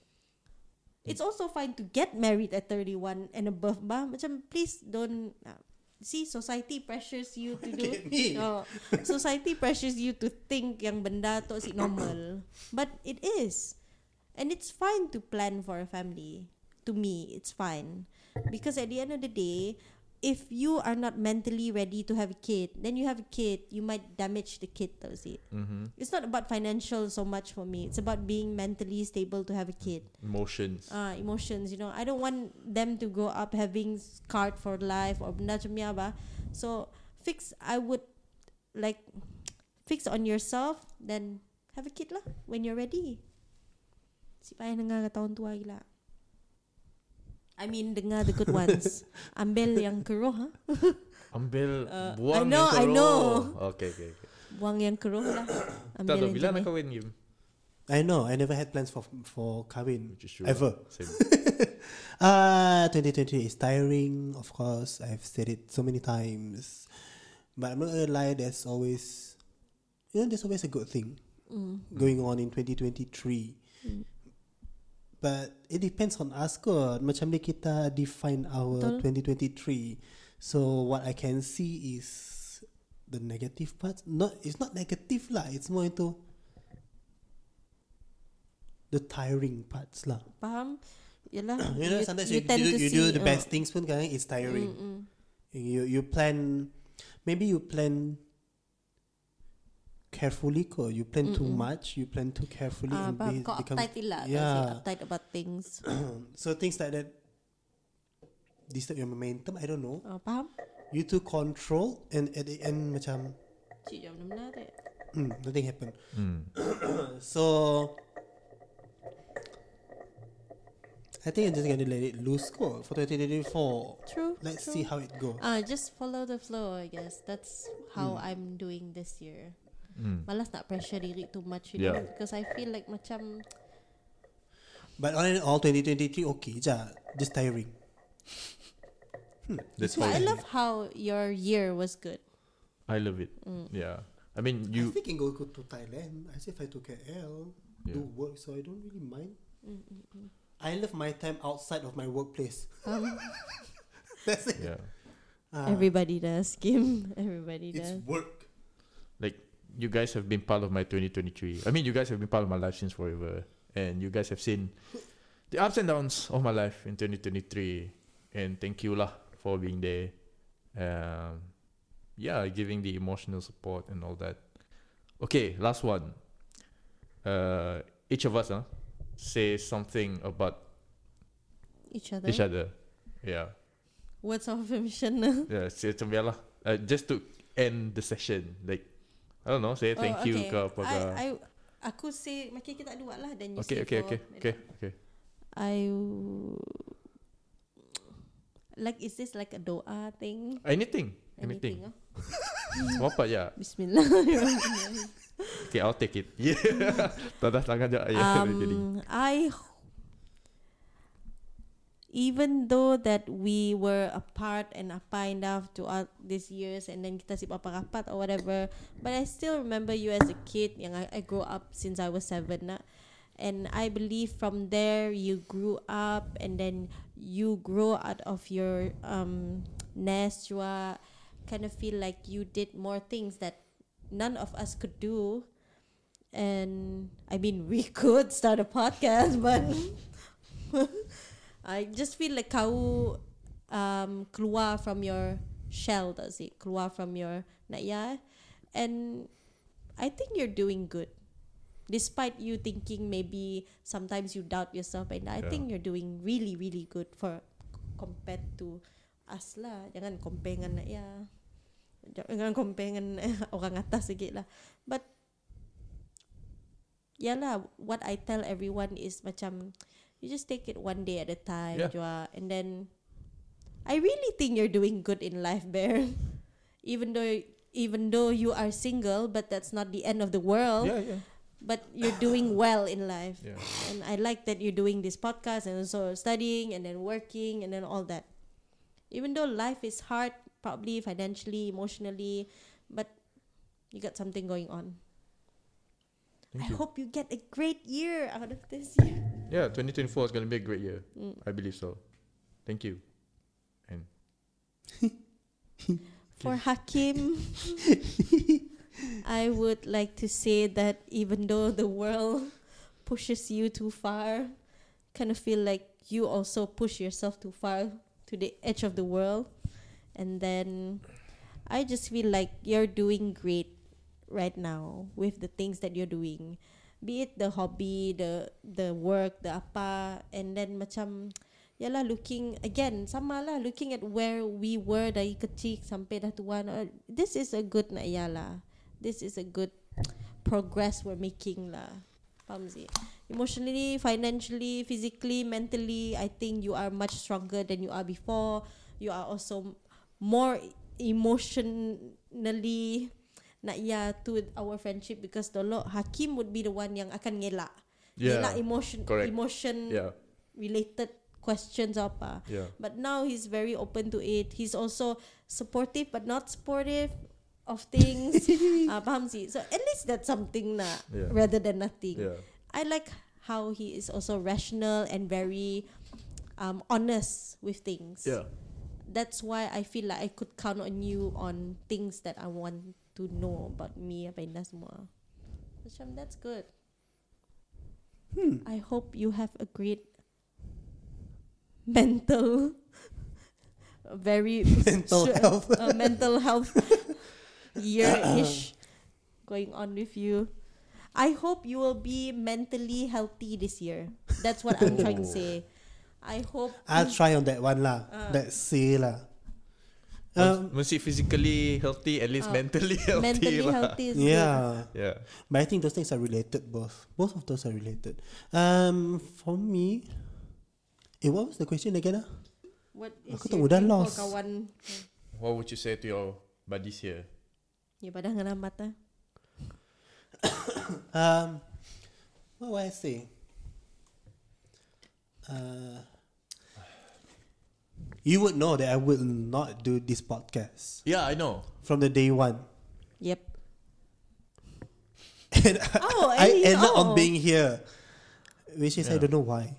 S3: it's also fine to get married at 31 and above ba macam please don't uh, see society pressures you to do
S2: [laughs] Look at me.
S3: Oh, society pressures you to think yang benda tu si normal but it is and it's fine to plan for a family to me it's fine because at the end of the day if you are not mentally ready to have a kid then you have a kid you might damage the kid tau si
S1: Hmm. Mm-hmm.
S3: it's not about financial so much for me it's about being mentally stable to have a kid
S1: Emotions.
S3: uh, emotions. You know, I don't want them to grow up having scarred for life or benda macam ni apa. So fix. I would like fix on yourself. Then have a kid lah when you're ready. Si payah dengar ke tahun tua gila. I mean dengar the good ones.
S1: [laughs]
S3: Ambil yang keruh ha.
S1: Ambil
S3: Uh,
S1: buang
S3: I know,
S1: yang
S3: I
S1: teruk.
S3: know.
S1: Okay, okay, okay.
S3: Buang yang keruh lah.
S1: [coughs] Tak tahu
S3: Ambil yang
S1: bila nak
S3: jernih.
S1: kahwin Yim?
S2: I know, I never had plans for for kahwin.
S1: Which is true.
S2: Ever.
S1: Same.
S2: Uh, 2020 is tiring, of course. I've said it so many times. But I'm not gonna lie, there's always you know, there's always a good thing
S3: Mm.
S2: going on in 2023.
S3: Hmm.
S2: But it depends on us kot. Macam dia kita define our 2023. So what I can see is the negative parts. Not it's not negative lah. It's more into the tiring parts lah.
S3: Faham? Yelah
S2: You know, sometimes you,
S3: tend
S2: do,
S3: to
S2: you do
S3: see, Hmm.
S2: the
S3: uh, mm.
S2: best things pun kadang it's tiring. You you plan, maybe you plan carefully ko. You plan too much. You plan too carefully
S3: Ah,
S2: and
S3: faham.
S2: be,
S3: Kau
S2: become
S3: uptight lah Kau
S2: Yeah.
S3: say uptight about things
S2: so things like that disturb your momentum. I don't know.
S3: Ah, Faham?
S2: You too control and at the end macam
S3: Cik jam 6 menarik
S2: mm, nothing happened.
S1: Hmm.
S2: so I think I'm just gonna let it loose ko for 2024.
S3: True
S2: Let's
S3: true.
S2: see how it goes.
S3: Ah, just follow the flow, I guess. That's how
S2: Hmm.
S3: I'm doing this year.
S1: Hmm.
S3: Malas nak pressure diri too much, you know,
S5: Yeah.
S3: because I feel like macam
S2: But all in all, 2023 okay je. Just tiring.
S5: That's
S3: But
S5: why
S3: I love how your year was good.
S5: I love it. Yeah. I mean, you
S2: You, I think I can go, go to Thailand. I say fly to KL, do
S5: Yeah.
S2: work, so I don't really mind.
S3: Mm,
S2: I love my time outside of my workplace. [laughs]
S3: Um,
S2: That's it.
S5: yeah.
S2: Ah,
S3: everybody does, Kim. [laughs] Everybody
S2: it's
S3: does.
S2: work.
S5: Like you guys have been part of my 2023. I mean, you guys have been part of my life since forever and you guys have seen the ups and downs of my life in 2023 and thank you lah for being there. Um yeah, giving the emotional support and all that. Okay, last one. Uh each of us huh, say something about
S3: Each other.
S5: each other. Yeah.
S3: Words of
S5: [laughs]
S3: affirmation.
S5: Yeah, say macam biarlah. Uh, just to end the session, like I don't know, say thank
S3: oh,
S5: you
S3: okay.
S5: ke apa
S3: I,
S5: ke.
S3: I, aku say, macam kita tak ada buat lah, then you
S5: Okay,
S3: say
S5: okay,
S3: for-
S5: okay, okay, okay.
S3: I w- like is this like a doa thing?
S5: Anything,
S3: Anything?
S5: anything.
S3: ah?
S5: Apa ya?
S3: [laughs] Bismillah.
S5: Okay, I'll take it. Yeah.
S3: [laughs]
S5: Tadah tangan je. [laughs] Yeah, kidding.
S3: um, I h- even though that we were apart and apa enough throughout these years and then kita sip rapat or whatever but I still remember you as a kid yang I, I grew up since I was seven nak. and I believe from there you grew up and then you grow out of your um nest you are kind of feel like you did more things that none of us could do and I mean [laughs] we could start a podcast, but [laughs] I just feel like kau um, keluar from your shell, does it? Keluar from your nak ya, and I think you're doing good, despite you thinking maybe sometimes you doubt yourself, and I
S5: Yeah.
S3: think you're doing really really good for compared to us lah. Jangan compare dengan nak ya. Jangan compare dengan [laughs] orang atas sikit lah. But yeah lah, what I tell everyone is macam you just take it one day at a time,
S5: Yeah.
S3: Joa, and then I really think you're doing good in life, Bear. [laughs] even though even though you are single, but that's not the end of the world.
S5: Yeah, yeah.
S3: But you're doing well in life,
S5: Yeah.
S3: and I like that you're doing this podcast and also studying and then working and then all that. Even though life is hard, probably financially, emotionally, but you got something going on.
S5: Thank
S3: I
S5: you.
S3: hope you get a great year out of this year.
S5: Yeah, 2024 is going to be a great year.
S3: Mm.
S5: I believe so. Thank you. And
S3: For Hakim, I would like to say that even though the world pushes you too far, kind of feel like you also push yourself too far to the edge of the world. And then I just feel like you're doing great right now with the things that you're doing. Be it the hobby, the the work, the apa, and then macam Yalah looking again sama lah looking at where we were dari kecil sampai dah tua. Uh, This is a good nak ya lah. This is a good progress we're making lah. Faham sih? Emotionally, financially, physically, mentally, I think you are much stronger than you are before. You are also more emotionally nak ya to our friendship because the Lord Hakim would be the one yang akan ngelak.
S5: Yeah,
S3: Ngelak emotion
S5: correct.
S3: emotion
S5: yeah,
S3: related questions ah. apa.
S5: yeah.
S3: But now he's very open to it. He's also supportive but not supportive of things. uh, faham sih? So at least that's something lah,
S5: Yeah.
S3: rather than nothing.
S5: Yeah.
S3: I like how he is also rational and very um, honest with things.
S5: Yeah.
S3: That's why I feel like I could count on you on things that I want to know about me apa indah semua. Macam that's good. I hope you have a great mental, a very
S2: Mental
S3: str-
S2: health.
S3: uh, mental health year ish going on with you. I hope you will be mentally healthy this year. That's what I'm trying to say. I hope.
S2: I'll
S3: you-
S2: try on that one lah.
S3: Ah.
S2: Let's see lah. Um,
S5: mesti physically healthy, at least
S3: Ah,
S5: mentally [laughs] healthy
S3: mentally
S5: lah.
S3: healthy is good.
S2: yeah.
S5: Yeah.
S2: But I think those things are related both. Both of those are related. Um, for me, eh, what was the question again? Ah?
S3: What is
S2: Aku tak
S3: your
S2: mudah
S3: dream for
S2: lost.
S3: kawan?
S5: What would you say to your buddies here?
S3: Ya padahal dengan mata.
S2: Um, what would I say? Uh, you would know that I will not do this podcast
S5: Yeah, I know.
S2: from the day one. [laughs]
S3: Yep.
S2: and
S3: Oh,
S2: I,
S3: eh,
S2: I ended
S3: oh.
S2: on being here, which is I
S5: Yeah.
S2: don't know why.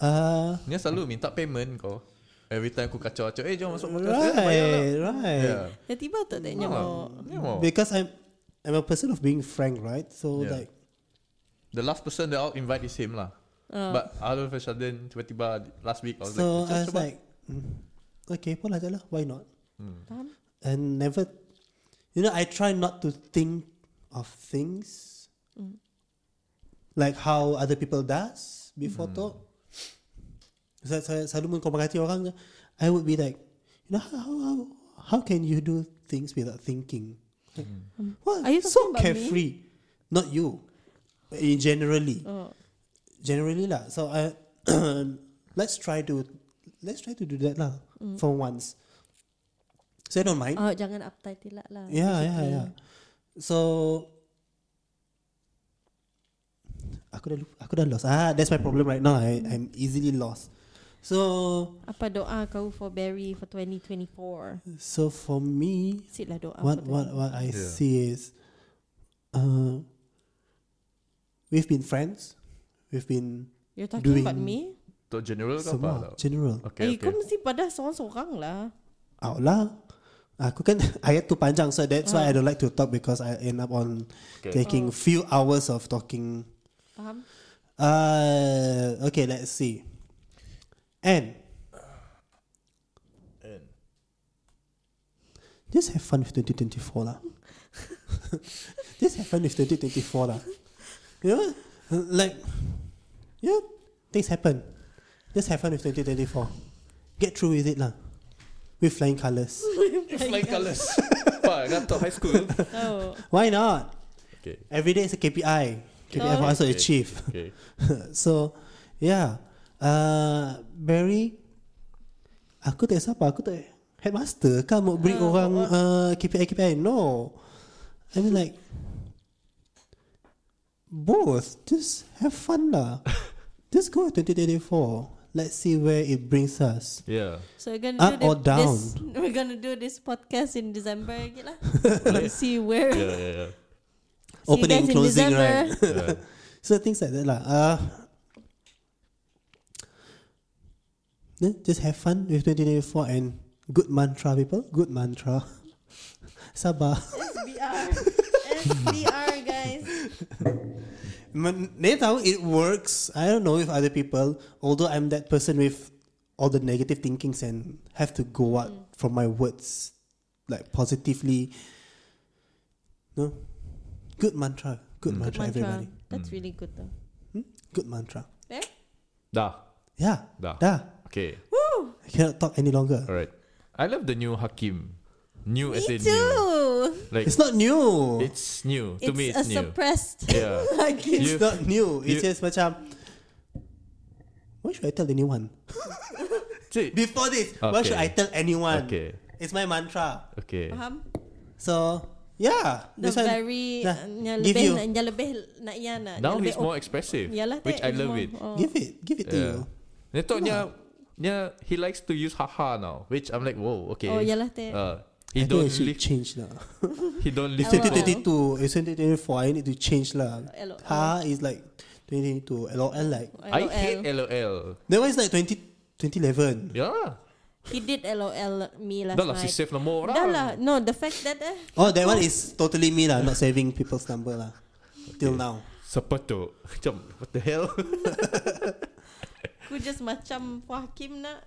S2: Uh,
S5: Dia selalu minta payment kau. Every time aku kacau-kacau, eh jom masuk podcast. Eh, bayar lah.
S2: right, right.
S5: Yeah.
S3: Ya tiba tak
S5: Ah,
S3: tanya mau.
S5: tengok.
S2: Because I'm, I'm a person of being frank, right? So
S5: Yeah.
S2: like,
S5: The last person that I'll invite is him lah.
S3: Ah.
S5: But all of a sudden, tiba-tiba last week, I was like,
S2: so I
S5: just
S2: was
S5: cuba.
S2: like, mm, okay, pun lah, je lah, why not?
S3: Faham?
S2: and never you know i try not to think of things
S3: Mm.
S2: like how other people does before talk Saya- saya selalu mengkompakati orang i would be like you know how, how, how- how can you do things without thinking Like, what
S3: Mm. Are you
S2: so
S3: talking about me?
S2: carefree not you in generally
S3: Oh.
S2: generally lah. So I [clears throat] let's try to let's try to do that lah
S3: Mm.
S2: for once. So I don't mind.
S3: Oh, jangan uptight lah lah.
S2: yeah, yeah,
S3: basically.
S2: yeah. So aku dah lupa, aku dah lost. Ah, that's my problem right now. I, I'm easily lost. So
S3: Apa doa kau for Barry for 2024?
S2: so for me,
S3: Sit lah doa.
S2: what
S3: for
S2: what what I
S5: Yeah.
S2: see is, uh, we've been friends, we've been
S3: Barry. You're talking
S2: doing
S3: about me?
S5: Tok general kau apa?
S2: semua
S5: tau?
S2: general.
S5: Okay,
S3: Okay, eh,
S5: okay.
S3: kau mesti pada seorang-seorang lah.
S2: out lah. Ah, Aku [laughs] kan ayat tu panjang so that's why I don't like to talk because I end up on
S5: Okay.
S2: taking few hours of talking.
S5: [laughs]
S3: Faham?
S2: Uh, okay, let's see. And
S5: And-
S2: just have fun with 2024 lah. [laughs] just have fun with 2024 lah. You know, like, you know, things happen. Just have fun with 2024. Get through with it lah. With flying colors.
S5: It's like
S3: [laughs]
S5: colours. Pak, kan top high school.
S3: Oh.
S2: Why not?
S5: Okay.
S2: Every day is a KPI. KPI for us to
S5: Okay.
S2: achieve.
S5: Okay.
S2: so, yeah. Uh, Barry, aku tak siapa. Aku tak headmaster kan mau beri
S3: Ah,
S2: orang
S3: or-
S2: uh, KPI-KPI. No. I mean like, both. Just have fun lah. Just go 2024. Let's see where it brings us.
S5: Yeah.
S3: So we're gonna
S2: Up
S3: do
S2: or
S3: thi-
S2: down?
S3: this. We're gonna do this podcast in December lagi
S2: [laughs]
S3: lah. And see where.
S5: Yeah, yeah, yeah.
S3: See you
S2: Opening and
S3: guys in
S2: closing,
S3: December.
S2: right?
S5: yeah.
S2: So things like that lah. Uh, then just have fun with 2024 and good mantra people. Good mantra. [laughs] Sabah.
S3: SBR. SBR guys.
S2: Man, that's how it works. I don't know if other people, although I'm that person with all the negative thinkings and have to go out
S3: Mm.
S2: from my words like positively. No? Good mantra. Good
S5: Mm.
S3: Good
S2: mantra,
S3: mantra.
S2: everybody. Hmm.
S3: That's really good though.
S2: Good mantra.
S3: Eh?
S5: Dah.
S2: Yeah.
S5: Dah.
S2: Dah.
S5: Okay.
S2: I cannot talk any longer.
S5: Alright. I love the new Hakim. New as
S3: Me
S5: in new.
S3: too.
S5: Like
S2: It's not new.
S5: it's new to
S3: It's
S5: me.
S3: a
S5: It's new.
S3: suppressed.
S5: Yeah.
S3: [laughs] Like
S5: You-
S3: it's-
S2: It's not new. It's
S5: you-
S2: just macam Why should I tell anyone?
S5: See,
S2: Before this, why
S5: Okay.
S2: should I tell anyone?
S5: Okay.
S2: It's my mantra.
S5: Okay.
S3: Faham?
S2: So yeah,
S3: The
S2: this one-
S3: very
S2: Dah,
S3: yang
S2: give
S3: lebih
S2: you.
S3: nak- yang lebih nak ya nak.
S5: Now
S3: yang
S5: he's
S3: lebih
S5: more expressive,
S3: op- Yalah,
S5: which
S3: teh,
S5: I
S3: it's
S5: love
S3: more-
S5: it.
S3: oh.
S2: give it, give it to you.
S5: Yeah. Dia yeah. yeah, he likes to use haha now, which I'm like, whoa, okay.
S3: Oh, yalah, teh.
S5: Uh,
S1: He
S2: I
S1: don't
S2: think I should
S1: live.
S2: change
S3: [laughs]
S2: lah.
S1: He don't live.
S2: It's
S3: I will.
S2: 2022. It's 2024. I need to change lah.
S3: LOL.
S2: Ha is like 2022. LOL like.
S1: I hate LOL.
S2: That one is like 20, 2011.
S1: Yeah.
S3: He did LOL me last
S1: Dah lah, si
S3: night.
S1: save nama orang.
S3: Dah lah. No, the fact that eh,
S2: Oh, that one is totally me lah. Not saving people's number lah. Till now.
S1: Siapa tu? [laughs] Macam, what the hell?
S3: aku just macam Wah Kim nak.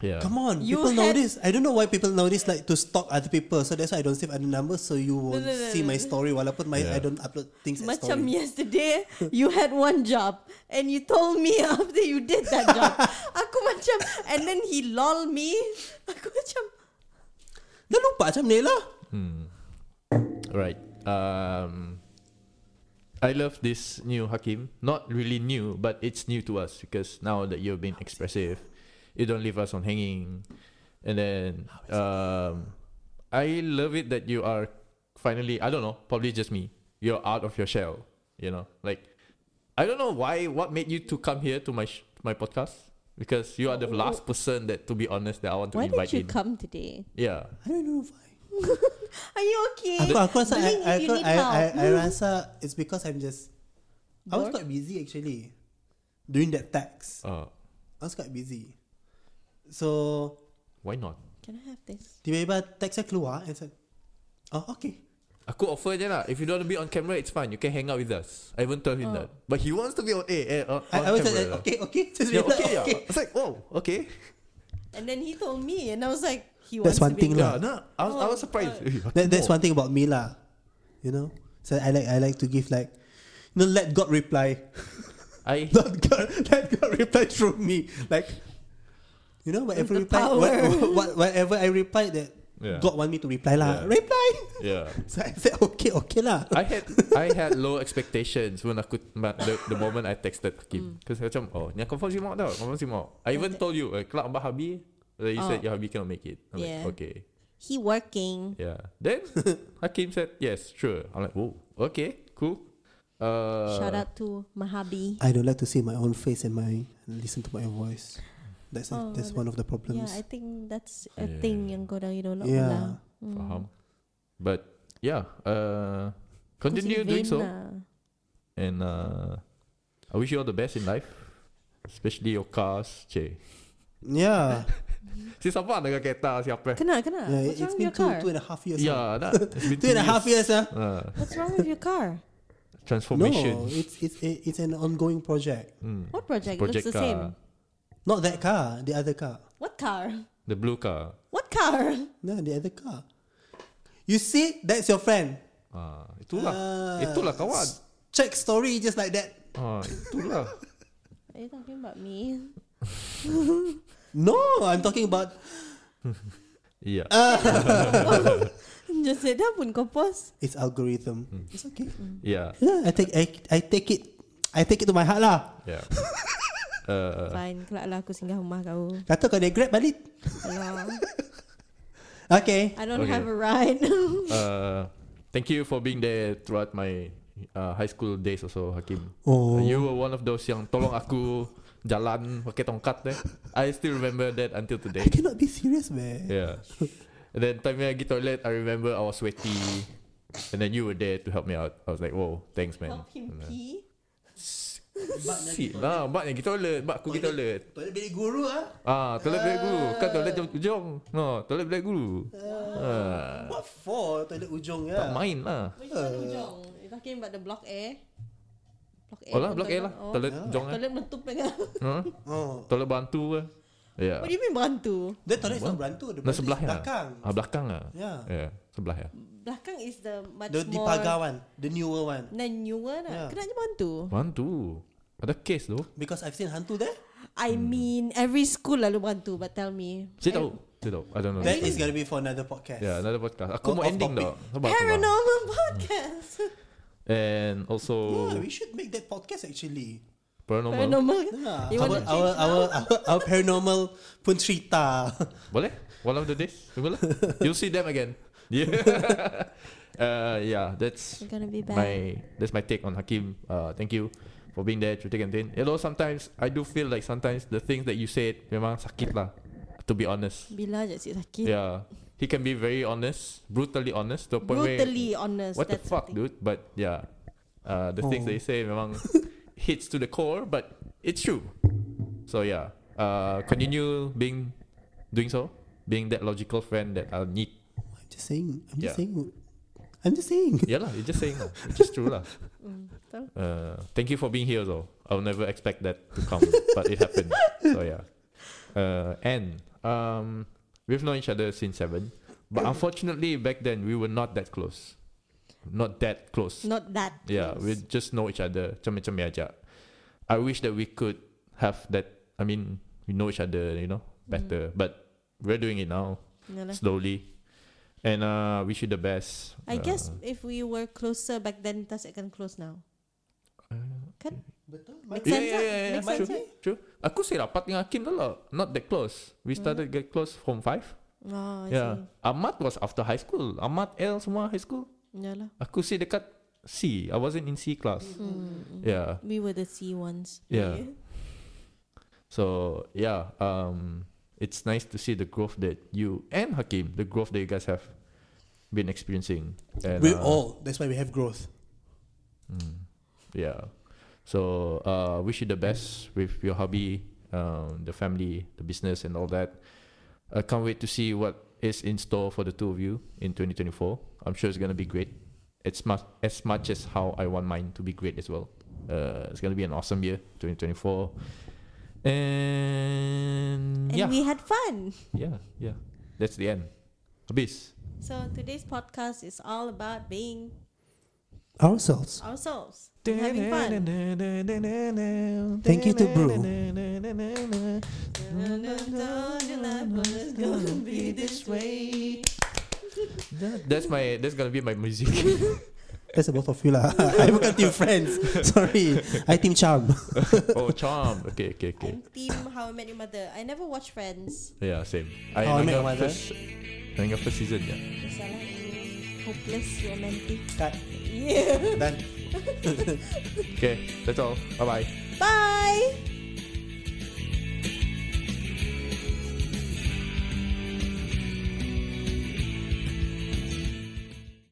S1: yeah.
S2: Come on,
S3: You
S2: people
S3: had-
S2: nowadays. I don't know why people nowadays like to stalk other people. So that's why I don't save other numbers. So you won't
S3: no, no,
S2: see
S3: no,
S2: my
S3: no.
S2: story. Walaupun my
S1: Yeah.
S2: I don't upload things. as
S3: Macam
S2: story.
S3: yesterday You had one job And you told me [laughs] After you did that job Aku macam And then he lol me Aku macam
S2: Dah lupa macam ni lah.
S1: Right. Um, I love this new Hakim. Not really new, but it's new to us because now that you've been expressive, you don't leave us on hanging. And then um, I love it that you are finally, I don't know, probably just me. You're out of your shell, you know? Like, I don't know why, what made you to come here to my sh- my podcast? Because you are the last person that, to be honest, that I want to
S3: Oh. Why
S1: invite in.
S3: did you come today?
S1: yeah.
S2: I don't know why.
S3: Are you okay?
S2: Aku, aku rasa I,
S3: Blink if
S2: I,
S3: you
S2: aku,
S3: need
S2: I, I,
S3: help. Hmm.
S2: I rasa it's because I'm just I was
S3: Bored?
S2: quite busy actually during that tax.
S1: Uh,
S2: I was quite busy. So
S1: why not?
S3: Can I have this?
S2: tiba-tiba tax saya keluar and said, oh okay.
S1: Aku offer je lah If you don't want to be on camera It's fine You can hang out with us I even told him that But he wants to be on eh, eh, on, on
S2: Oh. I, I was
S1: camera
S2: like,
S1: lah.
S2: okay, okay.
S1: [laughs]
S2: Just
S1: Yeah,
S2: reply,
S1: okay, yeah. I was like oh okay
S3: And then he told me, and I was like, he
S2: That's one
S3: wants to be
S2: thing
S1: Yeah
S2: lah.
S1: no, I was, I was surprised
S2: Oh,
S1: [laughs]
S2: That, that's one thing about me lah. You know? So I like I like to give like you know, let God reply. [laughs]
S1: I
S2: Let God, let God reply through me. Like you know, whatever
S3: The
S2: reply
S3: power.
S2: what, what, whatever I reply that
S1: Yeah.
S2: God want me to reply lah.
S1: Yeah.
S2: Reply.
S1: Yeah
S2: So I said okay, okay lah.
S1: I had I had low expectations when aku ma- the, the moment I texted Hakim
S2: Mm.
S1: because macam oh ni confirm si Mak tau confirm si Mak I even told you like kelak abah Habi then you said
S3: Oh.
S1: yeah Habi cannot make it I'm
S3: Yeah.
S1: like okay
S3: He working.
S1: yeah
S2: [laughs]
S1: then Hakim said yes sure I'm like oh okay cool uh,
S3: Shout out to Mahabi.
S2: I don't like to see my own face and my listen to my voice. That's
S3: Oh,
S2: that's
S3: that-
S2: one of the
S3: Yeah,
S2: problems.
S3: I think that's a
S1: Yeah.
S3: thing yang korang you don't know
S2: Yeah.
S3: lah.
S1: Faham. But yeah, uh, continue
S3: Kasi
S1: doing
S3: vain
S1: so,
S3: lah.
S1: and uh, I wish you all the best in life, especially your cars, che.
S2: yeah.
S1: Si siapa dengan kereta siapa?
S3: Kena, kena.
S2: Yeah, it's
S3: What's wrong with
S2: been
S3: your
S2: two
S3: car?
S2: two and a half years. huh?
S1: Yeah, that it's been
S2: Two and a half years, huh?
S1: Uh,
S3: What's wrong with your
S2: [laughs]
S3: car?
S2: No,
S1: transformation.
S2: it's it's a- it's an ongoing project.
S1: Mm.
S3: What project?
S1: Project
S3: Looks the
S1: car,
S3: same.
S2: Not that car, the other car.
S3: What car?
S1: the blue car.
S3: What car?
S2: No, the other car. You see, that's your friend.
S1: Ah, itulah,
S2: Ah.
S1: itulah kawan.
S2: Check story just like that.
S1: Ah, itulah. [laughs]
S3: Are you talking about [laughs] me?
S2: No, I'm talking about
S1: yeah.
S3: Just say dah pun kau post.
S2: its algorithm.
S1: Hmm.
S2: It's okay.
S3: Hmm.
S1: yeah,
S2: Yeah, I take I, I take it I take it to my heart lah.
S1: yeah, [laughs] Uh,
S3: Fine, kelak lah aku singgah rumah kau.
S2: Kata kau dia grab balik.
S3: Alah,
S2: Okay.
S3: Ya. I don't
S1: Okay.
S3: have a [laughs] ride.
S1: uh, thank you for being there throughout my uh, high school days also, Hakim.
S2: Oh.
S1: You were one of those yang tolong aku jalan pakai tongkat deh. I still remember that until
S2: I
S1: today.
S2: cannot be serious, man.
S1: Yeah. And then time I pergi toilet, I remember I was sweaty. And then you were there to help me out. I was like, whoa, thanks man.
S3: Help him pee.
S1: Shit lah, mak nak pergi toilet, mak aku pergi toilet.
S2: Toilet bilik guru ah.
S1: Ah, toilet black guru. Kan toilet jam ujung. No, toilet black guru. Ah,
S2: What for toilet ujung
S1: tak
S2: ya?
S1: main lah.
S3: Which one ujung? You talking about the block A? Block A.
S1: Oh lah,
S3: bukan
S1: black A lah.
S3: Oh.
S1: Toilet jong lah.
S3: Toilet menutup
S1: [laughs]
S3: dengan.
S1: Ha?
S2: Oh.
S1: Toilet bantu lah. Yeah.
S3: What do you mean berantu?
S2: Dia toilet is not berantu, dia
S1: Nah,
S2: berantu is
S1: sebelah ya.
S2: belakang.
S1: Ah, belakang lah.
S2: Yeah.
S1: Yeah, sebelah ya.
S3: Belakang is the much
S2: The di
S3: more.
S2: pagar one, the newer one.
S3: Nah, newer lah.
S2: Yeah.
S3: Kena je bantu.
S1: Bantu. Ada case tu.
S2: Because I've seen hantu there.
S3: I
S1: Hmm.
S3: mean, every school lalu bantu, but tell me.
S1: Saya tahu. Saya tahu. I don't know.
S2: That is gonna be for another podcast.
S1: Yeah, another podcast. Aku
S2: Oh,
S1: mau
S2: off
S1: ending
S2: topic.
S1: tau. Sabar, sabar.
S3: Paranormal podcast.
S1: And also
S2: Yeah, we should make that podcast actually.
S1: paranormal.
S3: Paranormal.
S2: Yeah.
S3: You
S2: Our,
S3: want to
S2: our,
S3: change
S2: our, our, our paranormal pun cerita.
S1: [laughs] Boleh? One of the days.
S2: [laughs]
S1: Tunggu lah. You'll see them again. Yeah. [laughs] uh, yeah, that's
S3: We're gonna be back.
S1: my that's my take on Hakim. Uh, thank you for being there to take and thin. You know, sometimes I do feel like sometimes the things that you said memang sakit lah. To be honest.
S3: Bila je si sakit.
S1: Yeah. he can be very honest, brutally honest to a point where-
S3: brutally honest.
S1: what the
S3: that's
S1: fuck,
S3: thing.
S1: dude? But yeah, uh, the things
S2: Oh.
S1: they say memang hits to the core, but it's true. So yeah, uh, continue being doing so, being that logical friend that I'll need.
S2: I'm just saying. I'm
S1: Yeah.
S2: just saying. I'm just saying.
S1: Yeah lah, you're just saying lah, it's just true lah.
S3: [laughs] Mm, betul.
S1: Uh, thank you for being here though. I'll never expect that to come, but it happened. So yeah, uh, and um, we've known each other since seven, but unfortunately back then we were not that close, not that close.
S3: Not that.
S1: Yeah, we
S3: close.
S1: just know each other. Macam-macam aja. I wish that we could have that. I mean, we know each other, you know,
S3: Mm.
S1: better. But we're doing it now,
S3: Yalah.
S1: slowly. And uh, wish you the best.
S3: I
S1: Uh,
S3: guess if we were closer back then, kita akan close now.
S2: Betul.
S3: Make
S1: Yeah,
S3: sense
S1: yeah,
S3: lah?
S1: yeah, yeah,
S3: Make sense
S1: true.
S3: lah?
S1: True. Aku sih rapat dengan Akin lah. Not that close. We started get close from five.
S3: Mm. Oh, I
S1: yeah.
S3: see.
S1: Ahmad was after high school. Ahmad L semua high school.
S3: Yalah.
S1: Aku sih dekat C. I wasn't in C class.
S3: Mm, mm.
S1: Yeah.
S3: We were the C ones.
S1: Yeah. So yeah, um, it's nice to see the growth that you and Hakim, the growth that you guys have been experiencing. And,
S2: We're
S1: uh,
S2: all. That's why we have growth.
S1: mm, yeah. So uh, wish you the best with your hobby, um, the family, the business, and all that. I can't wait to see what is in store for the two of you in 2024. I'm sure it's gonna be great. It's much as much as how I want mine to be great as well. Uh, it's gonna be an awesome year, 2024. And,
S3: And
S1: yeah,
S3: we had fun.
S1: yeah, yeah. That's the end. Abyss.
S3: So today's podcast is all about being
S2: Ourselves.
S3: ourselves, and having fun.
S2: Thank you to Brew.
S1: That's my that's gonna be my music.
S2: That's the both of you lah. [laughs] I bukan team friends. Sorry. I team charm.
S1: oh charm. Okay, okay, okay.
S3: I'm team How I Met Your Mother. I never watch Friends.
S1: Yeah, same.
S2: How I Met
S1: ingat
S2: Your Mother.
S1: first- I ingat first season ya.
S3: Salah you hopeless romantic. [laughs]
S2: Cut.
S3: Yeah.
S2: Done.
S1: Okay, that's all. Bye bye.
S3: Bye.